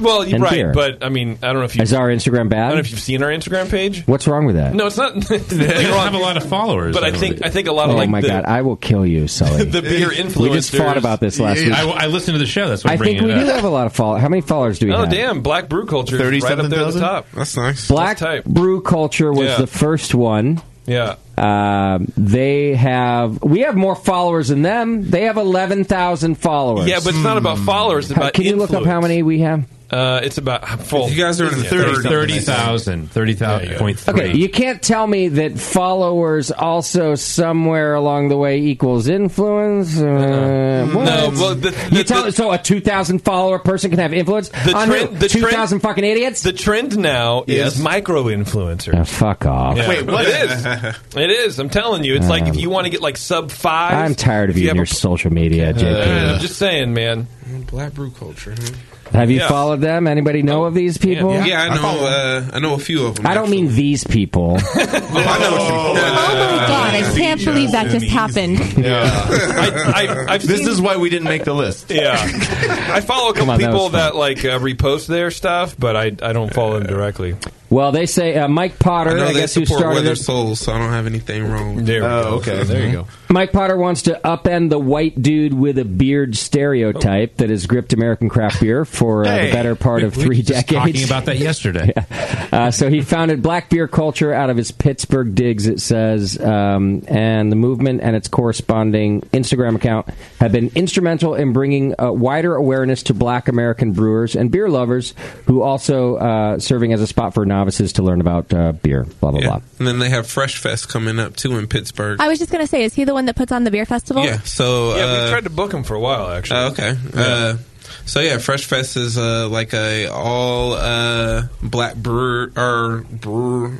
Speaker 8: Well, you're
Speaker 2: And
Speaker 8: right,
Speaker 2: beer.
Speaker 8: but I mean, I don't know if you.
Speaker 2: Is our Instagram
Speaker 8: I don't know
Speaker 2: bad?
Speaker 8: if you've seen our Instagram page.
Speaker 2: What's wrong with that?
Speaker 8: No, it's not. we don't
Speaker 1: have a lot of followers,
Speaker 8: but
Speaker 1: I
Speaker 8: I
Speaker 1: don't
Speaker 8: think I think a lot
Speaker 2: oh
Speaker 8: of like
Speaker 2: my
Speaker 8: the,
Speaker 2: god, I will kill you, Sully.
Speaker 8: the bigger influencers.
Speaker 2: We just fought about this last week.
Speaker 1: I, I listened to the show. That's why
Speaker 2: I
Speaker 1: I'm bringing
Speaker 2: think we
Speaker 1: it
Speaker 2: do
Speaker 1: up.
Speaker 2: have a lot of followers. How many followers do we
Speaker 8: Oh
Speaker 2: have?
Speaker 8: damn! Black brew culture, is right up there at
Speaker 5: 37,000?
Speaker 8: the top.
Speaker 10: That's nice.
Speaker 2: Black Brew Culture was
Speaker 8: Yeah.
Speaker 2: the first one.
Speaker 8: Yeah.
Speaker 2: Um, they have we have more followers than them. They have eleven thousand followers.
Speaker 8: Yeah, but it's not about followers. It's
Speaker 2: Hmm. How-
Speaker 8: about
Speaker 2: can you look up how many we have?
Speaker 8: Uh, it's about full.
Speaker 10: You guys are in the 30 something, I think.
Speaker 1: 30,000. 30,000.3.
Speaker 2: Okay, you can't tell me that followers also somewhere along the way equals influence. Uh, what?
Speaker 8: Uh-uh. No, well, the,
Speaker 2: you tell so a two thousand follower person can have influence
Speaker 8: The
Speaker 2: on
Speaker 8: trend, the
Speaker 2: two
Speaker 8: trend-
Speaker 2: thousand fucking idiots.
Speaker 8: The trend now
Speaker 2: Yes.
Speaker 8: is micro influencers.
Speaker 2: Oh, fuck off.
Speaker 8: Wait, what it is? It is. I'm telling you, it's like if
Speaker 2: Um,
Speaker 8: you want to get like sub five.
Speaker 2: I'm tired of you, and your social media, JP.
Speaker 8: I'm just saying, man.
Speaker 10: Black brew culture.
Speaker 2: Have you
Speaker 10: Yeah.
Speaker 2: followed them? Anybody know
Speaker 8: Oh.
Speaker 2: of these people?
Speaker 10: Yeah, I know. Uh, I know a few of them.
Speaker 2: I don't mean these people.
Speaker 4: Oh my god, I
Speaker 2: Uh,
Speaker 4: can't believe that just happened.
Speaker 8: I, I've
Speaker 5: this is why we didn't make the list.
Speaker 8: Yeah, I follow a couple
Speaker 2: Come on, that
Speaker 8: people
Speaker 2: was
Speaker 8: that, like uh, repost their stuff, but I I don't follow them directly.
Speaker 2: Well, they say uh, Mike Potter.
Speaker 10: I
Speaker 2: I,
Speaker 10: know they
Speaker 2: guess who
Speaker 10: support
Speaker 2: started
Speaker 10: Weather
Speaker 2: it.
Speaker 10: Souls, so I don't have anything wrong. There
Speaker 8: we go.
Speaker 5: okay. There you go.
Speaker 2: Mike Potter wants to upend the white dude with a beard stereotype that has gripped American craft beer for uh,
Speaker 1: Hey.
Speaker 2: the better part of
Speaker 1: We were
Speaker 2: three
Speaker 1: just
Speaker 2: decades.
Speaker 1: talking about that yesterday.
Speaker 2: Uh, so he founded Black Beer Culture out of his Pittsburgh digs, it says, um, and the movement and its corresponding Instagram account have been instrumental in bringing uh, wider awareness to Black American brewers and beer lovers, who also uh, serving as a spot for nonprofit novices to learn about uh, beer. Blah blah blah.
Speaker 10: And then they have Fresh Fest coming up too in Pittsburgh.
Speaker 4: I was just gonna say, is he the one that puts on the beer festival?
Speaker 10: Yeah. So
Speaker 8: yeah, we
Speaker 10: uh,
Speaker 8: tried to book him for a while actually.
Speaker 10: Uh, okay. Uh, so yeah, Fresh Fest is uh, like a all uh, black brewer or brewer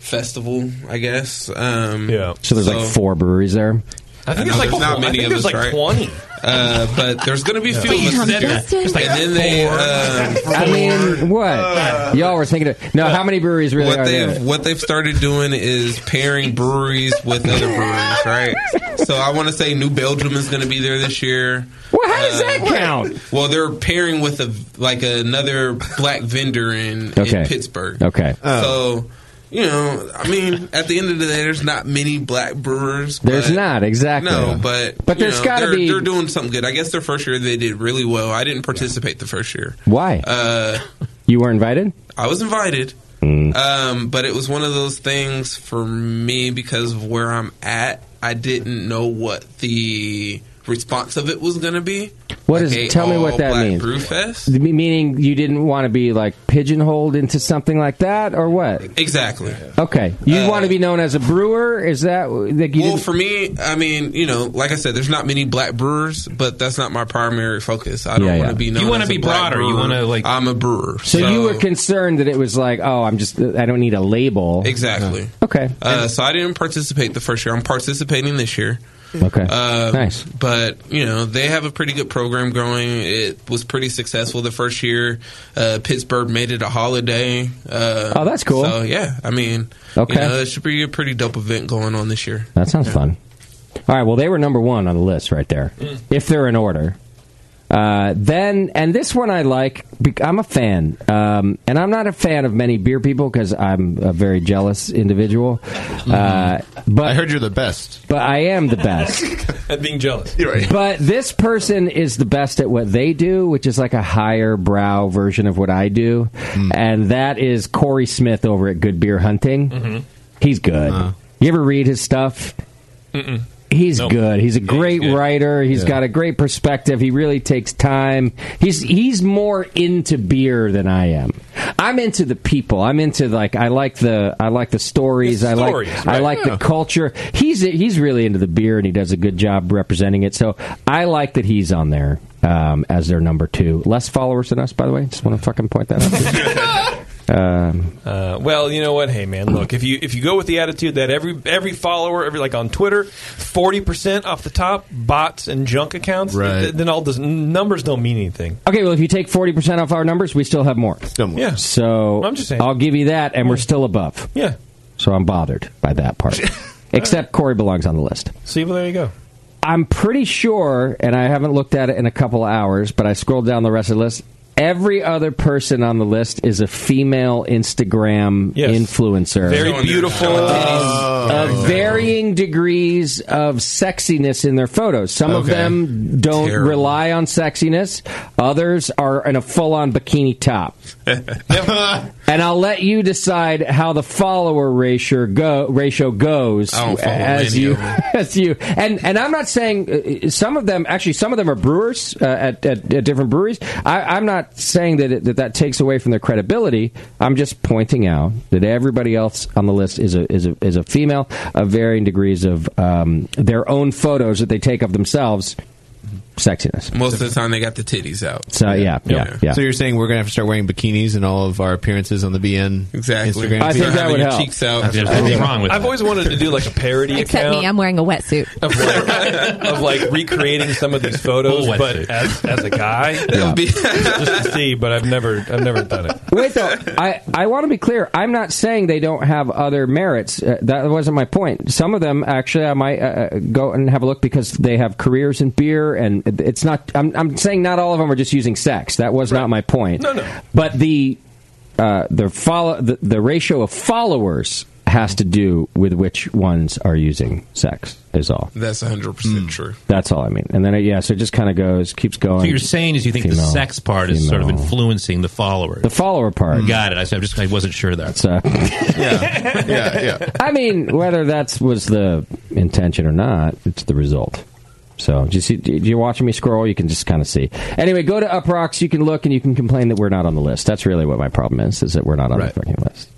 Speaker 10: festival, I guess. Um, yeah.
Speaker 2: So there's like four breweries there.
Speaker 10: I
Speaker 8: think it's
Speaker 10: there's
Speaker 8: like four-
Speaker 10: not
Speaker 8: I
Speaker 10: many
Speaker 8: think
Speaker 10: of
Speaker 8: there's
Speaker 10: us,
Speaker 8: like
Speaker 10: right?
Speaker 8: 20.
Speaker 10: Uh, but there's going to be a few
Speaker 2: Yeah.
Speaker 10: of us
Speaker 2: Damn,
Speaker 10: this year.
Speaker 2: Justin. It's like
Speaker 10: and then they, um,
Speaker 2: I mean, what y'all were thinking? Of, no, how many breweries really
Speaker 10: Uh, what
Speaker 2: are there?
Speaker 10: they've what they've started doing is pairing breweries with other breweries, right? So I want to say New Belgium is going to be there this year. Uh,
Speaker 2: Well, how does that count?
Speaker 10: Well, they're pairing with a like another black vendor in,
Speaker 2: Okay.
Speaker 10: in Pittsburgh.
Speaker 2: Okay.
Speaker 10: So you know, I mean, at the end of the day, there's not many black brewers.
Speaker 2: There's
Speaker 10: but-
Speaker 2: not exactly.
Speaker 10: No, but
Speaker 2: but
Speaker 10: you
Speaker 2: there's
Speaker 10: know,
Speaker 2: got to
Speaker 10: they're-
Speaker 2: be.
Speaker 10: they're doing something good. I guess their first year they did really well. I didn't participate the first year.
Speaker 2: Why?
Speaker 10: Uh,
Speaker 2: you were invited.
Speaker 10: I was invited.
Speaker 2: Mm.
Speaker 10: Um, but it was one of those things for me because of where I'm at. I didn't know what the response of it was going to be.
Speaker 2: What is?
Speaker 10: a
Speaker 2: Tell me what that
Speaker 10: all-black
Speaker 2: means.
Speaker 10: Brewfest.
Speaker 2: Me- Meaning you didn't want to be like pigeonholed into something like that, or what?
Speaker 10: Exactly.
Speaker 2: Okay, you want to be known as a brewer? Is that like you
Speaker 10: Uh, Well,
Speaker 2: didn't-
Speaker 10: for me, I mean, you know, like I said, there's not many black brewers, but that's not my primary focus. I don't
Speaker 2: Yeah,
Speaker 10: want
Speaker 2: yeah.
Speaker 10: to be known.
Speaker 2: You
Speaker 10: want
Speaker 2: wanna
Speaker 10: to
Speaker 2: be broader. You
Speaker 10: to
Speaker 2: wanna,
Speaker 10: like. I'm a brewer.
Speaker 2: So, you were concerned that it was like, oh, I'm just, I don't need a label.
Speaker 10: Exactly.
Speaker 2: Okay.
Speaker 10: Uh, so I didn't participate the first year. I'm participating this year.
Speaker 2: Okay.
Speaker 10: Uh,
Speaker 2: Nice.
Speaker 10: But you know they have a pretty good program going. It was pretty successful the first year. Uh, Pittsburgh made it a holiday. Uh,
Speaker 2: Oh, that's cool.
Speaker 10: So yeah, I mean,
Speaker 2: Okay.
Speaker 10: you know, it should be a pretty dope event going on this year.
Speaker 2: That sounds fun. All right. Well, they were number one on the list right there, if they're in order. Uh, then, and this one I like. bec- I'm a fan, um, and I'm not a fan of many beer people because I'm a very jealous individual. Uh, but I heard you're the best. But I am the best.
Speaker 8: At being jealous.
Speaker 2: But this person is the best at what they do, which is like a higher brow version of what I do, and that is Corey Smith over at Good Beer Hunting.
Speaker 8: Mhm.
Speaker 2: He's good. You ever read his stuff?
Speaker 8: Mm-mm.
Speaker 2: He's good. He's a great writer. He's
Speaker 8: Yeah.
Speaker 2: got a great perspective. He really takes time. He's he's more into beer than I am. I'm into the people. I'm into like I like the I like the stories. I like
Speaker 8: stories,
Speaker 2: I
Speaker 8: right.
Speaker 2: like
Speaker 8: Yeah.
Speaker 2: the culture. He's he's really into the beer and he does a good job representing it. So I like that he's on there um, as their number two. Less followers than us, by the way. Just want to fucking point that out. um,
Speaker 8: Uh, well, you know what? Hey, man, look if you if you go with the attitude that every every follower, every like on Twitter, forty percent off the top bots and junk accounts,
Speaker 2: Right.
Speaker 8: th- then all those numbers don't mean anything.
Speaker 2: Okay, well, if you take forty percent off our numbers, we still have more. Still more.
Speaker 8: Yeah.
Speaker 2: So
Speaker 8: I'm just saying.
Speaker 2: I'll give you that, and we're still above.
Speaker 8: Yeah.
Speaker 2: So I'm bothered by that part. Except Corey belongs on the list.
Speaker 8: See, well, there you go.
Speaker 2: I'm pretty sure, and I haven't looked at it in a couple of hours, but I scrolled down the rest of the list. Every other person on the list is a female Instagram influencer.
Speaker 8: Very beautiful.
Speaker 10: Oh, Uh,
Speaker 2: of varying degrees of sexiness in their photos. Some of
Speaker 8: Okay.
Speaker 2: them don't rely on sexiness. Others are in a full-on bikini top. and I'll let you decide how the follower ratio go ratio goes
Speaker 10: I don't follow
Speaker 2: as
Speaker 10: any
Speaker 2: you
Speaker 10: of them.
Speaker 2: as you and and I'm not saying uh, some of them actually some of them are brewers uh, at, at, at different breweries. I, I'm not saying that, it, that that takes away from their credibility. I'm just pointing out that everybody else on the list is a is a, is a female of varying degrees of um, their own photos that they take of themselves sexiness.
Speaker 10: Most of the time, they got the titties out.
Speaker 2: So yeah, yeah, yeah.
Speaker 5: So you're saying we're gonna have to start wearing bikinis in all of our appearances on the BN
Speaker 10: Exactly.
Speaker 5: Instagram?
Speaker 10: I think that
Speaker 5: feed?
Speaker 10: would Having your help. cheeks out. There's nothing wrong with
Speaker 8: I've always wanted to do like a parody
Speaker 4: Except
Speaker 8: account
Speaker 4: me, I'm wearing a wetsuit.
Speaker 8: of like, of like recreating some of these
Speaker 10: Oh,
Speaker 8: photos,
Speaker 1: Full
Speaker 8: but
Speaker 1: wetsuit.
Speaker 8: as, as a guy, just to see. But I've never I've never done it.
Speaker 2: Wait though, I, I want to be clear. I'm not saying they don't have other merits. Uh, that wasn't my point. Some of them actually, I might uh, uh, go and have a look because they have careers in beer, and it- it's not. I'm, I'm saying not all of them are just using sex. That was not my point. No, no. But the uh, the follow the, the ratio of followers has to do with which ones are using sex. Is all.
Speaker 10: That's 100
Speaker 8: Mm.
Speaker 10: percent true.
Speaker 2: That's all I mean. And then uh, yeah, so it just kind of goes, keeps going.
Speaker 1: So you're saying is you think the
Speaker 2: Female,
Speaker 1: sex part is sort of
Speaker 2: female.
Speaker 1: influencing the follower?
Speaker 2: The follower part. uh,
Speaker 1: Got it. I said- I just I wasn't sure there.
Speaker 2: So. I mean, whether that was the intention or not, it's the result. So, do you see? Do you watching me scroll? You can just kind of see. Anyway, go to Uproxx. You can look and you can complain that we're not on the list. That's really what my problem is: is that we're not on the fucking list.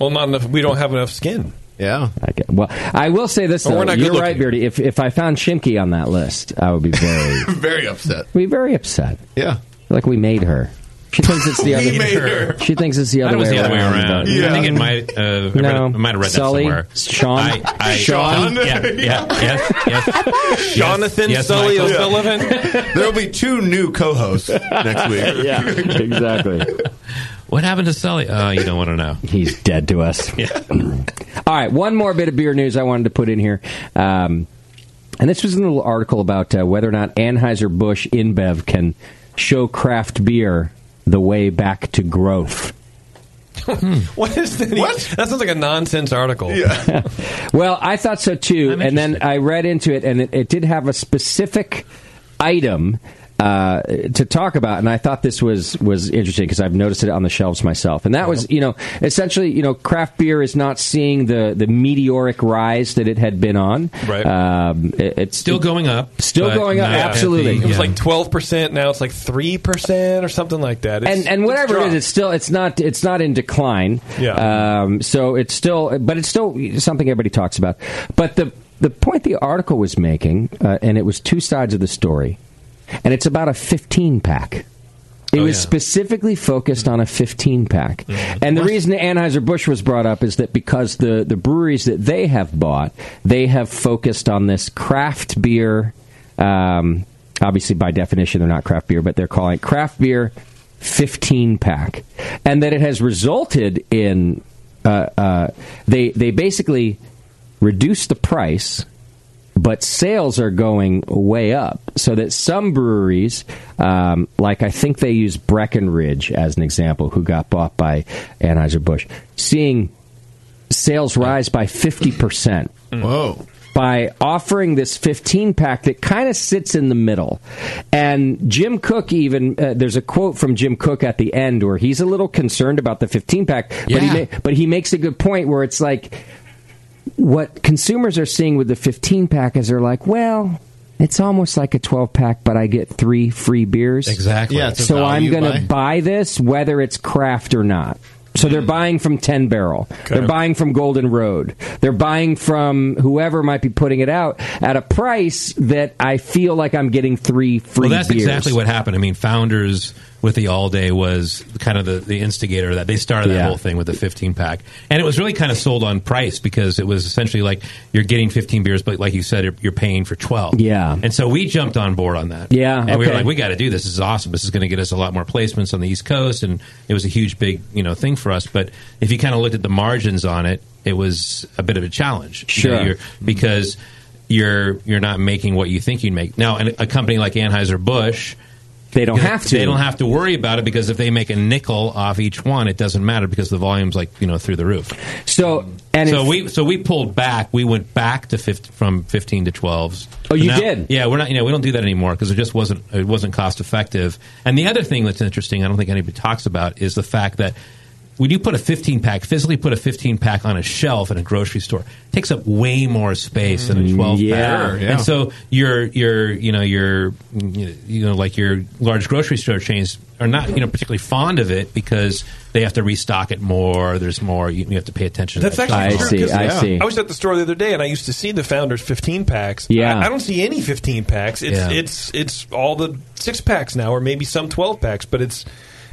Speaker 8: Well, not enough. We don't have enough skin.
Speaker 2: Yeah. I get, well, I will say this.
Speaker 8: Oh,
Speaker 2: Though.
Speaker 8: we're not
Speaker 2: You're
Speaker 8: good-looking.
Speaker 2: right, Beardy. If if I found Shimky on that list, I would be very
Speaker 5: Very upset.
Speaker 2: be very upset.
Speaker 5: Yeah.
Speaker 2: Like we made her. She thinks it's the
Speaker 5: We
Speaker 2: other.
Speaker 5: made her.
Speaker 2: She thinks it's the
Speaker 1: I
Speaker 2: other
Speaker 1: thought it was
Speaker 2: way
Speaker 1: the other way
Speaker 2: around.
Speaker 1: around.
Speaker 2: but-
Speaker 1: I think it might. Uh, I
Speaker 2: No.
Speaker 1: read, I might have read
Speaker 2: Sully?
Speaker 1: that
Speaker 2: Sean?
Speaker 1: somewhere. I, I,
Speaker 2: Sean?
Speaker 1: Yeah, yeah, yes, yes.
Speaker 8: Jonathan
Speaker 1: yes,
Speaker 8: Sully
Speaker 1: Michael.
Speaker 8: O'Sullivan.
Speaker 5: There'll be two new co-hosts next week.
Speaker 2: Yeah, exactly.
Speaker 1: What happened to Sully? Uh, you don't want to know.
Speaker 2: He's dead to us. All right, one more bit of beer news I wanted to put in here. Um, and this was a little article about uh, whether or not Anheuser-Busch InBev can show craft beer the way back to growth.
Speaker 8: What is that? Hmm. What? That sounds like a nonsense article. Yeah.
Speaker 2: well, I thought so too, and then I read into it, and it, it did have a specific item uh, to talk about, and I thought this was was interesting because I've noticed it on the shelves myself, and that was
Speaker 1: Uh-huh.
Speaker 2: you know essentially you know craft beer is not seeing the the meteoric rise that it had been on,
Speaker 8: Right.
Speaker 2: Um, it- it's
Speaker 1: Still going up,
Speaker 2: still going up, absolutely.
Speaker 8: It was like twelve percent. Now it's like three percent or something like that. It's-
Speaker 2: and and whatever it
Speaker 8: dropped.
Speaker 2: is, it's still it's not it's not in decline. Yeah. Um, so it's still, but it's still something everybody talks about. But the the point the article was making, uh, and it was two sides of the story, and it's about a fifteen pack. It was specifically focused on a 15 pack, and the reason Anheuser Busch was brought up is that because the the breweries that they have bought, they have focused on this craft beer. Um, obviously, by definition, they're not craft beer, but they're calling it craft beer 15 pack, and that it has resulted in uh, uh, they they basically reduce the price, but sales are going way up. So that some breweries, um, like I think they use Breckenridge as an example, who got bought by Anheuser Busch, seeing sales rise by fifty percent.
Speaker 1: Mm.
Speaker 5: Whoa.
Speaker 2: By offering this 15 pack that kind of sits in the middle. And Jim Cook, even, uh, there's a quote from Jim Cook at the end where he's a little concerned about the 15 pack, but, he, ma- but he makes a good point where it's like, what consumers are seeing with the 15 pack is they're like, well, it's almost like a 12 pack, but I get three free beers.
Speaker 1: Exactly. Yeah, it's a
Speaker 2: so I'm
Speaker 1: value
Speaker 2: going
Speaker 1: buy.
Speaker 2: to buy this whether it's craft or not. So
Speaker 1: Hmm.
Speaker 2: they're buying from Ten Barrel. They're buying from Golden Road. They're buying from whoever might be putting it out at a price that I feel like I'm getting three free
Speaker 1: Well, that's
Speaker 2: beers.
Speaker 1: exactly what happened. I mean, Founders with the All Day was kind of the, the instigator of that. They started that
Speaker 2: Yeah.
Speaker 1: whole thing with the 15 pack. And it was really kind of sold on price because it was essentially like you're getting 15 beers, but like you said, you're- you're paying for 12.
Speaker 2: Yeah.
Speaker 1: And so we jumped on board on that.
Speaker 2: Yeah,
Speaker 1: And we were
Speaker 2: okay.
Speaker 1: like, we got to do this. This is awesome. This is going to get us a lot more placements on the East Coast. And it was a huge, big, you know, thing for us. But if you kind of looked at the margins on it, it was a bit of a challenge. You know,
Speaker 2: Sure.
Speaker 1: you're- because you're you're not making what you think you'd make. Now, an, a company like Anheuser Busch,
Speaker 2: they don't have to.
Speaker 1: They don't have to worry about it because if they make a nickel off each one, it doesn't matter because the volume's like you know through the roof.
Speaker 2: So and
Speaker 1: so
Speaker 2: if-
Speaker 1: we so we pulled back. We went back to 15, from fifteen to twelves.
Speaker 2: Oh, you
Speaker 1: Now-
Speaker 2: did?
Speaker 1: Yeah, we're not. You know, we don't do that anymore because it just wasn't it wasn't cost effective. And the other thing that's interesting, I don't think anybody talks about, is the fact that when you put a fifteen pack, physically put a fifteen pack on a shelf in a grocery store, it takes up way more space than a twelve
Speaker 2: Mm, yeah.
Speaker 1: pack.
Speaker 2: Yeah.
Speaker 1: And so your your you know your you know like your large grocery store chains are not you know particularly fond of it because they have to restock it more. There's more. You, you have to pay attention.
Speaker 8: That's
Speaker 1: to that
Speaker 8: actually
Speaker 1: stock.
Speaker 8: true, 'cause I was at the store the other day and I used to see the founders 15 packs.
Speaker 1: Yeah.
Speaker 8: I, I don't see any 15 packs. It's
Speaker 1: Yeah.
Speaker 8: it's it's all the six packs now, or maybe some 12 packs. But it's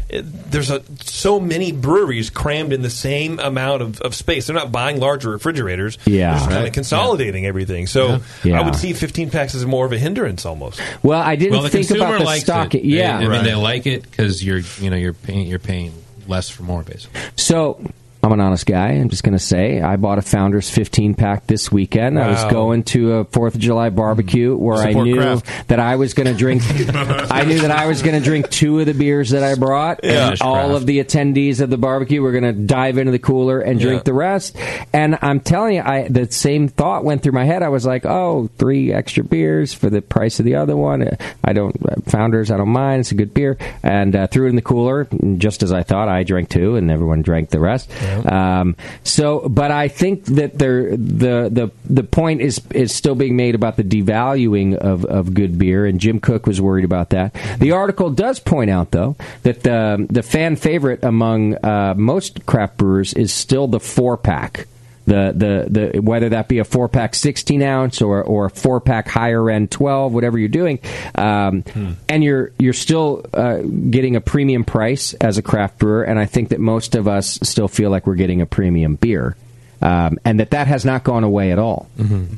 Speaker 8: it, there's a so many breweries crammed in the same amount of, of space. They're not buying larger refrigerators.
Speaker 2: Yeah.
Speaker 8: they're just kind
Speaker 2: Right.
Speaker 8: of consolidating everything. So
Speaker 2: Yeah.
Speaker 8: I would see 15 packs as more of a hindrance almost.
Speaker 2: Well, I didn't
Speaker 1: well, the
Speaker 2: think
Speaker 1: consumer
Speaker 2: about the
Speaker 1: likes
Speaker 2: stock.
Speaker 1: It.
Speaker 2: Yeah,
Speaker 1: They- I mean they like it because you're you know you're paying you're paying less for more basically.
Speaker 2: So I'm an honest guy. I'm just going to say I bought a Founders 15 pack this weekend. I was
Speaker 1: Wow. Hmm.
Speaker 2: going to a Fourth of July barbecue where
Speaker 5: Support
Speaker 2: I knew
Speaker 5: craft.
Speaker 2: that I was going to drink. I knew that I was going to drink two of the beers that I brought,
Speaker 5: Yeah.
Speaker 2: and all of the attendees of the barbecue were going to dive into the cooler and drink
Speaker 5: Yeah.
Speaker 2: the rest. And I'm telling you, I the same thought went through my head. I was like, oh, three extra beers for the price of the other one. I don't Founders. I don't uh, mind. It's a good beer. And uh, threw it in the cooler. And just as I thought, I drank two, and everyone drank the rest. Um, so, but I think that there the the the point is is still being made about the devaluing of of good beer, and Jim Cook was worried about that. The article does point out though that the the fan favorite among uh, most craft brewers is still the four pack the the the whether that be a four pack sixteen ounce or or a four pack higher end twelve, whatever you're doing, um,
Speaker 1: Hmm.
Speaker 2: and you're you're still uh, getting a premium price as a craft brewer, and I think that most of us still feel like we're getting a premium beer, um, and that that has not gone away at all.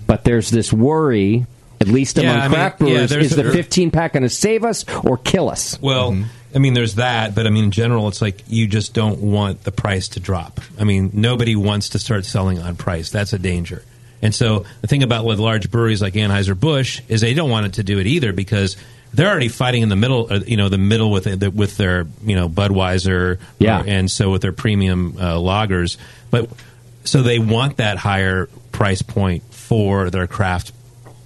Speaker 2: But there's this worry. At least
Speaker 1: Mm-hmm. Yeah,
Speaker 2: among
Speaker 1: I mean,
Speaker 2: craft
Speaker 1: yeah,
Speaker 2: brewers,
Speaker 1: there's
Speaker 2: is
Speaker 1: a-
Speaker 2: the 15 pack going to save us or kill us?
Speaker 1: Well, I mean, there's that, but I mean, in general, it's like you just don't want the price to drop. I mean, nobody wants to start selling on price. That's a danger. And so the thing about with large breweries like Anheuser Busch is they don't want it to do it either because they're already fighting in the middle, uh, you know, the middle with it- with their you know Budweiser,
Speaker 2: Yeah.
Speaker 1: or- and so with their premium uh, lagers. But so they want that higher price point for their craft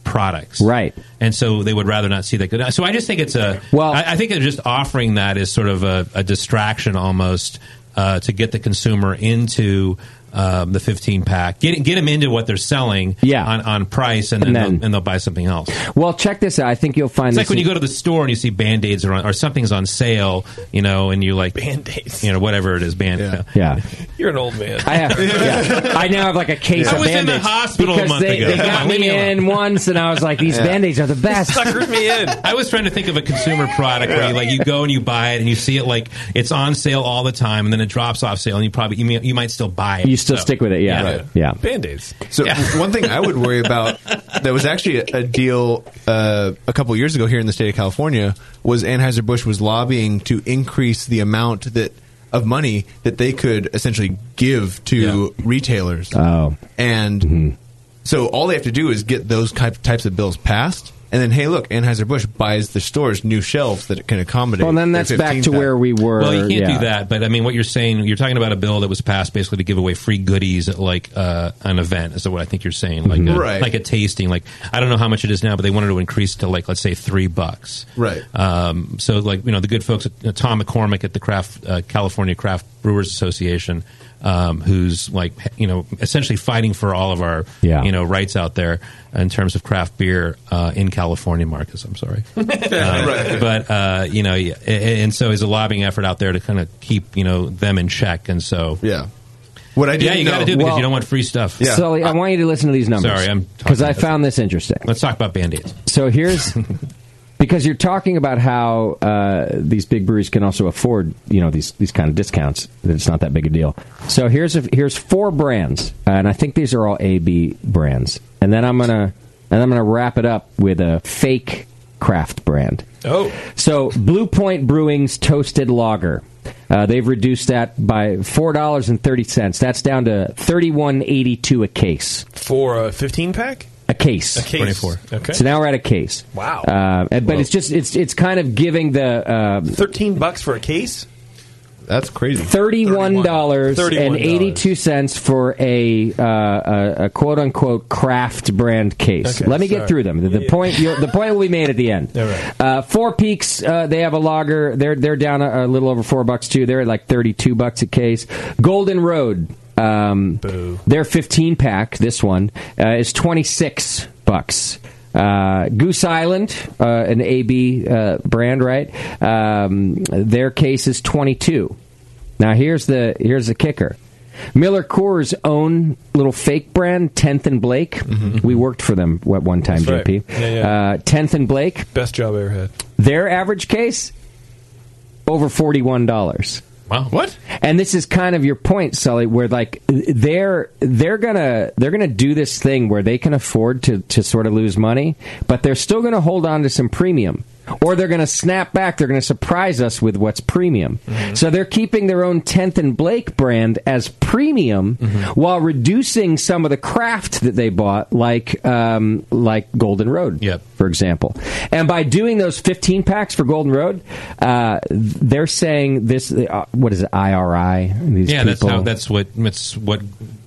Speaker 1: products, right? And so they would rather not see that. Good. So I just think it's a well. I, I think they're just offering that as sort of a, a distraction almost uh, to get the consumer into. Um, the 15 pack, get get them into what they're selling, yeah. on, on price, and then,
Speaker 2: And then-
Speaker 1: they'll, and they'll buy something else.
Speaker 2: Well, check this out. I think you'll find
Speaker 1: It's
Speaker 2: this
Speaker 1: like when you go to the store and you see band aids on or something's on sale, you know, and you like band aids, you know, whatever it is, band. Yeah,
Speaker 2: yeah.
Speaker 8: You're an old man.
Speaker 2: I have. Yeah. I now have like a case
Speaker 1: I
Speaker 2: of
Speaker 1: was in the
Speaker 2: band-aids.
Speaker 1: hospital a
Speaker 2: because
Speaker 1: month
Speaker 2: they,
Speaker 1: ago.
Speaker 2: They
Speaker 1: Come
Speaker 2: got
Speaker 1: on, leave
Speaker 2: me
Speaker 1: me
Speaker 2: in once, and I was like, "These
Speaker 1: Yeah.
Speaker 2: band-aids are the best."
Speaker 1: me in. I was trying to think of a consumer product where you like you go and you buy it and you see it like it's on sale all the time and then it drops off sale and you probably you, may, you might still buy it.
Speaker 2: You still stick with it, yeah. Right. Yeah.
Speaker 8: Band-aids.
Speaker 5: So one thing I would worry about that was actually a, a deal uh, a couple years ago here in the state of California was Anheuser Busch was lobbying to increase the amount that of money that they could essentially give to retailers.
Speaker 2: Oh,
Speaker 5: and so all they have to do is get those type, types of bills passed. And then, hey, look, Anheuser Busch buys the stores new shelves that it can accommodate.
Speaker 2: Well, then
Speaker 5: their
Speaker 2: that's back
Speaker 5: 15
Speaker 2: to
Speaker 5: pack.
Speaker 2: where we were.
Speaker 1: Well, you can't
Speaker 2: yeah.
Speaker 1: do that. But I mean, what you're saying, you're talking about a bill that was passed basically to give away free goodies at like uh, an event. Is what I think you're saying, like
Speaker 2: Mm-hmm.
Speaker 5: Mhm.
Speaker 1: a,
Speaker 5: Right.
Speaker 1: like a tasting. Like I don't know how much it is now, but they wanted to increase to like let's say three bucks.
Speaker 5: Right.
Speaker 1: Um, so like you know the good folks, at, uh, Tom McCormick at the Craft uh, California Craft Brewers Association. Um, who's like you know essentially fighting for all of our
Speaker 2: Yeah.
Speaker 1: you know rights out there in terms of craft beer uh, in California, Marcus. I'm sorry, Um,
Speaker 20: Right.
Speaker 1: but uh, you know, yeah, a- a- and so is a lobbying effort out there to kind of keep you know them in check, and so
Speaker 5: yeah, what I
Speaker 1: yeah,
Speaker 5: didn't
Speaker 1: you got to
Speaker 5: know-
Speaker 1: do it because
Speaker 5: Well-
Speaker 1: you don't want free stuff.
Speaker 2: Sully, I want you to listen to these numbers.
Speaker 1: Sorry, I'm
Speaker 2: because I found this interesting.
Speaker 1: Let's talk about band aids.
Speaker 2: So here's because you're talking about how uh, these big breweries can also afford you know these these kind of discounts. That it's not that big a deal. So here's a, here's four brands, and I think these are all AB brands. And then I'm gonna and I'm gonna wrap it up with a fake craft brand.
Speaker 8: Oh.
Speaker 2: So Blue Point Brewing's Toasted Lager. Uh, they've reduced that by four dollars and thirty cents. That's down to thirty one eighty two a case.
Speaker 8: For a 15 pack?
Speaker 2: A case.
Speaker 8: A case. 24. Okay.
Speaker 2: So now we're at a case.
Speaker 8: Wow.
Speaker 2: Uh, and- but it's just it's it's kind of giving the uh,
Speaker 8: Thirteen bucks for a case.
Speaker 5: That's crazy.
Speaker 2: Thirty-one dollars and
Speaker 8: $31.
Speaker 2: eighty-two cents for a, uh, a, a quote-unquote craft brand case.
Speaker 21: Okay,
Speaker 2: Let me
Speaker 21: sorry.
Speaker 2: get through them. The, the point you'll- the point will be made at the end.
Speaker 21: All right.
Speaker 2: Uh, Four Peaks, uh, they have a lager. They're they're down a, a little over four bucks too. They're at like thirty-two bucks a case. Golden Road, um, their fifteen pack. This one uh, is twenty-six bucks. Uh, Goose Island, uh, an AB uh, brand, right? Um, their case is twenty-two. Now here's the here's the kicker. Miller Coors' own little fake brand, Tenth and Blake.
Speaker 21: Mm-hmm.
Speaker 2: We worked for them at one time,
Speaker 8: That's right.
Speaker 2: JP.
Speaker 8: Yeah, yeah.
Speaker 2: Uh, Tenth and Blake.
Speaker 8: Best job I ever had.
Speaker 2: Their average case over forty one dollars.
Speaker 1: Wow. What?
Speaker 2: And this is kind of your point, Sully, where like they're they're gonna they're gonna do this thing where they can afford to to sort of lose money, but they're still gonna hold on to some premium. Or they're going to snap back. They're going to surprise us with what's premium.
Speaker 8: Mm-hmm.
Speaker 2: So they're keeping their own Tenth and Blake brand as premium, while reducing some of the craft that they bought, like um, like Golden Road, for example. And by doing those 15 packs for Golden Road, uh, they're saying this. Uh, what is it? IRI. These
Speaker 1: yeah, that's
Speaker 2: people-
Speaker 1: how that's what that's what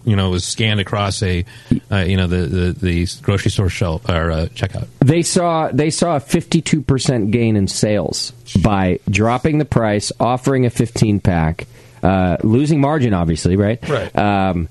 Speaker 1: you know was scanned across a uh, you know the, the the grocery store shelf or uh, checkout.
Speaker 2: They saw they saw a 52% gain in sales by dropping the price, offering a 15 pack. uh, losing margin, obviously, right?
Speaker 6: Right.
Speaker 2: Um,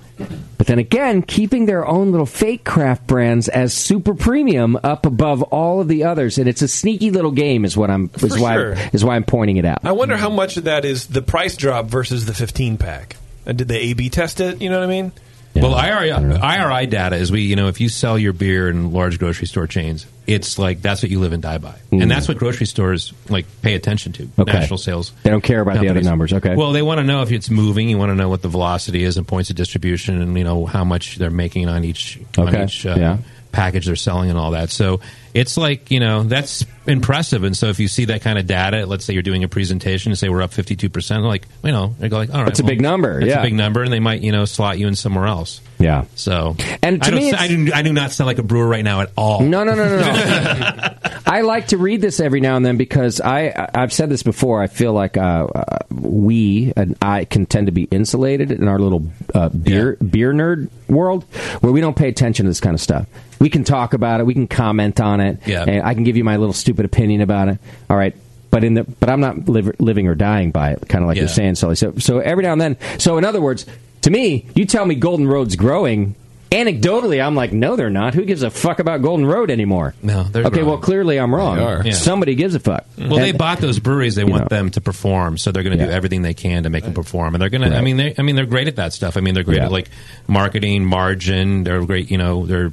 Speaker 2: but then again, keeping their own little fake craft brands as super premium up above all of the others, and it's a sneaky little game, is what I'm is
Speaker 8: For
Speaker 2: why
Speaker 8: sure.
Speaker 2: is why I'm pointing it out.
Speaker 8: I wonder how much of that is the price drop versus the 15 pack. And did they A/B test it? You know what I mean?
Speaker 1: Well, IRI, IRI data is we, you know, if you sell your beer in large grocery store chains, it's like that's what you live and die by,
Speaker 2: Mm.
Speaker 1: and that's what grocery stores like pay attention to.
Speaker 2: Okay.
Speaker 1: National sales.
Speaker 2: They don't care about the
Speaker 1: companies.
Speaker 2: other numbers. Okay.
Speaker 1: Well, they want to know if it's moving. You want to know what the velocity is and points of distribution, and you know how much they're making on each
Speaker 2: Okay.
Speaker 1: on each uh,
Speaker 2: Yeah.
Speaker 1: package they're selling and all that. So it's like you know that's impressive. And so if you see that kind of data, let's say you're doing a presentation and say we're up 52 percent, like you know they're like all right,
Speaker 2: That's a big number,
Speaker 1: That's
Speaker 2: yeah.
Speaker 1: a big number, and they might you know slot you in somewhere else.
Speaker 2: Yeah.
Speaker 1: So
Speaker 2: And to
Speaker 1: I, don't,
Speaker 2: me, it's-
Speaker 1: I, do, I do not sound like a brewer right now at all.
Speaker 2: No, no, no, no, no. I like to read this every now and then because I I- I've said this before. I feel like uh, uh, we and I can tend to be insulated in our little uh, beer beer nerd world where we don't pay attention to this kind of stuff. We can talk about it. We can comment on it.
Speaker 1: Yeah.
Speaker 2: And I can give you my little stupid opinion about it. All right. But in the but I'm not liv- living or dying by it. Kind of like you're
Speaker 1: Yeah.
Speaker 2: saying, Sully. So so every now and then. So in other words, to me, you tell me Golden Road's growing. Anecdotally, I'm like, no, they're not. Who gives a fuck about Golden Road anymore?
Speaker 1: No, they're
Speaker 2: okay.
Speaker 1: growing.
Speaker 2: Well, clearly I'm wrong.
Speaker 1: They are. Yeah. Mm.
Speaker 2: Somebody gives a fuck.
Speaker 1: Well, they
Speaker 2: And-
Speaker 1: bought those breweries. They want them to perform, so they're going to do everything they can to make them perform. And they're going to. I
Speaker 2: Right.
Speaker 1: mean, they. I mean, they're great at that stuff. I mean, they're great at like marketing, margin. They're great. You know, they're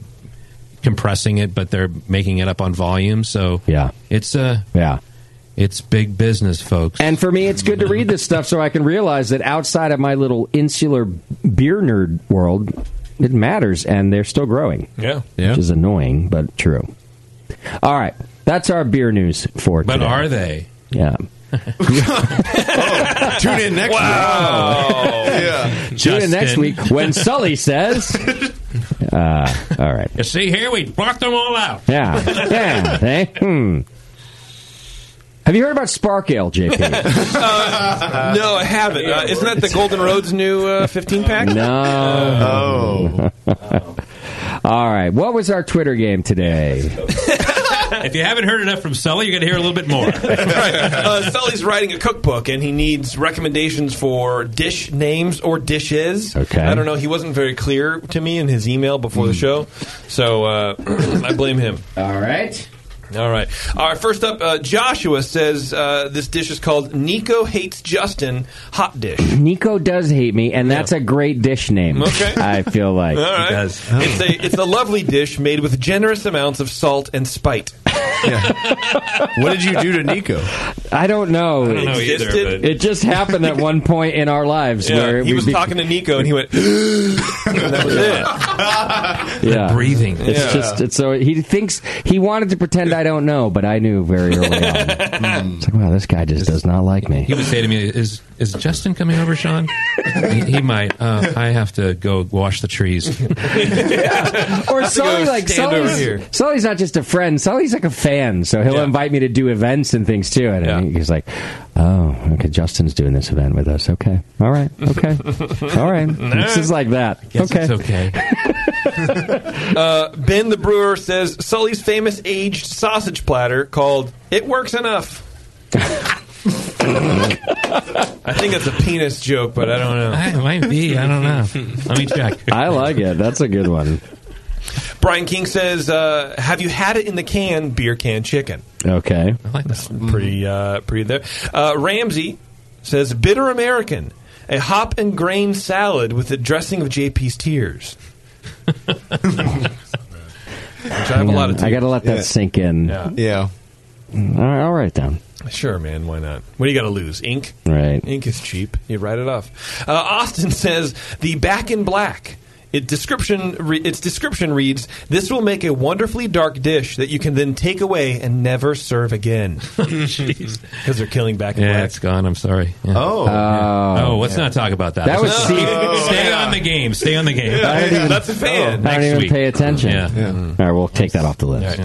Speaker 1: compressing it, but they're making it up on volume. So yeah, it's a
Speaker 2: yeah,
Speaker 1: it's big business, folks.
Speaker 2: And for me, it's good to read this stuff so I can realize that outside of my little insular beer nerd world, it matters, and they're still growing.
Speaker 8: Yeah.
Speaker 2: which is annoying but true. All right, that's our beer news for
Speaker 1: But
Speaker 2: today.
Speaker 1: are they?
Speaker 2: Yeah.
Speaker 22: Tune in next
Speaker 1: Wow.
Speaker 22: week. yeah.
Speaker 2: Tune in next
Speaker 1: Justin.
Speaker 2: week when Sully says. Uh, all right.
Speaker 1: You see here, we blocked them all out.
Speaker 2: Yeah. Yeah. eh? Hmm. Have you heard about Spark Ale, JP?
Speaker 8: Uh, no, I haven't. Uh, isn't that the Golden Road's new uh, 15 pack? Uh,
Speaker 2: No. Oh. All right. What was our Twitter game today?
Speaker 1: if you haven't heard enough from Sully, you're going to hear a little bit more.
Speaker 8: right. Uh, Sully's writing a cookbook and he needs recommendations for dish names or dishes.
Speaker 2: Okay.
Speaker 8: I don't know. He wasn't very clear to me in his email before
Speaker 22: Hmm.
Speaker 8: the show, so uh, I blame him.
Speaker 2: All right.
Speaker 8: All right. All right. First up, uh, Joshua says uh, this dish is called Nico Hates Justin Hot Dish.
Speaker 2: Nico does hate me, and that's a great dish name.
Speaker 8: Okay.
Speaker 2: I feel like.
Speaker 8: All right. It's a it's a lovely dish made with generous amounts of salt and spite.
Speaker 22: What did you do to Nico?
Speaker 2: I don't know.
Speaker 8: I don't know either, Existed. but-
Speaker 2: It just happened at one point in our lives
Speaker 8: Yeah,
Speaker 2: where
Speaker 8: he
Speaker 2: we
Speaker 8: was
Speaker 2: be-
Speaker 8: talking to Nico and he went, and that was it.
Speaker 2: yeah.
Speaker 1: breathing.
Speaker 2: It's
Speaker 8: Yeah.
Speaker 2: just it's so he thinks he wanted to pretend I don't know, but I knew very early on. It's like, wow, this guy just does not like me.
Speaker 1: He would say to me, "Is is Justin coming over, Sean? he, he might. Uh, I have to go wash the trees."
Speaker 2: Or
Speaker 1: Have to go
Speaker 2: Sully, like
Speaker 1: stand over here.
Speaker 2: Sully's, Sully's not just a friend. Sully's like a fan, so he'll invite me to do events and things too. And he's like, "Oh, okay, Justin's doing this event with us. Okay, all right, okay, all right." This is like that.
Speaker 1: Guess
Speaker 2: okay,
Speaker 1: it's okay.
Speaker 8: Uh, ben the brewer says Sully's famous aged sausage platter called "It Works Enough." I think that's a penis joke, but I don't know.
Speaker 1: I, might be. I don't know. Let me check.
Speaker 2: I like it. That's a good one.
Speaker 8: Brian King says, uh, "Have you had it in the can? Beer can chicken."
Speaker 2: Okay.
Speaker 1: I like that.
Speaker 8: Pretty, uh, pretty there. Uh, Ramsey says, "Bitter American, a hop and grain salad with the dressing of JP's tears." Which I have a lot of.
Speaker 2: I gotta let that
Speaker 8: Yeah.
Speaker 2: sink in.
Speaker 8: Yeah.
Speaker 22: Yeah.
Speaker 2: All right, I'll write it down.
Speaker 8: Sure, man. Why not? What do you got to lose? Ink.
Speaker 2: Right.
Speaker 8: Ink is cheap. You write it off. Uh, Austin says the back in black. It description re- its description reads: This will make a wonderfully dark dish that you can then take away and never serve again. Because they're killing back in
Speaker 1: Yeah,
Speaker 8: black.
Speaker 1: it's gone. I'm sorry. Yeah.
Speaker 8: Oh.
Speaker 1: Yeah.
Speaker 8: Oh.
Speaker 1: oh, let's
Speaker 8: Yeah.
Speaker 1: not talk about that.
Speaker 8: That
Speaker 1: Let's
Speaker 8: was
Speaker 1: not-
Speaker 8: see-
Speaker 1: Stay
Speaker 8: Yeah.
Speaker 1: on the game. Stay on the game.
Speaker 8: Yeah, I don't even- That's a fan.
Speaker 2: I don't
Speaker 1: Next
Speaker 2: Oh, even
Speaker 1: week.
Speaker 2: pay attention.
Speaker 1: Yeah.
Speaker 2: All right, we'll take that off the list.
Speaker 8: Mm.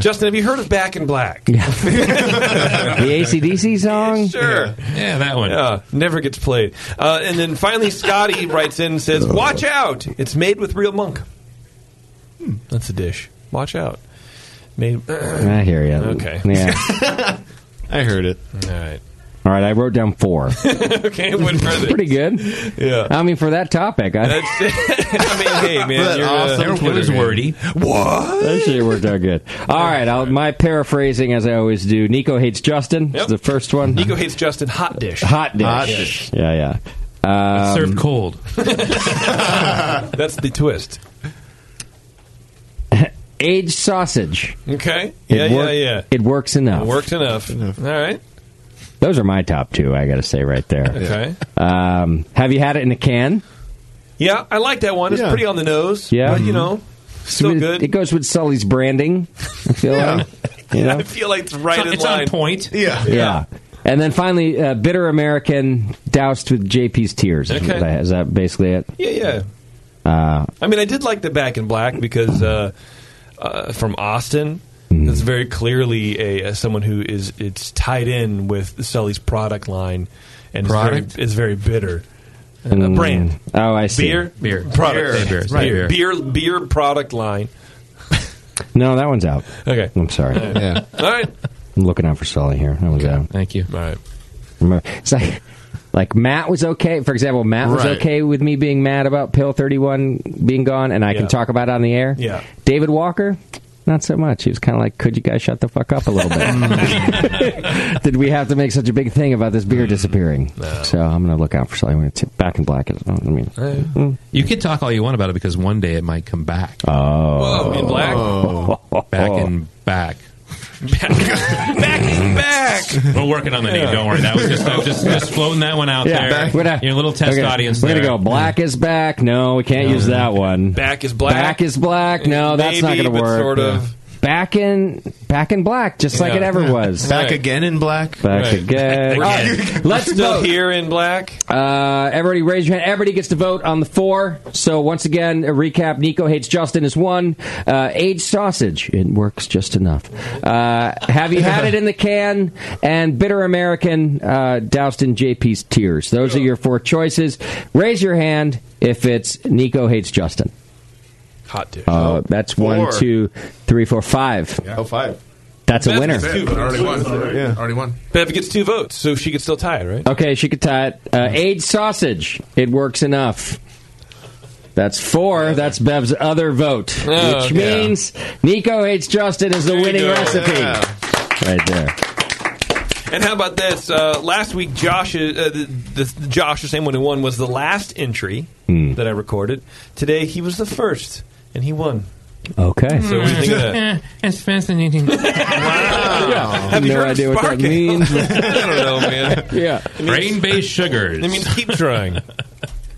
Speaker 8: Justin, have you heard of Back in Black?
Speaker 2: The ACDC song.
Speaker 8: Sure.
Speaker 1: Yeah, that one.
Speaker 8: Yeah, never gets played. Uh, and then finally, Scotty writes in and says, "Watch out! It's made with real monk. That's a dish. Watch out. Made.
Speaker 2: I hear you.
Speaker 8: Okay.
Speaker 2: Yeah.
Speaker 8: I heard it. All right.
Speaker 2: All right, I wrote down four.
Speaker 8: okay, what are they?
Speaker 2: Pretty good.
Speaker 8: Yeah.
Speaker 2: I mean, for that topic, I,
Speaker 8: That's, I mean, hey, man,
Speaker 2: that
Speaker 8: you're,
Speaker 2: awesome
Speaker 8: uh,
Speaker 2: Twitter game.
Speaker 8: What?
Speaker 2: That shit worked out good. All right, I'll, my paraphrasing, as I always do. Nico hates Justin. It's the first one.
Speaker 8: Nico hates Justin. Hot dish.
Speaker 2: Hot dish. Yeah, yeah. Um,
Speaker 8: Served
Speaker 1: cold.
Speaker 8: That's the twist.
Speaker 2: Aged sausage.
Speaker 8: Okay.
Speaker 2: It
Speaker 8: Yeah,
Speaker 2: work-
Speaker 8: yeah, yeah.
Speaker 2: It works enough.
Speaker 8: Worked enough. All right.
Speaker 2: Those are my top two. I got to say right there.
Speaker 8: Okay.
Speaker 2: Um, have you had it in a can?
Speaker 8: Yeah, I like that one. It's
Speaker 2: Yeah.
Speaker 8: pretty on the nose.
Speaker 2: Yeah. Mm-hmm.
Speaker 8: But, you know,
Speaker 2: Still good. It goes with Sully's branding. I feel like. You know?
Speaker 8: I feel like it's right
Speaker 23: It's on-
Speaker 8: in
Speaker 23: it's on
Speaker 8: line.
Speaker 23: point.
Speaker 8: Yeah.
Speaker 2: Yeah. And then finally, uh, bitter American doused with JP's tears. Is,
Speaker 8: Okay.
Speaker 2: what I- is that basically it?
Speaker 8: Yeah, yeah.
Speaker 2: Uh,
Speaker 8: I mean, I did like the back in black because uh, uh, from Austin,
Speaker 2: Mm.
Speaker 8: that's very clearly a, a someone who is it's tied in with Sully's product line and
Speaker 23: Product?
Speaker 8: is very, is very bitter. Uh,
Speaker 2: Mm.
Speaker 8: brand.
Speaker 2: Oh, I see.
Speaker 8: Beer,
Speaker 2: Beer.
Speaker 8: product,
Speaker 2: Beer.
Speaker 8: Right.
Speaker 2: Beer.
Speaker 8: Beer. beer, product line.
Speaker 2: no, that one's out.
Speaker 8: Okay.
Speaker 2: I'm sorry.
Speaker 8: All right.
Speaker 2: I'm looking out for Sully here. That was out.
Speaker 1: Thank you.
Speaker 8: All right.
Speaker 2: Remember, it's like, like Matt was okay. For example, Matt was
Speaker 1: Right.
Speaker 2: okay with me being mad about Pill 31 being gone, and I
Speaker 1: Yeah.
Speaker 2: can talk about it on the air.
Speaker 1: Yeah.
Speaker 2: David Walker, not so much. He was kind of like, could you guys shut the fuck up a little
Speaker 1: Mm.
Speaker 2: bit? Did we have to make such a big thing about this beer disappearing? So I'm going to look out for something. I'm going to back in black. is- I mean,
Speaker 1: Uh, You can talk all you want about it because one day it might come back.
Speaker 2: Oh.
Speaker 8: in black?
Speaker 1: Back and back.
Speaker 8: back,
Speaker 1: back. We're working on the name. Don't worry. That was just, that was just, just floating that one out there.
Speaker 2: We're not-
Speaker 1: Your little test
Speaker 2: okay,
Speaker 1: audience.
Speaker 2: We're
Speaker 1: there.
Speaker 2: gonna go. Black is back. No, we can't use that one.
Speaker 8: Um, Back is black.
Speaker 2: Back is black. No, that's not
Speaker 8: Maybe,
Speaker 2: gonna
Speaker 8: but
Speaker 2: work.
Speaker 8: sort of.
Speaker 2: Back in back in black, just like
Speaker 8: Yeah.
Speaker 2: it ever was.
Speaker 5: Back again in black.
Speaker 2: Back
Speaker 5: Right.
Speaker 2: again. All right, let's
Speaker 8: still
Speaker 2: vote.
Speaker 8: here in black.
Speaker 2: Uh, everybody raise your hand. Everybody gets to vote on the four. So once again, a recap: Nico hates Justin is one. Uh, age sausage. It works just enough. Uh, have you had it in the can? And bitter American uh, doused in JP's tears. Those are your four choices. Raise your hand if it's Nico hates Justin.
Speaker 8: Hot dish.
Speaker 2: Uh, that's one,
Speaker 8: Four.
Speaker 2: two, three, four, five.
Speaker 8: Oh, five.
Speaker 2: That's a
Speaker 8: Bev
Speaker 2: winner.
Speaker 8: gets two votes.
Speaker 24: Already won. Yeah. Already won.
Speaker 8: Bev gets two votes, so she could still tie it, right?
Speaker 2: Okay, she could tie it. Uh, age sausage. It works enough. That's four. That's Bev's other vote,
Speaker 8: Oh,
Speaker 2: which
Speaker 8: okay.
Speaker 2: means Nico hates Justin is the winning
Speaker 8: go.
Speaker 2: recipe.
Speaker 8: Yeah.
Speaker 2: Right there.
Speaker 8: And how about this? Uh, last week, Josh, uh, the, the, Josh, the same one who won, was the last entry
Speaker 2: Hmm.
Speaker 8: that I recorded. Today, he was the first, and he won.
Speaker 2: Okay.
Speaker 8: So what do you think of that?
Speaker 25: It's fascinating.
Speaker 8: Have you
Speaker 2: no
Speaker 8: heard of
Speaker 2: idea what that
Speaker 8: Sparking?
Speaker 2: means.
Speaker 8: I don't know, man.
Speaker 2: Yeah.
Speaker 1: Grain-based sugars.
Speaker 8: It means keep trying.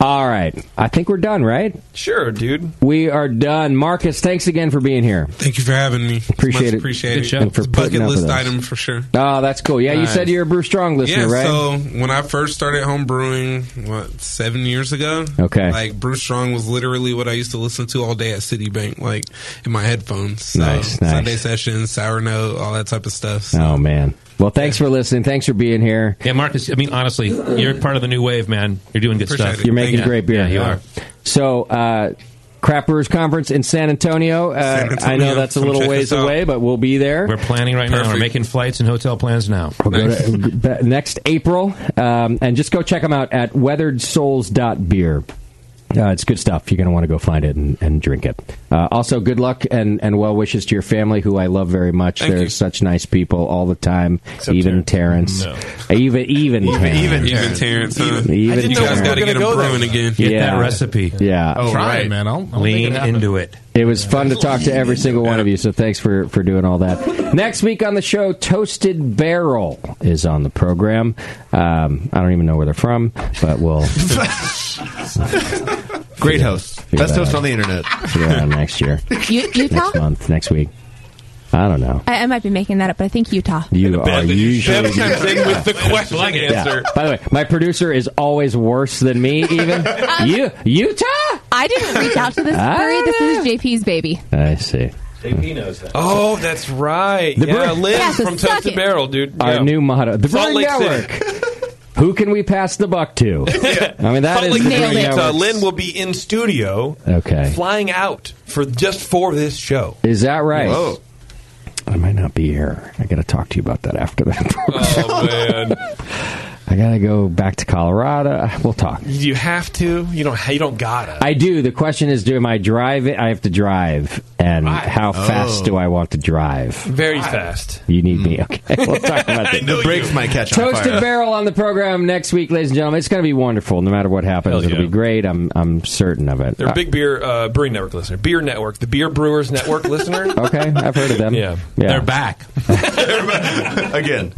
Speaker 2: All right. I think we're done, right?
Speaker 8: Sure, dude.
Speaker 2: We are done. Marcus, thanks again for being here.
Speaker 10: Thank you for having me.
Speaker 2: Appreciate
Speaker 10: Much
Speaker 2: it.
Speaker 10: Appreciate
Speaker 2: Good
Speaker 10: it.
Speaker 2: show. And for
Speaker 10: It's a
Speaker 2: putting
Speaker 10: bucket
Speaker 2: up
Speaker 10: list
Speaker 2: with us.
Speaker 10: item for sure.
Speaker 2: Oh, that's cool. Yeah, you
Speaker 10: Nice.
Speaker 2: said you're a Bruce Strong listener,
Speaker 10: yeah,
Speaker 2: right?
Speaker 10: so when I first started home brewing, what seven years ago?
Speaker 2: Okay.
Speaker 10: like Bruce Strong was literally what I used to listen to all day at Citibank, like in my headphones. So,
Speaker 2: Nice, nice.
Speaker 10: Sunday sessions, sour note, all that type of stuff. So.
Speaker 2: oh man. Well, thanks for listening. Thanks for being here.
Speaker 1: Yeah, Marcus. I mean, honestly, you're part of the new wave, man. You're doing good
Speaker 10: Appreciate
Speaker 1: stuff.
Speaker 2: You're making
Speaker 1: Yeah.
Speaker 2: great beer.
Speaker 1: Yeah, you are.
Speaker 2: So, uh, Crap Brewers Conference in San Antonio. Uh,
Speaker 1: San
Speaker 2: I
Speaker 1: Antonio.
Speaker 2: know that's a
Speaker 1: Come
Speaker 2: little
Speaker 1: check
Speaker 2: ways
Speaker 1: us out.
Speaker 2: away, but we'll be there.
Speaker 1: We're planning right now. We're
Speaker 2: Perfect.
Speaker 1: making flights and hotel plans now.
Speaker 2: We'll go to b- next April, um, and just go check them out at weatheredsouls.beer. Uh, it's good stuff. You're going to want to go find it and, and drink it. Uh, also, good luck and, and well wishes to your family, who I love very much. They're such nice people all the time. even Terrence, even even Terrence.
Speaker 10: even Terrence. Terrence, huh?
Speaker 2: Even
Speaker 10: I didn't
Speaker 2: Terrence.
Speaker 10: know we were gotta
Speaker 2: We're
Speaker 10: get
Speaker 2: gonna
Speaker 10: him
Speaker 2: go there.
Speaker 10: brewing again.
Speaker 2: Get that Yeah. recipe. Yeah. Oh,
Speaker 10: try
Speaker 2: right.
Speaker 10: it, man. I'll, I'll
Speaker 1: Lean into it.
Speaker 2: It was fun to talk to every single one of you, so thanks for, for doing all that. Next week on the show, Toasted Barrel is on the program. Um, I don't even know where they're from, but we'll.
Speaker 5: Great host.
Speaker 2: Figure
Speaker 5: Best
Speaker 2: that
Speaker 5: host
Speaker 2: out.
Speaker 5: on the internet.
Speaker 2: Figure that out next year.
Speaker 4: U- Utah?
Speaker 2: Next month, next week. I don't know.
Speaker 4: I, I might be making that up, but I think Utah.
Speaker 2: You are usually.
Speaker 8: with the question answer.
Speaker 2: By the way, my producer is always worse than me, even. you, Utah?
Speaker 4: I didn't reach out to this
Speaker 2: I
Speaker 4: brewery. This is JP's baby.
Speaker 2: I see.
Speaker 8: JP knows that. Oh, that's right.
Speaker 2: The
Speaker 8: yeah,
Speaker 2: brew-
Speaker 8: Liz
Speaker 4: Yeah, so
Speaker 8: from
Speaker 4: suck
Speaker 8: Toasted
Speaker 4: it.
Speaker 8: Barrel, dude.
Speaker 2: Our
Speaker 8: Yeah.
Speaker 2: new motto The
Speaker 8: Salt
Speaker 2: Brewing
Speaker 8: Lake City.
Speaker 2: Network. Who can we pass the buck to? I mean, that
Speaker 8: Salt
Speaker 2: is
Speaker 8: Lake
Speaker 2: the
Speaker 8: City,
Speaker 2: Brewing
Speaker 8: Utah.
Speaker 2: Network's-
Speaker 8: Lynn will be in studio,
Speaker 2: Okay.
Speaker 8: flying out for just for this show.
Speaker 2: Is that right?
Speaker 8: Whoa.
Speaker 2: I might not a beer. I got to talk to you about that after that.
Speaker 8: Oh man,
Speaker 2: I got to go back to Colorado. We'll talk.
Speaker 8: you have to. You don't. You don't gotta.
Speaker 2: I do. The question is, do am I driving? I have to drive, and how fast
Speaker 8: Oh.
Speaker 2: do I want to drive?
Speaker 8: Very fast.
Speaker 2: You need me. Okay, we'll talk about that.
Speaker 5: the brakes might catch on
Speaker 2: Toasted
Speaker 5: fire.
Speaker 2: Barrel on the program next week, ladies and gentlemen. It's going to be wonderful. No matter what happens, it'll be great. I'm I'm certain of it.
Speaker 8: They're
Speaker 2: Uh,
Speaker 8: a big beer uh, brewing network listener. Beer network, the Beer Brewers Network listener.
Speaker 2: Okay, I've heard of them.
Speaker 8: Yeah,
Speaker 2: They're
Speaker 8: back
Speaker 5: again.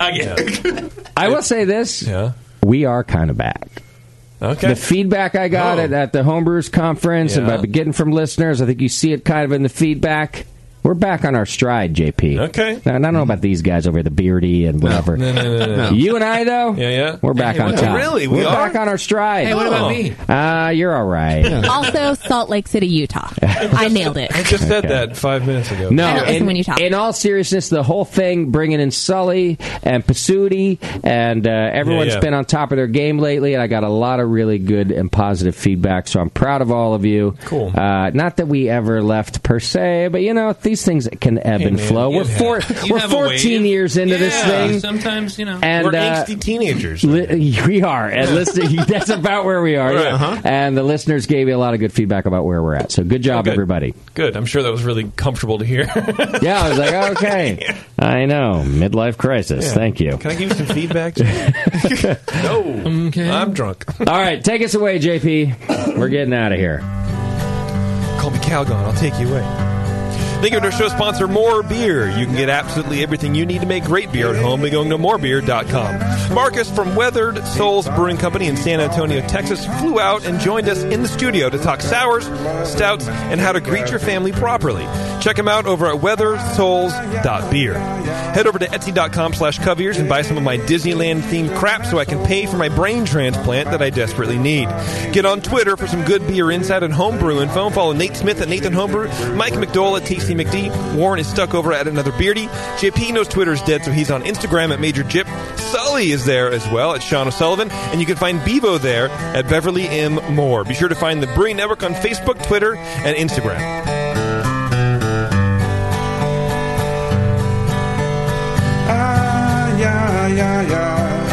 Speaker 8: Again.
Speaker 2: I will say this: we are kind of back.
Speaker 8: Okay. Oh.
Speaker 2: The feedback I got at, at the homebrewers conference and
Speaker 8: Yeah.
Speaker 2: by getting from listeners, I think you see it kind of in the feedback. We're back on our stride, JP. Okay. Now, and I don't know about these guys over here, the beardy and whatever.
Speaker 8: No, no, no, no, no.
Speaker 2: You and I though.
Speaker 8: Yeah, yeah.
Speaker 2: We're back
Speaker 8: Hey,
Speaker 2: on
Speaker 8: what-
Speaker 2: top.
Speaker 8: Really?
Speaker 2: We're
Speaker 8: We are?
Speaker 2: back on our stride.
Speaker 4: Hey, what about Oh. me?
Speaker 2: Uh, you're all right.
Speaker 4: also, Salt Lake City, Utah. I nailed it.
Speaker 8: I just said
Speaker 2: Okay.
Speaker 8: that five minutes ago.
Speaker 2: No,
Speaker 4: I don't listen
Speaker 2: in,
Speaker 4: when you talk.
Speaker 2: in all seriousness, the whole thing bringing in Sully and Pasuti, and uh, everyone's
Speaker 8: yeah.
Speaker 2: been on top of their game lately. And I got a lot of really good and positive feedback, so I'm proud of all of you. Cool. Uh, not that we ever left per se, but you know these things can ebb and flow. We're four,
Speaker 1: You
Speaker 2: we're
Speaker 1: have a
Speaker 2: 14
Speaker 1: wave.
Speaker 2: years into this
Speaker 1: Yeah,
Speaker 2: thing.
Speaker 1: Sometimes you know,
Speaker 2: And, We're uh, angsty
Speaker 8: teenagers.
Speaker 2: Li- we are, and listen, that's about where we are.
Speaker 8: Right.
Speaker 2: yeah.
Speaker 8: Uh-huh.
Speaker 2: And the listeners gave you a lot of good feedback about where we're at. So good job,
Speaker 8: good.
Speaker 2: everybody.
Speaker 8: Good. I'm sure that was really comfortable to hear. Can
Speaker 2: Yeah, I was like, okay, I know midlife crisis.
Speaker 8: Yeah.
Speaker 2: Thank you.
Speaker 8: I give you some feedback? no. I'm drunk.
Speaker 2: All right, take us away, JP. We're getting out of here.
Speaker 8: Call me Calgon. I'll take you away. Thank you to our show sponsor, More Beer. You can get absolutely everything you need to make great beer at home by going to morebeer.com. Marcus from Weathered Souls Brewing Company in San Antonio, Texas, flew out and joined us in the studio to talk sours, stouts, and how to greet your family properly. Check him out over at weathersouls.beer. Head over to etsy.com slash coveyears and buy some of my Disneyland-themed crap so I can pay for my brain transplant that I desperately need. Get on Twitter for some good beer insight and homebrew info. Follow Nate Smith at Nathan Homebrew, Mike McDowell at Tasty McD. Warren is stuck over at another beardy. JP knows Twitter is dead, so he's on Instagram at Major Jip. Sully is there as well at Sean O'Sullivan, and you can find Bevo there at Beverly M. Moore. Be sure to find the Brewing Network on Facebook, Twitter, and Instagram.
Speaker 10: Ah, yeah, yeah, yeah.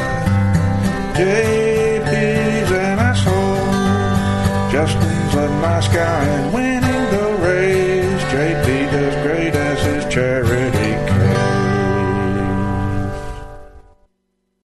Speaker 10: JP's an asshole. Justin's a nice guy, and when